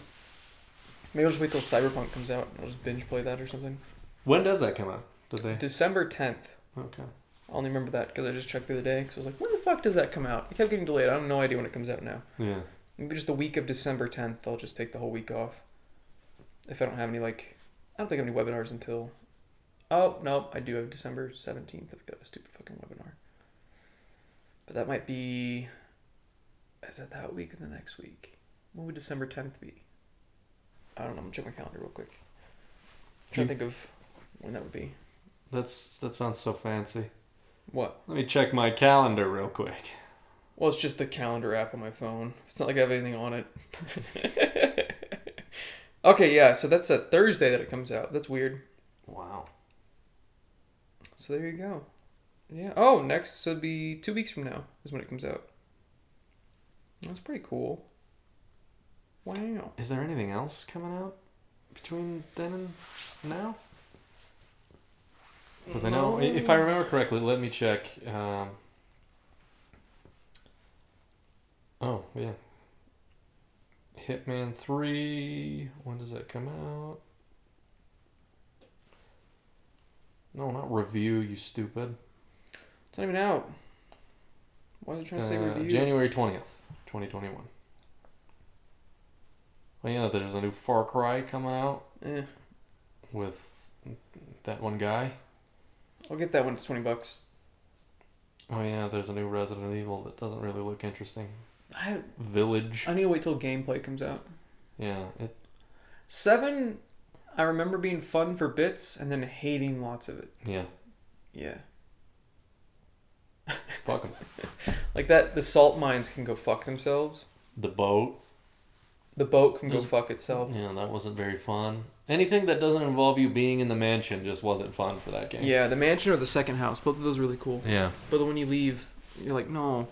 [SPEAKER 2] maybe I'll just wait till Cyberpunk comes out and I'll just binge play that or something.
[SPEAKER 1] When does that come out? Did they?
[SPEAKER 2] December 10th.
[SPEAKER 1] Okay.
[SPEAKER 2] I only remember that because I just checked the other day because I was like, when the fuck does that come out? It kept getting delayed. I have no idea when it comes out now.
[SPEAKER 1] Yeah.
[SPEAKER 2] Maybe just the week of December 10th, I'll just take the whole week off. If I don't have any, like, I don't think I have any webinars until. Oh, no, I do have December 17th. I've got a stupid fucking webinar. But that might be. Is that that week or the next week? When would December 10th be? I don't know. I'm going to check my calendar real quick. trying to think of when that would be.
[SPEAKER 1] That's that sounds so fancy.
[SPEAKER 2] What?
[SPEAKER 1] Let me check my calendar real quick.
[SPEAKER 2] Well, it's just the calendar app on my phone. It's not like I have anything on it. okay, yeah, so that's a Thursday that it comes out. That's weird.
[SPEAKER 1] Wow.
[SPEAKER 2] So there you go. Yeah. Oh, next, so it'd be two weeks from now is when it comes out. That's pretty cool. Wow.
[SPEAKER 1] Is there anything else coming out between then and now? Because I know, i- if I remember correctly, let me check. Um, oh, yeah. Hitman 3. When does that come out? No, not review, you stupid.
[SPEAKER 2] It's not even out. Why is it trying to say
[SPEAKER 1] Uh,
[SPEAKER 2] review?
[SPEAKER 1] January 20th, 2021. Well, Oh, yeah, there's a new Far Cry coming out.
[SPEAKER 2] eh,
[SPEAKER 1] with that one guy.
[SPEAKER 2] I'll get that when it's 20 bucks.
[SPEAKER 1] Oh yeah, there's a new Resident Evil that doesn't really look interesting.
[SPEAKER 2] I,
[SPEAKER 1] Village.
[SPEAKER 2] I need to wait till gameplay comes out.
[SPEAKER 1] Yeah, it
[SPEAKER 2] Seven, I remember being fun for bits and then hating lots of it.
[SPEAKER 1] yeah.
[SPEAKER 2] Yeah.
[SPEAKER 1] Fuck 'em.
[SPEAKER 2] Like that, the salt mines can go fuck themselves.
[SPEAKER 1] The boat.
[SPEAKER 2] The boat can go
[SPEAKER 1] There's-
[SPEAKER 2] fuck itself.
[SPEAKER 1] Yeah, that wasn't very fun. Anything that doesn't involve you being in the mansion just wasn't fun for that game.
[SPEAKER 2] Yeah, the mansion or the second house, both of those are really cool.
[SPEAKER 1] Yeah.
[SPEAKER 2] But when you leave, you're like, no.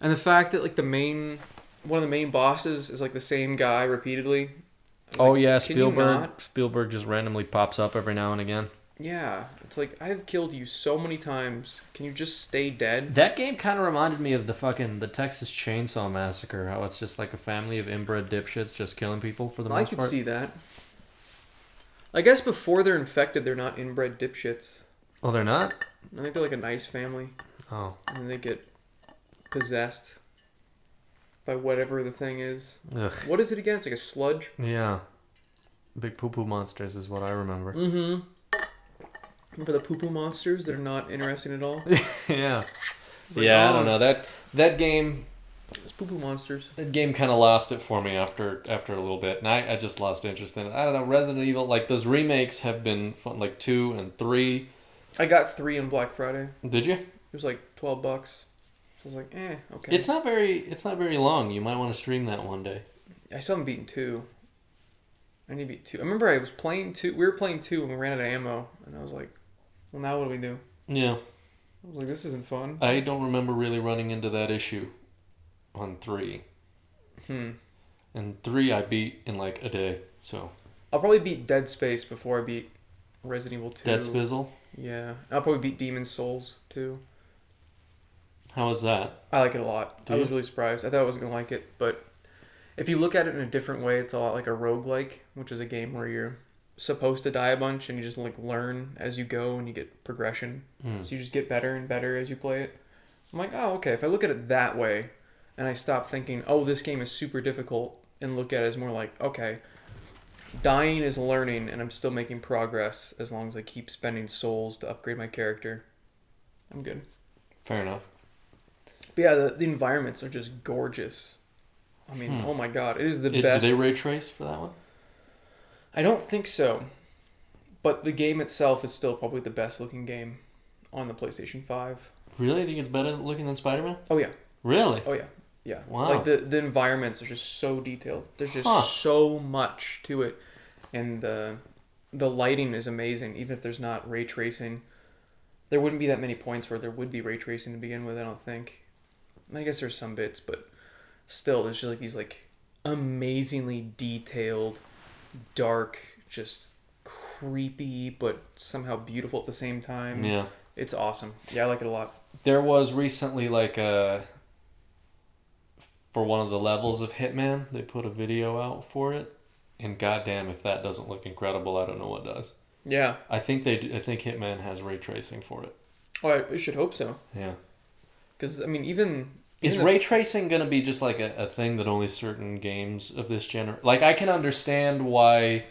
[SPEAKER 2] And the fact that like the main, one of the main bosses is like the same guy repeatedly.
[SPEAKER 1] Oh
[SPEAKER 2] Like,
[SPEAKER 1] yeah,
[SPEAKER 2] can you
[SPEAKER 1] Spielberg.
[SPEAKER 2] not?
[SPEAKER 1] Spielberg just randomly pops up every now and again.
[SPEAKER 2] Yeah, it's like I've killed you so many times. Can you just stay dead?
[SPEAKER 1] That game kind of reminded me of the fucking the Texas Chainsaw Massacre. How it's just like a family of inbred dipshits just killing people for the
[SPEAKER 2] I
[SPEAKER 1] most
[SPEAKER 2] could
[SPEAKER 1] part.
[SPEAKER 2] see that. I guess before they're infected, they're not inbred dipshits.
[SPEAKER 1] Oh, they're not.
[SPEAKER 2] I think they're like a nice family,
[SPEAKER 1] Oh,
[SPEAKER 2] and then they get possessed by whatever the thing is.
[SPEAKER 1] ugh.
[SPEAKER 2] What is it again? It's like a sludge.
[SPEAKER 1] Yeah. Big poo poo monsters is what I remember.
[SPEAKER 2] Mm-hmm. Remember the poo-poo monsters that are not interesting at all?
[SPEAKER 1] yeah.
[SPEAKER 2] It's like,
[SPEAKER 1] yeah, I
[SPEAKER 2] oh,
[SPEAKER 1] don't know that that game.
[SPEAKER 2] It's poo-poo monsters.
[SPEAKER 1] That game kind of lost it for me after after a little bit, and I, I just lost interest in it. I don't know Resident Evil. Like those remakes have been fun, like two and three.
[SPEAKER 2] I got three on Black Friday.
[SPEAKER 1] Did you?
[SPEAKER 2] It was like twelve bucks. So I was like, eh, okay.
[SPEAKER 1] It's not very it's not very long. You might want to stream that one day.
[SPEAKER 2] I still haven't beaten two. I need to beat two. I remember I was playing two. We were playing two and we ran out of ammo, and I was like, well, now what do we do?
[SPEAKER 1] Yeah,
[SPEAKER 2] I was like, this isn't fun.
[SPEAKER 1] I don't remember really running into that issue on three.
[SPEAKER 2] Hmm.
[SPEAKER 1] And three I beat in like a day. So
[SPEAKER 2] I'll probably beat Dead Space before I beat Resident Evil Two.
[SPEAKER 1] Dead Spizzle.
[SPEAKER 2] Yeah, I'll probably beat Demon Souls too.
[SPEAKER 1] How is that?
[SPEAKER 2] I like it a lot.
[SPEAKER 1] Do
[SPEAKER 2] I
[SPEAKER 1] you?
[SPEAKER 2] was really surprised. I thought I wasn't gonna like it, but if you look at it in a different way, it's a lot like a roguelike, which is a game where you're supposed to die a bunch and you just like learn as you go and you get progression.
[SPEAKER 1] Hmm.
[SPEAKER 2] So you just get better and better as you play it. I'm like, oh okay, if I look at it that way and I stop thinking, oh this game is super difficult and look at it as more like, okay, dying is learning and I'm still making progress as long as I keep spending souls to upgrade my character. I'm good.
[SPEAKER 1] Fair enough.
[SPEAKER 2] But yeah, the, the environments are just gorgeous. I mean,
[SPEAKER 1] Hmm.
[SPEAKER 2] oh my god, it is the
[SPEAKER 1] It-
[SPEAKER 2] best.
[SPEAKER 1] Did they ray trace for that one?
[SPEAKER 2] I don't think so, but the game itself is still probably the best looking game on the PlayStation Five.
[SPEAKER 1] Really? You think it's better looking than Spider Man?
[SPEAKER 2] Oh yeah,
[SPEAKER 1] Really?
[SPEAKER 2] oh yeah, yeah.
[SPEAKER 1] Wow.
[SPEAKER 2] Like the the environments are just so detailed. There's just
[SPEAKER 1] Huh.
[SPEAKER 2] so much to it, and the the lighting is amazing. Even if there's not ray tracing, there wouldn't be that many points where there would be ray tracing to begin with. I don't think. I guess there's some bits, but still, there's just like these like amazingly detailed, dark, just creepy, but somehow beautiful at the same time.
[SPEAKER 1] Yeah.
[SPEAKER 2] It's awesome. Yeah, I like it a lot.
[SPEAKER 1] There was recently like a for one of the levels of Hitman, they put a video out for it, and goddamn, if that doesn't look incredible, I don't know what does.
[SPEAKER 2] Yeah.
[SPEAKER 1] I think they, do, I think Hitman has ray tracing for it.
[SPEAKER 2] Oh, I, I should hope so.
[SPEAKER 1] Yeah.
[SPEAKER 2] Because I mean, even
[SPEAKER 1] Is
[SPEAKER 2] even
[SPEAKER 1] ray tracing gonna be just like a, a thing that only certain games of this gener like I can understand why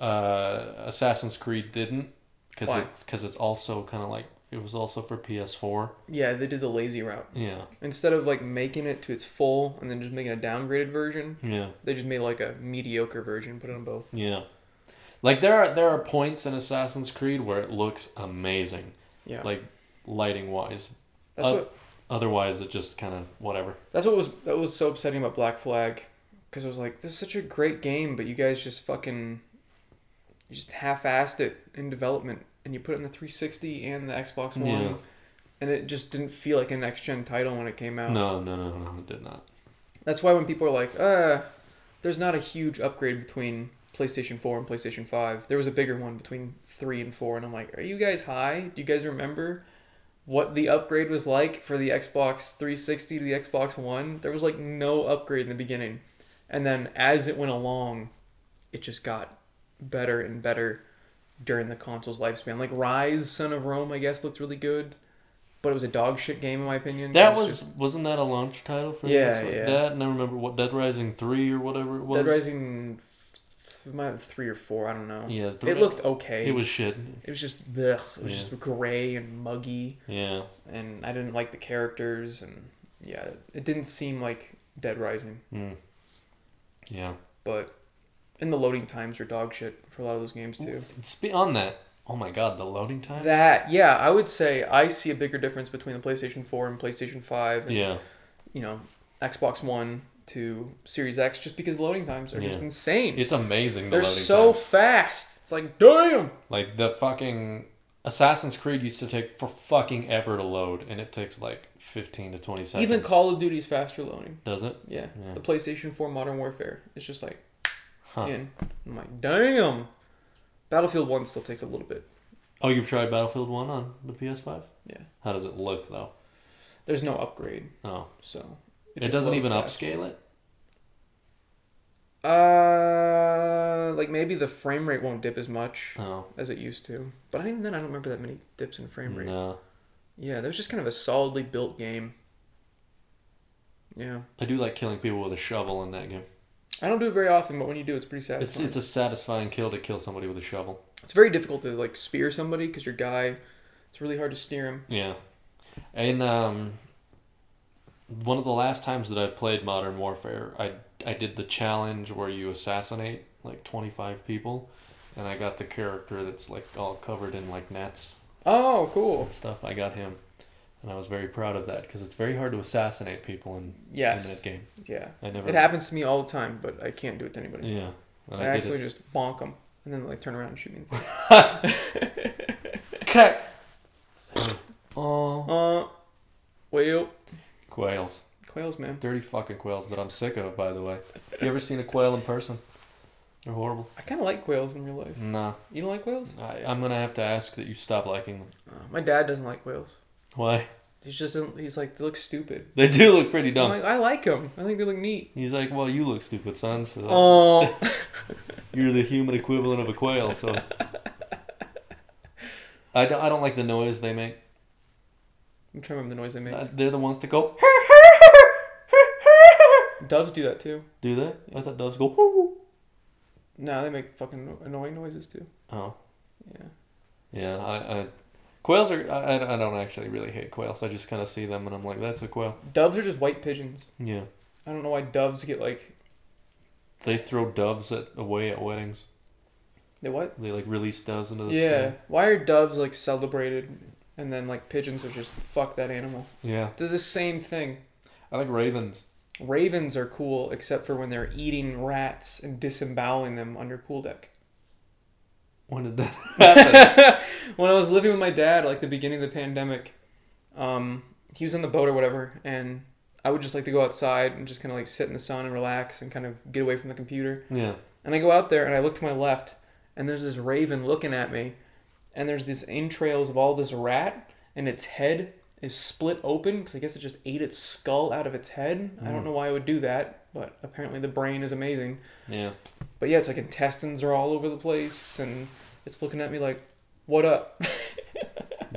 [SPEAKER 1] uh, Assassin's Creed didn't because
[SPEAKER 2] Why?
[SPEAKER 1] it's because it's also kind of like it was also for PS4.
[SPEAKER 2] the- yeah, they did the lazy route
[SPEAKER 1] Yeah.
[SPEAKER 2] instead of like making it to its full and then just making a downgraded version.
[SPEAKER 1] Yeah.
[SPEAKER 2] They just made like a mediocre version, put it on both.
[SPEAKER 1] Yeah. Like there are there are points in Assassin's Creed where it looks amazing,
[SPEAKER 2] Yeah,
[SPEAKER 1] like lighting wise.
[SPEAKER 2] that's
[SPEAKER 1] uh,
[SPEAKER 2] what
[SPEAKER 1] Otherwise, it just kind of whatever.
[SPEAKER 2] That's what was that was so upsetting about Black Flag, because I was like, this is such a great game, but you guys just fucking, you just half-assed it in development, and you put it in the 360 and the Xbox One,
[SPEAKER 1] Yeah.
[SPEAKER 2] and it just didn't feel like an next-gen title when it came out.
[SPEAKER 1] No, no, no, no, it did not.
[SPEAKER 2] That's why when people are like, uh, there's not a huge upgrade between PlayStation 4 and PlayStation 5. There was a bigger one between 3 and 4, and I'm like, are you guys high? Do you guys remember what the upgrade was like for the Xbox 360 to the Xbox One? There was like no upgrade in the beginning. And then as it went along, it just got better and better during the console's lifespan. Like Rise, Son of Rome, I guess, looked really good. But it was a dog shit game in my opinion.
[SPEAKER 1] That
[SPEAKER 2] It
[SPEAKER 1] was
[SPEAKER 2] just-
[SPEAKER 1] wasn't that a launch title for
[SPEAKER 2] Yeah,
[SPEAKER 1] the Xbox?
[SPEAKER 2] yeah.
[SPEAKER 1] That and I remember what Dead Rising three or whatever it was.
[SPEAKER 2] Dead Rising, f- might have three or four. I don't know.
[SPEAKER 1] Yeah, three,
[SPEAKER 2] It looked okay.
[SPEAKER 1] It was shit.
[SPEAKER 2] It was just blech. It was
[SPEAKER 1] Yeah.
[SPEAKER 2] just gray and muggy,
[SPEAKER 1] Yeah,
[SPEAKER 2] and I didn't like the characters, and yeah, it didn't seem like Dead Rising.
[SPEAKER 1] mm. yeah.
[SPEAKER 2] But and the loading times are dog shit for a lot of those games too.
[SPEAKER 1] Spe- on that. Oh my god, the loading times.
[SPEAKER 2] That yeah, I would say I see a bigger difference between the PlayStation Four and PlayStation Five, and
[SPEAKER 1] Yeah,
[SPEAKER 2] you know, Xbox One to Series X, just because the loading times are just
[SPEAKER 1] Yeah.
[SPEAKER 2] insane.
[SPEAKER 1] it's amazing. The
[SPEAKER 2] They're
[SPEAKER 1] loading
[SPEAKER 2] so
[SPEAKER 1] times.
[SPEAKER 2] fast. It's like damn.
[SPEAKER 1] Like the fucking Assassin's Creed used to take for fucking ever to load, and it takes like fifteen to twenty seconds.
[SPEAKER 2] Even Call of Duty's faster loading.
[SPEAKER 1] does it?
[SPEAKER 2] Yeah.
[SPEAKER 1] Yeah.
[SPEAKER 2] The PlayStation 4 Modern Warfare. It's just like
[SPEAKER 1] Huh.
[SPEAKER 2] in. I'm like, damn. Battlefield 1 still takes a little bit.
[SPEAKER 1] Oh, you've tried Battlefield One on the PS Five?
[SPEAKER 2] Yeah.
[SPEAKER 1] How does it look though?
[SPEAKER 2] There's no upgrade,
[SPEAKER 1] Oh,
[SPEAKER 2] so
[SPEAKER 1] it,
[SPEAKER 2] just
[SPEAKER 1] doesn't
[SPEAKER 2] loads
[SPEAKER 1] even
[SPEAKER 2] fast.
[SPEAKER 1] upscale it.
[SPEAKER 2] Uh Uh, like maybe the frame rate won't dip as much
[SPEAKER 1] Oh,
[SPEAKER 2] as it used to. But even then, I don't remember that many dips in frame rate.
[SPEAKER 1] no.
[SPEAKER 2] Yeah, that was just kind of a solidly built game. Yeah,
[SPEAKER 1] I do like killing people with a shovel in that game.
[SPEAKER 2] I don't do it very often, but when you do, it's pretty
[SPEAKER 1] It's
[SPEAKER 2] satisfying.
[SPEAKER 1] it's a satisfying kill to kill somebody with a shovel.
[SPEAKER 2] It's very difficult to like spear somebody because your guy, it's really hard to steer him.
[SPEAKER 1] Yeah. And um one of the last times that I played Modern Warfare, I I did the challenge where you assassinate like 25 people and I got the character that's like all covered in like gnats
[SPEAKER 2] Oh, cool.
[SPEAKER 1] and stuff. I got him. And I was very proud of that cuz it's very hard to assassinate people in, in that
[SPEAKER 2] Yes.
[SPEAKER 1] game.
[SPEAKER 2] Yeah.
[SPEAKER 1] I never
[SPEAKER 2] It happens to me all the time, but I can't do it to anybody.
[SPEAKER 1] Yeah. And
[SPEAKER 2] I,
[SPEAKER 1] I, did
[SPEAKER 2] actually just bonk them and then like turn around and shoot me.
[SPEAKER 1] it. Crack. oh,
[SPEAKER 2] uh, whale,
[SPEAKER 1] quails.
[SPEAKER 2] quails, man.
[SPEAKER 1] Dirty fucking quails that I'm sick of, by the way. You ever seen a quail in person? They're horrible.
[SPEAKER 2] I kind of like quails in real life.
[SPEAKER 1] Nah.
[SPEAKER 2] You don't like quails?
[SPEAKER 1] I, I'm gonna have to ask that you stop liking them.
[SPEAKER 2] Uh, my dad doesn't like quails.
[SPEAKER 1] Why?
[SPEAKER 2] He's just he's like they look stupid.
[SPEAKER 1] They do look pretty
[SPEAKER 2] I'm
[SPEAKER 1] dumb.
[SPEAKER 2] like I like them. I think they look neat.
[SPEAKER 1] He's like, well, you look stupid, son. So
[SPEAKER 2] Oh,
[SPEAKER 1] you're the human equivalent of a quail. So I don't, I don't like the noise they make.
[SPEAKER 2] I'm trying to remember the noise they make.
[SPEAKER 1] Uh, They're the ones that go.
[SPEAKER 2] Doves do that too.
[SPEAKER 1] Do they? I thought doves go.
[SPEAKER 2] No, they make fucking anno- annoying noises too.
[SPEAKER 1] Oh.
[SPEAKER 2] Yeah.
[SPEAKER 1] Yeah, I, I quails are. I, I- I don't actually really hate quails. I just kind of see them and I'm like, that's a quail.
[SPEAKER 2] Doves are just white pigeons.
[SPEAKER 1] Yeah,
[SPEAKER 2] I don't know why doves get like
[SPEAKER 1] they throw doves at, away at weddings.
[SPEAKER 2] they what?
[SPEAKER 1] They like release doves into the
[SPEAKER 2] Yeah.
[SPEAKER 1] sky.
[SPEAKER 2] Why are doves like celebrated and then like pigeons are just fuck that animal?
[SPEAKER 1] Yeah,
[SPEAKER 2] They're the same thing.
[SPEAKER 1] I like ravens.
[SPEAKER 2] Ravens are cool except for when they're eating rats and disemboweling them under cool deck.
[SPEAKER 1] When did that?
[SPEAKER 2] when I was living with my dad, like the beginning of the pandemic, um, he was on the boat or whatever, and I would just like to go outside and just kind of like sit in the sun and relax and kind of get away from the computer.
[SPEAKER 1] Yeah,
[SPEAKER 2] And I go out there and I look to my left, and there's this raven looking at me, and there's these entrails of all this rat, and its head is split open because I guess it just ate its skull out of its head. I don't know why it would do that, but apparently the brain is amazing.
[SPEAKER 1] yeah.
[SPEAKER 2] But yeah, it's like intestines are all over the place, and it's looking at me like, "What up?"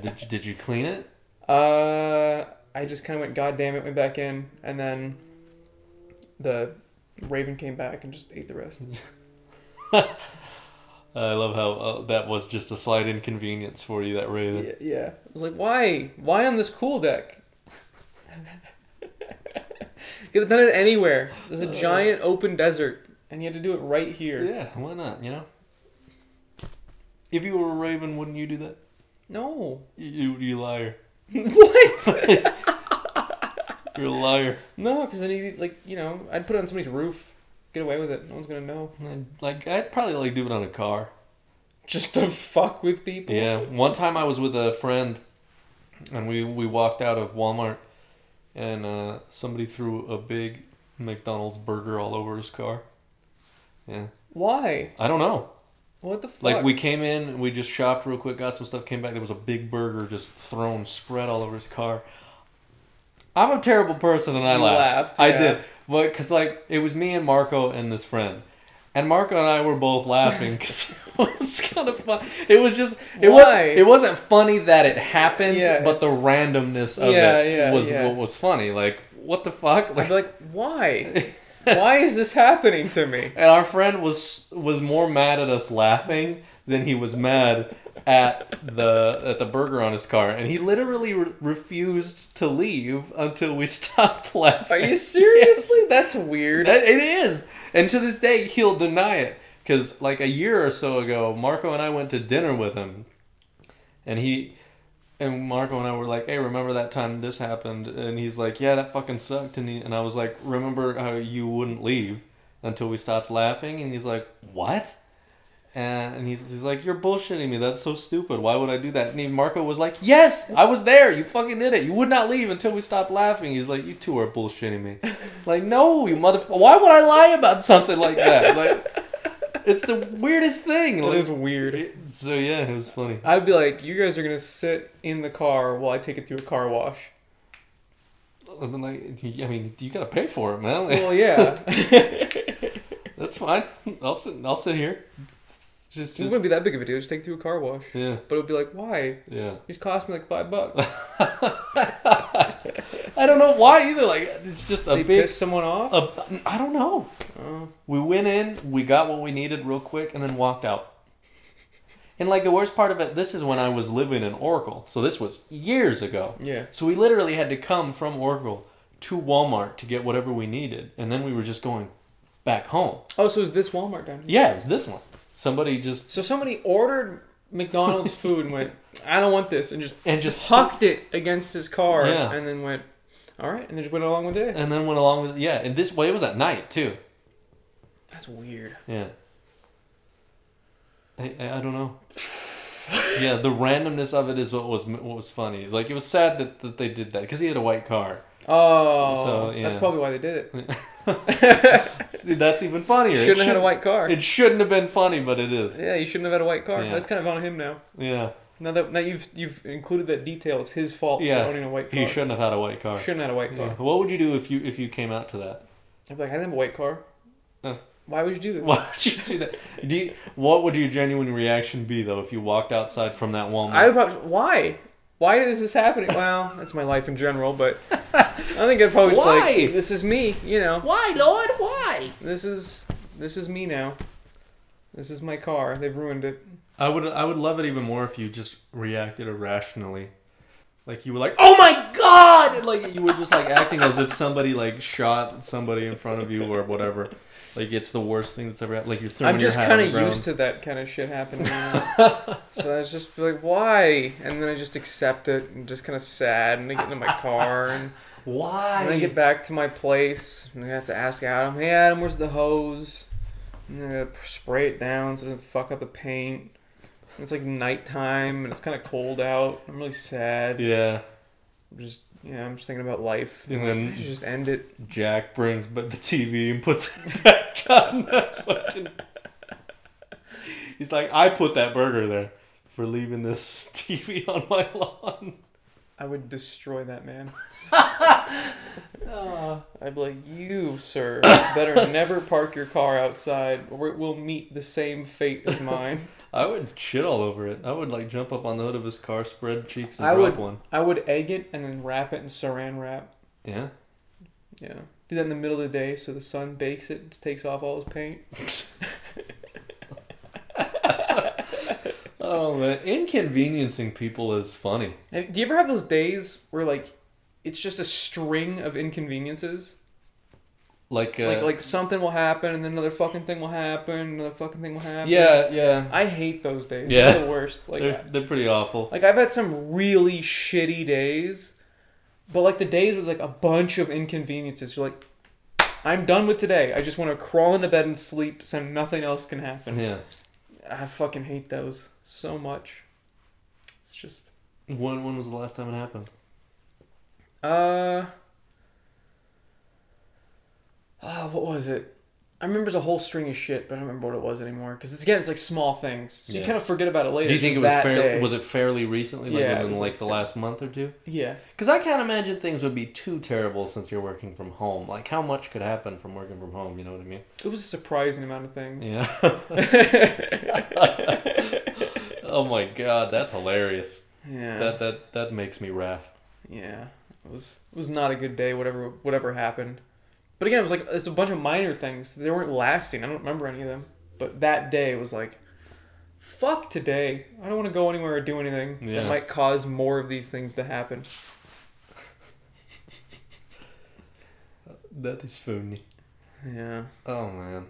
[SPEAKER 1] Did you, did you clean it?
[SPEAKER 2] Uh, I just kind of went, God damn it, went back in, and then the raven came back and just ate the rest.
[SPEAKER 1] I love how uh, that was just a slight inconvenience for you. That raven.
[SPEAKER 2] yeah, yeah. I was like, why? Why on this cool deck? Could have done it anywhere. There's a giant open desert, and you had to do it right here.
[SPEAKER 1] Uh, Yeah, why not? You know. If you were a raven, wouldn't you do that?
[SPEAKER 2] No.
[SPEAKER 1] You, you liar.
[SPEAKER 2] what?
[SPEAKER 1] You're a liar.
[SPEAKER 2] no, because then you like you know I'd put it on somebody's roof, get away with it. No one's gonna know.
[SPEAKER 1] Like I'd probably like do it on a car.
[SPEAKER 2] Just to fuck with people.
[SPEAKER 1] Yeah, one time I was with a friend, and we we walked out of Walmart, and uh, somebody threw a big McDonald's burger all over his car. Yeah,
[SPEAKER 2] Why?
[SPEAKER 1] I don't know.
[SPEAKER 2] What the fuck?
[SPEAKER 1] Like we came in, and we just shopped real quick, got some stuff, came back. There was a big burger just thrown, spread all over his car. I'm a terrible person, and I
[SPEAKER 2] You
[SPEAKER 1] laughed.
[SPEAKER 2] laughed,
[SPEAKER 1] I
[SPEAKER 2] yeah.
[SPEAKER 1] did, but because like it was me and Marco and this friend, and Marco and I were both laughing because it was kind of fun. It was just it was
[SPEAKER 2] Why?
[SPEAKER 1] it wasn't funny that it happened,
[SPEAKER 2] Yeah,
[SPEAKER 1] but the
[SPEAKER 2] it's-
[SPEAKER 1] randomness of
[SPEAKER 2] Yeah,
[SPEAKER 1] it
[SPEAKER 2] yeah,
[SPEAKER 1] was
[SPEAKER 2] yeah.
[SPEAKER 1] what was funny. Like what the fuck?
[SPEAKER 2] I'd
[SPEAKER 1] Like,
[SPEAKER 2] be like, why? why is this happening to me?
[SPEAKER 1] and our friend was was more mad at us laughing than he was mad at the at the burger on his car, and he literally re- refused to leave until we stopped laughing.
[SPEAKER 2] Are you seriously? That's weird.
[SPEAKER 1] That- it is, and to this day he'll deny it. Because like a year or so ago, Marco and I went to dinner with him, and he. And Marco and I were like, "Hey, remember that time this happened?" And he's like, "Yeah, that fucking sucked." And he, and I was like, "Remember how you wouldn't leave until we stopped laughing?" And he's like, "What?" And, and he's, he's like, "You're bullshitting me. That's so stupid. Why would I do that?" And even Marco was like, "Yes, I was there. You fucking did it. You would not leave until we stopped laughing." He's like, "You two are bullshitting me." Like, no, you mother. Why would I lie about something like that? Like, it's the weirdest thing.
[SPEAKER 2] That
[SPEAKER 1] Like,
[SPEAKER 2] is weird.
[SPEAKER 1] so yeah, it was funny.
[SPEAKER 2] I'd be like, you guys are gonna sit in the car while I take it through a car wash.
[SPEAKER 1] I've been like, I mean, you gotta pay for it, man. Like,
[SPEAKER 2] Well, yeah.
[SPEAKER 1] that's fine. I'll sit. I'll sit here. It's Just,
[SPEAKER 2] It
[SPEAKER 1] just
[SPEAKER 2] wouldn't be that big of a deal. Just take it to a car wash.
[SPEAKER 1] yeah,
[SPEAKER 2] But it would be like, why?
[SPEAKER 1] yeah.
[SPEAKER 2] It's cost me like five bucks.
[SPEAKER 1] I don't know why either. Like it's just a
[SPEAKER 2] they
[SPEAKER 1] big.
[SPEAKER 2] piss someone off.
[SPEAKER 1] A, I don't know.
[SPEAKER 2] Oh.
[SPEAKER 1] We went in, we got what we needed real quick, and then walked out. And like the worst part of it, this is when I was living in Oracle, so this was years ago.
[SPEAKER 2] Yeah.
[SPEAKER 1] So we literally had to come from Oracle to Walmart to get whatever we needed, and then we were just going back home.
[SPEAKER 2] Oh, so is this Walmart down here?
[SPEAKER 1] Yeah, it was this one. Somebody just
[SPEAKER 2] So somebody ordered McDonald's food and went, I don't want this, and just
[SPEAKER 1] and just
[SPEAKER 2] just hucked it against his car,
[SPEAKER 1] Yeah.
[SPEAKER 2] and then went, all right, and then just went along with it.
[SPEAKER 1] and then went along with yeah. And this way it was at night too.
[SPEAKER 2] That's weird.
[SPEAKER 1] Yeah. I, I, I don't know. yeah, the randomness of it is what was what was funny. It's like it was sad that, that they did that because he had a white car.
[SPEAKER 2] Oh,
[SPEAKER 1] So, yeah.
[SPEAKER 2] that's probably why they did it.
[SPEAKER 1] See, That's even funnier. It
[SPEAKER 2] Shouldn't have had a
[SPEAKER 1] shouldn't-
[SPEAKER 2] white car.
[SPEAKER 1] It shouldn't have been funny, but it is.
[SPEAKER 2] Yeah, you shouldn't have had a white car.
[SPEAKER 1] Yeah.
[SPEAKER 2] That's kind of on him now.
[SPEAKER 1] Yeah,
[SPEAKER 2] Now that now you've you've included that detail, it's his fault
[SPEAKER 1] Yeah.
[SPEAKER 2] for owning a white car.
[SPEAKER 1] he shouldn't have had a white car.
[SPEAKER 2] Shouldn't have had a white car.
[SPEAKER 1] Yeah. What would you do if you if you came out to that?
[SPEAKER 2] I'd be like, I didn't have a white car.
[SPEAKER 1] Huh.
[SPEAKER 2] Why would you do that?
[SPEAKER 1] Why would you do that? Do you, what would your genuine reaction be though if you walked outside from that Walmart?
[SPEAKER 2] I would probably why? Why is this happening? Well, that's my life in general, but I think I'd probably just be
[SPEAKER 1] Why?
[SPEAKER 2] like this is me, you know.
[SPEAKER 1] why, Lord? Why?
[SPEAKER 2] This is this is me now. This is my car. They've ruined it.
[SPEAKER 1] I would I would love it even more if you just reacted irrationally. Like you were like, "Oh my god!" And like you were just like acting as if somebody like shot somebody in front of you or whatever. Like it's the worst thing that's ever happened. Like you're throwing
[SPEAKER 2] I'm just
[SPEAKER 1] your hat on
[SPEAKER 2] kind
[SPEAKER 1] the
[SPEAKER 2] of
[SPEAKER 1] ground.
[SPEAKER 2] used to that kind of shit happening. You know? so I was just be like, why? And then I just accept it and just kind of sad and I get into my car and,
[SPEAKER 1] Why?
[SPEAKER 2] and then I get back to my place and I have to ask Adam, hey Adam, where's the hose? And then I gotta spray it down so it doesn't fuck up the paint. And it's like nighttime and it's kind of cold out. I'm really sad.
[SPEAKER 1] Yeah.
[SPEAKER 2] I'm just yeah, I'm just thinking about life.
[SPEAKER 1] And
[SPEAKER 2] I
[SPEAKER 1] then
[SPEAKER 2] should just end it.
[SPEAKER 1] Jack brings but the TV and puts it back on the fucking. He's like, I put that burger there for leaving this TV on my lawn.
[SPEAKER 2] I would destroy that man. I'd be like, you, sir, better never park your car outside, or it will meet the same fate as mine.
[SPEAKER 1] I would shit all over it. I would like jump up on the hood of his car, spread cheeks, and
[SPEAKER 2] I
[SPEAKER 1] drop
[SPEAKER 2] would-
[SPEAKER 1] one.
[SPEAKER 2] I would egg it and then wrap it in saran wrap.
[SPEAKER 1] Yeah.
[SPEAKER 2] Yeah. Do that in the middle of the day so the sun bakes it and just takes off all his paint.
[SPEAKER 1] Oh man, inconveniencing people is funny.
[SPEAKER 2] Have- Do you ever have those days where, like, it's just a string of inconveniences?
[SPEAKER 1] Like, uh,
[SPEAKER 2] Like, like something will happen and then another fucking thing will happen, another fucking thing will happen.
[SPEAKER 1] yeah, yeah.
[SPEAKER 2] I hate those days.
[SPEAKER 1] Yeah.
[SPEAKER 2] They're the worst. Like,
[SPEAKER 1] they're they're pretty awful.
[SPEAKER 2] Like I've had some really shitty days, but like the days with like a bunch of inconveniences. You're like, I'm done with today. I just want to crawl into bed and sleep so nothing else can happen.
[SPEAKER 1] Yeah.
[SPEAKER 2] I fucking hate those so much. It's just
[SPEAKER 1] When when was the last time it happened?
[SPEAKER 2] uh Ah, what was it? I remember there's a whole string of shit, but I don't remember what it was anymore. Because it's, again, it's like small things, so you
[SPEAKER 1] Yeah.
[SPEAKER 2] kind of forget about it later.
[SPEAKER 1] Do you
[SPEAKER 2] It's
[SPEAKER 1] think
[SPEAKER 2] just
[SPEAKER 1] it was
[SPEAKER 2] that
[SPEAKER 1] fair?
[SPEAKER 2] day.
[SPEAKER 1] Was it fairly recently? Like
[SPEAKER 2] Yeah, it
[SPEAKER 1] within
[SPEAKER 2] was,
[SPEAKER 1] like,
[SPEAKER 2] like,
[SPEAKER 1] the
[SPEAKER 2] fair-
[SPEAKER 1] last month or two?
[SPEAKER 2] Yeah.
[SPEAKER 1] Because I can't imagine things would be too terrible since you're working from home. Like, how much could happen from working from home? You know what I mean?
[SPEAKER 2] It was a surprising amount of things.
[SPEAKER 1] Yeah. oh my god, that's hilarious.
[SPEAKER 2] Yeah.
[SPEAKER 1] That that that makes me laugh.
[SPEAKER 2] Yeah, it was it was not a good day. Whatever whatever happened, but again, it was like it's a bunch of minor things. They weren't lasting. I don't remember any of them. But that day was like, fuck today. I don't want to go anywhere or do anything
[SPEAKER 1] Yeah.
[SPEAKER 2] that might cause more of these things to happen.
[SPEAKER 1] That is funny.
[SPEAKER 2] Yeah,
[SPEAKER 1] Oh man,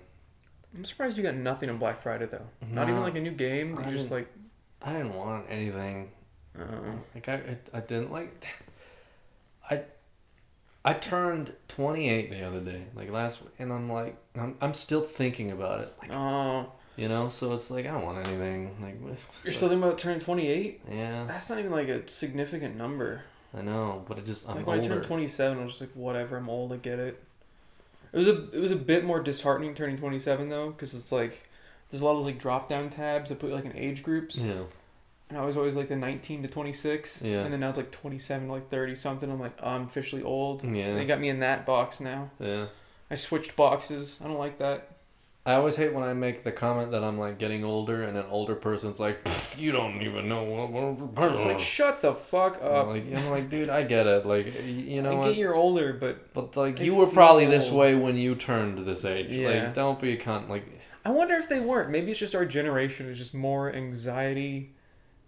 [SPEAKER 2] I'm surprised you got nothing on Black Friday though. Not even
[SPEAKER 1] No.
[SPEAKER 2] like a new game.
[SPEAKER 1] I
[SPEAKER 2] You're just like,
[SPEAKER 1] I didn't want anything.
[SPEAKER 2] uh,
[SPEAKER 1] Like I I, I didn't like. I I turned 28 the other day, like last, and I'm like I'm I'm still thinking about it. Like
[SPEAKER 2] oh,
[SPEAKER 1] you know, so it's like I don't want anything. Like
[SPEAKER 2] you're still thinking about turning 28.
[SPEAKER 1] yeah,
[SPEAKER 2] That's not even like a significant number.
[SPEAKER 1] I know, but it just I'm
[SPEAKER 2] like when I
[SPEAKER 1] older.
[SPEAKER 2] turned 27, I was just like, whatever, I'm old, I get it. It was a it was a bit more disheartening turning 27 though, because it's like there's a lot of those like drop down tabs that put like in age groups,
[SPEAKER 1] yeah.
[SPEAKER 2] and I was always like the 19 to 26,
[SPEAKER 1] Yeah.
[SPEAKER 2] and then now it's like 27 to like 30 something. I'm like, oh, I'm officially old.
[SPEAKER 1] Yeah.
[SPEAKER 2] And they got me in that box now.
[SPEAKER 1] Yeah.
[SPEAKER 2] I switched boxes. I don't like that.
[SPEAKER 1] I always hate when I make the comment that I'm like getting older, and an older person's like, "Pfft, "You don't even know what we're
[SPEAKER 2] It's like shut the fuck
[SPEAKER 1] Oh. I'm
[SPEAKER 2] up.
[SPEAKER 1] like, I'm like, dude, I get it. Like, y- you know
[SPEAKER 2] Uh, I
[SPEAKER 1] what?
[SPEAKER 2] get you're older, but
[SPEAKER 1] But like,
[SPEAKER 2] I
[SPEAKER 1] you were probably
[SPEAKER 2] feel
[SPEAKER 1] this
[SPEAKER 2] old.
[SPEAKER 1] way when you turned this age.
[SPEAKER 2] Yeah.
[SPEAKER 1] Like, don't be a cunt. Like,
[SPEAKER 2] I wonder if they weren't. Maybe it's just our generation is just more anxiety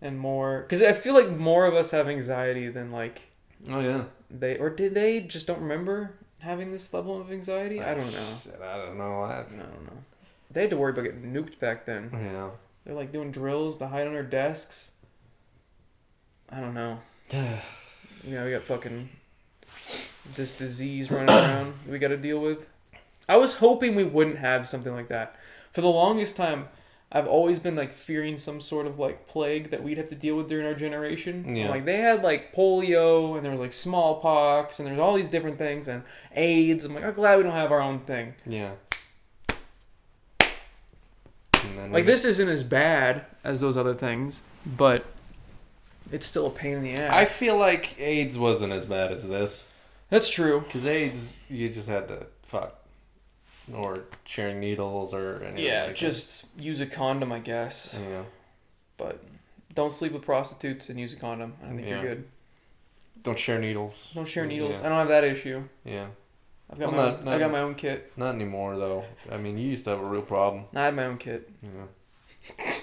[SPEAKER 2] and more because I feel like more of us have anxiety than like
[SPEAKER 1] oh yeah.
[SPEAKER 2] they or did they just don't remember having this level of anxiety? I don't know.
[SPEAKER 1] Shit, I don't know. I,
[SPEAKER 2] I don't know. They had to worry about getting nuked back then.
[SPEAKER 1] yeah.
[SPEAKER 2] They're like doing drills to hide under desks. I don't know. Yeah, we got fucking this disease running around that we got to deal with. I was hoping we wouldn't have something like that. For the longest time, I've always been like fearing some sort of like plague that we'd have to deal with during our generation.
[SPEAKER 1] Yeah.
[SPEAKER 2] Like they had like polio and there was like smallpox and there's all these different things and AIDS. I'm like, I'm glad we don't have our own thing.
[SPEAKER 1] yeah. And then
[SPEAKER 2] Like
[SPEAKER 1] we-
[SPEAKER 2] this isn't as bad as those other things, but it's still a pain in the ass.
[SPEAKER 1] I feel like AIDS wasn't as bad as this.
[SPEAKER 2] That's true.
[SPEAKER 1] Because AIDS, you just had to fuck. Or sharing needles or anything.
[SPEAKER 2] Yeah,
[SPEAKER 1] like
[SPEAKER 2] just use a condom, I guess.
[SPEAKER 1] That. Yeah.
[SPEAKER 2] But don't sleep with prostitutes and use a condom. I think
[SPEAKER 1] Yeah.
[SPEAKER 2] you're good.
[SPEAKER 1] Don't share needles.
[SPEAKER 2] Don't share needles.
[SPEAKER 1] Yeah.
[SPEAKER 2] I don't have that issue.
[SPEAKER 1] yeah.
[SPEAKER 2] I've got
[SPEAKER 1] Well,
[SPEAKER 2] my
[SPEAKER 1] not-
[SPEAKER 2] own,
[SPEAKER 1] not-
[SPEAKER 2] I got my own kit.
[SPEAKER 1] Not anymore, though. I mean, you used to have a real problem.
[SPEAKER 2] I had my own kit.
[SPEAKER 1] Yeah.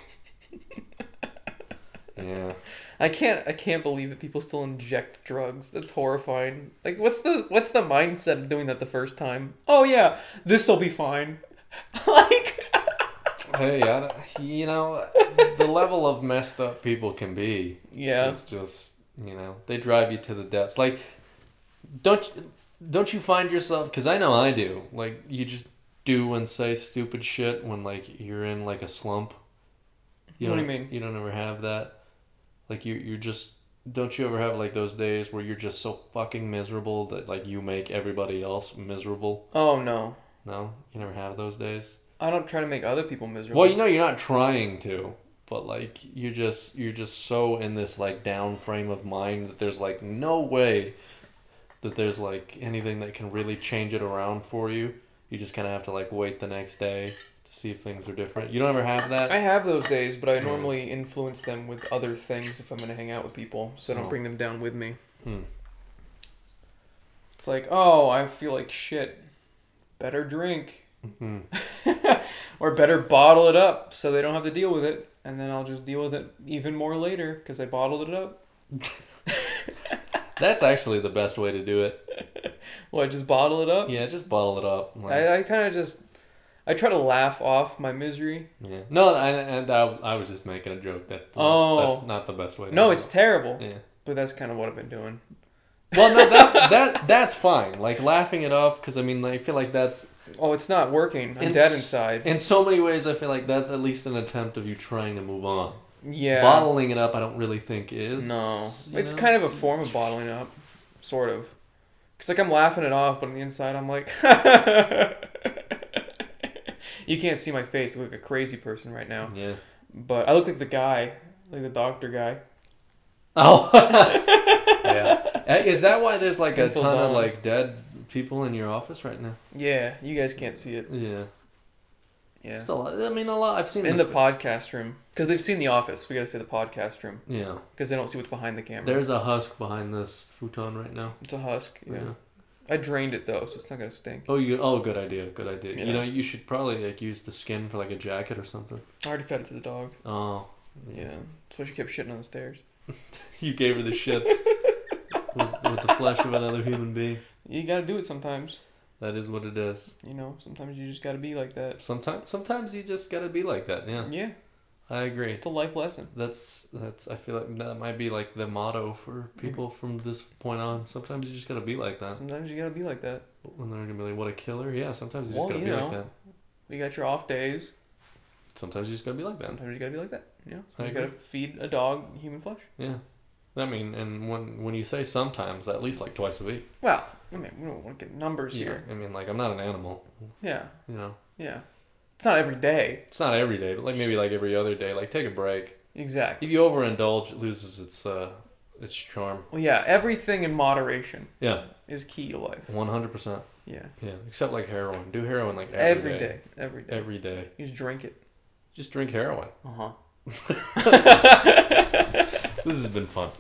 [SPEAKER 1] yeah.
[SPEAKER 2] I can't I can't believe that people still inject drugs. That's horrifying. Like what's the what's the mindset of doing that the first time? Oh yeah, this will be fine. like
[SPEAKER 1] Hey, I, don't- you know, the level of messed up people can be
[SPEAKER 2] yeah.
[SPEAKER 1] is just, you know, they drive you to the depths. Like, don't don't you find yourself? Because I know I do. Like, you just do and say stupid shit when like you're in like a slump.
[SPEAKER 2] What do
[SPEAKER 1] don't-
[SPEAKER 2] you mean?
[SPEAKER 1] You don't ever have that. Like you, you just don't you ever have like those days where you're just so fucking miserable that like you make everybody else miserable?
[SPEAKER 2] Oh no.
[SPEAKER 1] No, you never have those days.
[SPEAKER 2] I don't try to make other people miserable.
[SPEAKER 1] Well, you know you're not trying to, but like you just you're just so in this like down frame of mind that there's like no way that there's like anything that can really change it around for you. You just kind of have to like wait the next day to see if things are different. You don't ever have
[SPEAKER 2] I
[SPEAKER 1] that.
[SPEAKER 2] have those days, but I normally influence them with other things if I'm going to hang out with people, so I don't
[SPEAKER 1] Oh.
[SPEAKER 2] bring them down with me.
[SPEAKER 1] Hmm.
[SPEAKER 2] It's like, oh, I feel like shit. Better drink.
[SPEAKER 1] Mhm.
[SPEAKER 2] or better bottle it up so they don't have to deal with it, and then I'll just deal with it even more later because I bottled it up.
[SPEAKER 1] That's actually the best way to do it.
[SPEAKER 2] Well, I just bottle it up.
[SPEAKER 1] Yeah, just bottle it up. Like,
[SPEAKER 2] I, uh, I kind of just, I try to laugh off my misery.
[SPEAKER 1] yeah. No, I, and I, I was just making a joke. That that's,
[SPEAKER 2] Oh.
[SPEAKER 1] that's not the best way. To
[SPEAKER 2] No,
[SPEAKER 1] do
[SPEAKER 2] it's terrible,
[SPEAKER 1] it. yeah.
[SPEAKER 2] but that's kind of what I've been doing.
[SPEAKER 1] Well, no, that that that's fine. Like laughing it off, because I mean, I feel like that's
[SPEAKER 2] Oh, it's not working. I'm
[SPEAKER 1] in
[SPEAKER 2] dead
[SPEAKER 1] s-
[SPEAKER 2] inside.
[SPEAKER 1] In so many ways, I feel like that's at least an attempt of you trying to move on.
[SPEAKER 2] Yeah.
[SPEAKER 1] Bottling it up, I don't really think is.
[SPEAKER 2] No,
[SPEAKER 1] you
[SPEAKER 2] it's
[SPEAKER 1] know?
[SPEAKER 2] kind of a form of bottling up, sort of. Cause like I'm laughing it off, but on the inside I'm like, you can't see my face. I look like a crazy person right now,
[SPEAKER 1] Yeah.
[SPEAKER 2] but I look like the guy, like the doctor guy.
[SPEAKER 1] Oh. yeah. Uh, Is that why there's like a
[SPEAKER 2] Pencil
[SPEAKER 1] ton of
[SPEAKER 2] down.
[SPEAKER 1] like dead people in your office right now?
[SPEAKER 2] Yeah, you guys can't see it.
[SPEAKER 1] Yeah.
[SPEAKER 2] Yeah,
[SPEAKER 1] Still, I mean, a lot. I've seen
[SPEAKER 2] in the
[SPEAKER 1] fi-
[SPEAKER 2] podcast room, cause they've seen the office. We gotta say the podcast room,
[SPEAKER 1] Yeah.
[SPEAKER 2] cause they don't see what's behind the camera.
[SPEAKER 1] There's a husk behind this futon right now.
[SPEAKER 2] It's a husk. Yeah. I drained it though, so it's not gonna stink.
[SPEAKER 1] Oh, you. Oh, good idea. Good idea.
[SPEAKER 2] Yeah.
[SPEAKER 1] You know, you should probably like use the skin for like a jacket or something.
[SPEAKER 2] I already fed it to the dog.
[SPEAKER 1] Oh.
[SPEAKER 2] Yeah, that's why she kept shitting on the stairs.
[SPEAKER 1] You gave her the shits with, with the flesh of another human being.
[SPEAKER 2] You gotta do it sometimes.
[SPEAKER 1] That is what it is.
[SPEAKER 2] You know, sometimes you just gotta be like that.
[SPEAKER 1] Sometimes, sometimes you just gotta be like that. Yeah,
[SPEAKER 2] Yeah,
[SPEAKER 1] I agree.
[SPEAKER 2] it's a life lesson.
[SPEAKER 1] That's that's. I feel like that might be like the motto for people from this point on. Sometimes you just gotta be like that.
[SPEAKER 2] Sometimes you gotta be like that.
[SPEAKER 1] When they're gonna be like, "What a killer!" Yeah. Sometimes you just
[SPEAKER 2] Well,
[SPEAKER 1] gotta
[SPEAKER 2] you
[SPEAKER 1] be like
[SPEAKER 2] know.
[SPEAKER 1] that.
[SPEAKER 2] You got your off days.
[SPEAKER 1] Sometimes you just gotta be like that.
[SPEAKER 2] Sometimes you gotta be like that. Yeah.
[SPEAKER 1] I
[SPEAKER 2] you gotta
[SPEAKER 1] agree.
[SPEAKER 2] feed a dog human flesh.
[SPEAKER 1] Yeah. I mean, and when when you say sometimes, at least like twice a week.
[SPEAKER 2] Well, I mean, we don't want to get numbers here.
[SPEAKER 1] I mean, like I'm not an animal.
[SPEAKER 2] Yeah,
[SPEAKER 1] You know,
[SPEAKER 2] yeah. It's not every day.
[SPEAKER 1] it's not every day, but like maybe like every other day. Like take a break.
[SPEAKER 2] Exactly.
[SPEAKER 1] If you overindulge, it loses its uh its charm.
[SPEAKER 2] Well, yeah, everything in moderation
[SPEAKER 1] Yeah,
[SPEAKER 2] is key to life.
[SPEAKER 1] one hundred percent.
[SPEAKER 2] Yeah.
[SPEAKER 1] Yeah, except like heroin. Do heroin like
[SPEAKER 2] Every day.
[SPEAKER 1] every day.
[SPEAKER 2] Every day.
[SPEAKER 1] Every Uh-huh. day.
[SPEAKER 2] You just drink it.
[SPEAKER 1] Just drink heroin.
[SPEAKER 2] Uh huh.
[SPEAKER 1] This has been fun.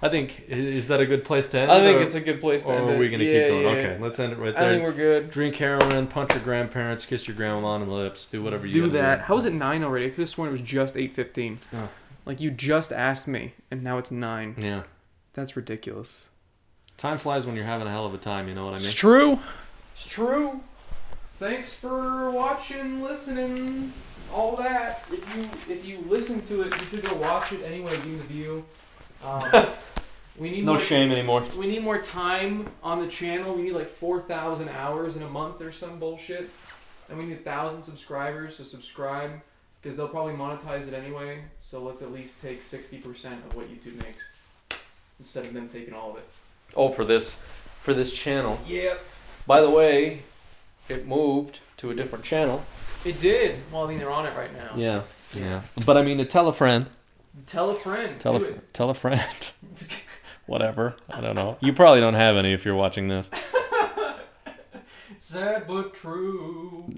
[SPEAKER 1] I think i- is that a good place to end?
[SPEAKER 2] I
[SPEAKER 1] it,
[SPEAKER 2] think
[SPEAKER 1] or-
[SPEAKER 2] it's a good place to
[SPEAKER 1] Or
[SPEAKER 2] end
[SPEAKER 1] are
[SPEAKER 2] it.
[SPEAKER 1] we Oh, gonna
[SPEAKER 2] Yeah,
[SPEAKER 1] keep going?
[SPEAKER 2] yeah,
[SPEAKER 1] Okay, let's end it right
[SPEAKER 2] yeah. I think
[SPEAKER 1] there.
[SPEAKER 2] we're good.
[SPEAKER 1] Drink heroin, punch your grandparents, kiss your grandma on the lips, do whatever you
[SPEAKER 5] Do
[SPEAKER 1] gotta
[SPEAKER 5] that. How is it nine already? I could have sworn it was just eight fifteen.
[SPEAKER 1] Oh.
[SPEAKER 5] Like you just asked me, and now it's nine.
[SPEAKER 1] Yeah,
[SPEAKER 5] That's ridiculous.
[SPEAKER 1] time flies when you're having a hell of a time. You know what I mean?
[SPEAKER 5] It's true.
[SPEAKER 2] It's true. Thanks for watching, listening, all that. If you if you listen to it, you should go watch it anyway. Give it a view. Um, we need
[SPEAKER 1] No
[SPEAKER 2] more,
[SPEAKER 1] shame anymore.
[SPEAKER 2] We need more time on the channel. We need like four thousand hours in a month or some bullshit, and we need a thousand subscribers. So subscribe, because they'll probably monetize it anyway. So let's at least take sixty percent of what YouTube makes, instead of them taking all of it.
[SPEAKER 1] Oh, for this, for this channel.
[SPEAKER 2] Yep,
[SPEAKER 1] By the way, it moved to a different channel.
[SPEAKER 2] it did. Well, I mean they're on it right now.
[SPEAKER 1] Yeah, yeah. But I mean, to tell a friend,
[SPEAKER 2] Tell a friend.
[SPEAKER 1] tell a
[SPEAKER 2] Do
[SPEAKER 1] fr-
[SPEAKER 2] it.
[SPEAKER 1] tell a friend. Whatever. I don't know. You probably don't have any if you're watching this.
[SPEAKER 2] Sad but true.